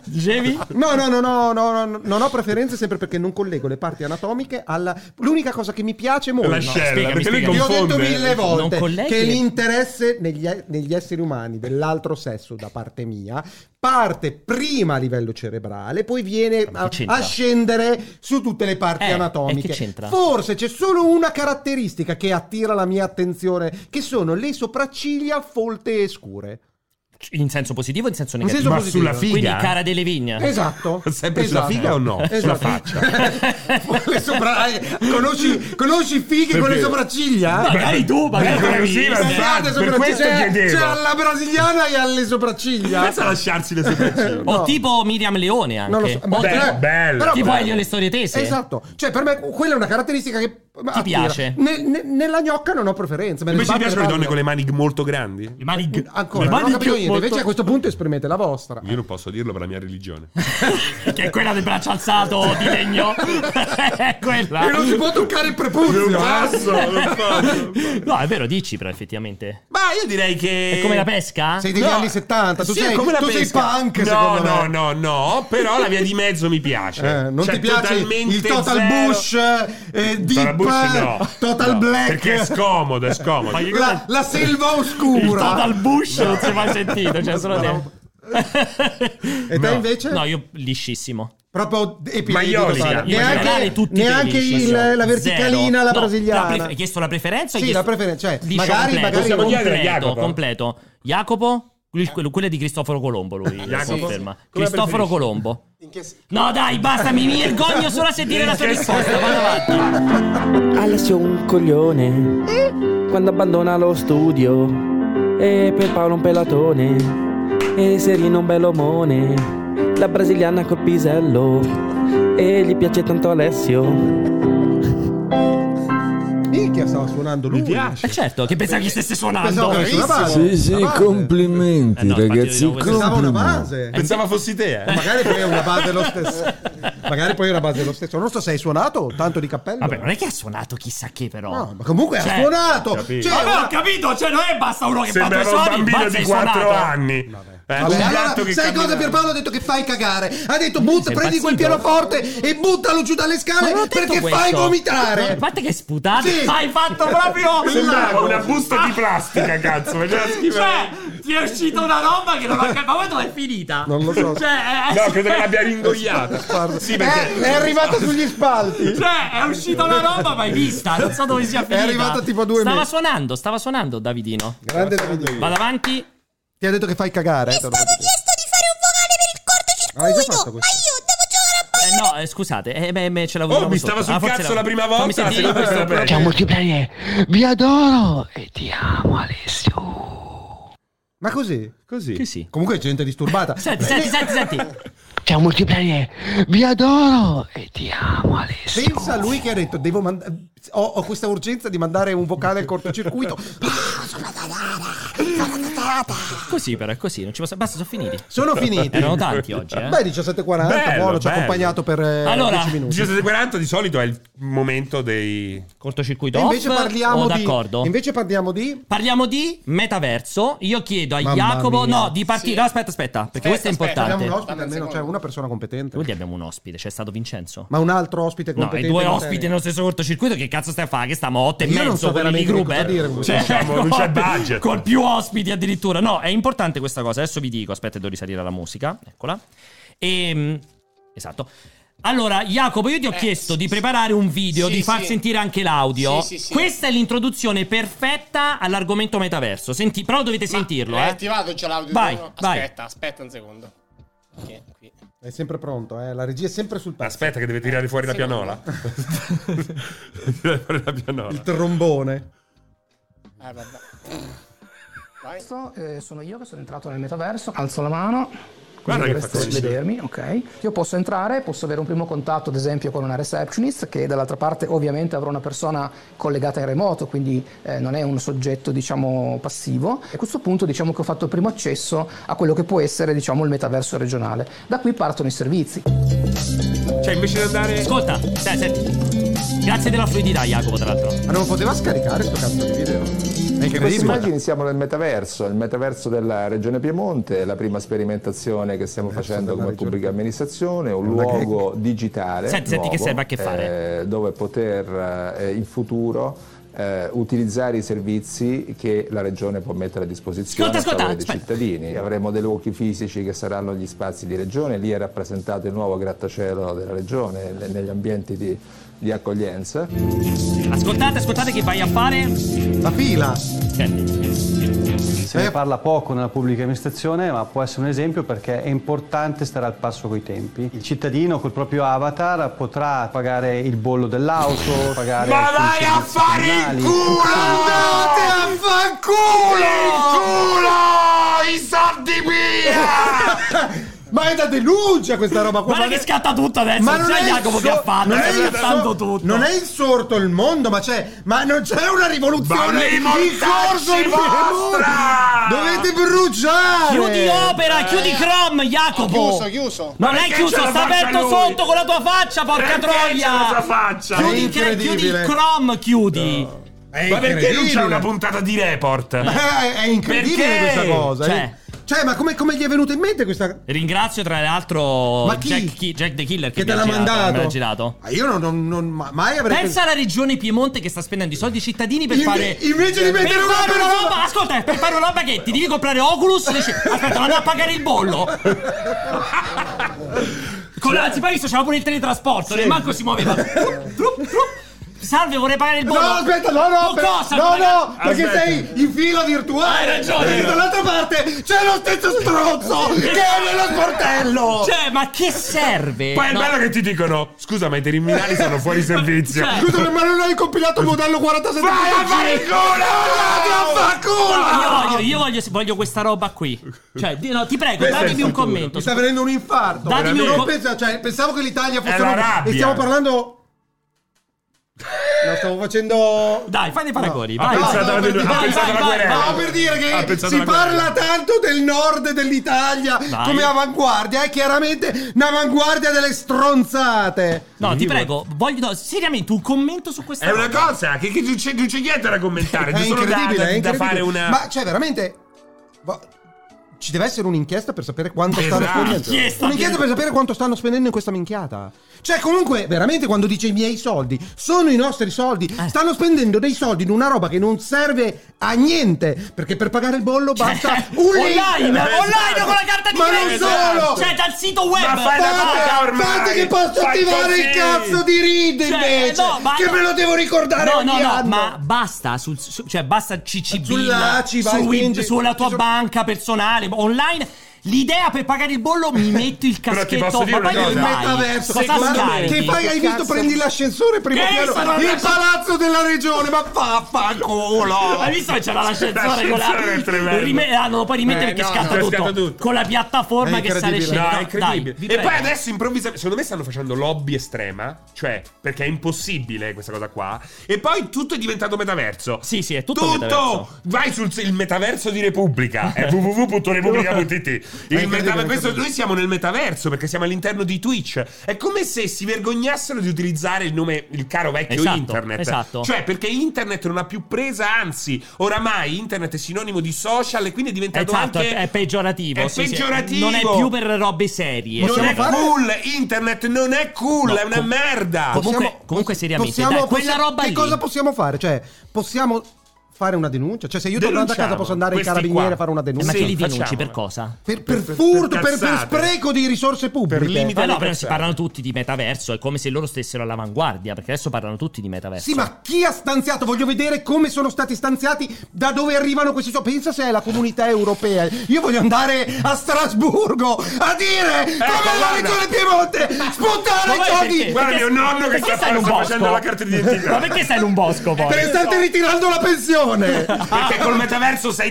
[SPEAKER 2] Dicevi?
[SPEAKER 1] No, no, no, no, no, no, non ho preferenze sempre perché non collego le parti anatomiche alla... L'unica cosa che mi piace molto...
[SPEAKER 3] La scella,
[SPEAKER 2] spiegami,
[SPEAKER 3] perché lui
[SPEAKER 2] spiegami.
[SPEAKER 1] Ti ho detto
[SPEAKER 3] confonde.
[SPEAKER 1] mille volte
[SPEAKER 2] Non colleghi
[SPEAKER 1] che
[SPEAKER 2] le-
[SPEAKER 1] l'interesse negli, negli esseri umani dell'altro sesso da parte mia parte prima a livello cerebrale, poi viene
[SPEAKER 2] Ma che
[SPEAKER 1] a,
[SPEAKER 2] c'entra?
[SPEAKER 1] a scendere su tutte le parti
[SPEAKER 2] Eh, e che
[SPEAKER 1] anatomiche.
[SPEAKER 2] c'entra?
[SPEAKER 1] Forse c'è solo una caratteristica che attira la mia attenzione, che sono le sopracciglia folte e scure.
[SPEAKER 2] In senso positivo o in senso
[SPEAKER 1] In
[SPEAKER 2] negativo?
[SPEAKER 1] senso
[SPEAKER 3] Ma
[SPEAKER 1] positivo.
[SPEAKER 3] sulla figa? eh?
[SPEAKER 2] Quindi cara delle vigne.
[SPEAKER 1] Esatto.
[SPEAKER 3] Sempre
[SPEAKER 1] esatto.
[SPEAKER 3] sulla figa o no? Sulla faccia.
[SPEAKER 1] le sopra- conosci, conosci fighe con le
[SPEAKER 3] Perché?
[SPEAKER 1] sopracciglia?
[SPEAKER 2] Magari tu, magari
[SPEAKER 3] Eh,
[SPEAKER 2] tu.
[SPEAKER 3] sì,
[SPEAKER 1] Guardate,
[SPEAKER 3] infatti, per
[SPEAKER 1] sopracciglia-
[SPEAKER 3] questo
[SPEAKER 1] c'è,
[SPEAKER 3] chiedevo.
[SPEAKER 1] c'è alla brasiliana e alle sopracciglia.
[SPEAKER 3] Senza lasciarsi le sopracciglia.
[SPEAKER 2] O
[SPEAKER 1] No.
[SPEAKER 2] tipo Miriam Leone anche.
[SPEAKER 1] Non lo so, ma-
[SPEAKER 2] O
[SPEAKER 3] Bello,
[SPEAKER 1] però-
[SPEAKER 3] bello.
[SPEAKER 1] però-
[SPEAKER 2] tipo
[SPEAKER 3] bello.
[SPEAKER 2] Elio le storie tese.
[SPEAKER 1] Esatto, cioè per me quella è una caratteristica che ti
[SPEAKER 2] piace?
[SPEAKER 1] nella gnocca non ho preferenze. me ne
[SPEAKER 3] Invece ti
[SPEAKER 1] sbatto
[SPEAKER 3] piacciono le donne
[SPEAKER 1] palle.
[SPEAKER 3] con le mani molto grandi?
[SPEAKER 2] Le mani g-
[SPEAKER 1] Ancora,
[SPEAKER 2] le
[SPEAKER 1] non ho capito
[SPEAKER 2] mani più-
[SPEAKER 1] niente.
[SPEAKER 2] molto-
[SPEAKER 1] Invece a questo punto esprimete la vostra.
[SPEAKER 3] Io non posso dirlo per la mia religione.
[SPEAKER 2] che è quella del braccio alzato di legno. è quella.
[SPEAKER 1] E non si può toccare il prepuzio. eh.
[SPEAKER 3] non posso.
[SPEAKER 2] No, è vero, dici però effettivamente.
[SPEAKER 3] Ma io direi che.
[SPEAKER 2] È come la pesca?
[SPEAKER 1] Sei degli
[SPEAKER 3] No.
[SPEAKER 1] anni 70, tu,
[SPEAKER 3] Sì,
[SPEAKER 1] sei,
[SPEAKER 3] è come la
[SPEAKER 1] tu sei
[SPEAKER 3] pesca.
[SPEAKER 1] punk
[SPEAKER 3] no,
[SPEAKER 1] secondo
[SPEAKER 3] no,
[SPEAKER 1] me.
[SPEAKER 3] no, no, però la via di mezzo mi piace.
[SPEAKER 1] Eh, non
[SPEAKER 3] Cioè,
[SPEAKER 1] ti piace
[SPEAKER 3] totalmente
[SPEAKER 1] il Total
[SPEAKER 3] zero-
[SPEAKER 1] Bush, eh, Deep,
[SPEAKER 3] Total Bush no.
[SPEAKER 1] Total
[SPEAKER 3] No,
[SPEAKER 1] Black,
[SPEAKER 3] Perché è scomodo, è scomodo.
[SPEAKER 2] Ma io-
[SPEAKER 1] la, la selva oscura.
[SPEAKER 2] Il total bush non si è mai sentito, cioè solo te.
[SPEAKER 1] E te invece?
[SPEAKER 2] No, io liscissimo.
[SPEAKER 1] Proprio epileptico.
[SPEAKER 3] Maioli,
[SPEAKER 1] totale.
[SPEAKER 3] sì,
[SPEAKER 2] Magari
[SPEAKER 1] Neanche,
[SPEAKER 2] tutti
[SPEAKER 1] neanche
[SPEAKER 2] felici,
[SPEAKER 1] il-
[SPEAKER 2] sì.
[SPEAKER 1] la verticalina,
[SPEAKER 2] Zero.
[SPEAKER 1] la
[SPEAKER 2] No,
[SPEAKER 1] brasiliana.
[SPEAKER 2] la pre- hai chiesto la preferenza? o hai
[SPEAKER 1] Sì, la
[SPEAKER 2] chiesto-
[SPEAKER 1] preferenza. Cioè,
[SPEAKER 2] Liscio
[SPEAKER 1] magari,
[SPEAKER 2] completo,
[SPEAKER 1] magari
[SPEAKER 3] Possiamo chiedere a
[SPEAKER 2] completo,
[SPEAKER 3] Jacopo.
[SPEAKER 2] completo. Jacopo? Lui- quello- Quella di Cristoforo Colombo, lui
[SPEAKER 3] Jacopo?
[SPEAKER 2] conferma.
[SPEAKER 3] Come
[SPEAKER 2] Cristoforo
[SPEAKER 3] preferisci?
[SPEAKER 2] Colombo.
[SPEAKER 5] In che-
[SPEAKER 2] No, dai, basta, mi, mi vergogno solo a sentire la tua risposta. Vado avanti.
[SPEAKER 18] Alessio è un coglione quando abbandona lo studio e per Paolo un pelatone e Serino un bell'omone la brasiliana col pisello e gli piace tanto Alessio
[SPEAKER 1] Minchia, stava suonando lui.
[SPEAKER 3] Mi piace.
[SPEAKER 2] Eh certo, che pensavi che stesse suonando.
[SPEAKER 1] Pensavo che
[SPEAKER 2] Eh
[SPEAKER 1] suonava-
[SPEAKER 14] Sì, sì,
[SPEAKER 1] Davanti.
[SPEAKER 14] complimenti,
[SPEAKER 2] Eh no, infatti
[SPEAKER 14] ragazzi.
[SPEAKER 2] io dico questo.
[SPEAKER 1] Pensavo una
[SPEAKER 14] Complimenti.
[SPEAKER 1] base.
[SPEAKER 3] Pensava fossi te, eh.
[SPEAKER 1] Magari poi è una base lo stesso. Magari poi è una base lo stesso. Non so se hai suonato tanto di cappello.
[SPEAKER 2] Vabbè, non è che ha suonato chissà che però.
[SPEAKER 1] No, ma comunque ha
[SPEAKER 2] Cioè,
[SPEAKER 1] suonato.
[SPEAKER 3] capito.
[SPEAKER 1] Cioè,
[SPEAKER 2] Vabbè,
[SPEAKER 1] una-
[SPEAKER 2] ho capito, cioè non è basta uno che fa
[SPEAKER 3] Sembrava
[SPEAKER 2] due
[SPEAKER 3] un
[SPEAKER 2] suoni,
[SPEAKER 3] bambino
[SPEAKER 2] basta
[SPEAKER 3] di
[SPEAKER 2] hai
[SPEAKER 3] 4
[SPEAKER 2] suonato.
[SPEAKER 3] anni. Eh,
[SPEAKER 1] Vabbè,
[SPEAKER 3] un
[SPEAKER 1] allora,
[SPEAKER 3] gatto che
[SPEAKER 1] sai
[SPEAKER 3] cammina.
[SPEAKER 1] cosa Pierpaolo ha detto che fai cagare? Ha detto butta,
[SPEAKER 2] Sei
[SPEAKER 1] prendi quel
[SPEAKER 2] impazzito?
[SPEAKER 1] pianoforte e buttalo giù dalle
[SPEAKER 2] Ma non ho
[SPEAKER 1] scale
[SPEAKER 2] detto
[SPEAKER 1] perché
[SPEAKER 2] questo.
[SPEAKER 1] fai
[SPEAKER 2] Ma A
[SPEAKER 1] vomitare.
[SPEAKER 3] Eh,
[SPEAKER 2] parte che sputate,
[SPEAKER 1] Sì.
[SPEAKER 2] hai fatto proprio
[SPEAKER 3] Sembrava una busta di plastica, cazzo. Faceva schifo.
[SPEAKER 2] Cioè, Ti è uscita una roba che non ho capito. Ma poi dove è finita?
[SPEAKER 1] Non lo so.
[SPEAKER 2] Cioè,
[SPEAKER 3] No, credo che l'abbia ringoiata. Sì, perché
[SPEAKER 1] Eh, è arrivata sugli spalti.
[SPEAKER 2] Cioè, è uscita una roba mai vista. Non so dove sia
[SPEAKER 1] È
[SPEAKER 2] finita.
[SPEAKER 1] arrivata tipo a due
[SPEAKER 2] Stava
[SPEAKER 1] metri.
[SPEAKER 2] suonando, stava suonando Davidino.
[SPEAKER 1] Grande Davidino.
[SPEAKER 2] Vado avanti. Eh,
[SPEAKER 1] Ti ha detto che fai cagare. eh, Davidino. Hai già fatto questo?
[SPEAKER 2] Eh, no, eh, scusate, eh, beh, me ce l'avevo
[SPEAKER 3] Oh, mi stava sul cazzo la prima volta,
[SPEAKER 2] Ah, Fammi sentire
[SPEAKER 3] secondo me
[SPEAKER 2] questo
[SPEAKER 3] era
[SPEAKER 2] però.
[SPEAKER 3] peggio. Ciao,
[SPEAKER 19] multiplayer, vi adoro e ti amo Alessio.
[SPEAKER 1] Ma così? Così.
[SPEAKER 2] Che sì.
[SPEAKER 1] Comunque c'è gente disturbata.
[SPEAKER 2] Senti, senti, senti, senti.
[SPEAKER 19] Ciao multiplayer, vi adoro e ti amo Alessio.
[SPEAKER 1] Pensa a lui che ha detto: devo mand- ho, ho questa urgenza di mandare un vocale al cortocircuito.
[SPEAKER 2] Così però, è così, non ci posso... Basta, sono finiti.
[SPEAKER 1] Sono finiti.
[SPEAKER 2] Erano tanti oggi, eh.
[SPEAKER 1] Beh, 17.40,
[SPEAKER 3] Bello,
[SPEAKER 1] buono, ci ha
[SPEAKER 3] bello.
[SPEAKER 1] accompagnato per eh,
[SPEAKER 2] Allora,
[SPEAKER 1] 10 minuti.
[SPEAKER 3] 17.40 di solito è il momento dei...
[SPEAKER 2] Cortocircuito
[SPEAKER 1] E invece
[SPEAKER 2] off
[SPEAKER 1] parliamo
[SPEAKER 2] o
[SPEAKER 1] di.
[SPEAKER 2] d'accordo?
[SPEAKER 1] Invece parliamo di.
[SPEAKER 2] Parliamo di metaverso. Io chiedo a
[SPEAKER 1] Mamma
[SPEAKER 2] Jacopo,
[SPEAKER 1] mia.
[SPEAKER 2] no, di partire. No, aspetta, aspetta, perché questo è importante.
[SPEAKER 1] Abbiamo un ospite almeno, cioè una persona competente.
[SPEAKER 2] Quindi abbiamo un ospite, c'è stato Vincenzo.
[SPEAKER 1] Ma un altro ospite
[SPEAKER 2] No, e
[SPEAKER 1] competente.
[SPEAKER 2] due
[SPEAKER 1] non
[SPEAKER 2] ospiti nello stesso cortocircuito, che cazzo stai a fare? Che stiamo a 8 e
[SPEAKER 1] Io non
[SPEAKER 2] mezzo
[SPEAKER 1] so
[SPEAKER 2] con il
[SPEAKER 1] veramente
[SPEAKER 2] Gruber.
[SPEAKER 1] cosa dire con questo.
[SPEAKER 3] Diciamo, non c'è budget.
[SPEAKER 2] Con Cioè, più ospiti addirittura. No, è importante questa cosa. Adesso vi dico, aspetta, devo risalire alla musica. Eccola. Ehm, esatto. Allora, Jacopo, io ti ho chiesto di preparare un video,
[SPEAKER 18] Eh, sì,
[SPEAKER 2] di far
[SPEAKER 18] sì.
[SPEAKER 2] sentire anche l'audio.
[SPEAKER 18] Sì, sì, sì.
[SPEAKER 2] Questa è l'introduzione perfetta all'argomento metaverso. Senti, però dovete sentirlo,
[SPEAKER 18] È
[SPEAKER 2] eh.
[SPEAKER 18] attivato già l'audio.
[SPEAKER 2] Vai,
[SPEAKER 18] no?
[SPEAKER 2] vai.
[SPEAKER 18] Aspetta, aspetta un secondo. Che qui.
[SPEAKER 1] È sempre pronto, eh? la regia è sempre sul pezzo.
[SPEAKER 3] Aspetta che deve tirare fuori la pianola. Tirare fuori la
[SPEAKER 1] Il
[SPEAKER 3] pianola.
[SPEAKER 1] trombone.
[SPEAKER 5] Eh,
[SPEAKER 18] Ah, vabbè.
[SPEAKER 19] Questo eh, sono io che sono entrato nel metaverso, alzo la mano. Così
[SPEAKER 3] Guarda che
[SPEAKER 19] dovreste
[SPEAKER 3] faccia.
[SPEAKER 19] vedermi, ok? Io posso entrare, posso avere un primo contatto, ad esempio, con una receptionist, che dall'altra parte ovviamente avrò una persona collegata in remoto, quindi eh, non è un soggetto, diciamo, passivo. E a questo punto diciamo che ho fatto il primo accesso a quello che può essere, diciamo, il metaverso regionale. Da qui partono i servizi.
[SPEAKER 3] Cioè, invece di andare...
[SPEAKER 2] Ascolta, dai, senti. Grazie della fluidità, Jacopo, tra l'altro.
[SPEAKER 1] Ma non lo poteva scaricare sto cazzo di video? È incredibile.
[SPEAKER 20] immagini siamo nel metaverso, il metaverso della Regione Piemonte, è la prima sperimentazione che stiamo facendo come pubblica amministrazione, un
[SPEAKER 1] una
[SPEAKER 20] luogo digitale
[SPEAKER 2] Senti, senti, che
[SPEAKER 20] nuovo,
[SPEAKER 2] serve a che fare?
[SPEAKER 20] eh, dove poter eh, in futuro eh, utilizzare i servizi che la Regione può mettere a disposizione
[SPEAKER 2] Ascolta, ascolta,
[SPEAKER 20] a favore dei cittadini. Avremo dei luoghi fisici che saranno gli spazi di Regione, lì è rappresentato il nuovo grattacielo della Regione, ne- negli ambienti di- di accoglienza.
[SPEAKER 2] Ascoltate, ascoltate che vai a fare.
[SPEAKER 1] La fila. eh.
[SPEAKER 13] Se ne parla poco nella pubblica amministrazione, ma può essere un esempio perché è importante stare al passo coi tempi. Il cittadino col proprio avatar potrà pagare il bollo dell'auto, pagare
[SPEAKER 3] Ma
[SPEAKER 13] alcuni
[SPEAKER 3] vai a
[SPEAKER 13] servizi
[SPEAKER 3] fare
[SPEAKER 13] comunali.
[SPEAKER 3] il culo! Andate a far culo! Il culo! I soldi via!
[SPEAKER 1] Ma è da denuncia questa roba qua.
[SPEAKER 2] Guarda che scatta tutto adesso.
[SPEAKER 1] Ma
[SPEAKER 2] non
[SPEAKER 1] non
[SPEAKER 2] c'è
[SPEAKER 1] è
[SPEAKER 2] Jacopo
[SPEAKER 1] il
[SPEAKER 2] che ha
[SPEAKER 1] so-
[SPEAKER 2] fatto.
[SPEAKER 1] non è
[SPEAKER 2] Sta
[SPEAKER 1] il
[SPEAKER 2] scattando
[SPEAKER 1] so-
[SPEAKER 2] tutto.
[SPEAKER 1] Non è insorto il mondo, ma c'è. Ma non c'è una rivoluzione
[SPEAKER 3] Ma lei
[SPEAKER 1] in
[SPEAKER 3] mortacci
[SPEAKER 1] corso in
[SPEAKER 3] vostra!
[SPEAKER 1] Piemonte! Dovete bruciare!
[SPEAKER 2] Chiudi opera, chiudi Chrome, Jacopo.
[SPEAKER 5] Eh, Chiuso, chiuso.
[SPEAKER 2] Non è
[SPEAKER 3] Perché
[SPEAKER 2] chiuso,
[SPEAKER 3] ce la
[SPEAKER 2] sta
[SPEAKER 3] faccia
[SPEAKER 2] aperto
[SPEAKER 3] lui?
[SPEAKER 2] sotto con la tua faccia, porca
[SPEAKER 3] Perché c'è la sua
[SPEAKER 2] troia.
[SPEAKER 3] faccia?
[SPEAKER 2] Chiudi,
[SPEAKER 1] È
[SPEAKER 2] che- chiudi il
[SPEAKER 1] incredibile.
[SPEAKER 2] Chrome, chiudi.
[SPEAKER 1] È
[SPEAKER 3] Ma perché non c'è
[SPEAKER 1] incredibile.
[SPEAKER 3] una puntata di report?
[SPEAKER 1] Ma È, è incredibile
[SPEAKER 2] Perché?
[SPEAKER 1] questa cosa.
[SPEAKER 2] Cioè-
[SPEAKER 1] Cioè, ma come, come gli è venuta in mente questa.
[SPEAKER 2] Ringrazio tra l'altro
[SPEAKER 1] Ma chi?
[SPEAKER 2] Jack, Ki- Jack the Killer che,
[SPEAKER 1] Che te
[SPEAKER 2] mi ha
[SPEAKER 1] l'ha
[SPEAKER 2] girato,
[SPEAKER 1] mandato?
[SPEAKER 2] me l'ha girato.
[SPEAKER 1] Ma io non, non- non- ma- mai avrei.
[SPEAKER 2] Pensa alla regione Piemonte che sta spendendo i soldi ai cittadini per
[SPEAKER 1] Inve-
[SPEAKER 2] fare.
[SPEAKER 1] invece di
[SPEAKER 2] per
[SPEAKER 1] mettere una
[SPEAKER 2] fare
[SPEAKER 1] persona-
[SPEAKER 2] roba. Ascolta, per fare una roba che ti devi comprare Oculus. Dici, aspetta, vado a pagare il bollo. Con la Ziparis c'era pure il teletrasporto, ne manco si muoveva. Trup, trup, trup. Salve, vorrei pagare il
[SPEAKER 1] No,
[SPEAKER 2] bollo.
[SPEAKER 1] aspetta, no,
[SPEAKER 2] Ma
[SPEAKER 1] no, per-
[SPEAKER 2] cosa,
[SPEAKER 1] no,
[SPEAKER 2] raga?
[SPEAKER 1] no, perché
[SPEAKER 3] Aspetta.
[SPEAKER 1] sei in fila virtuale.
[SPEAKER 2] Hai ragione.
[SPEAKER 1] Perché dall'altra parte c'è lo stesso stronzo che è nello sportello.
[SPEAKER 2] Cioè, ma che serve?
[SPEAKER 3] Poi è
[SPEAKER 2] No.
[SPEAKER 3] bello che ti dicono: scusa, ma i terminali sono fuori servizio.
[SPEAKER 2] Cioè-
[SPEAKER 1] Scusami, ma non hai compilato il modello 47
[SPEAKER 3] Vai a fare il culo!
[SPEAKER 2] No, io voglio, io voglio, voglio questa roba qui. Cioè, di- no, ti prego,
[SPEAKER 3] Questo è
[SPEAKER 2] datemi
[SPEAKER 3] il
[SPEAKER 2] un
[SPEAKER 3] futuro.
[SPEAKER 2] commento.
[SPEAKER 1] Mi sta venendo un infarto.
[SPEAKER 2] Datemi
[SPEAKER 1] veramente.
[SPEAKER 2] un
[SPEAKER 1] Non
[SPEAKER 2] co-
[SPEAKER 1] pensa- cioè, pensavo che l'Italia fosse
[SPEAKER 3] È la
[SPEAKER 1] una-
[SPEAKER 3] rabbia.
[SPEAKER 1] E stiamo parlando. No, stavo facendo.
[SPEAKER 2] Dai, fai dei
[SPEAKER 3] Ha
[SPEAKER 2] paragoni. Vai, vai.
[SPEAKER 3] pensato alla-
[SPEAKER 1] no,
[SPEAKER 3] ha
[SPEAKER 2] vai,
[SPEAKER 3] pensato
[SPEAKER 2] vai,
[SPEAKER 3] alla
[SPEAKER 2] vai,
[SPEAKER 3] guerra.
[SPEAKER 1] No, per dire
[SPEAKER 3] Ha
[SPEAKER 1] che
[SPEAKER 3] pensato
[SPEAKER 1] si
[SPEAKER 3] alla guerra.
[SPEAKER 1] parla tanto del nord dell'Italia
[SPEAKER 2] Vai.
[SPEAKER 1] come avanguardia, è chiaramente un'avanguardia delle stronzate.
[SPEAKER 2] No, ti prego, voglio no, seriamente un commento su questa
[SPEAKER 3] È una
[SPEAKER 2] roba.
[SPEAKER 3] cosa che, che non, c'è, non c'è niente da commentare,
[SPEAKER 1] È
[SPEAKER 3] c'è solo da,
[SPEAKER 1] incredibile,
[SPEAKER 3] da-
[SPEAKER 1] è
[SPEAKER 3] da
[SPEAKER 1] incredibile.
[SPEAKER 3] fare una.
[SPEAKER 1] Ma cioè, veramente. va- Ci deve essere un'inchiesta per sapere quanto
[SPEAKER 3] Esatto.
[SPEAKER 1] stanno spendendo.
[SPEAKER 3] Un'inchiesta.
[SPEAKER 1] Un'inchiesta per sapere quanto stanno spendendo in questa minchiata. Cioè, comunque, veramente quando dice i miei soldi, sono i nostri soldi.
[SPEAKER 2] Eh.
[SPEAKER 1] Stanno spendendo dei soldi in una roba che non serve a niente. Perché per pagare il bollo basta un link.
[SPEAKER 3] Eh,
[SPEAKER 2] Cioè, online,
[SPEAKER 3] esatto.
[SPEAKER 2] online con la carta di
[SPEAKER 1] Ma non
[SPEAKER 2] credito.
[SPEAKER 1] solo!
[SPEAKER 2] Cioè, dal sito web.
[SPEAKER 1] Ma fai la Fate- banca ormai! fate che posso Fai attivare così! il cazzo di read
[SPEAKER 2] Cioè,
[SPEAKER 1] invece,
[SPEAKER 2] eh,
[SPEAKER 1] che me lo devo ricordare
[SPEAKER 2] No,
[SPEAKER 1] ogni
[SPEAKER 2] no, no,
[SPEAKER 1] anno.
[SPEAKER 2] ma basta sul, su- cioè basta CCB
[SPEAKER 1] Sull'ACI, vai,
[SPEAKER 2] su Win-
[SPEAKER 1] spingi-
[SPEAKER 2] sulla tua
[SPEAKER 1] su-
[SPEAKER 2] banca personale, online. L'idea per pagare il bollo mi metto il
[SPEAKER 3] Però ti
[SPEAKER 2] caschetto,
[SPEAKER 3] posso dire
[SPEAKER 2] ma poi
[SPEAKER 3] una
[SPEAKER 2] dove
[SPEAKER 3] cosa?
[SPEAKER 2] vai?
[SPEAKER 1] metaverso.
[SPEAKER 2] Cosa
[SPEAKER 1] guarda,
[SPEAKER 2] scarichi?
[SPEAKER 1] che poi hai visto
[SPEAKER 2] Cazzo.
[SPEAKER 1] prendi l'ascensore primo
[SPEAKER 2] Che
[SPEAKER 1] piano
[SPEAKER 2] sarà
[SPEAKER 1] il
[SPEAKER 2] l'ascensore?
[SPEAKER 1] palazzo della regione ma vaffanculo
[SPEAKER 2] Hai visto che c'era l'ascensore con
[SPEAKER 3] L'ascensore è
[SPEAKER 2] la...
[SPEAKER 3] tremendo.
[SPEAKER 2] Rime... Ah, non lo puoi rimettere
[SPEAKER 3] Eh,
[SPEAKER 2] perché
[SPEAKER 3] no,
[SPEAKER 2] scatta,
[SPEAKER 3] no,
[SPEAKER 2] tutto.
[SPEAKER 3] scatta tutto.
[SPEAKER 2] Con la piattaforma che sale e scende.
[SPEAKER 3] No, è
[SPEAKER 2] dai,
[SPEAKER 3] incredibile.
[SPEAKER 2] vi
[SPEAKER 3] e
[SPEAKER 2] prego.
[SPEAKER 3] poi adesso improvvisamente, secondo me stanno facendo lobby estrema, cioè perché è impossibile questa cosa qua. E poi tutto è diventato metaverso.
[SPEAKER 2] Sì, sì, è tutto
[SPEAKER 3] Tutto!
[SPEAKER 2] metaverso.
[SPEAKER 3] Vai sul il metaverso di Repubblica, è www.repubblica.it.
[SPEAKER 1] È
[SPEAKER 3] Il
[SPEAKER 1] incredibile,
[SPEAKER 3] meta- questo- noi siamo nel metaverso perché siamo all'interno di Twitch. È come se si vergognassero di utilizzare il nome il caro vecchio
[SPEAKER 2] Esatto,
[SPEAKER 3] internet.
[SPEAKER 2] esatto.
[SPEAKER 3] Cioè perché internet non ha più presa, anzi, oramai internet è sinonimo di social e quindi è diventato
[SPEAKER 2] Esatto,
[SPEAKER 3] anche
[SPEAKER 2] è peggiorativo.
[SPEAKER 3] È
[SPEAKER 2] sì, sì.
[SPEAKER 3] peggiorativo.
[SPEAKER 2] Non è più per robe serie.
[SPEAKER 3] Non è
[SPEAKER 2] Cioè,
[SPEAKER 3] cool, internet non è cool,
[SPEAKER 2] No,
[SPEAKER 3] è una
[SPEAKER 2] com-
[SPEAKER 3] merda.
[SPEAKER 2] comunque- comunque seriamente, dai, quella
[SPEAKER 1] possiamo-
[SPEAKER 2] roba
[SPEAKER 1] che
[SPEAKER 2] lì.
[SPEAKER 1] cosa possiamo fare cioè possiamo fare una denuncia cioè se io tornando a casa
[SPEAKER 3] Denunciamo
[SPEAKER 1] posso andare ai
[SPEAKER 3] questi
[SPEAKER 1] carabinieri
[SPEAKER 3] qua.
[SPEAKER 1] a fare una
[SPEAKER 2] Eh, Ma
[SPEAKER 1] denuncia
[SPEAKER 2] che li denunci
[SPEAKER 3] facciamola.
[SPEAKER 2] per cosa?
[SPEAKER 1] per, per
[SPEAKER 3] per-
[SPEAKER 1] furto
[SPEAKER 3] per
[SPEAKER 1] per, per
[SPEAKER 3] cazzate.
[SPEAKER 1] spreco di risorse pubbliche
[SPEAKER 2] Ma no, però
[SPEAKER 3] cazzate.
[SPEAKER 2] si parlano tutti di metaverso, è come se loro stessero all'avanguardia, perché adesso parlano tutti di metaverso.
[SPEAKER 1] sì, ma chi ha stanziato? Voglio vedere come sono stati stanziati, da dove arrivano questi soldi. Pensa se è la comunità europea. Io voglio andare a Strasburgo a dire come la
[SPEAKER 3] guarda.
[SPEAKER 1] regione Piemonte
[SPEAKER 2] Eh, Ma
[SPEAKER 1] sputare i
[SPEAKER 2] vai
[SPEAKER 1] soldi
[SPEAKER 2] perché?
[SPEAKER 3] Guarda
[SPEAKER 2] Perché-
[SPEAKER 3] mio nonno che
[SPEAKER 2] perché
[SPEAKER 3] sta
[SPEAKER 2] stai in un
[SPEAKER 3] sta
[SPEAKER 2] bosco?
[SPEAKER 3] facendo la carta d'identità.
[SPEAKER 2] Ma perché stai in un bosco poi?
[SPEAKER 1] per starti ritirando la pensione.
[SPEAKER 3] Perché col metaverso sei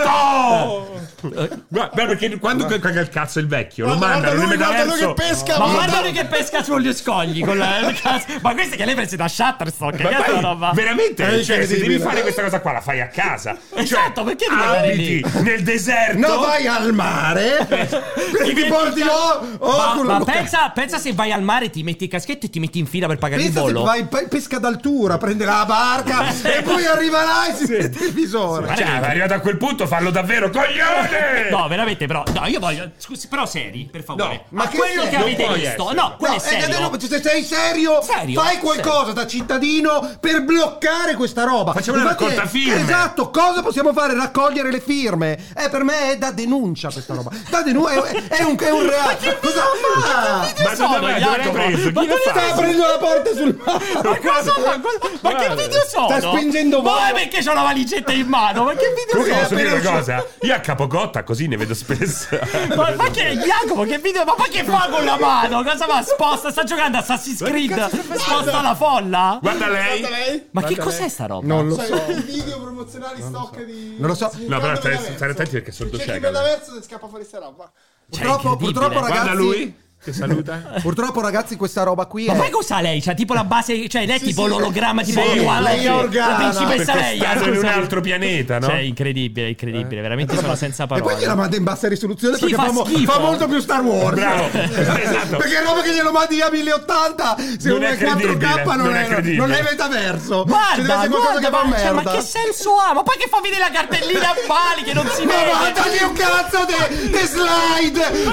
[SPEAKER 3] dappertutto! Guarda, Eh, beh, perché quando caga il cazzo il vecchio, lo
[SPEAKER 5] Guarda,
[SPEAKER 3] mandano nel
[SPEAKER 5] guarda lui, guarda lui
[SPEAKER 3] metaverso.
[SPEAKER 5] che pesca,
[SPEAKER 2] Ma
[SPEAKER 5] guarda.
[SPEAKER 2] guardate che pesca sugli scogli con la... Ma queste che lei prese da Shutterstock, che
[SPEAKER 3] Ma
[SPEAKER 2] cazzo
[SPEAKER 3] poi,
[SPEAKER 2] è roba?
[SPEAKER 3] veramente, cioè, se devi
[SPEAKER 1] incredibile.
[SPEAKER 3] fare questa cosa qua, la fai a casa. Cioè,
[SPEAKER 2] Esatto, perché devi andare
[SPEAKER 3] abiti nel deserto.
[SPEAKER 1] No, vai al mare e ti porti oh,
[SPEAKER 2] ma,
[SPEAKER 1] oh, quello-
[SPEAKER 2] ma pensa, pensa se vai al mare, ti metti il caschetto e ti metti in fila per pagare
[SPEAKER 1] Pensa
[SPEAKER 2] il
[SPEAKER 1] se
[SPEAKER 2] bollo.
[SPEAKER 1] vai pe- pesca d'altura, prende la barca e poi arriverai si vede il
[SPEAKER 2] Sì,
[SPEAKER 1] visore.
[SPEAKER 3] Cioè, arrivato a quel punto, fallo davvero, coglione!
[SPEAKER 2] No, veramente, però. No, io voglio. Scusi, però seri, per favore.
[SPEAKER 3] No,
[SPEAKER 2] ma
[SPEAKER 1] ma che
[SPEAKER 2] quello
[SPEAKER 1] seri?
[SPEAKER 2] che
[SPEAKER 1] Non
[SPEAKER 2] avete
[SPEAKER 3] puoi
[SPEAKER 2] visto.
[SPEAKER 3] essere.
[SPEAKER 2] No, quello
[SPEAKER 1] No,
[SPEAKER 2] è
[SPEAKER 1] eh,
[SPEAKER 2] serio.
[SPEAKER 1] no, se sei serio,
[SPEAKER 2] Serio?
[SPEAKER 1] fai qualcosa da cittadino per bloccare questa roba.
[SPEAKER 3] Facciamo una
[SPEAKER 1] Infatti,
[SPEAKER 3] raccolta firme.
[SPEAKER 1] Esatto, cosa possiamo fare? Raccogliere le firme. Eh, per me è da denuncia questa roba. Da denuncia è, è un, è un reato. Cosa fa?
[SPEAKER 3] Ma
[SPEAKER 2] sono,
[SPEAKER 3] dove dove l'hai
[SPEAKER 2] Jacopo?
[SPEAKER 3] preso?
[SPEAKER 2] Ma
[SPEAKER 3] Chi lo
[SPEAKER 2] dove
[SPEAKER 3] fa?
[SPEAKER 1] Sta aprendo la porta sul mare.
[SPEAKER 2] Ma cosa fa? Cosa- Ma che
[SPEAKER 3] Guarda.
[SPEAKER 2] video sono?
[SPEAKER 1] Sta spingendo
[SPEAKER 2] Ma
[SPEAKER 1] male.
[SPEAKER 2] è perché c'ho la valigetta in mano? Ma che video
[SPEAKER 3] Comunque
[SPEAKER 2] sono?
[SPEAKER 3] posso dire
[SPEAKER 1] appena
[SPEAKER 3] una cosa? Io a Capocotta così ne vedo spesso.
[SPEAKER 2] Ma, ma che Jacopo che video ma, ma che fa con la mano cosa fa sposta sta giocando a Assassin's Creed sposta la folla
[SPEAKER 3] Guarda eh. lei.
[SPEAKER 5] Guarda lei.
[SPEAKER 2] ma che cos'è sta roba
[SPEAKER 1] Non lo so.
[SPEAKER 5] Sai, i video promozionali stock di...
[SPEAKER 1] Non lo so.
[SPEAKER 3] No, però stai- stai attenti perché sono
[SPEAKER 5] C'è chi
[SPEAKER 3] docega.
[SPEAKER 5] metaverso e scappa fuori sta roba.
[SPEAKER 2] Cioè,
[SPEAKER 1] Purtroppo,
[SPEAKER 2] incredibile.
[SPEAKER 1] purtroppo,
[SPEAKER 2] Guarda
[SPEAKER 3] Guarda
[SPEAKER 1] ragazzi,
[SPEAKER 3] lui che saluta.
[SPEAKER 1] purtroppo, ragazzi, questa roba qui
[SPEAKER 2] ma
[SPEAKER 1] è.
[SPEAKER 2] poi cosa lei c'ha tipo la base cioè lei è tipo l'ologramma tipo
[SPEAKER 3] Sì,
[SPEAKER 2] Moana,
[SPEAKER 1] lei è
[SPEAKER 2] sì, la
[SPEAKER 1] Organa,
[SPEAKER 2] principessa
[SPEAKER 3] Perché
[SPEAKER 2] lei
[SPEAKER 3] sta in un altro pianeta, no? Eh.
[SPEAKER 2] cioè incredibile incredibile veramente sono senza
[SPEAKER 1] E poi
[SPEAKER 2] parole
[SPEAKER 1] gliela manda in bassa risoluzione
[SPEAKER 2] Sì,
[SPEAKER 1] perché
[SPEAKER 2] fa
[SPEAKER 1] fa, mo-
[SPEAKER 2] schifo.
[SPEAKER 1] fa molto più Star Wars.
[SPEAKER 3] Bravo. Esatto.
[SPEAKER 1] Perché è roba che glielo mandi a 1080 se
[SPEAKER 3] Non
[SPEAKER 1] uno
[SPEAKER 3] è
[SPEAKER 1] è 4K non,
[SPEAKER 3] credibile, non è
[SPEAKER 1] è,
[SPEAKER 3] credibile.
[SPEAKER 1] non è metaverso. Ci deve
[SPEAKER 2] Guarda,
[SPEAKER 1] essere qualcosa
[SPEAKER 2] guarda,
[SPEAKER 1] che fa
[SPEAKER 2] ma, cioè, ma
[SPEAKER 1] merda.
[SPEAKER 2] che senso ha? Ma poi che fa vedere la cartellina a pali che non si
[SPEAKER 1] Ma
[SPEAKER 2] vede?
[SPEAKER 1] mandagli un cazzo de, de slide di
[SPEAKER 3] Ma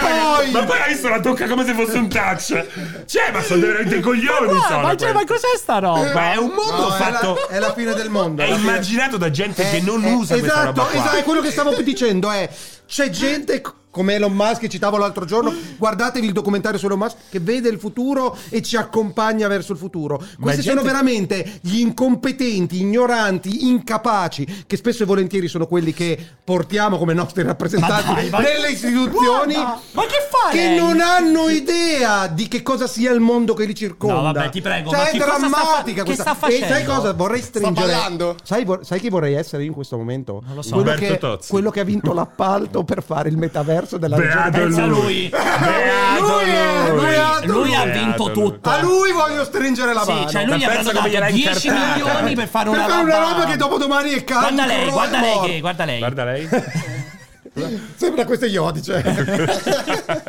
[SPEAKER 1] PowerPoint.
[SPEAKER 3] poi hai visto la tocca come se fosse un touch. Cioè, ma sono veramente coglioni.
[SPEAKER 2] Guarda,
[SPEAKER 3] sono
[SPEAKER 2] ma, cioè,
[SPEAKER 3] quelli.
[SPEAKER 2] ma cos'è sta
[SPEAKER 1] Eh,
[SPEAKER 2] roba?
[SPEAKER 3] Ma è un mondo
[SPEAKER 1] No, è,
[SPEAKER 3] fatto.
[SPEAKER 1] la, è la fine del mondo.
[SPEAKER 3] È
[SPEAKER 1] alla fine.
[SPEAKER 3] immaginato da gente che non
[SPEAKER 1] Eh,
[SPEAKER 3] usa questa
[SPEAKER 1] esatto,
[SPEAKER 3] roba qua.
[SPEAKER 1] esatto, è quello che stavo dicendo è c'è gente c- come Elon Musk che citavo l'altro giorno, guardatevi il documentario su Elon Musk che vede il futuro e ci accompagna verso il futuro. Questi sono
[SPEAKER 3] gente-
[SPEAKER 1] veramente gli incompetenti, ignoranti, incapaci che spesso e volentieri sono quelli che portiamo come nostri rappresentanti
[SPEAKER 2] Ma dai, ma-
[SPEAKER 1] nelle istituzioni
[SPEAKER 2] Guarda, ma che fa
[SPEAKER 1] che
[SPEAKER 2] lei?
[SPEAKER 1] non hanno idea di che cosa sia il mondo che li circonda.
[SPEAKER 2] No, vabbè, ti prego,
[SPEAKER 1] Cioè,
[SPEAKER 2] ma
[SPEAKER 1] è
[SPEAKER 2] che cosa sta fa-
[SPEAKER 1] drammatica
[SPEAKER 2] che
[SPEAKER 1] questa.
[SPEAKER 2] sta facendo?
[SPEAKER 1] E sai cosa vorrei stringere?
[SPEAKER 5] ballando?
[SPEAKER 1] Sai, vor- sai chi vorrei essere io in questo momento? Non
[SPEAKER 2] lo so.
[SPEAKER 1] Quello
[SPEAKER 3] Roberto
[SPEAKER 1] che,
[SPEAKER 3] Tozzi.
[SPEAKER 1] quello che ha vinto l'appalto per fare il metaverso della
[SPEAKER 3] Beato
[SPEAKER 1] regione.
[SPEAKER 2] Pensa a lui.
[SPEAKER 3] lui. Beato
[SPEAKER 1] Lui è-
[SPEAKER 3] lui.
[SPEAKER 1] lui è-
[SPEAKER 2] Lui ha
[SPEAKER 3] Beato
[SPEAKER 2] vinto
[SPEAKER 3] lui.
[SPEAKER 2] tutto.
[SPEAKER 1] A lui voglio stringere la
[SPEAKER 2] Sì,
[SPEAKER 1] mano.
[SPEAKER 2] cioè lui gli
[SPEAKER 3] Ma
[SPEAKER 2] ha
[SPEAKER 3] pensa come gliel'ha
[SPEAKER 2] dato 10
[SPEAKER 3] incartata.
[SPEAKER 2] milioni per fare
[SPEAKER 1] per
[SPEAKER 2] una
[SPEAKER 1] fare
[SPEAKER 2] roba.
[SPEAKER 1] una roba che dopodomani è calma.
[SPEAKER 2] Guarda lei, guarda lei che, guarda lei.
[SPEAKER 3] Guarda lei.
[SPEAKER 1] cioè. Sembra questo Iodice.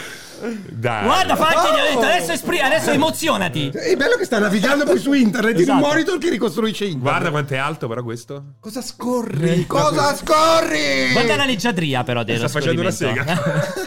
[SPEAKER 3] Dai.
[SPEAKER 2] Guarda, fatti,
[SPEAKER 1] Oh.
[SPEAKER 2] adesso, espri- adesso emozionati.
[SPEAKER 1] È bello che sta navigando poi su internet in un
[SPEAKER 3] Esatto.
[SPEAKER 1] monitor che ricostruisce internet.
[SPEAKER 3] Guarda quanto è alto però questo.
[SPEAKER 1] Cosa scorri? Cosa scorri?
[SPEAKER 2] Guarda la leggiadria però dello
[SPEAKER 3] Sta facendo una
[SPEAKER 2] scorrimento.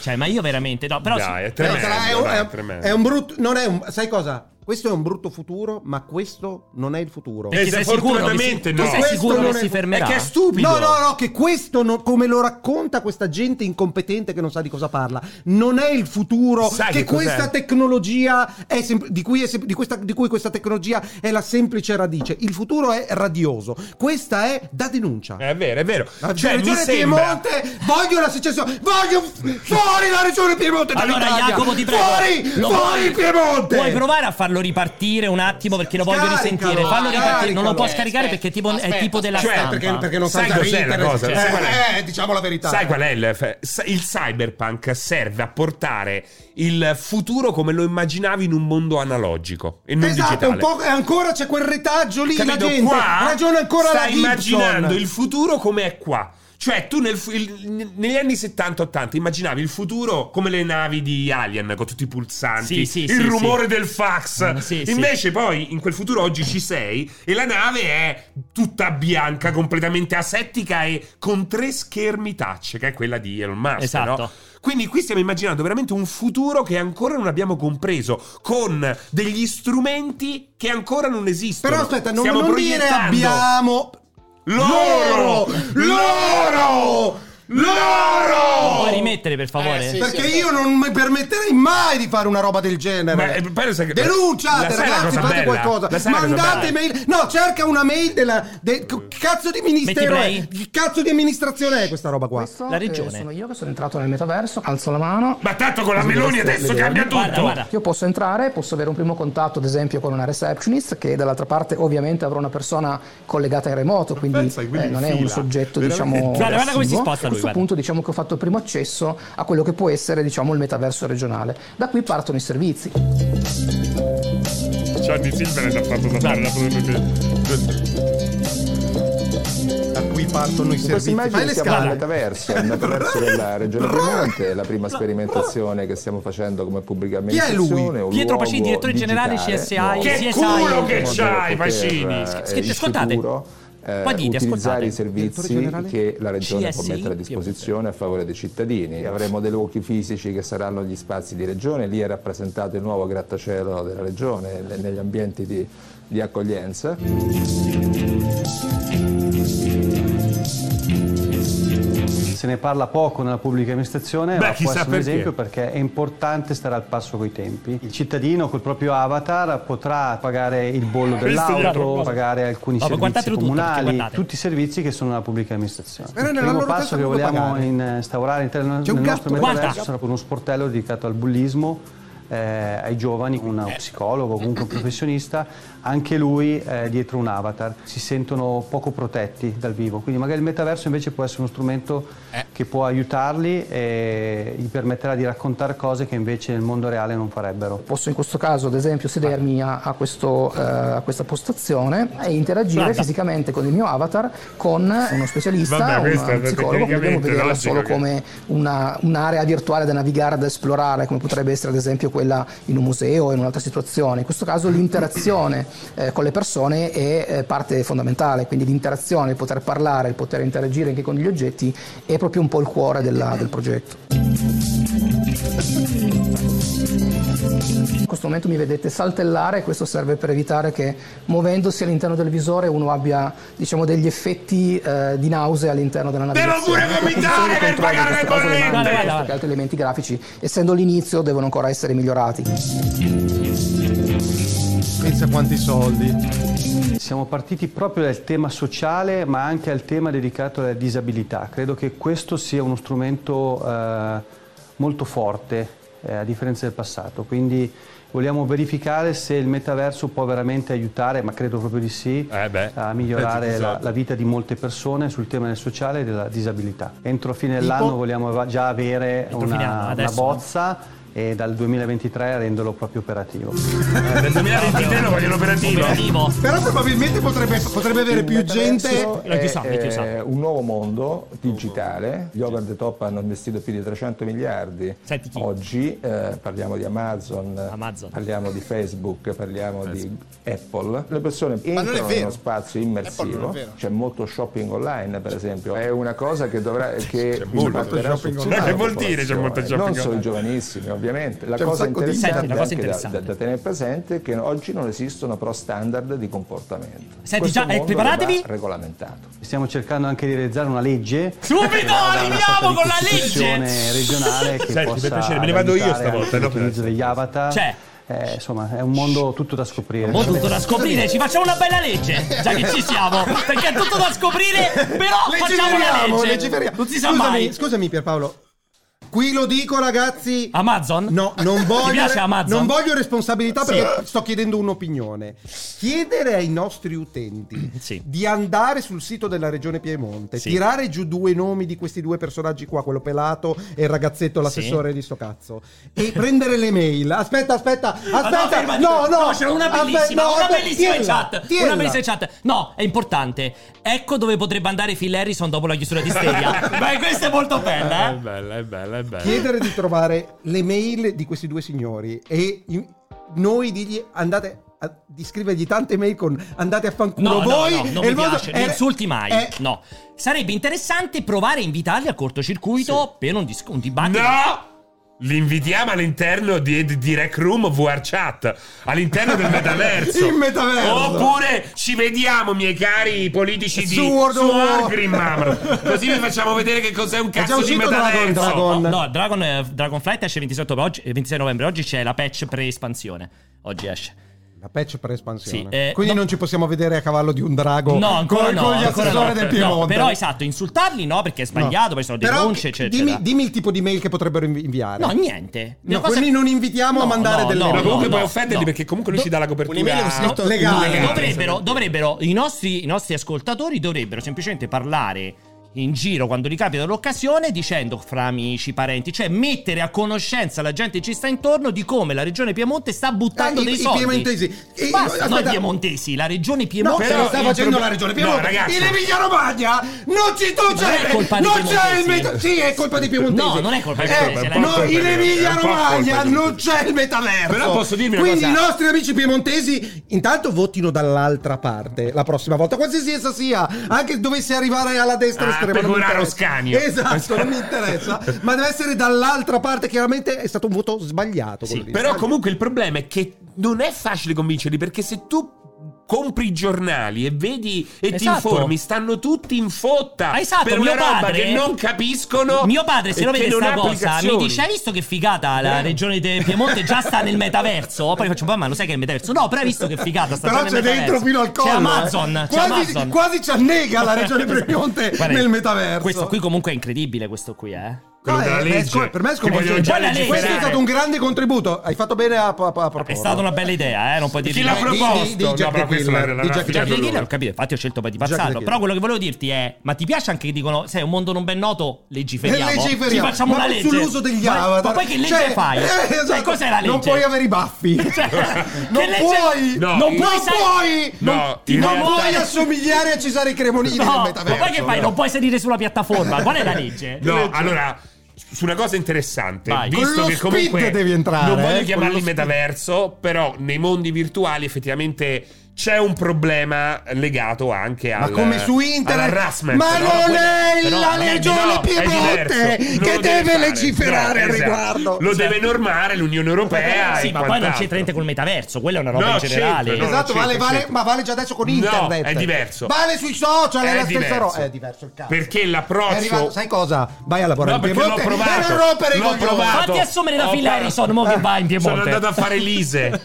[SPEAKER 2] cioè, ma io veramente no, però
[SPEAKER 3] Dai, è
[SPEAKER 1] Però Cioè,
[SPEAKER 3] tremendo.
[SPEAKER 1] sarà- è un-
[SPEAKER 3] dai,
[SPEAKER 1] è un-
[SPEAKER 3] tremendo.
[SPEAKER 1] È un brutto. Non è un. Sai cosa? Questo è un brutto futuro, ma questo non è il futuro.
[SPEAKER 3] Perché Eh, sei sicuro che si- fortunatamente tu no. sei
[SPEAKER 1] Questo
[SPEAKER 3] sicuro
[SPEAKER 1] non
[SPEAKER 3] che
[SPEAKER 1] è-
[SPEAKER 3] si fermerà?
[SPEAKER 1] È che è stupido.
[SPEAKER 3] No,
[SPEAKER 1] No,
[SPEAKER 3] no,
[SPEAKER 1] no, no, che questo, non- come lo racconta questa gente incompetente che non sa di cosa parla, non è il futuro.
[SPEAKER 3] Sai
[SPEAKER 1] che,
[SPEAKER 3] che cos'è?
[SPEAKER 1] questa tecnologia è sem- di, cui è sem- di questa- di cui questa tecnologia è la semplice radice. Il futuro è radioso. Questa è da denuncia.
[SPEAKER 3] È vero, è vero.
[SPEAKER 1] Cioè,
[SPEAKER 3] Eh, Cioè, mi
[SPEAKER 1] regione
[SPEAKER 3] sembra...
[SPEAKER 1] Piemonte, voglio la secessione, voglio fuori la regione Piemonte
[SPEAKER 2] Allora
[SPEAKER 1] dall'Italia.
[SPEAKER 2] Jacopo ti prego
[SPEAKER 1] Fuori,
[SPEAKER 2] lo
[SPEAKER 1] fuori
[SPEAKER 2] vuoi-
[SPEAKER 1] il Piemonte.
[SPEAKER 2] Puoi provare a farlo ripartire un attimo perché lo voglio
[SPEAKER 1] Scaricalo,
[SPEAKER 2] risentire Fallo ripartire Non lo
[SPEAKER 1] scaricalo.
[SPEAKER 2] puoi scaricare
[SPEAKER 1] Eh,
[SPEAKER 2] perché tipo- è
[SPEAKER 1] aspetta,
[SPEAKER 2] tipo della
[SPEAKER 1] aspetta. Cioè,
[SPEAKER 2] stampa
[SPEAKER 1] perché- perché non
[SPEAKER 3] Sai
[SPEAKER 1] salta
[SPEAKER 3] cos'è la
[SPEAKER 1] internet.
[SPEAKER 3] cosa?
[SPEAKER 1] Eh,
[SPEAKER 3] Sai qual è?
[SPEAKER 1] eh, diciamo la verità.
[SPEAKER 3] Sai qual è il, f- sa- il cyberpunk? Serve a portare il futuro come lo immaginavi in un mondo analogico e non
[SPEAKER 1] Esatto, un
[SPEAKER 3] digitale.
[SPEAKER 1] po' e ancora c'è quel retaggio lì,
[SPEAKER 3] Capito?
[SPEAKER 1] la gente
[SPEAKER 3] Qua
[SPEAKER 1] ragiona ancora
[SPEAKER 3] sta
[SPEAKER 1] la Gibson.
[SPEAKER 3] immaginando il futuro come è qua. Cioè, tu nel fu- il- negli anni 70-80 immaginavi il futuro come le navi di Alien, con tutti i pulsanti,
[SPEAKER 2] Sì, sì,
[SPEAKER 3] il
[SPEAKER 2] sì,
[SPEAKER 3] rumore
[SPEAKER 2] sì.
[SPEAKER 3] del fax.
[SPEAKER 2] Mm, sì, sì.
[SPEAKER 3] Invece, poi, in quel futuro oggi ci sei e la nave è tutta bianca, completamente asettica e con tre schermi touch, che è quella di Elon Musk.
[SPEAKER 2] Esatto.
[SPEAKER 3] no? Quindi qui stiamo immaginando veramente un futuro che ancora non abbiamo compreso, con degli strumenti che ancora non esistono.
[SPEAKER 1] Però aspetta, non,
[SPEAKER 3] Stiamo
[SPEAKER 1] non dire
[SPEAKER 3] proiettando
[SPEAKER 1] abbiamo
[SPEAKER 3] Loro!
[SPEAKER 1] loro,
[SPEAKER 2] Lo
[SPEAKER 1] loro.
[SPEAKER 3] Oh!
[SPEAKER 2] puoi rimettere per favore
[SPEAKER 1] perché io non mi permetterei mai di fare una roba del
[SPEAKER 3] Ma,
[SPEAKER 1] genere.
[SPEAKER 3] eh, poi lo sai che- la
[SPEAKER 1] Denunciate,
[SPEAKER 3] sai la
[SPEAKER 1] ragazzi,
[SPEAKER 3] cosa
[SPEAKER 1] fate
[SPEAKER 3] bella? La
[SPEAKER 1] qualcosa.
[SPEAKER 3] sai la cosa
[SPEAKER 1] Mandate
[SPEAKER 3] bella?
[SPEAKER 1] mail. No, cerca una mail della. de- che cazzo di ministero
[SPEAKER 2] play.
[SPEAKER 1] è? Che cazzo di amministrazione è questa roba qua?
[SPEAKER 19] La regione. eh, sono io che sono entrato nel metaverso, alzo la mano.
[SPEAKER 3] Ma tanto con la Meloni adesso cambia tutto.
[SPEAKER 19] Io posso entrare, posso avere un primo contatto, ad esempio, con una receptionist, che dall'altra parte ovviamente avrà una persona collegata in remoto, quindi,
[SPEAKER 3] Pensa, quindi
[SPEAKER 19] eh, non è
[SPEAKER 3] fila.
[SPEAKER 19] un soggetto,
[SPEAKER 3] Veramente.
[SPEAKER 19] diciamo.
[SPEAKER 2] Guarda, guarda come si
[SPEAKER 19] passivo.
[SPEAKER 2] sposta
[SPEAKER 19] A
[SPEAKER 2] lui, guarda.
[SPEAKER 19] questo punto diciamo che ho fatto il primo accesso a quello che può essere, diciamo, il metaverso regionale. Da qui partono i servizi.
[SPEAKER 2] Eh,
[SPEAKER 3] Johnny Silver è già fatto da fare la
[SPEAKER 1] Da qui partono i
[SPEAKER 20] Questa
[SPEAKER 1] servizi.
[SPEAKER 20] immagine
[SPEAKER 1] Fai le
[SPEAKER 20] si chiama il
[SPEAKER 1] scale.
[SPEAKER 20] metaverso, il metaverso della Regione Piemonte, è la prima sperimentazione che stiamo facendo come pubblica
[SPEAKER 1] Chi è lui?
[SPEAKER 20] amministrazione. un
[SPEAKER 2] Pietro
[SPEAKER 20] luogo
[SPEAKER 2] Pacini, direttore generale
[SPEAKER 20] digitale.
[SPEAKER 2] CSI,
[SPEAKER 20] Che
[SPEAKER 2] CSI.
[SPEAKER 3] culo che c'hai,
[SPEAKER 20] poter,
[SPEAKER 3] Pacini?
[SPEAKER 20] eh,
[SPEAKER 2] Scrivete,
[SPEAKER 20] in
[SPEAKER 2] ascoltate.
[SPEAKER 20] futuro, eh,
[SPEAKER 2] Qua dite, ascoltate.
[SPEAKER 20] utilizzare i
[SPEAKER 2] Direttore
[SPEAKER 20] servizi
[SPEAKER 2] generale?
[SPEAKER 20] che la regione può
[SPEAKER 2] CSI?
[SPEAKER 20] mettere a disposizione a favore dei cittadini. Avremo dei luoghi fisici che saranno gli spazi di regione, lì è rappresentato il nuovo grattacielo della regione le- negli ambienti di, di accoglienza.
[SPEAKER 13] Se ne parla poco nella pubblica amministrazione,
[SPEAKER 3] Beh,
[SPEAKER 13] ma può
[SPEAKER 3] chissà
[SPEAKER 13] essere un
[SPEAKER 3] perché.
[SPEAKER 13] esempio perché è importante stare al passo coi tempi. Il cittadino col proprio avatar potrà pagare il bollo
[SPEAKER 3] Questo è una
[SPEAKER 13] dell'auto,
[SPEAKER 3] cosa.
[SPEAKER 13] pagare alcuni
[SPEAKER 2] Oh, esatto, ma
[SPEAKER 13] servizi
[SPEAKER 2] guardatelo tutto, perché
[SPEAKER 13] comunali,
[SPEAKER 2] guardate.
[SPEAKER 13] tutti i servizi che sono nella pubblica amministrazione.
[SPEAKER 1] Però
[SPEAKER 13] il
[SPEAKER 1] Eh, nella
[SPEAKER 13] primo
[SPEAKER 1] loro
[SPEAKER 13] passo
[SPEAKER 1] testa
[SPEAKER 13] che
[SPEAKER 1] non puoi
[SPEAKER 13] vogliamo
[SPEAKER 1] pagare.
[SPEAKER 13] in- eh, instaurare all'interno
[SPEAKER 1] C'è
[SPEAKER 13] del
[SPEAKER 1] un
[SPEAKER 13] nostro
[SPEAKER 1] gatto,
[SPEAKER 13] metaverso
[SPEAKER 1] guarda.
[SPEAKER 13] sarà uno sportello dedicato al bullismo. eh, ai giovani, un psicologo, comunque un professionista, anche lui eh, dietro un avatar, si sentono poco protetti dal vivo, quindi magari il metaverso invece può essere uno strumento
[SPEAKER 1] Eh.
[SPEAKER 13] che può aiutarli e gli permetterà di raccontare cose che invece nel mondo reale non farebbero.
[SPEAKER 19] Posso in questo caso, ad esempio, sedermi a, a questo, eh, a questa postazione e interagire
[SPEAKER 2] Guarda.
[SPEAKER 19] fisicamente con il mio avatar con uno specialista,
[SPEAKER 3] Vabbè, questo è
[SPEAKER 19] un psicologo, quindi dobbiamo
[SPEAKER 3] tecnicamente
[SPEAKER 19] vederla
[SPEAKER 3] logico
[SPEAKER 19] solo
[SPEAKER 3] che-
[SPEAKER 19] come una- un'area virtuale da navigare, da esplorare, come potrebbe essere ad esempio quella in un museo o in un'altra situazione. In questo caso l'interazione eh, con le persone è eh, parte fondamentale, quindi l'interazione, il poter parlare, il poter interagire anche con gli oggetti è proprio un po' il cuore della- del progetto. In questo momento mi vedete saltellare, e questo serve per evitare che muovendosi all'interno del visore uno abbia diciamo, degli effetti eh, di nausea all'interno della
[SPEAKER 3] Devo
[SPEAKER 19] navigazione.
[SPEAKER 3] pure vomitare per pagare le
[SPEAKER 19] Guarda,
[SPEAKER 3] bollette!
[SPEAKER 19] guarda, Perché altri elementi grafici, essendo l'inizio, devono ancora essere migliorati.
[SPEAKER 1] Pensa quanti soldi.
[SPEAKER 13] Siamo partiti proprio dal tema sociale ma anche al tema dedicato alla disabilità, credo che questo sia uno strumento eh, molto forte eh, a differenza del passato, quindi vogliamo verificare se il metaverso può veramente aiutare, ma credo proprio di sì,
[SPEAKER 3] Eh,
[SPEAKER 13] a migliorare la,
[SPEAKER 3] Esatto.
[SPEAKER 13] la vita di molte persone sul tema del sociale e della disabilità. Entro fine dell'anno vogliamo ava- già avere
[SPEAKER 2] fine anno,
[SPEAKER 13] una, una
[SPEAKER 2] adesso,
[SPEAKER 13] bozza e dal 2023 rendolo proprio operativo.
[SPEAKER 3] Nel 2023 lo vogliono operativo.
[SPEAKER 1] Però probabilmente potrebbe, potrebbe avere più gente.
[SPEAKER 20] È, eh, un nuovo mondo digitale. Gli over the top hanno investito più di 300 miliardi. Oggi eh, parliamo di Amazon, parliamo di Facebook, parliamo di Apple. Le persone
[SPEAKER 3] non è
[SPEAKER 20] entrano in
[SPEAKER 3] vero.
[SPEAKER 20] uno spazio
[SPEAKER 3] Apple non
[SPEAKER 20] immersivo.
[SPEAKER 3] è vero.
[SPEAKER 20] C'è molto shopping online, per esempio. È una cosa che dovrà che
[SPEAKER 3] molto
[SPEAKER 20] impatterà
[SPEAKER 3] shopping
[SPEAKER 20] su
[SPEAKER 3] online.
[SPEAKER 20] tutta la
[SPEAKER 3] Che vuol dire c'è molto
[SPEAKER 20] Cioè, popolazione. Non
[SPEAKER 3] shopping
[SPEAKER 20] solo i
[SPEAKER 3] online?
[SPEAKER 20] giovanissimi, ovviamente. La
[SPEAKER 3] C'è un
[SPEAKER 20] cosa
[SPEAKER 3] sacco di-
[SPEAKER 20] interessante,
[SPEAKER 3] Senti, la cosa
[SPEAKER 20] anche da-
[SPEAKER 2] interessante.
[SPEAKER 20] Da, da tenere presente è che oggi non esistono però standard di comportamento.
[SPEAKER 13] Senti,
[SPEAKER 20] Questo
[SPEAKER 13] già, eh,
[SPEAKER 20] mondo
[SPEAKER 13] preparatevi?
[SPEAKER 20] va regolamentato.
[SPEAKER 13] Stiamo cercando anche di realizzare una legge.
[SPEAKER 2] Subito,
[SPEAKER 13] che vada a una
[SPEAKER 2] arriviamo
[SPEAKER 13] sorta di
[SPEAKER 2] con la
[SPEAKER 13] costituzione
[SPEAKER 2] legge!
[SPEAKER 13] regionale che
[SPEAKER 2] Senti, per
[SPEAKER 13] possa
[SPEAKER 2] piacere, me ne vado io
[SPEAKER 13] rallentare
[SPEAKER 2] stavolta, no?
[SPEAKER 13] anche l'utilizzo degli avatar.
[SPEAKER 2] Cioè.
[SPEAKER 13] Eh, insomma, è un mondo tutto da scoprire.
[SPEAKER 2] Mo' tutto da scoprire, ci facciamo una bella legge, già che ci siamo, perché è tutto da scoprire, però facciamo una
[SPEAKER 1] Legiferiamo,
[SPEAKER 2] legge.
[SPEAKER 1] legiferiamo.
[SPEAKER 2] Non si sa
[SPEAKER 1] scusami,
[SPEAKER 2] mai.
[SPEAKER 1] Scusami Pierpaolo. Qui lo dico ragazzi.
[SPEAKER 2] Amazon?
[SPEAKER 1] No, non voglio,
[SPEAKER 2] Ah, piace Amazon?
[SPEAKER 1] non voglio responsabilità
[SPEAKER 2] Sì.
[SPEAKER 1] perché sto chiedendo un'opinione. Chiedere ai nostri utenti di andare sul sito della regione Piemonte,
[SPEAKER 2] Sì.
[SPEAKER 1] tirare giù due nomi di questi due personaggi qua, quello pelato e il ragazzetto, l'assessore di sto cazzo, e prendere le mail. Aspetta, aspetta, aspetta.
[SPEAKER 2] Ah, fermati.
[SPEAKER 1] no, no,
[SPEAKER 2] c'era una
[SPEAKER 1] aspetta,
[SPEAKER 2] bellissima,
[SPEAKER 1] no,
[SPEAKER 2] una
[SPEAKER 1] aspetta,
[SPEAKER 2] bellissima in
[SPEAKER 1] tienila,
[SPEAKER 2] chat.
[SPEAKER 1] tienila.
[SPEAKER 2] Una bellissima in chat. No, è importante. Ecco dove potrebbe andare Phil Harrison dopo la chiusura di Stadia. Beh, questa è molto bella,
[SPEAKER 3] È
[SPEAKER 2] eh.
[SPEAKER 3] bella, è bella, è bella.
[SPEAKER 1] chiedere di trovare le mail di questi due signori e i- noi digli andate a, di scrivergli tante mail con andate a fanculo
[SPEAKER 2] No, no,
[SPEAKER 1] voi
[SPEAKER 2] no, non
[SPEAKER 1] e
[SPEAKER 2] mi
[SPEAKER 1] il mondo-
[SPEAKER 2] piace, non
[SPEAKER 1] eh,
[SPEAKER 2] insulti mai.
[SPEAKER 1] eh,
[SPEAKER 2] No. Sarebbe interessante provare a invitarli al cortocircuito per un, dis- un dibattito.
[SPEAKER 3] No! Li invitiamo all'interno di, di, di Rec Room VR Chat, all'interno del metaverso.
[SPEAKER 1] Il metaverso.
[SPEAKER 3] Oppure ci vediamo, miei cari politici di
[SPEAKER 1] Su World of War.
[SPEAKER 3] War Green Mamma. Così vi facciamo vedere che cos'è un
[SPEAKER 1] È già
[SPEAKER 3] cazzo di
[SPEAKER 1] uscito Dragon,
[SPEAKER 3] metaverso.
[SPEAKER 1] Dragon.
[SPEAKER 2] No, no, Dragon, eh, Dragonflight esce 28 oggi- eh, 26 novembre. Oggi c'è la patch pre-espansione. Oggi esce.
[SPEAKER 1] la patch per espansione
[SPEAKER 2] Sì, eh,
[SPEAKER 1] quindi
[SPEAKER 2] no.
[SPEAKER 1] non ci possiamo vedere a cavallo di un drago
[SPEAKER 2] No, ancora
[SPEAKER 1] con,
[SPEAKER 2] no.
[SPEAKER 1] con gli
[SPEAKER 2] ancora
[SPEAKER 1] assessori
[SPEAKER 2] no.
[SPEAKER 1] del Piemonte
[SPEAKER 2] No, però esatto, insultarli no, perché è sbagliato, poi sono
[SPEAKER 1] Però
[SPEAKER 2] denunce, eccetera.
[SPEAKER 1] dimmi, dimmi il tipo di mail che potrebbero invi- inviare
[SPEAKER 2] No, niente.
[SPEAKER 1] No,
[SPEAKER 2] Le cose-
[SPEAKER 1] quindi non invitiamo a
[SPEAKER 2] No,
[SPEAKER 1] mandare
[SPEAKER 2] no,
[SPEAKER 1] delle
[SPEAKER 2] no,
[SPEAKER 1] mail
[SPEAKER 3] Ma comunque
[SPEAKER 2] no,
[SPEAKER 3] puoi
[SPEAKER 2] no,
[SPEAKER 3] offenderli
[SPEAKER 2] no.
[SPEAKER 3] perché comunque lui ci dà la copertura
[SPEAKER 1] un'email scritto-
[SPEAKER 3] legale.
[SPEAKER 1] legale.
[SPEAKER 2] Dovrebbero, dovrebbero- i, nostri, i nostri ascoltatori dovrebbero semplicemente parlare in giro quando gli capita l'occasione dicendo fra amici, parenti, cioè mettere a conoscenza la gente che ci sta intorno di come la regione Piemonte sta buttando
[SPEAKER 1] Eh, i-
[SPEAKER 2] dei
[SPEAKER 1] i
[SPEAKER 2] soldi.
[SPEAKER 1] piemontesi. E-
[SPEAKER 2] Basta,
[SPEAKER 1] aspetta.
[SPEAKER 2] noi piemontesi, la regione
[SPEAKER 1] No,
[SPEAKER 2] Piemonte
[SPEAKER 1] però lo sta
[SPEAKER 2] il
[SPEAKER 1] facendo
[SPEAKER 2] problema-
[SPEAKER 1] la regione Piemonte.
[SPEAKER 2] No, ragazzi.
[SPEAKER 1] in Emilia Romagna non ci non
[SPEAKER 2] Non è
[SPEAKER 1] c'è,
[SPEAKER 2] colpa dei
[SPEAKER 1] non c'è il
[SPEAKER 2] piemontesi.
[SPEAKER 1] meta- Sì, è colpa dei piemontesi.
[SPEAKER 2] No, non è colpa dei
[SPEAKER 1] Eh,
[SPEAKER 2] piemontesi, è la
[SPEAKER 1] no,
[SPEAKER 2] colpa
[SPEAKER 1] in
[SPEAKER 2] dei-
[SPEAKER 1] Emilia
[SPEAKER 2] è un po'
[SPEAKER 1] Romagna
[SPEAKER 2] colpa dei
[SPEAKER 1] non c'è il metaverso.
[SPEAKER 3] Però posso dirvi una
[SPEAKER 1] Quindi
[SPEAKER 3] cosa?
[SPEAKER 1] i nostri amici piemontesi intanto votino dall'altra parte la prossima volta, qualsiasi essa sia, anche dovesse arrivare alla destra
[SPEAKER 3] Ah,
[SPEAKER 1] estrema. non mi
[SPEAKER 3] pecoraro
[SPEAKER 1] interessa.
[SPEAKER 3] scanio.
[SPEAKER 1] Esatto, non mi interessa, ma deve essere dall'altra parte. Chiaramente è stato un voto sbagliato.
[SPEAKER 3] Sì,
[SPEAKER 1] quello lì.
[SPEAKER 3] però comunque il problema è che non è facile convincerli perché se tu compri i giornali e vedi e ti
[SPEAKER 2] Esatto.
[SPEAKER 3] informi stanno tutti in fotta
[SPEAKER 2] Ah, esatto,
[SPEAKER 3] per
[SPEAKER 2] mio
[SPEAKER 3] una roba
[SPEAKER 2] padre-
[SPEAKER 3] che non capiscono
[SPEAKER 2] Mio padre, se
[SPEAKER 3] e
[SPEAKER 2] lo
[SPEAKER 3] che
[SPEAKER 2] vede
[SPEAKER 3] non
[SPEAKER 2] sta
[SPEAKER 3] ha
[SPEAKER 2] cosa, mi
[SPEAKER 3] applicazioni.
[SPEAKER 2] dice: Hai visto che figata la
[SPEAKER 3] Eh.
[SPEAKER 2] regione del Piemonte già sta nel metaverso? Poi faccio: "Poi, Ma lo sai che è il metaverso? No, però hai visto che figata sta
[SPEAKER 1] Però
[SPEAKER 2] già
[SPEAKER 1] c'è
[SPEAKER 2] nel
[SPEAKER 1] dentro
[SPEAKER 2] Ah, metaverso.
[SPEAKER 1] fino al collo.
[SPEAKER 2] C'è
[SPEAKER 1] eh.
[SPEAKER 2] Amazon. c'è
[SPEAKER 1] Quasi,
[SPEAKER 2] Amazon.
[SPEAKER 1] quasi ci annega la regione Piemonte
[SPEAKER 2] Guarda,
[SPEAKER 1] nel metaverso. Ah,
[SPEAKER 2] Questo qui comunque è incredibile, questo qui, eh.
[SPEAKER 3] Quello
[SPEAKER 1] No,
[SPEAKER 3] della
[SPEAKER 1] è-
[SPEAKER 3] legge.
[SPEAKER 1] è scom- per me è
[SPEAKER 3] Ti vogliono
[SPEAKER 1] sconvolgente.
[SPEAKER 3] già
[SPEAKER 1] Guarda,
[SPEAKER 3] leggerare.
[SPEAKER 1] Questo è stato un grande contributo. Hai fatto bene a, a, a proporlo.
[SPEAKER 2] È stata una bella idea, eh, non puoi
[SPEAKER 3] Chi
[SPEAKER 2] dire
[SPEAKER 3] l'ha
[SPEAKER 2] no.
[SPEAKER 3] proposto?
[SPEAKER 1] di- di
[SPEAKER 3] No,
[SPEAKER 1] Jack
[SPEAKER 3] però
[SPEAKER 1] the
[SPEAKER 3] questo
[SPEAKER 1] Killer,
[SPEAKER 3] l'ha- l'ha
[SPEAKER 1] di Jack
[SPEAKER 3] raccontato
[SPEAKER 2] Jack the
[SPEAKER 3] lui.
[SPEAKER 2] Killer, ho capito, infatti ho scelto poi di
[SPEAKER 1] Jack the
[SPEAKER 2] passarlo.
[SPEAKER 1] Killer.
[SPEAKER 2] Però quello che volevo dirti è: ma ti piace anche che dicono se è un mondo non ben noto, legiferiamo?
[SPEAKER 1] Eh, legiferiamo.
[SPEAKER 2] Ci facciamo
[SPEAKER 1] Ma
[SPEAKER 2] una
[SPEAKER 1] poi
[SPEAKER 2] legge
[SPEAKER 1] sull'uso degli
[SPEAKER 2] ma,
[SPEAKER 1] avatar.
[SPEAKER 2] Ma poi che legge
[SPEAKER 1] Cioè,
[SPEAKER 2] fai?
[SPEAKER 1] eh,
[SPEAKER 2] Cioè,
[SPEAKER 1] esatto.
[SPEAKER 2] cos'è la legge? Cioè,
[SPEAKER 1] Non puoi avere i baffi. non
[SPEAKER 2] legge-
[SPEAKER 1] puoi.
[SPEAKER 3] No,
[SPEAKER 2] non
[SPEAKER 3] in-
[SPEAKER 2] puoi,
[SPEAKER 1] non
[SPEAKER 2] sai-
[SPEAKER 1] puoi.
[SPEAKER 3] No,
[SPEAKER 1] non
[SPEAKER 3] in
[SPEAKER 1] non
[SPEAKER 3] realtà-
[SPEAKER 1] puoi assomigliare a Cesare Cremonini
[SPEAKER 2] No,
[SPEAKER 1] nel
[SPEAKER 2] ma
[SPEAKER 1] metaverso.
[SPEAKER 2] poi che fai? Non puoi salire sulla piattaforma. Qual è la legge?
[SPEAKER 3] No, allora su una cosa interessante,
[SPEAKER 2] Vai.
[SPEAKER 3] visto
[SPEAKER 1] Con lo
[SPEAKER 3] che comunque
[SPEAKER 1] speed devi entrare,
[SPEAKER 3] non
[SPEAKER 1] eh,
[SPEAKER 3] voglio
[SPEAKER 1] con lo
[SPEAKER 3] chiamarli
[SPEAKER 1] speed.
[SPEAKER 3] metaverso, però nei mondi virtuali effettivamente c'è un problema legato anche
[SPEAKER 1] Ma
[SPEAKER 3] al
[SPEAKER 1] come su internet?
[SPEAKER 3] all'harassment,
[SPEAKER 1] Ma
[SPEAKER 3] no?
[SPEAKER 1] non è
[SPEAKER 3] Però-
[SPEAKER 1] la
[SPEAKER 3] no,
[SPEAKER 1] legione
[SPEAKER 3] no, è
[SPEAKER 1] Piemonte
[SPEAKER 3] diverso. Non
[SPEAKER 1] che
[SPEAKER 3] lo
[SPEAKER 1] deve
[SPEAKER 3] fare.
[SPEAKER 1] legiferare al
[SPEAKER 3] No, esatto.
[SPEAKER 1] riguardo.
[SPEAKER 3] Lo deve normare l'Unione Europea
[SPEAKER 2] Eh, Sì,
[SPEAKER 3] e
[SPEAKER 2] ma poi non c'entra
[SPEAKER 3] quant'altro.
[SPEAKER 2] niente col metaverso, quella è una roba
[SPEAKER 3] No,
[SPEAKER 2] in generale.
[SPEAKER 3] c'entra, no, no.
[SPEAKER 1] Esatto, vale,
[SPEAKER 3] c'entra,
[SPEAKER 1] vale-
[SPEAKER 3] c'entra.
[SPEAKER 1] ma vale già adesso con
[SPEAKER 3] No,
[SPEAKER 1] internet.
[SPEAKER 3] è diverso.
[SPEAKER 1] Vale sui social, è,
[SPEAKER 3] È
[SPEAKER 1] la stessa
[SPEAKER 3] diverso.
[SPEAKER 1] roba. È diverso il cazzo.
[SPEAKER 3] Perché
[SPEAKER 1] È
[SPEAKER 3] l'approccio
[SPEAKER 1] arrivato- sai cosa? Vai a lavorare
[SPEAKER 3] No,
[SPEAKER 1] in
[SPEAKER 3] perché l'ho
[SPEAKER 1] Piemonte
[SPEAKER 3] provato.
[SPEAKER 1] per non rompere i
[SPEAKER 3] L'ho
[SPEAKER 1] coglioni.
[SPEAKER 3] provato.
[SPEAKER 2] Fatti assumere da
[SPEAKER 3] Ho
[SPEAKER 2] Phil
[SPEAKER 3] parlato-
[SPEAKER 2] Harrison, mo che va in Piemonte.
[SPEAKER 3] Sono andato a fare l'ISE.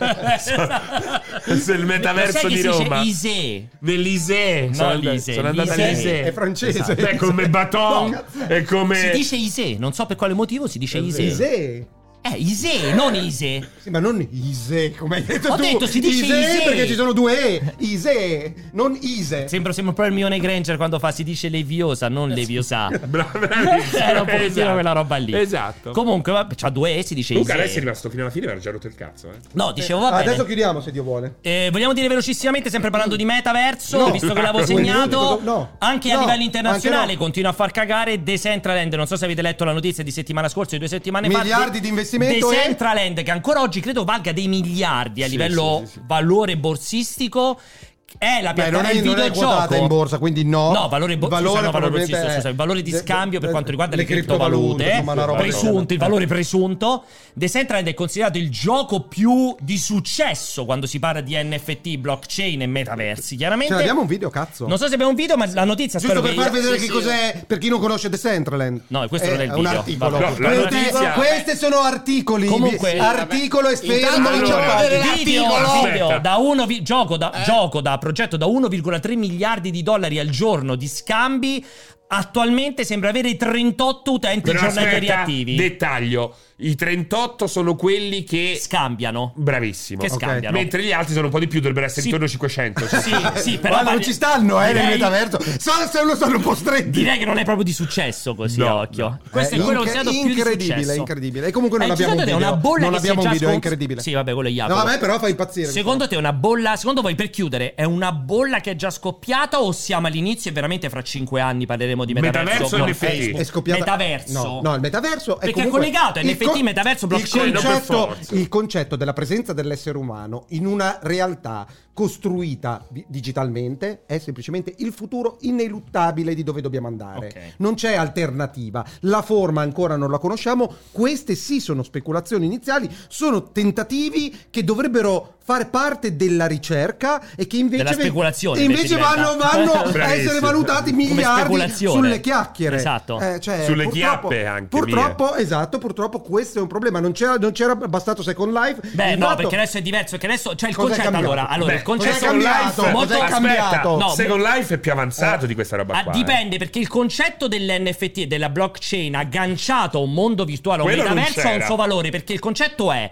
[SPEAKER 3] Se il metaverso
[SPEAKER 2] Sai che
[SPEAKER 3] di
[SPEAKER 2] si dice
[SPEAKER 3] Roma.
[SPEAKER 2] Ise.
[SPEAKER 3] Nell'ISE.
[SPEAKER 2] No,
[SPEAKER 3] sono andato-
[SPEAKER 2] l'Ise,
[SPEAKER 3] Sono andato
[SPEAKER 2] l'Ise.
[SPEAKER 3] all'ISE.
[SPEAKER 1] È francese.
[SPEAKER 3] Esatto. È come baton.
[SPEAKER 1] No.
[SPEAKER 3] È come.
[SPEAKER 2] Si dice Ise, non so per quale motivo si dice Ise.
[SPEAKER 1] Isè.
[SPEAKER 2] Eh, Ise, non Ise.
[SPEAKER 1] Sì, ma non Ise, come hai detto
[SPEAKER 2] Ho
[SPEAKER 1] tu.
[SPEAKER 2] detto, si dice Ise.
[SPEAKER 1] perché ci sono due E. Ise, non Ise.
[SPEAKER 2] Sembra, sembra un po' Hermione Granger quando fa si dice leviosa, non leviosa. Eh, Era un pochettino
[SPEAKER 3] Esatto.
[SPEAKER 2] quella roba lì.
[SPEAKER 3] Esatto.
[SPEAKER 2] Comunque, vabbè, c'ha due E, si dice
[SPEAKER 3] Luca
[SPEAKER 2] Ise.
[SPEAKER 3] adesso è rimasto fino alla fine, aveva già rotto il cazzo. Eh.
[SPEAKER 2] No, dicevo, va bene.
[SPEAKER 1] Ah, Adesso chiudiamo se Dio vuole. Cioè,
[SPEAKER 2] Eh, vogliamo dire velocissimamente, sempre parlando di metaverso,
[SPEAKER 1] No.
[SPEAKER 2] visto che l'avevo
[SPEAKER 1] Quindi,
[SPEAKER 2] segnato,
[SPEAKER 1] no.
[SPEAKER 2] anche a
[SPEAKER 1] No,
[SPEAKER 2] livello internazionale
[SPEAKER 1] anche no.
[SPEAKER 2] continua a far cagare Decentraland. Non so se avete letto la notizia di settimana scorsa, di due settimane fa.
[SPEAKER 1] Miliardi
[SPEAKER 2] De-
[SPEAKER 1] di investimento e-
[SPEAKER 2] Decentraland, che ancora oggi credo valga dei miliardi a
[SPEAKER 1] Sì,
[SPEAKER 2] livello
[SPEAKER 1] sì, sì, sì.
[SPEAKER 2] valore borsistico. È la
[SPEAKER 1] Beh, non
[SPEAKER 2] piattaforma
[SPEAKER 1] è,
[SPEAKER 2] del
[SPEAKER 1] non è
[SPEAKER 2] videogioco.
[SPEAKER 1] quotata in borsa, quindi no.
[SPEAKER 2] No, valore, bo- scusa, no, valore,
[SPEAKER 1] probabilmente
[SPEAKER 2] borsistico,
[SPEAKER 1] è-
[SPEAKER 2] scusa, il valore di
[SPEAKER 1] de-
[SPEAKER 2] scambio per
[SPEAKER 1] de-
[SPEAKER 2] quanto riguarda le,
[SPEAKER 1] le criptovalute,
[SPEAKER 2] criptovalute,
[SPEAKER 1] insomma, una roba del
[SPEAKER 2] presunto,
[SPEAKER 1] genere.
[SPEAKER 2] il valore presunto. Decentraland è considerato il gioco più di successo quando si parla di NFT, blockchain e metaversi,
[SPEAKER 1] Ce
[SPEAKER 2] chiaramente.
[SPEAKER 1] l'abbiamo un video, cazzo.
[SPEAKER 2] Non so se abbiamo un video, ma la notizia
[SPEAKER 1] Giusto
[SPEAKER 2] spero
[SPEAKER 1] per
[SPEAKER 2] che
[SPEAKER 1] far
[SPEAKER 2] io-
[SPEAKER 1] vedere
[SPEAKER 2] sì,
[SPEAKER 1] che
[SPEAKER 2] sì.
[SPEAKER 1] cos'è, per chi non conosce Decentraland.
[SPEAKER 2] No, questo
[SPEAKER 1] è,
[SPEAKER 2] non è il
[SPEAKER 1] un
[SPEAKER 2] video.
[SPEAKER 1] articolo.
[SPEAKER 2] Vabbè, la
[SPEAKER 1] Queste-
[SPEAKER 2] notizia-
[SPEAKER 1] Queste sono articoli.
[SPEAKER 2] Comunque, eh,
[SPEAKER 1] articolo esterno.
[SPEAKER 2] Intanto,
[SPEAKER 1] ciao.
[SPEAKER 2] allora, video,
[SPEAKER 1] Aspetta. Eh.
[SPEAKER 2] video da uno vi- gioco, da, gioco da progetto da 1,3 miliardi di dollari al giorno di scambi. Attualmente sembra avere 38 utenti
[SPEAKER 3] Però
[SPEAKER 2] giornalieri
[SPEAKER 3] aspetta,
[SPEAKER 2] attivi.
[SPEAKER 3] dettaglio, i 38 sono quelli che
[SPEAKER 2] scambiano.
[SPEAKER 3] Bravissimo.
[SPEAKER 2] Che
[SPEAKER 3] Ok.
[SPEAKER 2] scambiano.
[SPEAKER 3] Mentre gli altri sono un po' di più, dovrebbero essere
[SPEAKER 2] Sì.
[SPEAKER 3] intorno ai cioè. 500.
[SPEAKER 2] Sì, sì, però
[SPEAKER 1] Ma non ci stanno, eh, nel
[SPEAKER 2] Direi-
[SPEAKER 1] metaverso. Sono, sono, sono un po' stretti.
[SPEAKER 2] Direi che non è proprio di successo così, a occhio. Questo è
[SPEAKER 1] Eh,
[SPEAKER 2] quello
[SPEAKER 1] inc-
[SPEAKER 2] che si è dato più di
[SPEAKER 1] incredibile,
[SPEAKER 2] successo.
[SPEAKER 1] incredibile. E comunque non
[SPEAKER 2] Eh,
[SPEAKER 1] abbiamo un
[SPEAKER 2] secondo te
[SPEAKER 1] video.
[SPEAKER 2] Una bolla
[SPEAKER 1] non
[SPEAKER 2] che si
[SPEAKER 1] abbiamo un
[SPEAKER 2] già
[SPEAKER 1] video, è
[SPEAKER 2] scon-
[SPEAKER 1] incredibile.
[SPEAKER 2] Sì, vabbè, quello è Jacopo.
[SPEAKER 1] No, a me però fa impazzire.
[SPEAKER 2] Secondo te una bolla, secondo voi per chiudere, è una bolla che è già scoppiata o siamo all'inizio e veramente fra 5 anni parleremo di metaverso?
[SPEAKER 3] Metaverso
[SPEAKER 2] con
[SPEAKER 3] e NFT?
[SPEAKER 2] Facebook?
[SPEAKER 1] è scoppiata.
[SPEAKER 2] Metaverso.
[SPEAKER 1] No, no, il metaverso è
[SPEAKER 2] Perché è
[SPEAKER 1] comunque-
[SPEAKER 2] collegato,
[SPEAKER 1] il
[SPEAKER 2] NFT, metaverso, blockchain,
[SPEAKER 1] Il
[SPEAKER 2] no, per
[SPEAKER 1] concetto,
[SPEAKER 2] forza.
[SPEAKER 1] il concetto della presenza dell'essere umano in una realtà costruita vi- digitalmente è semplicemente il futuro ineluttabile di dove dobbiamo andare.
[SPEAKER 2] Ok.
[SPEAKER 1] Non c'è alternativa. La forma ancora non la conosciamo. Queste sì sono speculazioni iniziali, sono tentativi che dovrebbero fare parte della ricerca e che invece,
[SPEAKER 2] Della speculazione,
[SPEAKER 1] e invece
[SPEAKER 2] invece
[SPEAKER 1] vanno,
[SPEAKER 2] diventa.
[SPEAKER 1] vanno a
[SPEAKER 2] Bravissimo.
[SPEAKER 1] essere valutati
[SPEAKER 2] Come
[SPEAKER 1] miliardi
[SPEAKER 2] speculazione.
[SPEAKER 1] sulle chiacchiere.
[SPEAKER 2] Esatto.
[SPEAKER 1] Eh, cioè,
[SPEAKER 3] Sulle
[SPEAKER 1] purtroppo-
[SPEAKER 3] chiappe anche,
[SPEAKER 1] Purtroppo, esatto, purtroppo questo è un problema. Non c'era, non c'era bastato Second Life.
[SPEAKER 2] Beh,
[SPEAKER 1] Il
[SPEAKER 2] no,
[SPEAKER 1] fatto-
[SPEAKER 2] perché adesso è diverso. Perché adesso c'è il
[SPEAKER 1] Cos'è
[SPEAKER 2] concetto.
[SPEAKER 1] cambiato?
[SPEAKER 2] Allora, allora
[SPEAKER 1] Beh,
[SPEAKER 2] il concetto
[SPEAKER 1] cos'è cambiato?
[SPEAKER 2] è
[SPEAKER 1] Cos'è
[SPEAKER 2] molto
[SPEAKER 1] cambiato?
[SPEAKER 2] cambiato. No,
[SPEAKER 3] Second Life è più avanzato di questa roba
[SPEAKER 2] Ah,
[SPEAKER 3] qua. eh.
[SPEAKER 2] dipende perché il concetto dell'NFT e della blockchain agganciato a un mondo virtuale, a un
[SPEAKER 3] Quello non
[SPEAKER 2] metaverso, ha un
[SPEAKER 3] c'era.
[SPEAKER 2] suo valore perché il concetto è.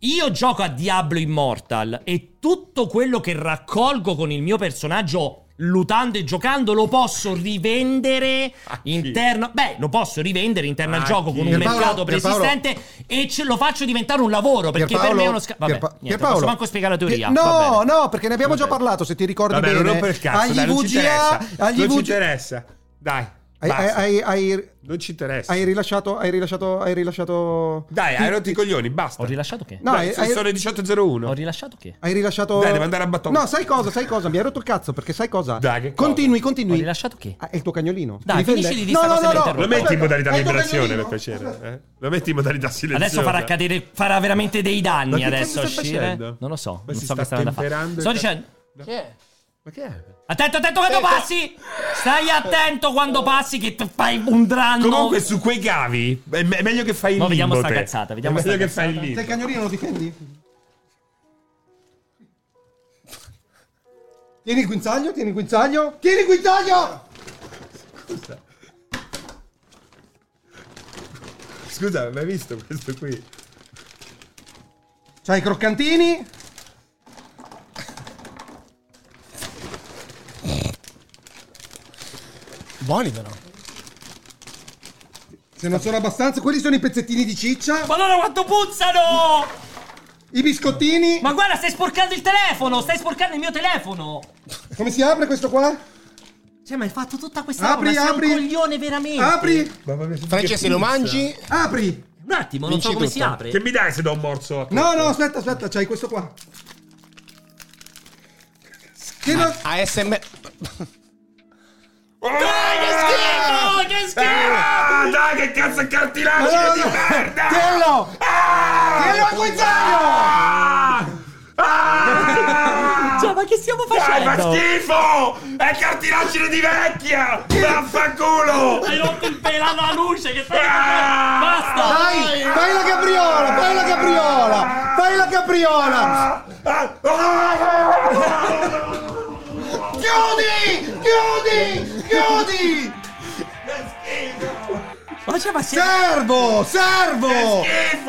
[SPEAKER 2] Io gioco a Diablo Immortal e tutto quello che raccolgo con il mio personaggio lutando e giocando lo posso rivendere interno. Beh, lo posso rivendere interno
[SPEAKER 1] A
[SPEAKER 2] al gioco
[SPEAKER 1] chi?
[SPEAKER 2] con un
[SPEAKER 1] Pierpaolo,
[SPEAKER 2] mercato
[SPEAKER 1] Pierpaolo.
[SPEAKER 2] preesistente e ce lo faccio diventare un lavoro perché per me è uno scambio. Vabbè,
[SPEAKER 1] Pierpa-
[SPEAKER 2] niente, non posso manco spiegare la teoria.
[SPEAKER 1] Pi-
[SPEAKER 2] va bene.
[SPEAKER 1] No, no, perché ne abbiamo già parlato. Se ti ricordi
[SPEAKER 3] Vabbè, non
[SPEAKER 1] bene,
[SPEAKER 3] rompere il cazzo,
[SPEAKER 1] agli
[SPEAKER 3] dai, non ci
[SPEAKER 1] VGA,
[SPEAKER 3] interessa.
[SPEAKER 1] agli
[SPEAKER 3] Non ci
[SPEAKER 1] VGA
[SPEAKER 3] interessa. Dai,
[SPEAKER 1] hai,
[SPEAKER 3] basta.
[SPEAKER 1] hai- hai-
[SPEAKER 3] non ci interessa.
[SPEAKER 1] hai rilasciato, hai rilasciato, hai rilasciato.
[SPEAKER 3] Dai, hai rotto i coglioni, basta. Ho
[SPEAKER 2] rilasciato che?
[SPEAKER 1] No, hai- hai-
[SPEAKER 3] sono le 18.01. Ho
[SPEAKER 2] rilasciato che?
[SPEAKER 1] Hai rilasciato.
[SPEAKER 3] Dai, devo andare a battere.
[SPEAKER 1] No, sai cosa? Sai cosa? Mi hai rotto il cazzo perché sai cosa?
[SPEAKER 3] Dai, che cosa?
[SPEAKER 1] Continui, continui. Hai
[SPEAKER 2] rilasciato che?
[SPEAKER 1] è il tuo cagnolino.
[SPEAKER 2] Dai,
[SPEAKER 1] Difende-
[SPEAKER 2] finisci di dire
[SPEAKER 1] No,
[SPEAKER 2] sta
[SPEAKER 1] no,
[SPEAKER 2] cosa
[SPEAKER 1] no,
[SPEAKER 2] e mi
[SPEAKER 1] no.
[SPEAKER 3] Lo metti in modalità
[SPEAKER 1] Aspetta,
[SPEAKER 3] vibrazione, per
[SPEAKER 1] aspetta,
[SPEAKER 3] piacere. eh? Lo metti in modalità silenziosa.
[SPEAKER 2] Adesso farà cadere, farà veramente dei
[SPEAKER 3] Ma
[SPEAKER 2] danni
[SPEAKER 3] che
[SPEAKER 2] adesso
[SPEAKER 3] cosa sta
[SPEAKER 2] uscire.
[SPEAKER 3] facendo?
[SPEAKER 2] Non lo so,
[SPEAKER 3] Ma
[SPEAKER 2] non
[SPEAKER 3] si
[SPEAKER 2] so
[SPEAKER 3] sta
[SPEAKER 2] che sta andando a fare.
[SPEAKER 3] temperando
[SPEAKER 2] Sto
[SPEAKER 3] il ca-
[SPEAKER 2] dicendo
[SPEAKER 3] Chi è? Ma che è?
[SPEAKER 2] Attento, attento quando passi! Stai attento quando passi che ti fai un dranno.
[SPEAKER 3] Comunque su quei cavi è me- è meglio che fai il
[SPEAKER 2] Mo
[SPEAKER 3] limbo
[SPEAKER 2] vediamo sta
[SPEAKER 3] te.
[SPEAKER 2] cazzata, vediamo
[SPEAKER 3] è meglio
[SPEAKER 2] sta
[SPEAKER 3] che fai il
[SPEAKER 1] Se il
[SPEAKER 3] limbo.
[SPEAKER 1] cagnolino lo difendi. Tieni il guinzaglio, tieni il guinzaglio, tieni il guinzaglio!
[SPEAKER 3] Scusa, ma hai visto questo qui?
[SPEAKER 1] C'hai i croccantini?
[SPEAKER 8] Buoni però.
[SPEAKER 1] Se non sono abbastanza, quelli sono i pezzettini di ciccia.
[SPEAKER 2] Madonna quanto puzzano!
[SPEAKER 1] I biscottini.
[SPEAKER 2] Ma guarda, stai sporcando il telefono! Stai sporcando il mio telefono!
[SPEAKER 1] Come si apre questo qua?
[SPEAKER 2] Cioè, ma hai fatto tutta questa
[SPEAKER 1] Apri,
[SPEAKER 2] roba,
[SPEAKER 1] apri.
[SPEAKER 2] sei un coglione veramente!
[SPEAKER 1] Apri!
[SPEAKER 3] Francia, se lo mangi-
[SPEAKER 1] Apri!
[SPEAKER 2] Un attimo, non so come si apre.
[SPEAKER 3] Che mi dai se do un morso? a te?
[SPEAKER 1] No, no, aspetta, aspetta, c'hai questo qua. Che non...
[SPEAKER 5] ASMR.
[SPEAKER 3] Dai, che
[SPEAKER 2] schifo! Oh, Che schifo!
[SPEAKER 3] Ah, dai, che cazzo è cartilagine di merda!
[SPEAKER 1] Tienilo!
[SPEAKER 2] Ah!
[SPEAKER 1] Tienilo al guinzaglio!
[SPEAKER 2] Cioè, ma che stiamo
[SPEAKER 3] Dai,
[SPEAKER 2] facendo?
[SPEAKER 3] fa schifo! È cartilagine di vecchia! Vaffanculo!
[SPEAKER 2] Hai rotto il pelo alla luce che stai Basta!
[SPEAKER 1] Dai, fai la capriola, fai la capriola, fai la capriola! Chiudi! Chiudi! Chiudi!
[SPEAKER 2] Ma faceva se-
[SPEAKER 1] Servo! Servo!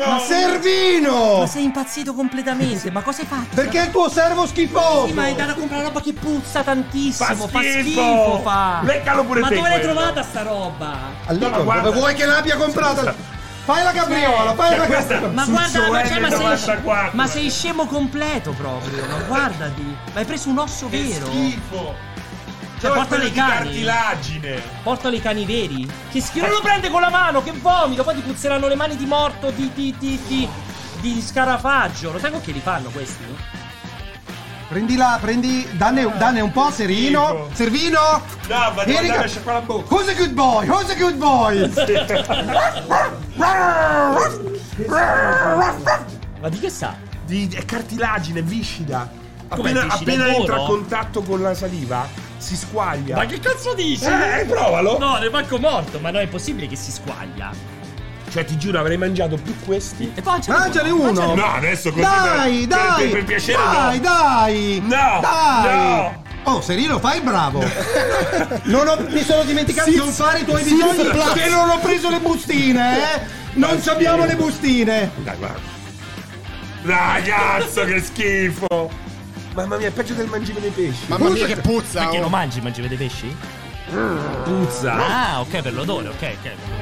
[SPEAKER 1] Ma Servino!
[SPEAKER 2] Ma sei impazzito completamente, ma cosa hai fatto?
[SPEAKER 1] Perché il tuo servo schifoso!
[SPEAKER 2] Sì, ma è andato a comprare roba che puzza tantissimo,
[SPEAKER 1] Fa
[SPEAKER 2] fa schifo,
[SPEAKER 1] schifo.
[SPEAKER 2] fa.
[SPEAKER 1] Leccalo pure
[SPEAKER 2] ma
[SPEAKER 1] te
[SPEAKER 2] dove l'hai
[SPEAKER 1] quello.
[SPEAKER 2] trovata sta roba?
[SPEAKER 1] Allora, dove vuoi che l'abbia comprata? Fai la capriola, fai la capriola!
[SPEAKER 2] Ma guarda, ma, cioè, ma sei, ma sei scemo completo proprio, ma guardati. Ma hai preso un osso vero. Cioè, portalo ai cani. Portalo ai cani veri. Che schifo. Non lo prende con la mano, che vomito. Poi ti puzzeranno le mani di morto, di, di, di, di, di scarafaggio. Lo sai con che li fanno questi?
[SPEAKER 1] Prendi la, prendi. Danne, danne un po', Serino. Servino! No,
[SPEAKER 2] ma devo andare a sciacquare
[SPEAKER 1] la bocca. Who's a good boy? Who's a good boy?
[SPEAKER 2] Ma di che sa?
[SPEAKER 3] Di è cartilagine, viscida.
[SPEAKER 2] Com'è
[SPEAKER 3] Appena,
[SPEAKER 2] viscida?
[SPEAKER 3] appena
[SPEAKER 2] È buono?
[SPEAKER 3] entra a contatto con la saliva, si squaglia.
[SPEAKER 2] Ma che cazzo dici?
[SPEAKER 3] Eh, eh, provalo.
[SPEAKER 2] No, ne manco morto, ma no, è possibile che si squaglia.
[SPEAKER 3] Cioè, ti giuro, avrei mangiato più questi.
[SPEAKER 2] E poi
[SPEAKER 1] Mangiane uno!
[SPEAKER 3] No, adesso così.
[SPEAKER 1] Dai,
[SPEAKER 3] per- per-
[SPEAKER 1] dai!
[SPEAKER 3] Per, per piacere,
[SPEAKER 1] Dai,
[SPEAKER 3] no.
[SPEAKER 1] dai!
[SPEAKER 3] No,
[SPEAKER 1] Dai! Oh, Serino, fai il bravo! non ho, mi sono dimenticato di
[SPEAKER 3] Sì,
[SPEAKER 1] non fare i tuoi
[SPEAKER 3] sì,
[SPEAKER 1] bisogni
[SPEAKER 3] sì, sì.
[SPEAKER 1] perché non ho preso le bustine, eh! Non ci abbiamo le bustine!
[SPEAKER 3] Dai, guarda. Ragazzo, che schifo. Mamma mia, è peggio del mangime dei pesci.
[SPEAKER 21] Mamma mia, che oh.
[SPEAKER 2] puzza! Perché lo mangi, mangi dei pesci?
[SPEAKER 3] Puzza.
[SPEAKER 2] Ah, ok, per l'odore, ok, ok.